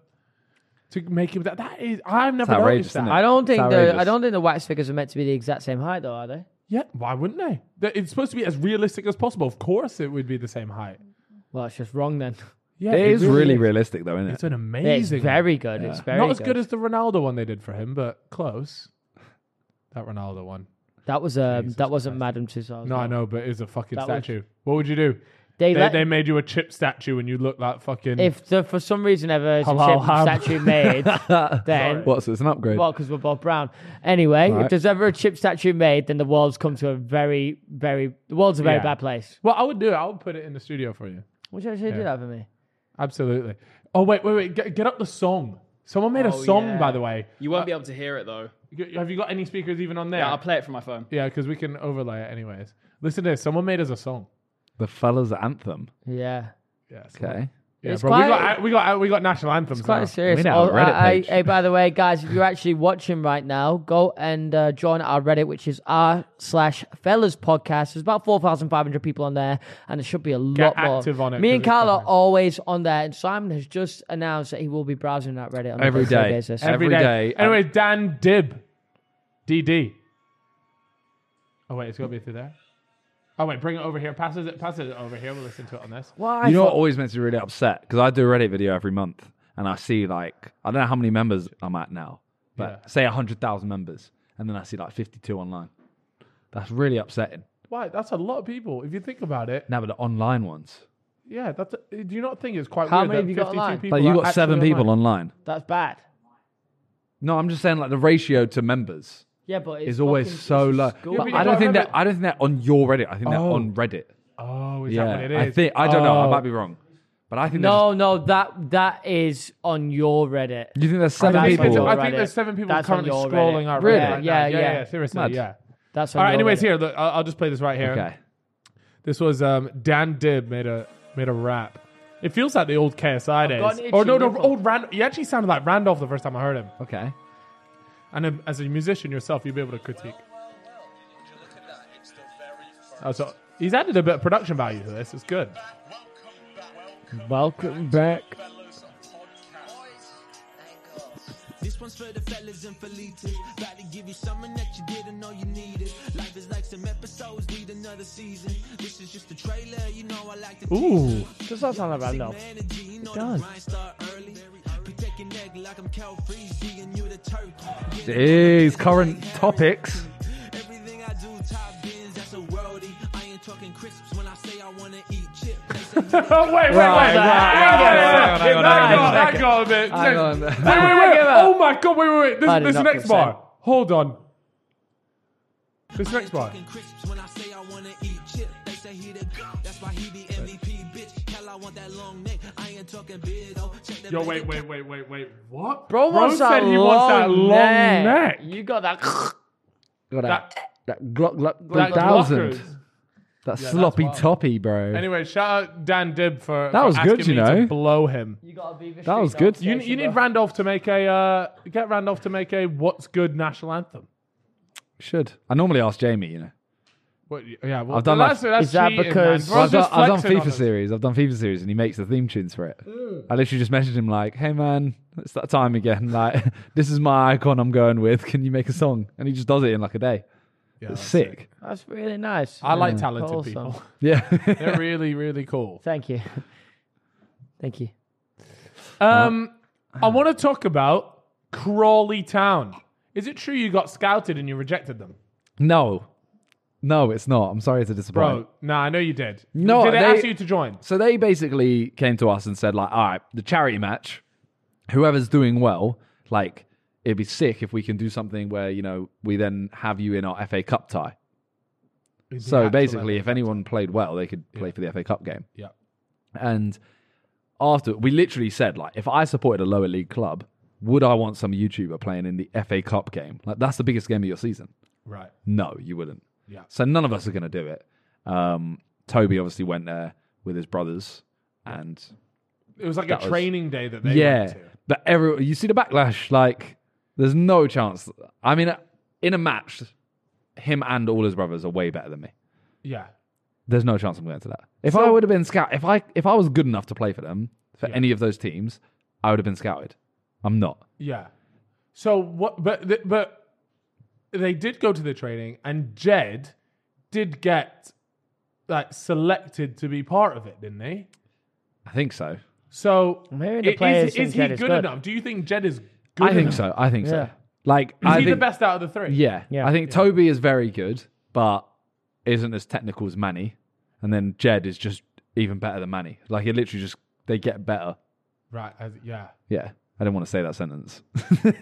Speaker 1: to make him that. That is, I've never
Speaker 3: outrageous,
Speaker 1: noticed that.
Speaker 3: isn't it?
Speaker 2: I don't think the I
Speaker 3: outrageous.
Speaker 2: don't think the wax figures are meant to be the exact same height though, are they?
Speaker 1: Yeah, why wouldn't they? That- It's supposed to be as realistic as possible. Of course, it would be the same height.
Speaker 2: Well, it's just wrong then.
Speaker 1: Yeah,
Speaker 3: it is really
Speaker 1: is.
Speaker 3: realistic, though, isn't
Speaker 1: It's
Speaker 3: it?
Speaker 1: an
Speaker 2: It's
Speaker 1: amazing.
Speaker 2: very good. It's very
Speaker 1: not as good as the Ronaldo one they did for him, but close. That Ronaldo one.
Speaker 2: that was um that wasn't Madame Tussauds.
Speaker 1: No, I know, but it's a fucking
Speaker 2: That was-
Speaker 1: statue. What would you do?
Speaker 2: They,
Speaker 1: They,
Speaker 2: let,
Speaker 1: they made you a chip statue and you look like fucking.
Speaker 2: if the, for some reason ever is a
Speaker 1: Halal
Speaker 2: chip
Speaker 1: ham.
Speaker 2: statue made, then
Speaker 3: What's it's an upgrade?
Speaker 2: well, because we're Bob Brown. Anyway, if
Speaker 3: Right.
Speaker 2: there's ever a chip statue made, then the world's come to a very, very the world's a very
Speaker 1: Yeah.
Speaker 2: bad place.
Speaker 1: well, I would do it. I would put it in the studio for you.
Speaker 2: Would you actually do that for me?
Speaker 1: Absolutely. Oh wait, wait, wait. Get, get up the song. Someone made a
Speaker 4: Oh,
Speaker 1: song,
Speaker 4: yeah.
Speaker 1: by the way.
Speaker 4: You won't be able to hear it though.
Speaker 1: G- Have you got any speakers even on there?
Speaker 4: Yeah, I'll play it from my phone.
Speaker 1: Yeah, because we can overlay it anyways. Listen to this. Someone made us a song.
Speaker 3: the fellas anthem.
Speaker 2: Yeah.
Speaker 1: Yeah. someone-
Speaker 3: Okay.
Speaker 1: Yeah,
Speaker 2: It's
Speaker 1: bro.
Speaker 2: quite-
Speaker 1: we got we got we got national anthems.
Speaker 2: It's quite
Speaker 1: now.
Speaker 2: serious.
Speaker 3: We know,
Speaker 2: oh,
Speaker 3: Reddit
Speaker 2: I- I-
Speaker 3: page.
Speaker 2: hey, by the way, guys, if you're actually watching right now, go and uh, join our Reddit, which is r slash fellas podcast. There's about 4,500 people on there, and there should be a lot more.
Speaker 1: active on it,
Speaker 2: Me and
Speaker 1: 'cause it's
Speaker 2: Carl are
Speaker 1: coming.
Speaker 2: always on there, and Simon has just announced that he will be browsing that Reddit on
Speaker 3: Every
Speaker 2: a day
Speaker 3: day.
Speaker 2: basis.
Speaker 3: Every-
Speaker 1: every day.
Speaker 3: day.
Speaker 1: Anyway, Dan Dib, DD. Oh wait, it's got to be through there. Oh wait, bring it over here. Passes it. Passes it over here. We'll listen to it on this.
Speaker 2: Why?
Speaker 3: You know what always makes me really upset? Because I do a Reddit video every month and I see like, I don't know how many members I'm at now, but
Speaker 1: Yeah.
Speaker 3: say say 100,000 members. And then I see like 52 online. That's really upsetting.
Speaker 1: Why? That's a lot of people. If you think about it,
Speaker 3: Now, but the online ones.
Speaker 1: yeah. That's. A, do you not think it's quite
Speaker 2: How
Speaker 1: weird
Speaker 2: many
Speaker 1: that
Speaker 2: have you
Speaker 1: 52
Speaker 2: got online?
Speaker 1: people
Speaker 3: Like you
Speaker 1: are
Speaker 3: got seven
Speaker 1: actually
Speaker 3: people
Speaker 1: online?
Speaker 3: online.
Speaker 2: That's bad.
Speaker 3: No, I'm just saying like the ratio to members
Speaker 2: Yeah, but it's
Speaker 3: is always
Speaker 2: fucking-
Speaker 3: so
Speaker 2: it's
Speaker 3: low.
Speaker 2: school.
Speaker 3: But
Speaker 1: but
Speaker 3: I
Speaker 1: you
Speaker 3: don't
Speaker 1: gotta
Speaker 3: think that
Speaker 1: remember-
Speaker 3: I don't think that on your Reddit. I think that
Speaker 1: Oh.
Speaker 3: on Reddit.
Speaker 1: Oh, is that
Speaker 3: Yeah,
Speaker 1: what it is?
Speaker 3: I think I don't know. I
Speaker 1: Oh.
Speaker 3: might be wrong, but I think
Speaker 2: No, no, that that is on your Reddit.
Speaker 3: There's, you think there's
Speaker 1: I
Speaker 3: seven
Speaker 1: think,
Speaker 3: people.
Speaker 1: there's, I
Speaker 2: Reddit.
Speaker 1: think there's seven people
Speaker 2: That's on
Speaker 1: currently
Speaker 2: your Reddit.
Speaker 1: scrolling our
Speaker 2: Really?
Speaker 1: Reddit. right now.
Speaker 2: Yeah,
Speaker 1: yeah,
Speaker 2: yeah.
Speaker 1: yeah, Seriously,
Speaker 3: Mad.
Speaker 1: yeah.
Speaker 2: That's on
Speaker 1: All right.
Speaker 2: your
Speaker 1: Anyways,
Speaker 2: Reddit.
Speaker 1: here. Look, I'll, I'll just play this right here.
Speaker 3: okay,
Speaker 1: This was um, Dan Dibb made a made a rap. It feels like the old KSI
Speaker 2: got an
Speaker 1: days. Or no,
Speaker 2: itchy
Speaker 1: no,
Speaker 2: nipple.
Speaker 1: old Rand. He actually sounded like Randolph the first time I heard him.
Speaker 3: okay.
Speaker 1: And um, as a musician yourself, you'd be able to critique. Oh, so he's added a bit of production value to this. It's good.
Speaker 2: Welcome back.
Speaker 6: This one's for the fellas and fellitas. About to give you something that you didn't know you needed. Life is like some episodes, need another season. This is just a trailer, you know I like to
Speaker 1: Ooh,
Speaker 2: Does that sound like Randolph?
Speaker 6: energy, you know
Speaker 2: does.
Speaker 6: the grind start early. Protecting egg like I'm Cal Freezy and you the turkey. Get
Speaker 3: Jeez, current topics.
Speaker 6: Everything I do, top bins, that's a worldie. I ain't talking crisps when I say I wanna eat chip. They say,
Speaker 1: Oh, wait, wait, wait.
Speaker 3: right,
Speaker 1: Hang on,
Speaker 3: hang
Speaker 1: hang
Speaker 3: on, hang on, hang
Speaker 1: on,
Speaker 3: on,
Speaker 1: That got a bit.
Speaker 3: Hang on.
Speaker 1: Wait, wait, wait. Oh my god, wait, wait, wait.
Speaker 2: I
Speaker 1: This,
Speaker 2: did
Speaker 1: this
Speaker 2: not
Speaker 1: next
Speaker 2: consent.
Speaker 1: bar. Hold on. This next bar.
Speaker 6: talking crisps when I say I wanna eat chip. They say he the go. That's why he the MVP, bitch. Hell, I want that long neck. I ain't talking big though. Check the
Speaker 1: Yo,
Speaker 6: bank
Speaker 1: wait,
Speaker 6: account.
Speaker 1: wait, wait, wait, wait. What?
Speaker 2: Bro, wants
Speaker 1: said
Speaker 2: that
Speaker 1: he wants that long neck.
Speaker 2: You got that.
Speaker 3: Got that. That Glock, Glock,
Speaker 1: That
Speaker 3: 3000.
Speaker 1: Glockers.
Speaker 3: That
Speaker 1: that's
Speaker 3: sloppy
Speaker 1: wild.
Speaker 3: toppy, bro.
Speaker 1: Anyway, shout out Dan Dib for
Speaker 3: That
Speaker 1: for
Speaker 3: was
Speaker 1: asking
Speaker 3: good, you
Speaker 1: me
Speaker 3: know.
Speaker 1: to blow him.
Speaker 2: You got a Beaver
Speaker 3: That was good.
Speaker 1: You, you need Randolph to make a uh, get Randolph to make a what's good national anthem.
Speaker 3: Should I normally ask Jamie? You know,
Speaker 1: What, yeah, well,
Speaker 3: I've done
Speaker 1: that's,
Speaker 3: like-
Speaker 1: that's
Speaker 2: Is that
Speaker 1: cheating, man.
Speaker 2: because-
Speaker 1: We're
Speaker 2: Well,
Speaker 1: all
Speaker 3: I've done,
Speaker 1: just
Speaker 3: I've done
Speaker 1: flexing on Mm.
Speaker 3: FIFA
Speaker 1: us.
Speaker 3: series. I've done FIFA series, and he makes the theme tunes for it. I literally just messaged him like, "Hey man, it's that time again. Like, this is my icon. I'm going with. Can you make a song?" And he just does it in like a day. it's sick.
Speaker 2: That's really nice. Mm.
Speaker 1: I like talented
Speaker 2: Awesome.
Speaker 1: people.
Speaker 3: Yeah.
Speaker 1: They're really really cool.
Speaker 2: Thank you. Thank you.
Speaker 1: Um, I want to talk about Crawley Town. Is it true you got scouted and you rejected them,
Speaker 3: no, no, it's not. I'm sorry to disappoint.
Speaker 1: bro? Nah, I know you did.
Speaker 3: No,
Speaker 1: did they,
Speaker 3: they-
Speaker 1: ask you to join?
Speaker 3: So they basically came to us and said, like, all right, the charity match, whoever's doing well, like, it'd be sick if we can do something where, you know, we then have you in our FA Cup tie. So basically, if anyone played well, they could play for the FA Cup game.
Speaker 1: yeah,
Speaker 3: And after, we literally said, like, if I supported a lower league club, would I want some YouTuber playing in the FA Cup game? Like, that's the biggest game of your season.
Speaker 1: right.
Speaker 3: No, you wouldn't.
Speaker 1: Yeah.
Speaker 3: So none of us are going to do it. Um, Toby obviously went there with his brothers, and
Speaker 1: It was like
Speaker 3: That
Speaker 1: a
Speaker 3: was-
Speaker 1: training day that they
Speaker 3: yeah,
Speaker 1: went to.
Speaker 3: but every you see the backlash. Like, there's no chance. I mean, in a match, him and all his brothers are way better than me.
Speaker 1: Yeah,
Speaker 3: There's no chance I'm going to that. If I would have been scout, if I if I was good enough to play for them for any of those teams, I would have been scouted. I'm not.
Speaker 1: yeah. So what? But th- but they did go to the training, and Jed did get like selected to be part of it, didn't he?
Speaker 3: I think so.
Speaker 1: So
Speaker 2: Maybe the
Speaker 1: i-
Speaker 2: players
Speaker 1: is,
Speaker 2: think
Speaker 1: is he
Speaker 2: Jed
Speaker 1: good,
Speaker 2: is good.
Speaker 1: enough? Do you think Jed is good?
Speaker 3: I think
Speaker 1: enough?
Speaker 3: so. I think
Speaker 2: Yeah.
Speaker 3: so. Like,
Speaker 1: Is
Speaker 3: I
Speaker 1: he
Speaker 3: think,
Speaker 1: the best out of the three?
Speaker 3: Yeah.
Speaker 2: Yeah.
Speaker 3: I think Toby is very good, but isn't as technical as Manny. And then Jed is just even better than Manny. Like it literally just they get better.
Speaker 1: Right. I, yeah.
Speaker 3: Yeah. I didn't want to say that sentence.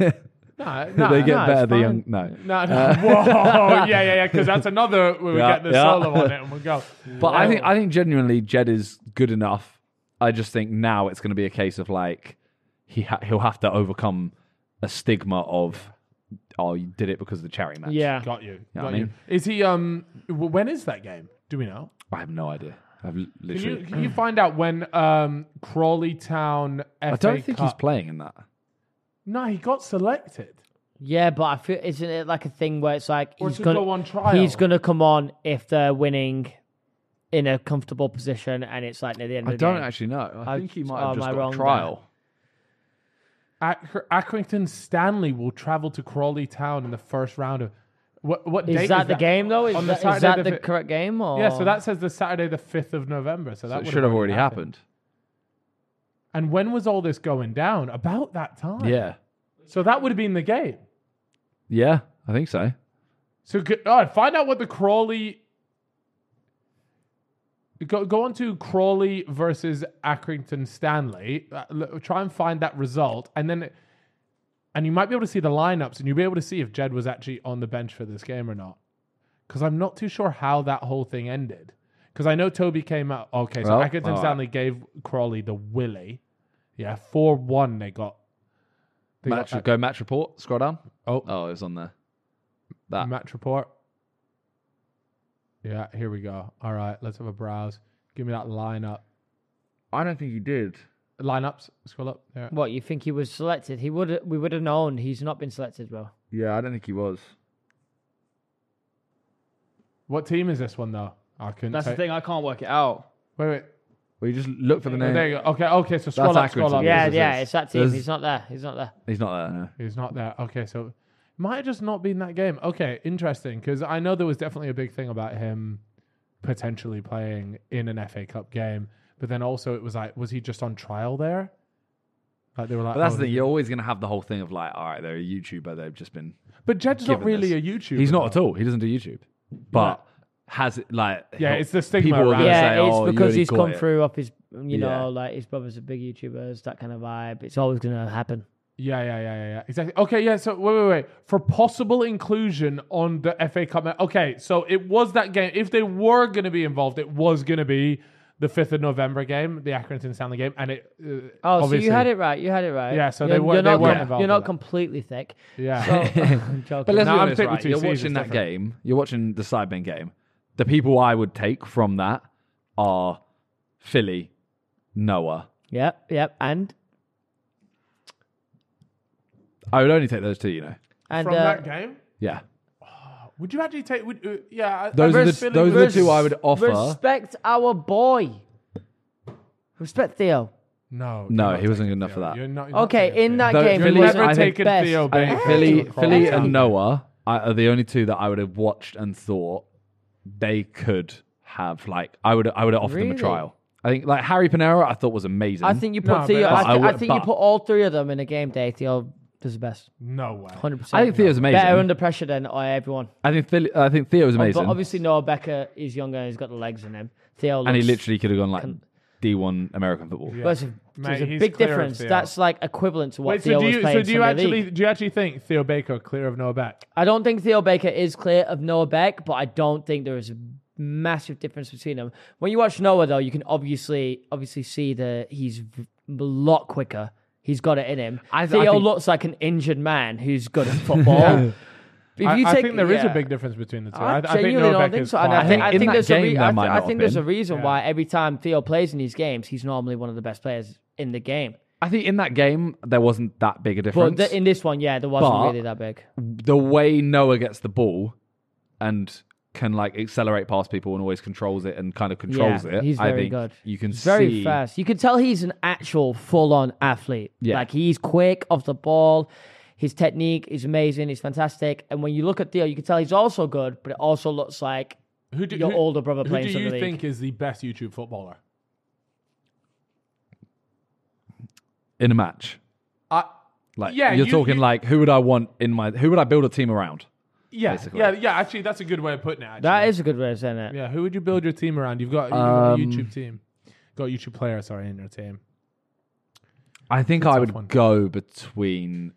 Speaker 1: No. No.
Speaker 3: they get
Speaker 1: no.
Speaker 2: it's
Speaker 3: better the
Speaker 2: fine.
Speaker 3: young no. Uh,
Speaker 1: No, no. Whoa, yeah, yeah, yeah. Because that's another. We
Speaker 3: Yeah,
Speaker 1: get the
Speaker 3: yeah.
Speaker 1: solo on it, and we'll go.
Speaker 3: But I think I think genuinely Jed is good enough. I just think now it's going to be a case of like he ha- he'll have to overcome a stigma of oh you did it because of the charity match.
Speaker 2: Yeah.
Speaker 1: got you.
Speaker 3: Yeah, I
Speaker 1: Got
Speaker 3: mean-
Speaker 1: you. Is he? Um. w- When is that game? Do we know?
Speaker 3: I have no idea. I've l-
Speaker 1: Can you,
Speaker 3: literally
Speaker 1: can you find out when um Crawley Town FA
Speaker 3: uh, I don't think he's
Speaker 1: Cup-
Speaker 3: playing in that.
Speaker 1: No, he got selected.
Speaker 2: Yeah, but I feel isn't it like a thing where it's like
Speaker 1: Or
Speaker 2: he's
Speaker 1: to
Speaker 2: gonna
Speaker 1: go on trial.
Speaker 2: he's gonna come on if they're winning in a comfortable position, and it's like near the end.
Speaker 3: I
Speaker 2: of the
Speaker 3: don't
Speaker 2: game.
Speaker 3: actually know. I,
Speaker 2: I-
Speaker 3: think he might have
Speaker 2: am
Speaker 3: just
Speaker 2: I
Speaker 3: got
Speaker 2: wrong
Speaker 3: a trial.
Speaker 2: there?
Speaker 1: Ac- Accrington Stanley will travel to Crawley Town in the first round of. What, what date
Speaker 2: Is that the
Speaker 1: that?
Speaker 2: game Oh. though? Is
Speaker 1: On the
Speaker 2: that, is
Speaker 1: Saturday
Speaker 2: that
Speaker 1: the
Speaker 2: the
Speaker 1: fi-
Speaker 2: correct game? Or?
Speaker 1: Yeah, so that says the Saturday the fifth of November. So that
Speaker 3: That
Speaker 1: would
Speaker 3: should have already happened.
Speaker 1: And when was all this going down? About that time.
Speaker 3: Yeah.
Speaker 1: So that would have been the game.
Speaker 3: Yeah, I think so.
Speaker 1: So go, all right, find out what the Crawley. Go, go on to Crawley versus Accrington Stanley. Uh, l- try and find that result, and then, and you might be able to see the lineups, and you'll be able to see if Jed was actually on the bench for this game or not. Because I'm not too sure how that whole thing ended. Because I know Toby came out. Okay, so
Speaker 3: Well,
Speaker 1: Accrington
Speaker 3: all right.
Speaker 1: Stanley gave Crawley the willy. Yeah, four one. They got. They
Speaker 3: Match,
Speaker 1: got
Speaker 3: go match report. Scroll down.
Speaker 1: Oh.
Speaker 3: oh, it was on there.
Speaker 4: Uh,
Speaker 3: That
Speaker 1: Match report. Yeah, here we go. All right, let's have a browse. Give me that lineup.
Speaker 3: I don't think he did.
Speaker 1: Lineups, scroll up. Yeah.
Speaker 2: What you think he was selected? He would. We would have known he's not been selected, bro.
Speaker 3: Yeah, I don't think he was.
Speaker 1: What team is this one though? I couldn't.
Speaker 4: That's the
Speaker 1: take-
Speaker 4: thing. I can't work it out.
Speaker 1: Wait, wait.
Speaker 3: Well, you just look for the
Speaker 1: Oh,
Speaker 3: name.
Speaker 1: there you go. Okay, okay. So scroll up, scroll
Speaker 3: Accrington.
Speaker 1: up.
Speaker 2: Yeah,
Speaker 3: this is
Speaker 2: yeah,
Speaker 3: it.
Speaker 2: it's that team.
Speaker 3: There's-
Speaker 2: He's not there. He's not there.
Speaker 3: He's not there. No.
Speaker 1: He's not there. Okay, so it might have just not been that game. Okay, interesting. Because I know there was definitely a big thing about him potentially playing in an FA Cup game, but then also it was like, was he just on trial there? Like they were like,
Speaker 3: But that's
Speaker 1: oh,
Speaker 3: the thing. You're always going to have the whole thing of like, all right, they're a YouTuber. They've just been.
Speaker 1: But Jed's not
Speaker 3: given
Speaker 1: really
Speaker 3: this.
Speaker 1: a YouTuber.
Speaker 3: He's
Speaker 1: though.
Speaker 3: not at all. He doesn't do YouTube. But has it like?
Speaker 1: Yeah, it's the stigma
Speaker 3: People are
Speaker 1: around
Speaker 3: gonna
Speaker 1: it.
Speaker 2: yeah,
Speaker 3: say,
Speaker 2: it's
Speaker 3: oh, you
Speaker 2: because
Speaker 3: only
Speaker 2: he's
Speaker 3: got
Speaker 2: come
Speaker 3: it.
Speaker 2: through off his, you know,
Speaker 3: Yeah.
Speaker 2: like his brother's a big YouTuber, it's that kind of vibe. It's always gonna happen.
Speaker 1: Yeah, yeah, yeah, yeah, yeah. Exactly. Okay, yeah. So wait, wait, wait. For possible inclusion on the FA Cup. ma- Okay, so it was that game. If they were going to be involved, it was going to be the fifth of November game, the Accrington Stanley game, and it. Uh,
Speaker 2: Oh,
Speaker 1: obviously,
Speaker 2: so you had it right. You had it right.
Speaker 1: Yeah, so
Speaker 2: You're-
Speaker 1: they weren't-
Speaker 2: You're
Speaker 1: they
Speaker 2: not,
Speaker 1: weren't
Speaker 2: com-
Speaker 1: involved
Speaker 2: You're
Speaker 1: in
Speaker 2: not
Speaker 1: that.
Speaker 2: completely thick.
Speaker 1: Yeah.
Speaker 2: So, I'm joking.
Speaker 3: But
Speaker 1: No,
Speaker 3: let's be
Speaker 1: I'm
Speaker 3: honest,
Speaker 1: thick with
Speaker 3: right?
Speaker 1: two
Speaker 3: You're
Speaker 1: Cs, it's
Speaker 3: watching that
Speaker 1: different.
Speaker 3: game. You're watching the sidemen game. The people I would take from that are Philly, Noah.
Speaker 2: Yep, yep. And
Speaker 3: I would only take those two, you know.
Speaker 2: and
Speaker 1: from
Speaker 2: uh,
Speaker 1: that game.
Speaker 3: Yeah.
Speaker 1: Would you actually take? Would, uh, yeah, I-
Speaker 3: Those
Speaker 1: I
Speaker 3: are the-
Speaker 1: verse Philly
Speaker 3: those are the
Speaker 1: versus-
Speaker 3: two I would offer.
Speaker 2: respect our boy. Respect Theo.
Speaker 1: No, you're
Speaker 3: No,
Speaker 1: not
Speaker 3: he
Speaker 1: taking
Speaker 3: wasn't good enough for
Speaker 1: Theo.
Speaker 3: that.
Speaker 1: You're not- you're not
Speaker 2: Okay,
Speaker 1: taking
Speaker 2: in
Speaker 1: Theo.
Speaker 2: that
Speaker 3: Though
Speaker 2: game,
Speaker 1: You're
Speaker 3: Philly-
Speaker 2: respect
Speaker 1: never
Speaker 3: I think-
Speaker 1: taking
Speaker 2: best.
Speaker 1: Theo
Speaker 3: I
Speaker 1: Baker.
Speaker 3: think Philly,
Speaker 1: to a
Speaker 3: Philly
Speaker 1: quarter.
Speaker 3: and Noah are are the only two that I would have watched and thought they could have. Like, I would, I would have offered them
Speaker 2: Really?
Speaker 3: a trial. I think, like Harry Panera, I thought was amazing.
Speaker 2: I think you put
Speaker 1: No, but
Speaker 2: Theo. I,
Speaker 1: that's-
Speaker 2: thi-
Speaker 3: I
Speaker 2: I
Speaker 3: would-
Speaker 2: think you
Speaker 3: but-
Speaker 2: put all three of them in a game day. Theo does the best,
Speaker 1: No way.
Speaker 2: hundred percent.
Speaker 3: I think Theo's amazing.
Speaker 2: better under pressure than uh, everyone.
Speaker 3: I think Philly, I think Theo was amazing,
Speaker 2: But obviously, Noah Becker is younger and he's got the legs in him. Theo, looks,
Speaker 3: and he literally could have gone like D1 American football.
Speaker 2: But it's a,
Speaker 1: Mate,
Speaker 2: there's a
Speaker 1: he's
Speaker 2: big
Speaker 1: clear of
Speaker 2: difference.
Speaker 1: Theo.
Speaker 2: That's like equivalent to what
Speaker 1: Wait,
Speaker 2: Theo
Speaker 1: so do
Speaker 2: was
Speaker 1: you
Speaker 2: playing.
Speaker 1: so do you
Speaker 2: Sunday
Speaker 1: actually
Speaker 2: League.
Speaker 1: do you actually think Theo Baker clear of Noah Beck?
Speaker 2: I don't think Theo Baker is clear of Noah Beck, but I don't think there is a massive difference between them. When you watch Noah, though, you can obviously obviously see that he's v- a lot quicker. He's got it in him.
Speaker 3: I- I
Speaker 2: Theo
Speaker 3: think-
Speaker 2: looks like an injured man who's good at football. If
Speaker 1: I,
Speaker 2: you
Speaker 1: I
Speaker 2: take-
Speaker 1: think there is
Speaker 2: yeah.
Speaker 1: a big difference between the two. I,
Speaker 2: I,
Speaker 1: I think
Speaker 2: genuinely
Speaker 1: Noah
Speaker 2: don't
Speaker 1: Beck
Speaker 2: think
Speaker 1: is
Speaker 2: so. And
Speaker 1: far
Speaker 2: I think,
Speaker 1: more-
Speaker 3: I
Speaker 2: I
Speaker 3: think
Speaker 2: think
Speaker 3: in
Speaker 2: there's
Speaker 3: that
Speaker 2: a
Speaker 3: game,
Speaker 2: re-
Speaker 3: there
Speaker 2: I,
Speaker 3: might
Speaker 2: th- I
Speaker 3: not have
Speaker 2: think there's a
Speaker 3: been.
Speaker 2: reason why every time Theo plays in these games, he's normally one of the best players in the game.
Speaker 3: I think in that game there wasn't that big a
Speaker 2: But
Speaker 3: difference.
Speaker 2: th- in this one, yeah, there wasn't
Speaker 3: But-
Speaker 2: really that big.
Speaker 3: the way Noah gets the ball and can like accelerate past people and always controls it and kind of controls
Speaker 2: Yeah,
Speaker 3: it.
Speaker 2: he's
Speaker 3: I
Speaker 2: very
Speaker 3: think
Speaker 2: good.
Speaker 3: You can
Speaker 2: He's very
Speaker 3: see
Speaker 2: fast. You can tell he's an actual full-on athlete.
Speaker 3: Yeah.
Speaker 2: Like he's quick off the ball. His technique is amazing. He's fantastic. And when you look at Theo, you can tell he's also good, but it also looks like
Speaker 1: who do,
Speaker 2: your
Speaker 1: who-
Speaker 2: older brother
Speaker 1: who
Speaker 2: playing
Speaker 1: do
Speaker 2: Sunday
Speaker 1: you
Speaker 2: League.
Speaker 1: think is the best YouTube footballer?
Speaker 3: in a match.
Speaker 1: I
Speaker 3: Like
Speaker 1: Yeah,
Speaker 3: you're
Speaker 1: you-
Speaker 3: talking
Speaker 1: you-
Speaker 3: like who would I want in my who would I build a team around?
Speaker 1: yeah,
Speaker 3: Basically.
Speaker 1: yeah, yeah. Actually, that's a good way of putting it. Actually.
Speaker 2: that is a good way of saying it.
Speaker 1: Yeah, who would you build your team around? You've got, you've got
Speaker 3: Um,
Speaker 1: a YouTube team, got a YouTube player. Sorry, in your team.
Speaker 3: I think I
Speaker 1: tough
Speaker 3: would
Speaker 1: one.
Speaker 3: go between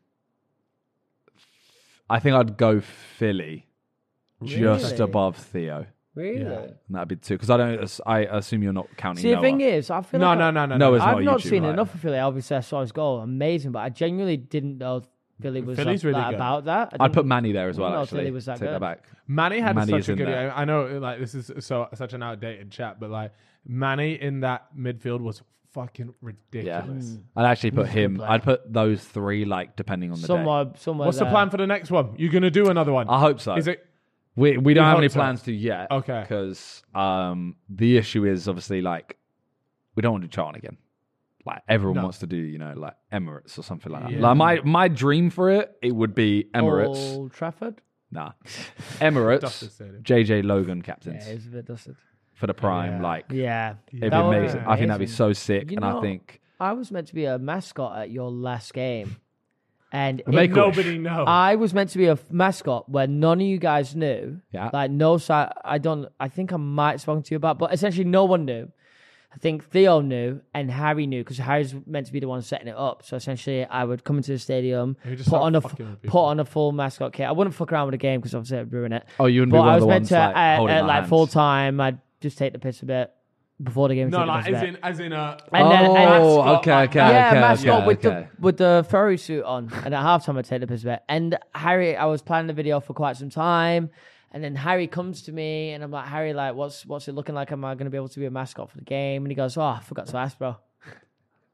Speaker 3: I think I'd go Philly just
Speaker 2: Really?
Speaker 3: above Theo.
Speaker 2: Really?
Speaker 3: And that'd be two because I don't I assume you're not counting
Speaker 2: See, the
Speaker 3: Noah.
Speaker 2: thing is, I feel
Speaker 1: No,
Speaker 2: like I-
Speaker 1: no, no, no,
Speaker 3: Noah's
Speaker 1: no.
Speaker 3: not
Speaker 2: I've
Speaker 3: a
Speaker 2: not
Speaker 3: YouTube
Speaker 2: seen
Speaker 3: writer.
Speaker 2: enough of Philly. Obviously, I saw his goal, amazing, but I genuinely didn't know Philly was
Speaker 1: Philly's
Speaker 2: that-
Speaker 1: really
Speaker 2: that
Speaker 1: good.
Speaker 2: about that. I
Speaker 3: I'd
Speaker 2: didn't-
Speaker 3: put Manny there as well.
Speaker 2: I didn't know
Speaker 3: actually,
Speaker 2: Philly was that
Speaker 3: take that
Speaker 2: good.
Speaker 3: back.
Speaker 1: Manny had
Speaker 3: Manny is
Speaker 1: such a
Speaker 3: in
Speaker 1: good.
Speaker 3: there.
Speaker 1: I know, like this is so such an outdated chat, but like Manny in that midfield was fucking
Speaker 3: Yeah,
Speaker 1: ridiculous.
Speaker 2: Mm.
Speaker 3: I'd actually put him.
Speaker 2: player.
Speaker 3: I'd put those three, like depending on the day.
Speaker 2: somewhere, somewhere.
Speaker 1: What's the
Speaker 2: there.
Speaker 1: plan for the next one? You're gonna do another one?
Speaker 3: I hope so.
Speaker 1: Is it?
Speaker 3: We we don't
Speaker 1: You
Speaker 3: have any
Speaker 1: hope so.
Speaker 3: plans to yet.
Speaker 1: Okay.
Speaker 3: because um, the issue is obviously like we don't want to do Charlton again. Like everyone wants to do, you know, like Emirates or something like that. Like my my dream for it, it would be Emirates.
Speaker 2: Old Trafford?
Speaker 3: Nah,
Speaker 1: Dusty
Speaker 3: Emirates.
Speaker 1: Stadium.
Speaker 3: JJ Logan captains
Speaker 2: Yeah, it's a bit dusted.
Speaker 3: for the prime.
Speaker 1: Yeah.
Speaker 3: Like
Speaker 2: Yeah,
Speaker 3: it'd be
Speaker 2: That would be
Speaker 3: amazing. I think that'd be
Speaker 2: amazing.
Speaker 3: so sick.
Speaker 2: You
Speaker 3: and I
Speaker 2: know-
Speaker 3: think
Speaker 2: I was meant to be a mascot at your last game, and
Speaker 3: Make
Speaker 2: it-
Speaker 3: a wish.
Speaker 1: Nobody knows.
Speaker 2: I was meant to be a f- mascot where none of you guys knew.
Speaker 3: Yeah.
Speaker 2: like no, si- I don't. I think I might have spoken to you about, but essentially no one knew. I think Theo knew and Harry knew because Harry's meant to be the one setting it up. So essentially, I would come into the stadium,
Speaker 1: You just
Speaker 2: put
Speaker 1: start
Speaker 2: on a f-
Speaker 1: fucking with people.
Speaker 2: put on a full mascot kit. I wouldn't fuck around with the game because obviously I'd ruin it.
Speaker 3: Oh, you wouldn't be
Speaker 2: but
Speaker 3: one
Speaker 2: I
Speaker 3: of
Speaker 2: was
Speaker 3: the
Speaker 2: meant
Speaker 3: ones,
Speaker 2: to
Speaker 3: like,
Speaker 2: uh,
Speaker 3: holding
Speaker 2: uh,
Speaker 3: their
Speaker 2: like
Speaker 3: hands.
Speaker 2: full time. I'd just take the piss a bit before the game.
Speaker 1: no,
Speaker 2: take the
Speaker 1: like
Speaker 2: piss a
Speaker 1: as
Speaker 2: bit.
Speaker 1: in, as in uh, a.
Speaker 2: And then- and then-
Speaker 3: oh,
Speaker 1: Mascot
Speaker 3: okay,
Speaker 1: like
Speaker 3: okay,
Speaker 1: that.
Speaker 2: yeah,
Speaker 3: okay,
Speaker 2: mascot
Speaker 3: okay,
Speaker 2: with
Speaker 3: okay.
Speaker 2: the with the furry suit on, and at halftime I take the piss back. And Harry, I was planning the video for quite some time, and then Harry comes to me, and I'm like, Harry, like, what's what's it looking like? Am I going to be able to be a mascot for the game? And he goes, Oh, I forgot to ask, bro.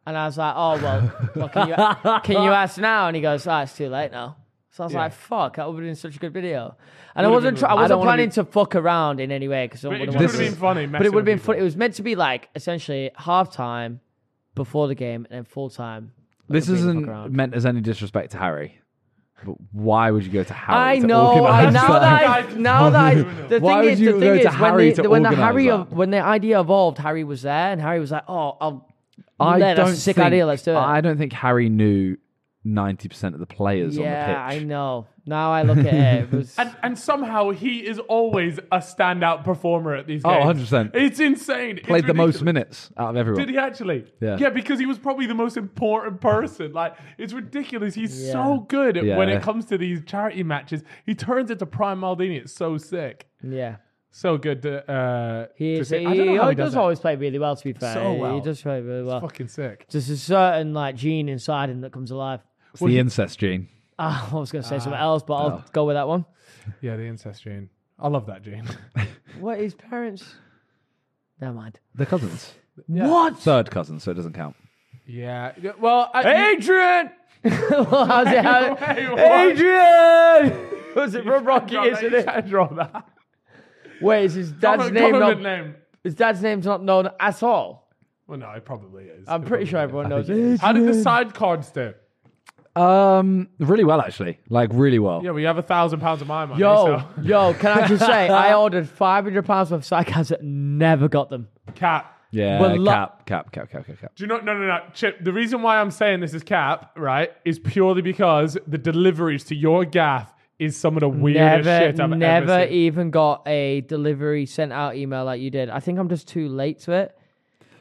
Speaker 2: And I was like, Oh well, well, can you can you ask now? And he goes, Ah, it's too late now. So I was like, "Fuck, that would have been such a good video,and I wasn't.
Speaker 1: been-
Speaker 2: Try, I
Speaker 1: I
Speaker 2: wasn't
Speaker 3: don't wanna
Speaker 2: planning
Speaker 3: be-
Speaker 2: to fuck around in any way because I
Speaker 1: But it
Speaker 2: wouldn't
Speaker 1: would have
Speaker 2: want
Speaker 3: would've
Speaker 2: to-
Speaker 1: been funny.
Speaker 2: but it would have been fun. It was meant to be like essentially half time before the game and then full time.
Speaker 3: This
Speaker 2: Being the fuck
Speaker 3: isn't
Speaker 2: around.
Speaker 3: meant as any disrespect to Harry, but why would you go to Harry?
Speaker 2: I
Speaker 3: to
Speaker 2: know. I,
Speaker 3: organise
Speaker 2: now that I, now that I, the
Speaker 3: Why
Speaker 2: thing
Speaker 3: would
Speaker 2: is,
Speaker 3: you
Speaker 2: the
Speaker 3: go
Speaker 2: thing
Speaker 3: to
Speaker 2: is, when,
Speaker 3: Harry
Speaker 2: the,
Speaker 3: to
Speaker 2: when the
Speaker 3: organise
Speaker 2: Harry,
Speaker 3: that?
Speaker 2: when the idea evolved, Harry was there, and Harry was like, "Oh, I'll,
Speaker 3: I
Speaker 2: yeah, that's
Speaker 3: don't
Speaker 2: a sick
Speaker 3: think,
Speaker 2: idea. Let's do it."
Speaker 3: I don't think Harry knew ninety percent of the players
Speaker 2: yeah,
Speaker 3: on the
Speaker 2: I
Speaker 3: pitch.
Speaker 2: know. Now I look at it, it was,
Speaker 1: And, and somehow he is always a standout performer at these
Speaker 3: Oh,
Speaker 1: games.
Speaker 3: 100%.
Speaker 1: It's insane. It's
Speaker 3: Played the most
Speaker 1: ridiculous.
Speaker 3: minutes out of everyone.
Speaker 1: Did he actually?
Speaker 3: Yeah.
Speaker 1: Yeah, because he was probably the most important person. Like, it's ridiculous. He's so good at, when
Speaker 3: Yeah.
Speaker 1: it comes to these charity matches. He turns into Prime Maldini. It's so sick.
Speaker 2: yeah.
Speaker 1: So good to, uh,
Speaker 2: He,
Speaker 1: to
Speaker 2: is,
Speaker 1: see.
Speaker 2: he,
Speaker 1: I don't know how he
Speaker 2: does,
Speaker 1: does it.
Speaker 2: always play really well. To be fair,
Speaker 1: So well.
Speaker 2: he does play really well.
Speaker 1: Fucking sick.
Speaker 2: There's a certain like gene inside him that comes alive.
Speaker 3: It's the incest gene.
Speaker 1: Ah,
Speaker 2: Ah, I was going to say something else, but I'll go with that one.
Speaker 1: Yeah, the incest gene. I love that gene.
Speaker 2: What his parents? Never mind.
Speaker 3: They're cousins.
Speaker 2: What?
Speaker 3: Third cousin, so it doesn't count.
Speaker 1: Yeah. yeah, Well, I,
Speaker 3: Adrian!
Speaker 2: Oh, How's it? How,
Speaker 1: Hey, what?
Speaker 3: Adrian!
Speaker 2: was it from Rocky?
Speaker 1: Drop that,
Speaker 2: Isn't
Speaker 1: you
Speaker 2: it?
Speaker 1: can't drop that.
Speaker 2: Wait, is his dad's
Speaker 1: Common-
Speaker 2: name
Speaker 1: common
Speaker 2: not?
Speaker 1: name.
Speaker 2: His dad's name's not known at all.
Speaker 1: Well, no, it probably is.
Speaker 2: I'm
Speaker 1: It
Speaker 2: pretty sure
Speaker 1: probably
Speaker 2: everyone
Speaker 1: is.
Speaker 2: knows
Speaker 3: think it
Speaker 2: it.
Speaker 3: is.
Speaker 1: How did the side cards do?
Speaker 3: Um, really well, actually. Like, really well.
Speaker 1: Yeah, we have a thousand pounds of my money.
Speaker 2: Yo,
Speaker 1: so-
Speaker 2: yo, can I just say I ordered five hundred pounds of side cards that never got them.
Speaker 1: Cap.
Speaker 3: Yeah,
Speaker 2: Well, lo-
Speaker 3: cap, cap, cap, cap, cap, cap.
Speaker 1: Do you not? No, no, no. Chip, the reason why I'm saying this is cap, right, is purely because the deliveries to your gaff is some of the weirdest
Speaker 2: Never,
Speaker 1: shit I've
Speaker 2: never
Speaker 1: ever seen.
Speaker 2: even got a delivery sent out email like you did. I think I'm just too late to it.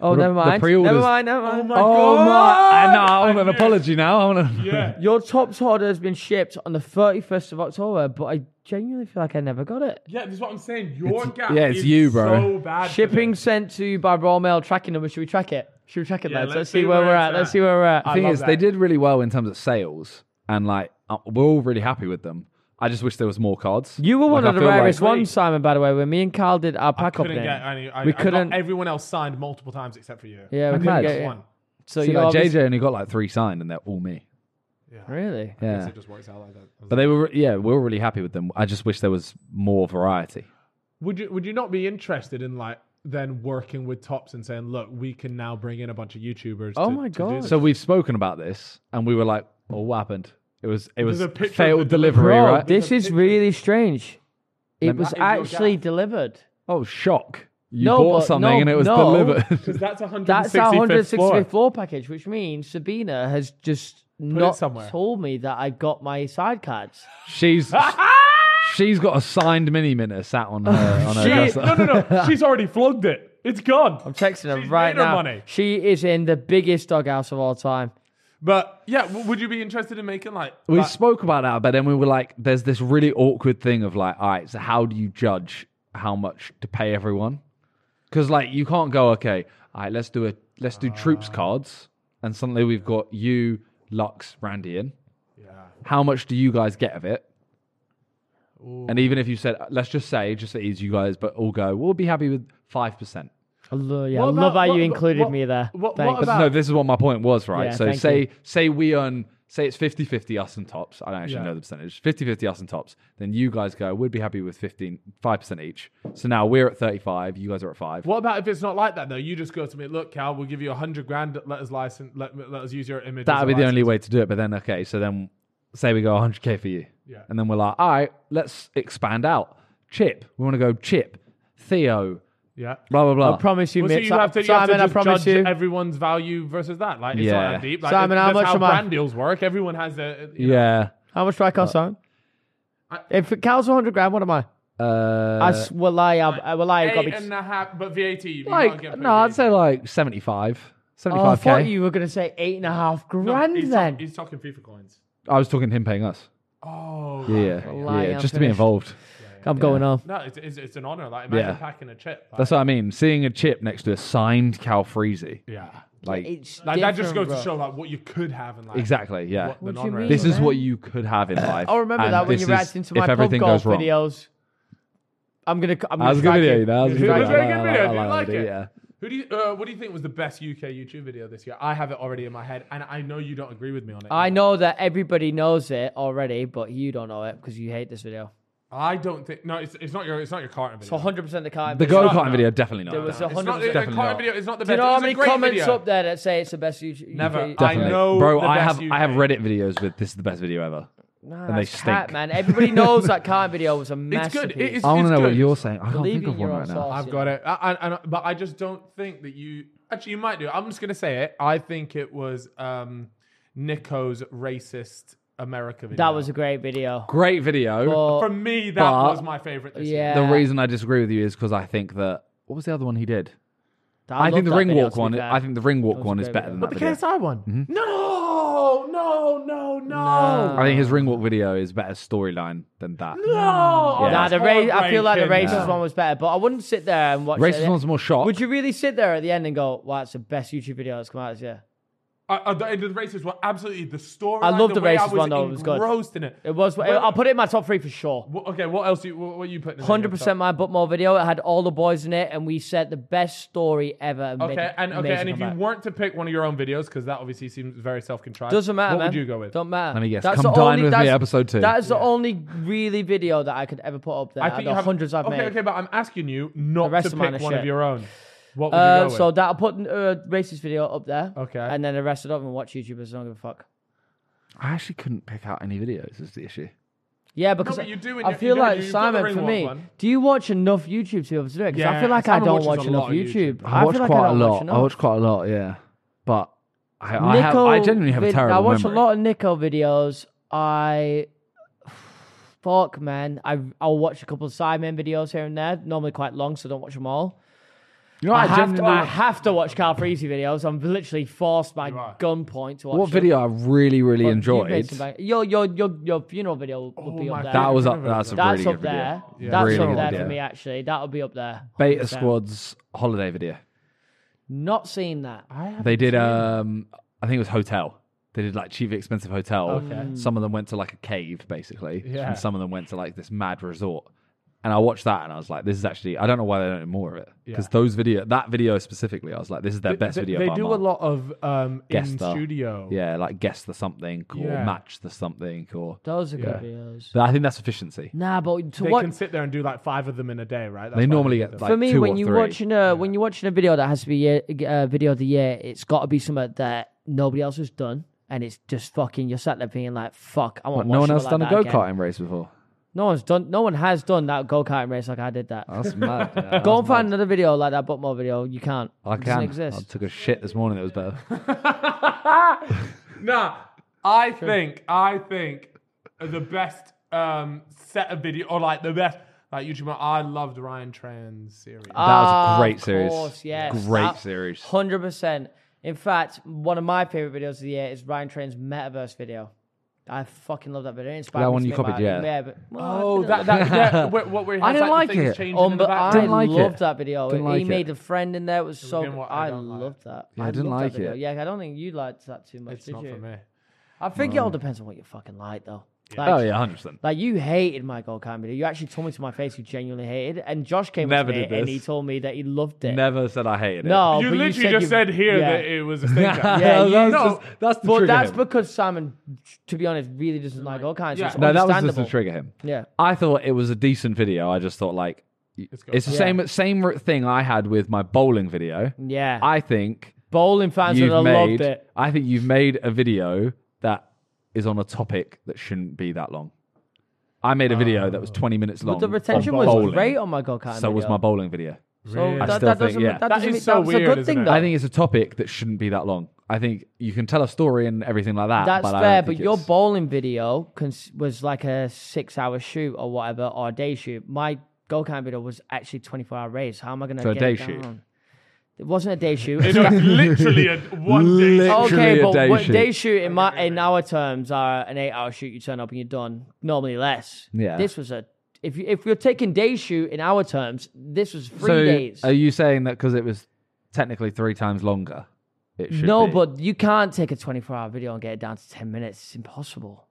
Speaker 2: Oh,
Speaker 3: The-
Speaker 2: never
Speaker 3: the
Speaker 2: mind. Never
Speaker 3: pre-orders-
Speaker 2: mind. Never mind.
Speaker 3: Oh my! I know. I want
Speaker 1: I
Speaker 3: an
Speaker 1: knew.
Speaker 3: apology now. I want to.
Speaker 1: yeah.
Speaker 2: Your Topps order has been shipped on the 31st of October, but I genuinely feel like I never got it.
Speaker 1: Yeah, that's what I'm saying. Your
Speaker 3: It's-
Speaker 1: gaff
Speaker 3: yeah, it's
Speaker 1: is
Speaker 3: you, bro.
Speaker 1: so bad. for
Speaker 2: Shipping
Speaker 1: this.
Speaker 2: sent to you by Royal Mail tracking number. Should we track it? Should we track it,
Speaker 1: Yeah,
Speaker 2: lads?
Speaker 1: let's
Speaker 2: Let's
Speaker 1: see
Speaker 2: see where
Speaker 1: where
Speaker 2: we're
Speaker 1: it's
Speaker 2: at. Let's
Speaker 1: at.
Speaker 2: see where we're
Speaker 1: I
Speaker 2: at.
Speaker 1: love
Speaker 3: thing is, they
Speaker 1: that.
Speaker 3: did really well in terms of sales, and like uh, we're all really happy with them. I just wish there was more cards.
Speaker 2: You were
Speaker 3: Like,
Speaker 2: one
Speaker 3: I
Speaker 2: of the
Speaker 3: feel like-
Speaker 2: rarest ones, Simon, by the way, when me and Carl did our pack up
Speaker 1: Couldn't
Speaker 2: day.
Speaker 1: get any. I, I
Speaker 2: we
Speaker 1: got-
Speaker 2: couldn't.
Speaker 1: everyone else signed multiple times except for you.
Speaker 2: Yeah, we
Speaker 1: I
Speaker 2: couldn't
Speaker 1: couldn't
Speaker 2: get
Speaker 1: get
Speaker 2: it.
Speaker 1: one.
Speaker 2: so
Speaker 3: See,
Speaker 2: you
Speaker 3: like
Speaker 2: obviously-
Speaker 3: JJ only got like three signed, and they're all me.
Speaker 2: Really?
Speaker 1: Guess
Speaker 3: Yeah,
Speaker 1: It just works out like that.
Speaker 3: but they were yeah, we were really happy with them. I just wish there was more variety.
Speaker 1: Would you would you not be interested in like then working with Tops and saying, look, we can now bring in a bunch of YouTubers?
Speaker 2: Oh
Speaker 1: to-
Speaker 2: my
Speaker 1: to do
Speaker 2: God.
Speaker 1: this."
Speaker 3: So we've spoken about this, and we were like, "Well, what happened? It was it was
Speaker 1: There's a picture of
Speaker 3: failed
Speaker 1: the
Speaker 3: delivery,
Speaker 1: delivery.
Speaker 2: Bro,
Speaker 3: right?
Speaker 2: this is really strange. It
Speaker 3: Lem-
Speaker 2: was
Speaker 1: That is your
Speaker 2: actually
Speaker 1: gap.
Speaker 2: delivered.
Speaker 3: oh, shock! You
Speaker 2: No,
Speaker 3: bought
Speaker 2: but-
Speaker 3: something
Speaker 2: no,
Speaker 3: and it was
Speaker 2: no.
Speaker 3: delivered.
Speaker 1: because that's 165th
Speaker 2: That's our 165th
Speaker 1: floor.
Speaker 2: floor. package, which means Sabina has just not
Speaker 1: somewhere.
Speaker 2: told me that I got my side cards.
Speaker 3: she's she's got a signed mini minute sat on her on her
Speaker 1: She,
Speaker 3: dresser.
Speaker 1: no, no, no. She's already flogged it. It's gone.
Speaker 2: I'm texting her
Speaker 1: She's
Speaker 2: right
Speaker 1: made her
Speaker 2: now.
Speaker 1: money.
Speaker 2: She is in the biggest doghouse of all time.
Speaker 1: But yeah, w- would you be interested in making like?
Speaker 3: We
Speaker 1: like-
Speaker 3: spoke about that, but then we were like, there's this really awkward thing of like, all right, so how do you judge how much to pay everyone? Because like, you can't go, okay, all right, let's do a let's do troops cards, and suddenly we've got you, Lux, Randy in. How much do you guys get of it? And even if you said, let's just say, just to ease you guys, but all go, we'll be happy with five percent.
Speaker 2: I love, yeah, I
Speaker 1: What
Speaker 2: love
Speaker 1: about-
Speaker 2: how
Speaker 1: what-
Speaker 2: you included
Speaker 1: what-
Speaker 2: me there.
Speaker 1: what- what
Speaker 2: Thanks.
Speaker 1: about-
Speaker 3: No, this is what my point was, right?
Speaker 2: Yeah,
Speaker 3: so
Speaker 2: thank
Speaker 3: say
Speaker 2: you.
Speaker 3: say we earn say it's 50-50 us and tops. I don't actually
Speaker 1: Yeah.
Speaker 3: know the percentage. 50-50 us and tops. Then you guys go, we'd be happy with 15 5% each. So now we're at 35, you guys are at 5.
Speaker 1: What about if it's not like that though? You just go to me, look, Cal, we'll give you a hundred grand. Let us license. Let, let us use your image. as
Speaker 3: That'd
Speaker 1: a
Speaker 3: be the
Speaker 1: license.
Speaker 3: only way to do it, but then okay, so then say we go 100k for you.
Speaker 1: Yeah.
Speaker 3: And then we're like, "All right, let's expand out. Chip. We want to go Chip, Theo,
Speaker 1: Yeah.
Speaker 3: blah blah blah.
Speaker 2: I promise you,
Speaker 1: Well, so
Speaker 2: mate,
Speaker 1: you have to, you have to
Speaker 2: Simon, I
Speaker 1: just
Speaker 2: promise
Speaker 1: judge
Speaker 2: you.
Speaker 1: everyone's value versus that. Like, it's
Speaker 3: Yeah.
Speaker 1: not that deep. Like,
Speaker 2: Simon,
Speaker 1: it-
Speaker 2: how
Speaker 1: that's
Speaker 2: much
Speaker 1: how
Speaker 2: am I-
Speaker 1: brand deals work. Everyone has their. You know,
Speaker 3: yeah.
Speaker 2: How much do I
Speaker 1: Uh,
Speaker 2: cost, Simon? If it counts 100 grand, what am I?
Speaker 3: Uh,
Speaker 2: I s- will I, I, I will I have got
Speaker 1: Eight
Speaker 2: me.
Speaker 1: and a half, but VAT. You can't get
Speaker 3: like
Speaker 1: paid
Speaker 3: no, I'd
Speaker 1: VAT.
Speaker 3: say like 75. 75k.
Speaker 2: Oh, I thought you were going to say eight and a half
Speaker 1: No,
Speaker 2: grand
Speaker 1: he's, ta-
Speaker 2: then.
Speaker 1: he's talking FIFA coins.
Speaker 3: I was talking him paying us.
Speaker 1: Oh.
Speaker 3: Yeah,
Speaker 1: right.
Speaker 3: yeah,
Speaker 2: Lying
Speaker 3: yeah, just to
Speaker 2: unfinished.
Speaker 3: be involved.
Speaker 2: I'm going on.
Speaker 1: No, it's, it's, it's an honor. Like, imagine
Speaker 3: Yeah.
Speaker 1: packing a chip. Like,
Speaker 3: That's what I mean. Seeing a chip next to a signed Cal Freezy,
Speaker 1: yeah.
Speaker 3: like
Speaker 2: It's
Speaker 1: Like that just goes
Speaker 2: different,
Speaker 1: to
Speaker 2: bro.
Speaker 1: show like what you could have in life.
Speaker 3: exactly, yeah.
Speaker 1: What the
Speaker 2: What do you
Speaker 1: non-rare-
Speaker 2: mean?
Speaker 3: This is
Speaker 2: man.
Speaker 3: what you could have in life.
Speaker 2: I remember
Speaker 3: and
Speaker 2: that when
Speaker 3: this
Speaker 2: you
Speaker 3: is
Speaker 2: reacted to my
Speaker 3: if
Speaker 2: pub
Speaker 3: everything
Speaker 2: golf
Speaker 3: goes wrong.
Speaker 2: videos. I'm gonna. I'm gonna.
Speaker 3: That was a good
Speaker 2: drag
Speaker 3: video.
Speaker 2: you.
Speaker 3: That was a
Speaker 1: It
Speaker 3: good
Speaker 1: was a
Speaker 3: video.
Speaker 1: very good
Speaker 3: I
Speaker 1: video.
Speaker 3: I
Speaker 1: Do you like
Speaker 3: that,
Speaker 1: it?
Speaker 3: Yeah.
Speaker 1: Who do you, uh, what do you think was the best UK YouTube video this year? I have it already in my head, and I know you don't agree with me on it.
Speaker 2: I know that everybody knows it already, but you don't know it because you hate this video.
Speaker 1: I don't think. No, it's, it's not your it's not your carton video.
Speaker 2: So 100 percent the kind.
Speaker 3: The
Speaker 2: video.
Speaker 3: go
Speaker 1: not-
Speaker 3: kart
Speaker 1: no.
Speaker 3: video definitely not.
Speaker 2: There was
Speaker 3: No.
Speaker 2: a
Speaker 1: it's not
Speaker 2: Definitely
Speaker 1: the carton
Speaker 3: not.
Speaker 1: video. It's not the
Speaker 2: Do you
Speaker 1: best.
Speaker 2: know
Speaker 1: it
Speaker 2: how
Speaker 1: was a
Speaker 2: many
Speaker 1: great
Speaker 2: comments
Speaker 1: video.
Speaker 2: up there that say it's the best YouTube?
Speaker 1: Never.
Speaker 2: UK?
Speaker 1: I
Speaker 3: Definitely.
Speaker 1: know
Speaker 3: bro.
Speaker 1: the
Speaker 3: I
Speaker 1: best
Speaker 3: have I have
Speaker 1: UK.
Speaker 3: Reddit videos with this is the best video ever.
Speaker 2: Nah,
Speaker 3: and they
Speaker 2: "Ah, that's cat,
Speaker 3: stink.
Speaker 2: man. Everybody knows that kind video was a
Speaker 1: It's
Speaker 2: masterpiece.
Speaker 1: good. It is.
Speaker 3: I want
Speaker 1: it's
Speaker 3: to know
Speaker 1: good.
Speaker 3: what you're saying. I can't
Speaker 2: Believe
Speaker 3: think
Speaker 2: in
Speaker 3: of
Speaker 2: your
Speaker 3: one
Speaker 2: own
Speaker 3: right now.
Speaker 2: self.
Speaker 1: I've
Speaker 2: you
Speaker 1: got it. I, I, I, but I just don't think that you. Actually, you might do. I'm just going to say it. I think it was um, Nico's racist America video.
Speaker 2: That was a great video.
Speaker 3: Great video.
Speaker 2: But-
Speaker 1: For me, that
Speaker 3: But-
Speaker 1: was my favorite this year.
Speaker 2: yeah.
Speaker 3: the reason I disagree with you is because I think that what was the other one he did? I,
Speaker 2: love
Speaker 3: think the
Speaker 2: that
Speaker 3: ring
Speaker 2: video,
Speaker 3: walk
Speaker 2: to be
Speaker 3: one.
Speaker 2: fair.
Speaker 3: I think the ring walk
Speaker 2: was
Speaker 3: one is
Speaker 2: great
Speaker 3: better
Speaker 2: video.
Speaker 3: than
Speaker 1: But
Speaker 3: that
Speaker 1: the
Speaker 3: video.
Speaker 1: KSI one? No, no, no, no. No.
Speaker 3: I think his ring walk video is better storyline than that.
Speaker 1: Oh,
Speaker 2: Nah,
Speaker 1: that's
Speaker 2: the ra- I feel like the
Speaker 1: heartbreaking.
Speaker 2: racist one was better, but I wouldn't sit there and watch it.
Speaker 3: Racist one's more shock.
Speaker 2: Would you really sit there at the end and go, "Wow, it's the best YouTube video that's come out this year"?
Speaker 1: I, I, Uh, the, the racist one, absolutely. The story.
Speaker 2: I love the
Speaker 1: way I
Speaker 2: racist one, though, it was good.
Speaker 1: engrossed in it.
Speaker 2: It was.
Speaker 1: Well-
Speaker 2: I'll put it in my top three for sure.
Speaker 1: Wha- okay, what else? You, what, what are you putting? in there?
Speaker 2: Hundred percent my Butmore video. It had all the boys in it, and we said the best story ever. and made
Speaker 1: Okay,
Speaker 2: an
Speaker 1: and okay,
Speaker 2: amazing
Speaker 1: and if you
Speaker 2: comeback.
Speaker 1: weren't to pick one of your own videos, because that obviously seems very self-contrived.
Speaker 2: doesn't matter.
Speaker 1: What
Speaker 2: man.
Speaker 1: would you go with?
Speaker 2: Don't matter.
Speaker 3: Let me guess.
Speaker 2: That's
Speaker 3: Come
Speaker 2: the
Speaker 3: dine
Speaker 2: only,
Speaker 3: with me,
Speaker 2: that's-
Speaker 3: episode two.
Speaker 2: That is the only really video that I could ever put up there. out of the hundreds I've
Speaker 1: okay,
Speaker 2: made.
Speaker 1: okay, but I'm asking you not
Speaker 2: The rest
Speaker 1: to
Speaker 2: of mine
Speaker 1: pick
Speaker 2: are
Speaker 1: one of
Speaker 2: shit.
Speaker 1: your own. What would you
Speaker 2: Uh,
Speaker 1: go with?
Speaker 2: so that'll put uh, racist video up there.
Speaker 1: Okay.
Speaker 2: And then the rest of them and watch YouTubers. I don't give a fuck.
Speaker 3: I actually couldn't pick out any videos. Is the issue?
Speaker 2: Yeah, because
Speaker 1: but you do in
Speaker 2: I
Speaker 1: your-
Speaker 2: feel
Speaker 1: you don't-
Speaker 2: like
Speaker 1: you've got the
Speaker 2: Simon
Speaker 1: ring
Speaker 2: for
Speaker 1: walk
Speaker 2: me.
Speaker 1: one.
Speaker 2: Do you watch enough YouTube to be able to do it? Because I
Speaker 1: Yeah,
Speaker 2: feel like
Speaker 1: Simon
Speaker 2: I don't
Speaker 1: watches
Speaker 2: watch
Speaker 1: a
Speaker 2: enough
Speaker 1: lot of
Speaker 2: YouTube.
Speaker 1: YouTube.
Speaker 3: I, watch
Speaker 2: feel like
Speaker 3: quite
Speaker 2: I don't
Speaker 3: a lot.
Speaker 2: Watch
Speaker 3: I
Speaker 2: enough.
Speaker 3: watch quite a lot. Yeah, but I, I, have,
Speaker 2: Nico
Speaker 3: I genuinely have a
Speaker 2: vid-
Speaker 3: terrible
Speaker 2: I watch
Speaker 3: memory.
Speaker 2: a lot of Nico videos. I fuck man. I I'll watch a couple of Simon videos here and there. Normally quite long, so don't watch them all.
Speaker 3: You know,
Speaker 2: I,
Speaker 3: I,
Speaker 2: have to,
Speaker 3: genuinely-
Speaker 2: I have to watch Carl Freezy videos. I'm literally forced by
Speaker 1: are.
Speaker 2: gunpoint to watch.
Speaker 3: what
Speaker 2: them.
Speaker 3: video I really really
Speaker 2: But you made
Speaker 3: enjoyed.
Speaker 2: some bang- Your your your your funeral video will will be
Speaker 1: Oh my
Speaker 2: up there.
Speaker 3: That
Speaker 1: favorite
Speaker 3: was
Speaker 1: Remember
Speaker 3: up. That's a
Speaker 1: that.
Speaker 2: That's
Speaker 3: really
Speaker 2: up
Speaker 3: good video.
Speaker 2: there. That's
Speaker 3: Really
Speaker 2: up
Speaker 3: good
Speaker 2: there
Speaker 3: video.
Speaker 2: for me actually. That'll be up there.
Speaker 3: Beta
Speaker 2: 100%.
Speaker 3: Squad's holiday video.
Speaker 2: Not seen that.
Speaker 1: I have
Speaker 3: They did. Um, I think it was hotel. They did like cheap, expensive hotel.
Speaker 1: Okay.
Speaker 3: Some of them went to like a cave, basically,
Speaker 1: Yeah.
Speaker 3: and some of them went to like this mad resort. And I watched that, and I was like, "This is actually." I don't know why they don't do more of it because
Speaker 1: Yeah.
Speaker 3: those video, that video specifically, I was like, "This is their
Speaker 1: They-
Speaker 3: best
Speaker 1: they,
Speaker 3: video."
Speaker 1: They
Speaker 3: by
Speaker 1: do a
Speaker 3: mile.
Speaker 1: lot of um,
Speaker 3: Guest
Speaker 1: in
Speaker 3: star.
Speaker 1: studio.
Speaker 3: Yeah, like guess the something or
Speaker 1: Yeah.
Speaker 3: match the something or.
Speaker 2: Those are good
Speaker 1: Yeah.
Speaker 2: videos.
Speaker 3: But I think that's efficiency.
Speaker 2: Nah, but to
Speaker 1: They
Speaker 2: what
Speaker 1: can sit there and do like five of them in a day, right? That's
Speaker 3: They
Speaker 1: why
Speaker 3: normally
Speaker 1: do
Speaker 3: get
Speaker 1: them.
Speaker 3: like
Speaker 2: for me,
Speaker 3: two
Speaker 2: when
Speaker 3: or
Speaker 2: you're
Speaker 3: three.
Speaker 2: watching a when you're watching a video that has to be a, a video of the year, it's got to be something that nobody else has done, and it's just fucking you're sat there being like, "Fuck, I
Speaker 3: What,
Speaker 2: want."
Speaker 3: no one else done a go
Speaker 2: kart.
Speaker 3: karting race before.
Speaker 2: No one's done. No one has done that go karting race like I did that.
Speaker 3: That's mad. yeah, Oh, that's
Speaker 2: Go and find
Speaker 3: mad.
Speaker 2: another video like that Butmore video. You can't. it
Speaker 3: I
Speaker 2: doesn't
Speaker 3: can. I
Speaker 2: exist.
Speaker 3: took a shit this morning. That was better.
Speaker 1: Nah, I think I think the best um, set of video or like the best like YouTube. I loved Ryan Tran's series.
Speaker 3: That was
Speaker 2: Ah,
Speaker 3: a great
Speaker 2: of
Speaker 3: series.
Speaker 2: course, yes. Oh,
Speaker 3: Great
Speaker 2: That-
Speaker 3: series.
Speaker 2: Hundred percent. In fact, one of my favorite videos of the year is Ryan Train's metaverse video. I fucking love that video. It inspired
Speaker 3: That
Speaker 2: me
Speaker 3: one
Speaker 2: to
Speaker 3: you
Speaker 2: make
Speaker 3: copied,
Speaker 2: my-
Speaker 3: yeah.
Speaker 2: yeah but,
Speaker 1: oh, that that, that what, what we
Speaker 3: I didn't
Speaker 1: like, the
Speaker 3: like
Speaker 1: things
Speaker 3: it.
Speaker 1: changing in
Speaker 2: Um,
Speaker 1: the
Speaker 2: but I
Speaker 1: background.
Speaker 3: Didn't like
Speaker 2: loved
Speaker 3: it.
Speaker 2: that video.
Speaker 3: Didn't
Speaker 2: he
Speaker 3: like
Speaker 2: made
Speaker 3: it.
Speaker 2: a friend in there. It was so.
Speaker 1: Again, what I
Speaker 2: I,
Speaker 1: don't like.
Speaker 2: loved that.
Speaker 3: Yeah, I didn't
Speaker 2: loved that
Speaker 3: like
Speaker 2: video.
Speaker 3: it.
Speaker 2: Yeah, I don't think you liked that too much.
Speaker 1: It's
Speaker 2: did
Speaker 1: not
Speaker 2: you?
Speaker 1: for me.
Speaker 2: I think it all depends on what you fucking like, though. Like,
Speaker 3: Oh yeah, hundred percent.
Speaker 2: Like you hated my gold cam video. You actually told me to my face you genuinely hated, and Josh came up
Speaker 3: Never
Speaker 2: to me
Speaker 3: did
Speaker 2: and
Speaker 3: this.
Speaker 2: he told me that he loved it.
Speaker 3: Never said I hated it.
Speaker 2: No,
Speaker 1: you
Speaker 2: but
Speaker 1: literally
Speaker 2: said
Speaker 1: just
Speaker 2: you-
Speaker 1: said here
Speaker 2: yeah.
Speaker 1: that it was a stinker.
Speaker 2: Yeah, you-
Speaker 3: that's,
Speaker 1: no,
Speaker 3: just, that's the
Speaker 2: But
Speaker 3: trigger.
Speaker 2: that's
Speaker 3: him.
Speaker 2: because Simon, to be honest, really doesn't like all kinds.
Speaker 1: Yeah.
Speaker 2: Yeah. It's
Speaker 3: no, that was just
Speaker 2: understandable.
Speaker 3: to trigger him.
Speaker 2: Yeah.
Speaker 3: I thought it was a decent video. I just thought like it's,
Speaker 1: got-
Speaker 3: the
Speaker 2: Yeah.
Speaker 3: same same thing I had with my bowling video.
Speaker 2: Yeah.
Speaker 3: I think
Speaker 2: Bowling fans would
Speaker 3: you've
Speaker 2: have
Speaker 3: made.
Speaker 2: loved it.
Speaker 3: I think you've made a video that is on a topic that shouldn't be that long. I made a video that was 20 minutes long.
Speaker 2: Oh. The
Speaker 3: on
Speaker 2: retention was
Speaker 3: bowling.
Speaker 2: great on my gold cam.
Speaker 3: So
Speaker 2: video.
Speaker 3: was my bowling video.
Speaker 2: So
Speaker 1: Really?
Speaker 3: I
Speaker 2: Oh, that,
Speaker 3: still
Speaker 2: that
Speaker 3: think,
Speaker 2: doesn't,
Speaker 3: yeah.
Speaker 2: that
Speaker 1: That
Speaker 2: doesn't
Speaker 1: is
Speaker 2: mean
Speaker 1: so
Speaker 2: that's a
Speaker 1: weird,
Speaker 2: good
Speaker 1: isn't
Speaker 2: thing,
Speaker 1: it?
Speaker 2: though.
Speaker 3: I think it's a topic that shouldn't be that long. I think you can tell a story and everything like that.
Speaker 2: That's
Speaker 3: but I
Speaker 2: fair,
Speaker 3: don't think
Speaker 2: but your
Speaker 3: it's-
Speaker 2: bowling video cons- was like a six hour shoot or whatever, or a day shoot. My gold cam video was actually 24 hour race. How am I going to
Speaker 3: So a
Speaker 2: get
Speaker 3: day
Speaker 2: it
Speaker 3: shoot.
Speaker 2: down? It wasn't a day shoot.
Speaker 1: It was literally a one day.
Speaker 3: Lit-
Speaker 2: okay,
Speaker 3: Literally a
Speaker 2: but
Speaker 3: day
Speaker 2: what
Speaker 3: shoot.
Speaker 2: day shoot in my in our terms are an eight hour shoot. You turn up and you're done. Normally less.
Speaker 3: Yeah.
Speaker 2: This was a if you, if you're taking day shoot in our terms, this was three
Speaker 3: so
Speaker 2: days.
Speaker 3: Are you saying that because it was technically three times longer? It should
Speaker 2: No,
Speaker 3: be,
Speaker 2: but you can't take a 24 hour video and get it down to 10 minutes. It's impossible.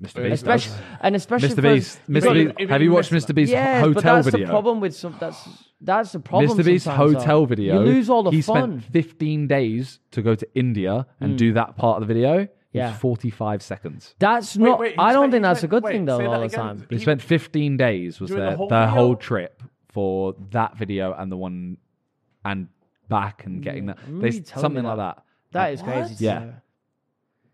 Speaker 3: Mr. Beast.
Speaker 2: Especially and especially
Speaker 3: Mr.
Speaker 2: for-
Speaker 3: Beast.
Speaker 2: you
Speaker 3: Mr.
Speaker 2: got-
Speaker 3: Beast.
Speaker 1: if
Speaker 3: Have
Speaker 1: you
Speaker 3: you watched
Speaker 1: miss
Speaker 3: Mr. Beast's
Speaker 2: yes,
Speaker 3: hotel
Speaker 2: but that's
Speaker 3: video?
Speaker 2: the problem with some. That's that's the problem.
Speaker 3: Mr. Beast's
Speaker 2: sometimes, though.
Speaker 3: hotel video.
Speaker 2: You lose all the
Speaker 3: he
Speaker 2: fun. Mm.
Speaker 3: spent 15 days to go to India and do that part of the video. It
Speaker 2: Yeah.
Speaker 3: was 45 seconds.
Speaker 2: that's
Speaker 1: Wait,
Speaker 2: not.
Speaker 1: wait, he
Speaker 2: I don't
Speaker 1: spent-
Speaker 2: think
Speaker 1: he
Speaker 2: that's a
Speaker 1: spent-
Speaker 2: good
Speaker 1: wait,
Speaker 2: thing though.
Speaker 1: say
Speaker 2: All
Speaker 1: that
Speaker 2: the
Speaker 1: again.
Speaker 2: time.
Speaker 3: They
Speaker 1: He-
Speaker 3: spent 15 days was
Speaker 1: Doing the
Speaker 3: their,
Speaker 1: whole
Speaker 3: their
Speaker 1: video?
Speaker 3: whole trip for that video and the one and back and getting that.
Speaker 2: remember
Speaker 3: They,
Speaker 2: you telling
Speaker 3: something
Speaker 2: Mm, me
Speaker 3: like
Speaker 2: that.
Speaker 3: that.
Speaker 2: That is
Speaker 1: What?
Speaker 2: crazy. to
Speaker 3: Yeah.
Speaker 2: know.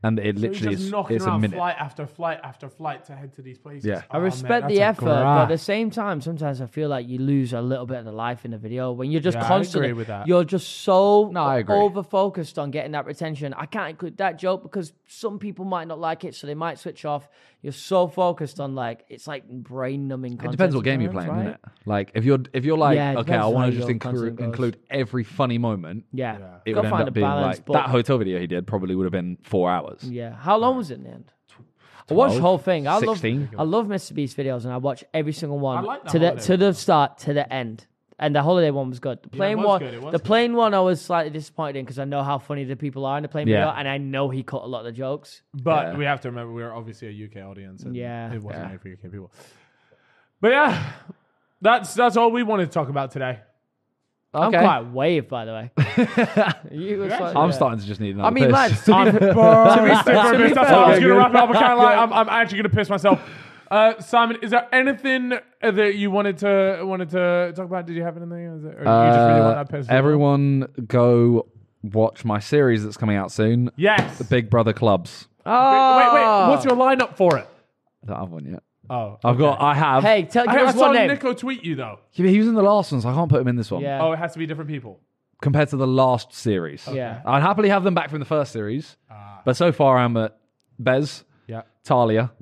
Speaker 3: And it
Speaker 1: He was
Speaker 3: literally
Speaker 1: just
Speaker 3: is
Speaker 1: knocking
Speaker 3: it's a
Speaker 1: around
Speaker 3: minute.
Speaker 1: flight after flight after flight to head to these places.
Speaker 3: Yeah.
Speaker 2: I
Speaker 1: Oh, man,
Speaker 2: respect
Speaker 1: that's
Speaker 2: the
Speaker 1: a
Speaker 2: effort, but at the
Speaker 1: grind.
Speaker 2: same time, sometimes I feel like you lose a little bit of the life in the video when you're just
Speaker 1: Yeah, I agree
Speaker 2: constantly.
Speaker 1: with that.
Speaker 2: You're just so
Speaker 3: No, I agree.
Speaker 2: over focused on getting that retention. I can't include that joke because some people might not like it, so they might switch off. You're so focused on like it's like brain numbing.
Speaker 3: It depends what game you're playing,
Speaker 2: right?
Speaker 3: doesn't it? Like if you're if you're like,
Speaker 2: Yeah, it
Speaker 3: okay,
Speaker 2: depends
Speaker 3: I
Speaker 2: on
Speaker 3: want
Speaker 2: how
Speaker 3: to just
Speaker 2: your content
Speaker 3: include
Speaker 2: goes.
Speaker 3: include every funny moment.
Speaker 2: Yeah,
Speaker 3: It would
Speaker 2: gotta
Speaker 3: end
Speaker 2: find a
Speaker 3: up being
Speaker 2: balance.
Speaker 3: like
Speaker 2: but
Speaker 3: that hotel video he did probably would have been four hours.
Speaker 2: yeah, how long was it in the end? I watched the
Speaker 3: 12,
Speaker 2: whole thing. I love
Speaker 3: 16.
Speaker 2: I love Mr Beast videos, and I watch every single one
Speaker 1: like that
Speaker 2: to the
Speaker 1: holiday
Speaker 2: to the start to the end. and the holiday one was good. The plane
Speaker 1: was
Speaker 2: one,
Speaker 1: good, it was
Speaker 2: the
Speaker 1: good.
Speaker 2: plane one, I was slightly disappointed in because I know how funny the people are in the plane
Speaker 3: Yeah.
Speaker 2: video, and I know he cut a lot of the jokes.
Speaker 1: But we have to remember we are obviously a UK audience. And
Speaker 2: Yeah.
Speaker 1: It wasn't made for UK people. But yeah, that's that's all we wanted to talk about today.
Speaker 2: I'm
Speaker 3: Okay.
Speaker 2: quite waved, by the way. you were slightly-
Speaker 3: I'm
Speaker 2: yeah.
Speaker 3: starting to just need another.
Speaker 2: I mean,
Speaker 3: piss.
Speaker 2: lads,
Speaker 1: I'm burning.
Speaker 2: to be
Speaker 1: That's how I was
Speaker 2: fair-
Speaker 1: going to wrap it up. I'm kind of like, I'm, I'm actually going to piss myself. Uh, Simon, is there anything that you wanted to wanted to talk about? Did you have anything? Or is it- or you just really want
Speaker 3: Uh,
Speaker 1: that piss?
Speaker 3: everyone, go watch my series that's coming out soon.
Speaker 1: Yes.
Speaker 3: The Big Brother clubs.
Speaker 1: Wait, wait. What's your lineup for it?
Speaker 3: I don't have one yet.
Speaker 1: Oh,
Speaker 3: I've got. I have.
Speaker 2: Hey, tell give
Speaker 1: I, I
Speaker 2: us
Speaker 1: saw
Speaker 2: one name.
Speaker 1: Nico tweet you though.
Speaker 3: Yeah, but he was in the last one, so I can't put him in this one.
Speaker 2: Yeah.
Speaker 1: Oh, it has to be different people.
Speaker 3: Compared to the last series.
Speaker 2: Yeah.
Speaker 3: I'd happily have them back from the first series, but so far I'm at Bez,
Speaker 1: Yeah.
Speaker 3: Talia,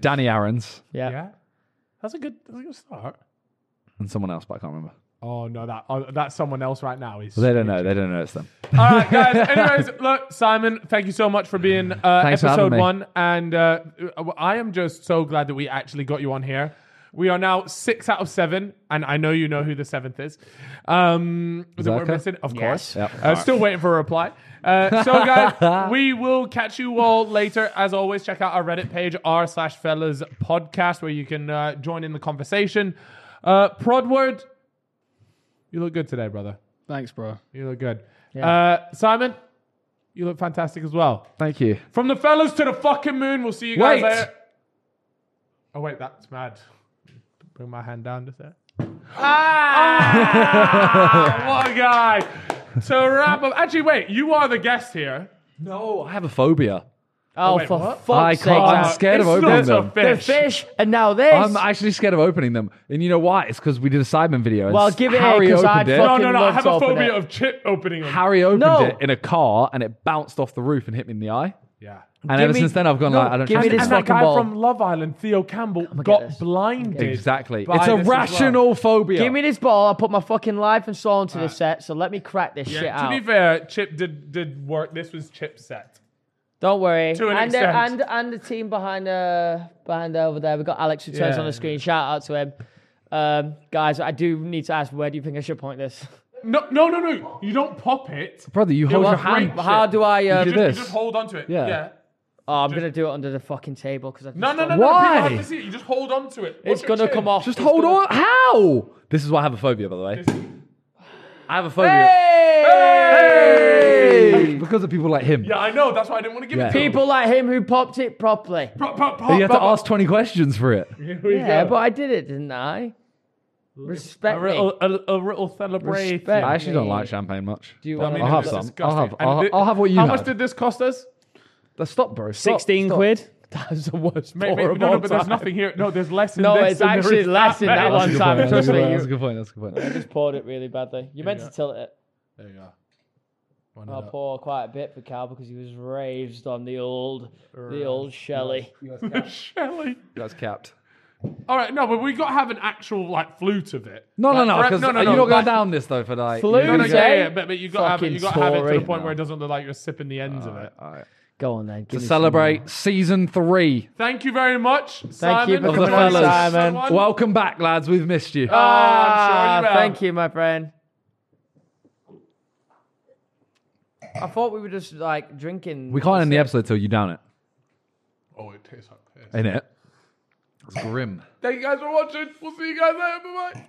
Speaker 3: Danny Aarons,
Speaker 2: yeah.
Speaker 1: Yeah. That's a good. That's a good start.
Speaker 3: and someone else, but I can't remember.
Speaker 1: Oh no, that oh, that's someone else right now. He's
Speaker 3: They don't know. They don't know it's them.
Speaker 1: All right, guys. Anyways, look, Simon, thank you so much for being uh,
Speaker 3: Thanks for
Speaker 1: episode
Speaker 3: having me.
Speaker 1: one, and uh, I am just so glad that we actually got you on here. We are now six out of seven, and I know you know who the seventh is. Um, that we're
Speaker 3: Zaka?
Speaker 1: missing, of course.
Speaker 3: Yep.
Speaker 1: Uh, Still waiting for a reply. Uh, so, guys, we will catch you all later. As always, check out our Reddit page, r slash fellas podcast, where you can uh, join in the conversation. Uh, Prodward, you look good today, brother.
Speaker 4: Thanks, bro.
Speaker 1: You look good. Uh, Simon, you look fantastic as well.
Speaker 3: Thank you.
Speaker 1: From the fellas to the fucking moon. We'll see you guys
Speaker 3: Wait.
Speaker 1: later. Oh, wait, that's mad. Bring my hand down just there. Ah! what a guy. To wrap up. Actually, wait, you are the guest here.
Speaker 3: No, I have a phobia.
Speaker 2: Oh,
Speaker 1: wait,
Speaker 2: for
Speaker 1: what?
Speaker 3: I
Speaker 2: fuck's sake!
Speaker 3: can't- I'm
Speaker 2: Zach.
Speaker 3: scared of
Speaker 1: It's
Speaker 3: opening
Speaker 1: not
Speaker 3: them.
Speaker 1: a
Speaker 2: the
Speaker 1: fish.
Speaker 2: fish, and now this.
Speaker 3: I'm actually scared of opening them, and you know why? It's because we did a Simon video. and
Speaker 2: Well, give it
Speaker 3: Harry
Speaker 2: here, 'cause
Speaker 3: opened
Speaker 2: I'd
Speaker 3: it.
Speaker 1: No,
Speaker 2: fucking-
Speaker 1: no, no. I
Speaker 2: Let's
Speaker 1: have a
Speaker 2: open
Speaker 1: phobia
Speaker 2: it.
Speaker 1: of chip opening them.
Speaker 3: Harry opened
Speaker 2: No.
Speaker 3: it in a car, and it bounced off the roof and hit me in the eye.
Speaker 1: yeah.
Speaker 3: And
Speaker 2: Give
Speaker 3: ever
Speaker 2: me-
Speaker 3: since then, I've gone
Speaker 2: no,
Speaker 3: like, I don't
Speaker 2: give
Speaker 3: trust
Speaker 2: me
Speaker 3: it.
Speaker 2: this
Speaker 1: and that
Speaker 2: fucking
Speaker 1: guy
Speaker 2: ball.
Speaker 1: from Love Island, Theo Campbell,
Speaker 2: get
Speaker 1: got
Speaker 2: this.
Speaker 1: blinded.
Speaker 3: Exactly.
Speaker 1: by
Speaker 3: It's a
Speaker 1: this as well.
Speaker 3: rational phobia.
Speaker 2: Give me this ball. I put my fucking life and soul into this set, so let me crack this shit
Speaker 1: Yeah, to
Speaker 2: out.
Speaker 1: be fair, Chip did did work. This was Chip's set.
Speaker 2: Don't worry.
Speaker 1: To an
Speaker 2: and, the,
Speaker 1: extent.
Speaker 2: and and the team behind uh behind over there, we got Alex who turns
Speaker 1: Yeah.
Speaker 2: on the screen. Shout out to him. Um, guys, I do need to ask, where do you think I should point this?
Speaker 1: No, no, no, no. You don't pop it.
Speaker 3: Brother, you hold
Speaker 1: was
Speaker 3: your
Speaker 1: great.
Speaker 3: hand.
Speaker 1: Shit.
Speaker 2: How do I?
Speaker 1: You
Speaker 2: Um,
Speaker 1: just,
Speaker 3: uh, this.
Speaker 1: you just hold onto it. Yeah.
Speaker 3: Yeah.
Speaker 2: oh, I'm gonna do it under the fucking table because
Speaker 1: No, no, no, no.
Speaker 3: Why?
Speaker 1: People have to see it. You just hold onto it. Watch
Speaker 2: It's
Speaker 1: your
Speaker 2: gonna
Speaker 1: chin.
Speaker 2: come off.
Speaker 3: Just
Speaker 2: It's
Speaker 3: hold
Speaker 2: gonna-
Speaker 3: on. How? This is why I have a phobia, by the way. I have a phobia.
Speaker 2: Hey!
Speaker 3: Because of people like him.
Speaker 1: Yeah, I know. That's why I didn't want to give
Speaker 3: Yeah.
Speaker 1: it to him.
Speaker 2: People like him who popped it properly.
Speaker 1: Pop, pop, pop,
Speaker 3: You have to
Speaker 1: pop, pop.
Speaker 3: ask 20 questions for it.
Speaker 1: Here we
Speaker 2: Yeah,
Speaker 1: go.
Speaker 2: but I did it, didn't I? Respect
Speaker 1: a
Speaker 2: me.
Speaker 1: little, a, a little celebration.
Speaker 2: Respect.
Speaker 3: I actually don't
Speaker 2: Hey.
Speaker 3: like champagne much.
Speaker 2: Do you
Speaker 1: I
Speaker 2: want
Speaker 1: mean,
Speaker 3: I'll have
Speaker 1: it's
Speaker 3: some.
Speaker 1: disgusting.
Speaker 3: I'll have-
Speaker 1: And
Speaker 3: I'll-
Speaker 1: thi-
Speaker 3: I'll have what you
Speaker 1: How
Speaker 3: had.
Speaker 1: much did this cost us?
Speaker 3: Let's stop, bro. Stop.
Speaker 4: 16
Speaker 3: Stop.
Speaker 4: quid.
Speaker 2: That was the worst
Speaker 1: Mate, mate,
Speaker 2: pour
Speaker 1: no,
Speaker 2: of
Speaker 1: no,
Speaker 2: all
Speaker 1: but there's
Speaker 2: time.
Speaker 1: nothing here. No, there's less in
Speaker 2: No,
Speaker 1: this.
Speaker 2: it's
Speaker 1: than there
Speaker 2: actually
Speaker 1: is
Speaker 2: less in that
Speaker 1: much.
Speaker 2: one
Speaker 3: Good
Speaker 2: time.
Speaker 3: point, That's
Speaker 2: Trust
Speaker 3: a good
Speaker 2: me,
Speaker 3: point. That's a
Speaker 2: you
Speaker 3: good point. That's a good point.
Speaker 2: just poured it really badly. You meant
Speaker 1: Yeah.
Speaker 2: to tilt it.
Speaker 1: There you go. Why
Speaker 2: I
Speaker 1: not?
Speaker 2: pour quite a bit for Cal because he was raised on the old, the old Shelley.
Speaker 1: Shelley.
Speaker 3: That's capped.
Speaker 1: All right, no, but we got to have an actual like flute of it.
Speaker 3: No, no,
Speaker 1: Like,
Speaker 3: no.
Speaker 1: for- e-
Speaker 3: 'cause You're not
Speaker 1: like-
Speaker 3: going down this, though, for like.
Speaker 2: Flute.
Speaker 1: No, no,
Speaker 2: Who's
Speaker 1: yeah, yeah,
Speaker 2: that?
Speaker 1: yeah, but, but you got to have it. You got
Speaker 2: Fucking
Speaker 1: to have it to
Speaker 2: story.
Speaker 1: the point where it doesn't look like you're sipping the ends of it.
Speaker 2: Go on then.
Speaker 3: To celebrate season three
Speaker 1: Thank you very much, Simon.
Speaker 2: you for
Speaker 3: of the
Speaker 2: Coming on,
Speaker 3: fellas.
Speaker 2: Simon.
Speaker 1: Well,
Speaker 3: Welcome back, lads. We've missed you.
Speaker 1: oh, I'm sure you have.
Speaker 2: Ah, thank you, my friend. I thought we were just like drinking.
Speaker 3: we can't end the episode till you down it.
Speaker 1: Oh, it tastes like piss.
Speaker 3: In it. It's grim.
Speaker 1: Thank you guys for watching. We'll see you guys later. Bye bye.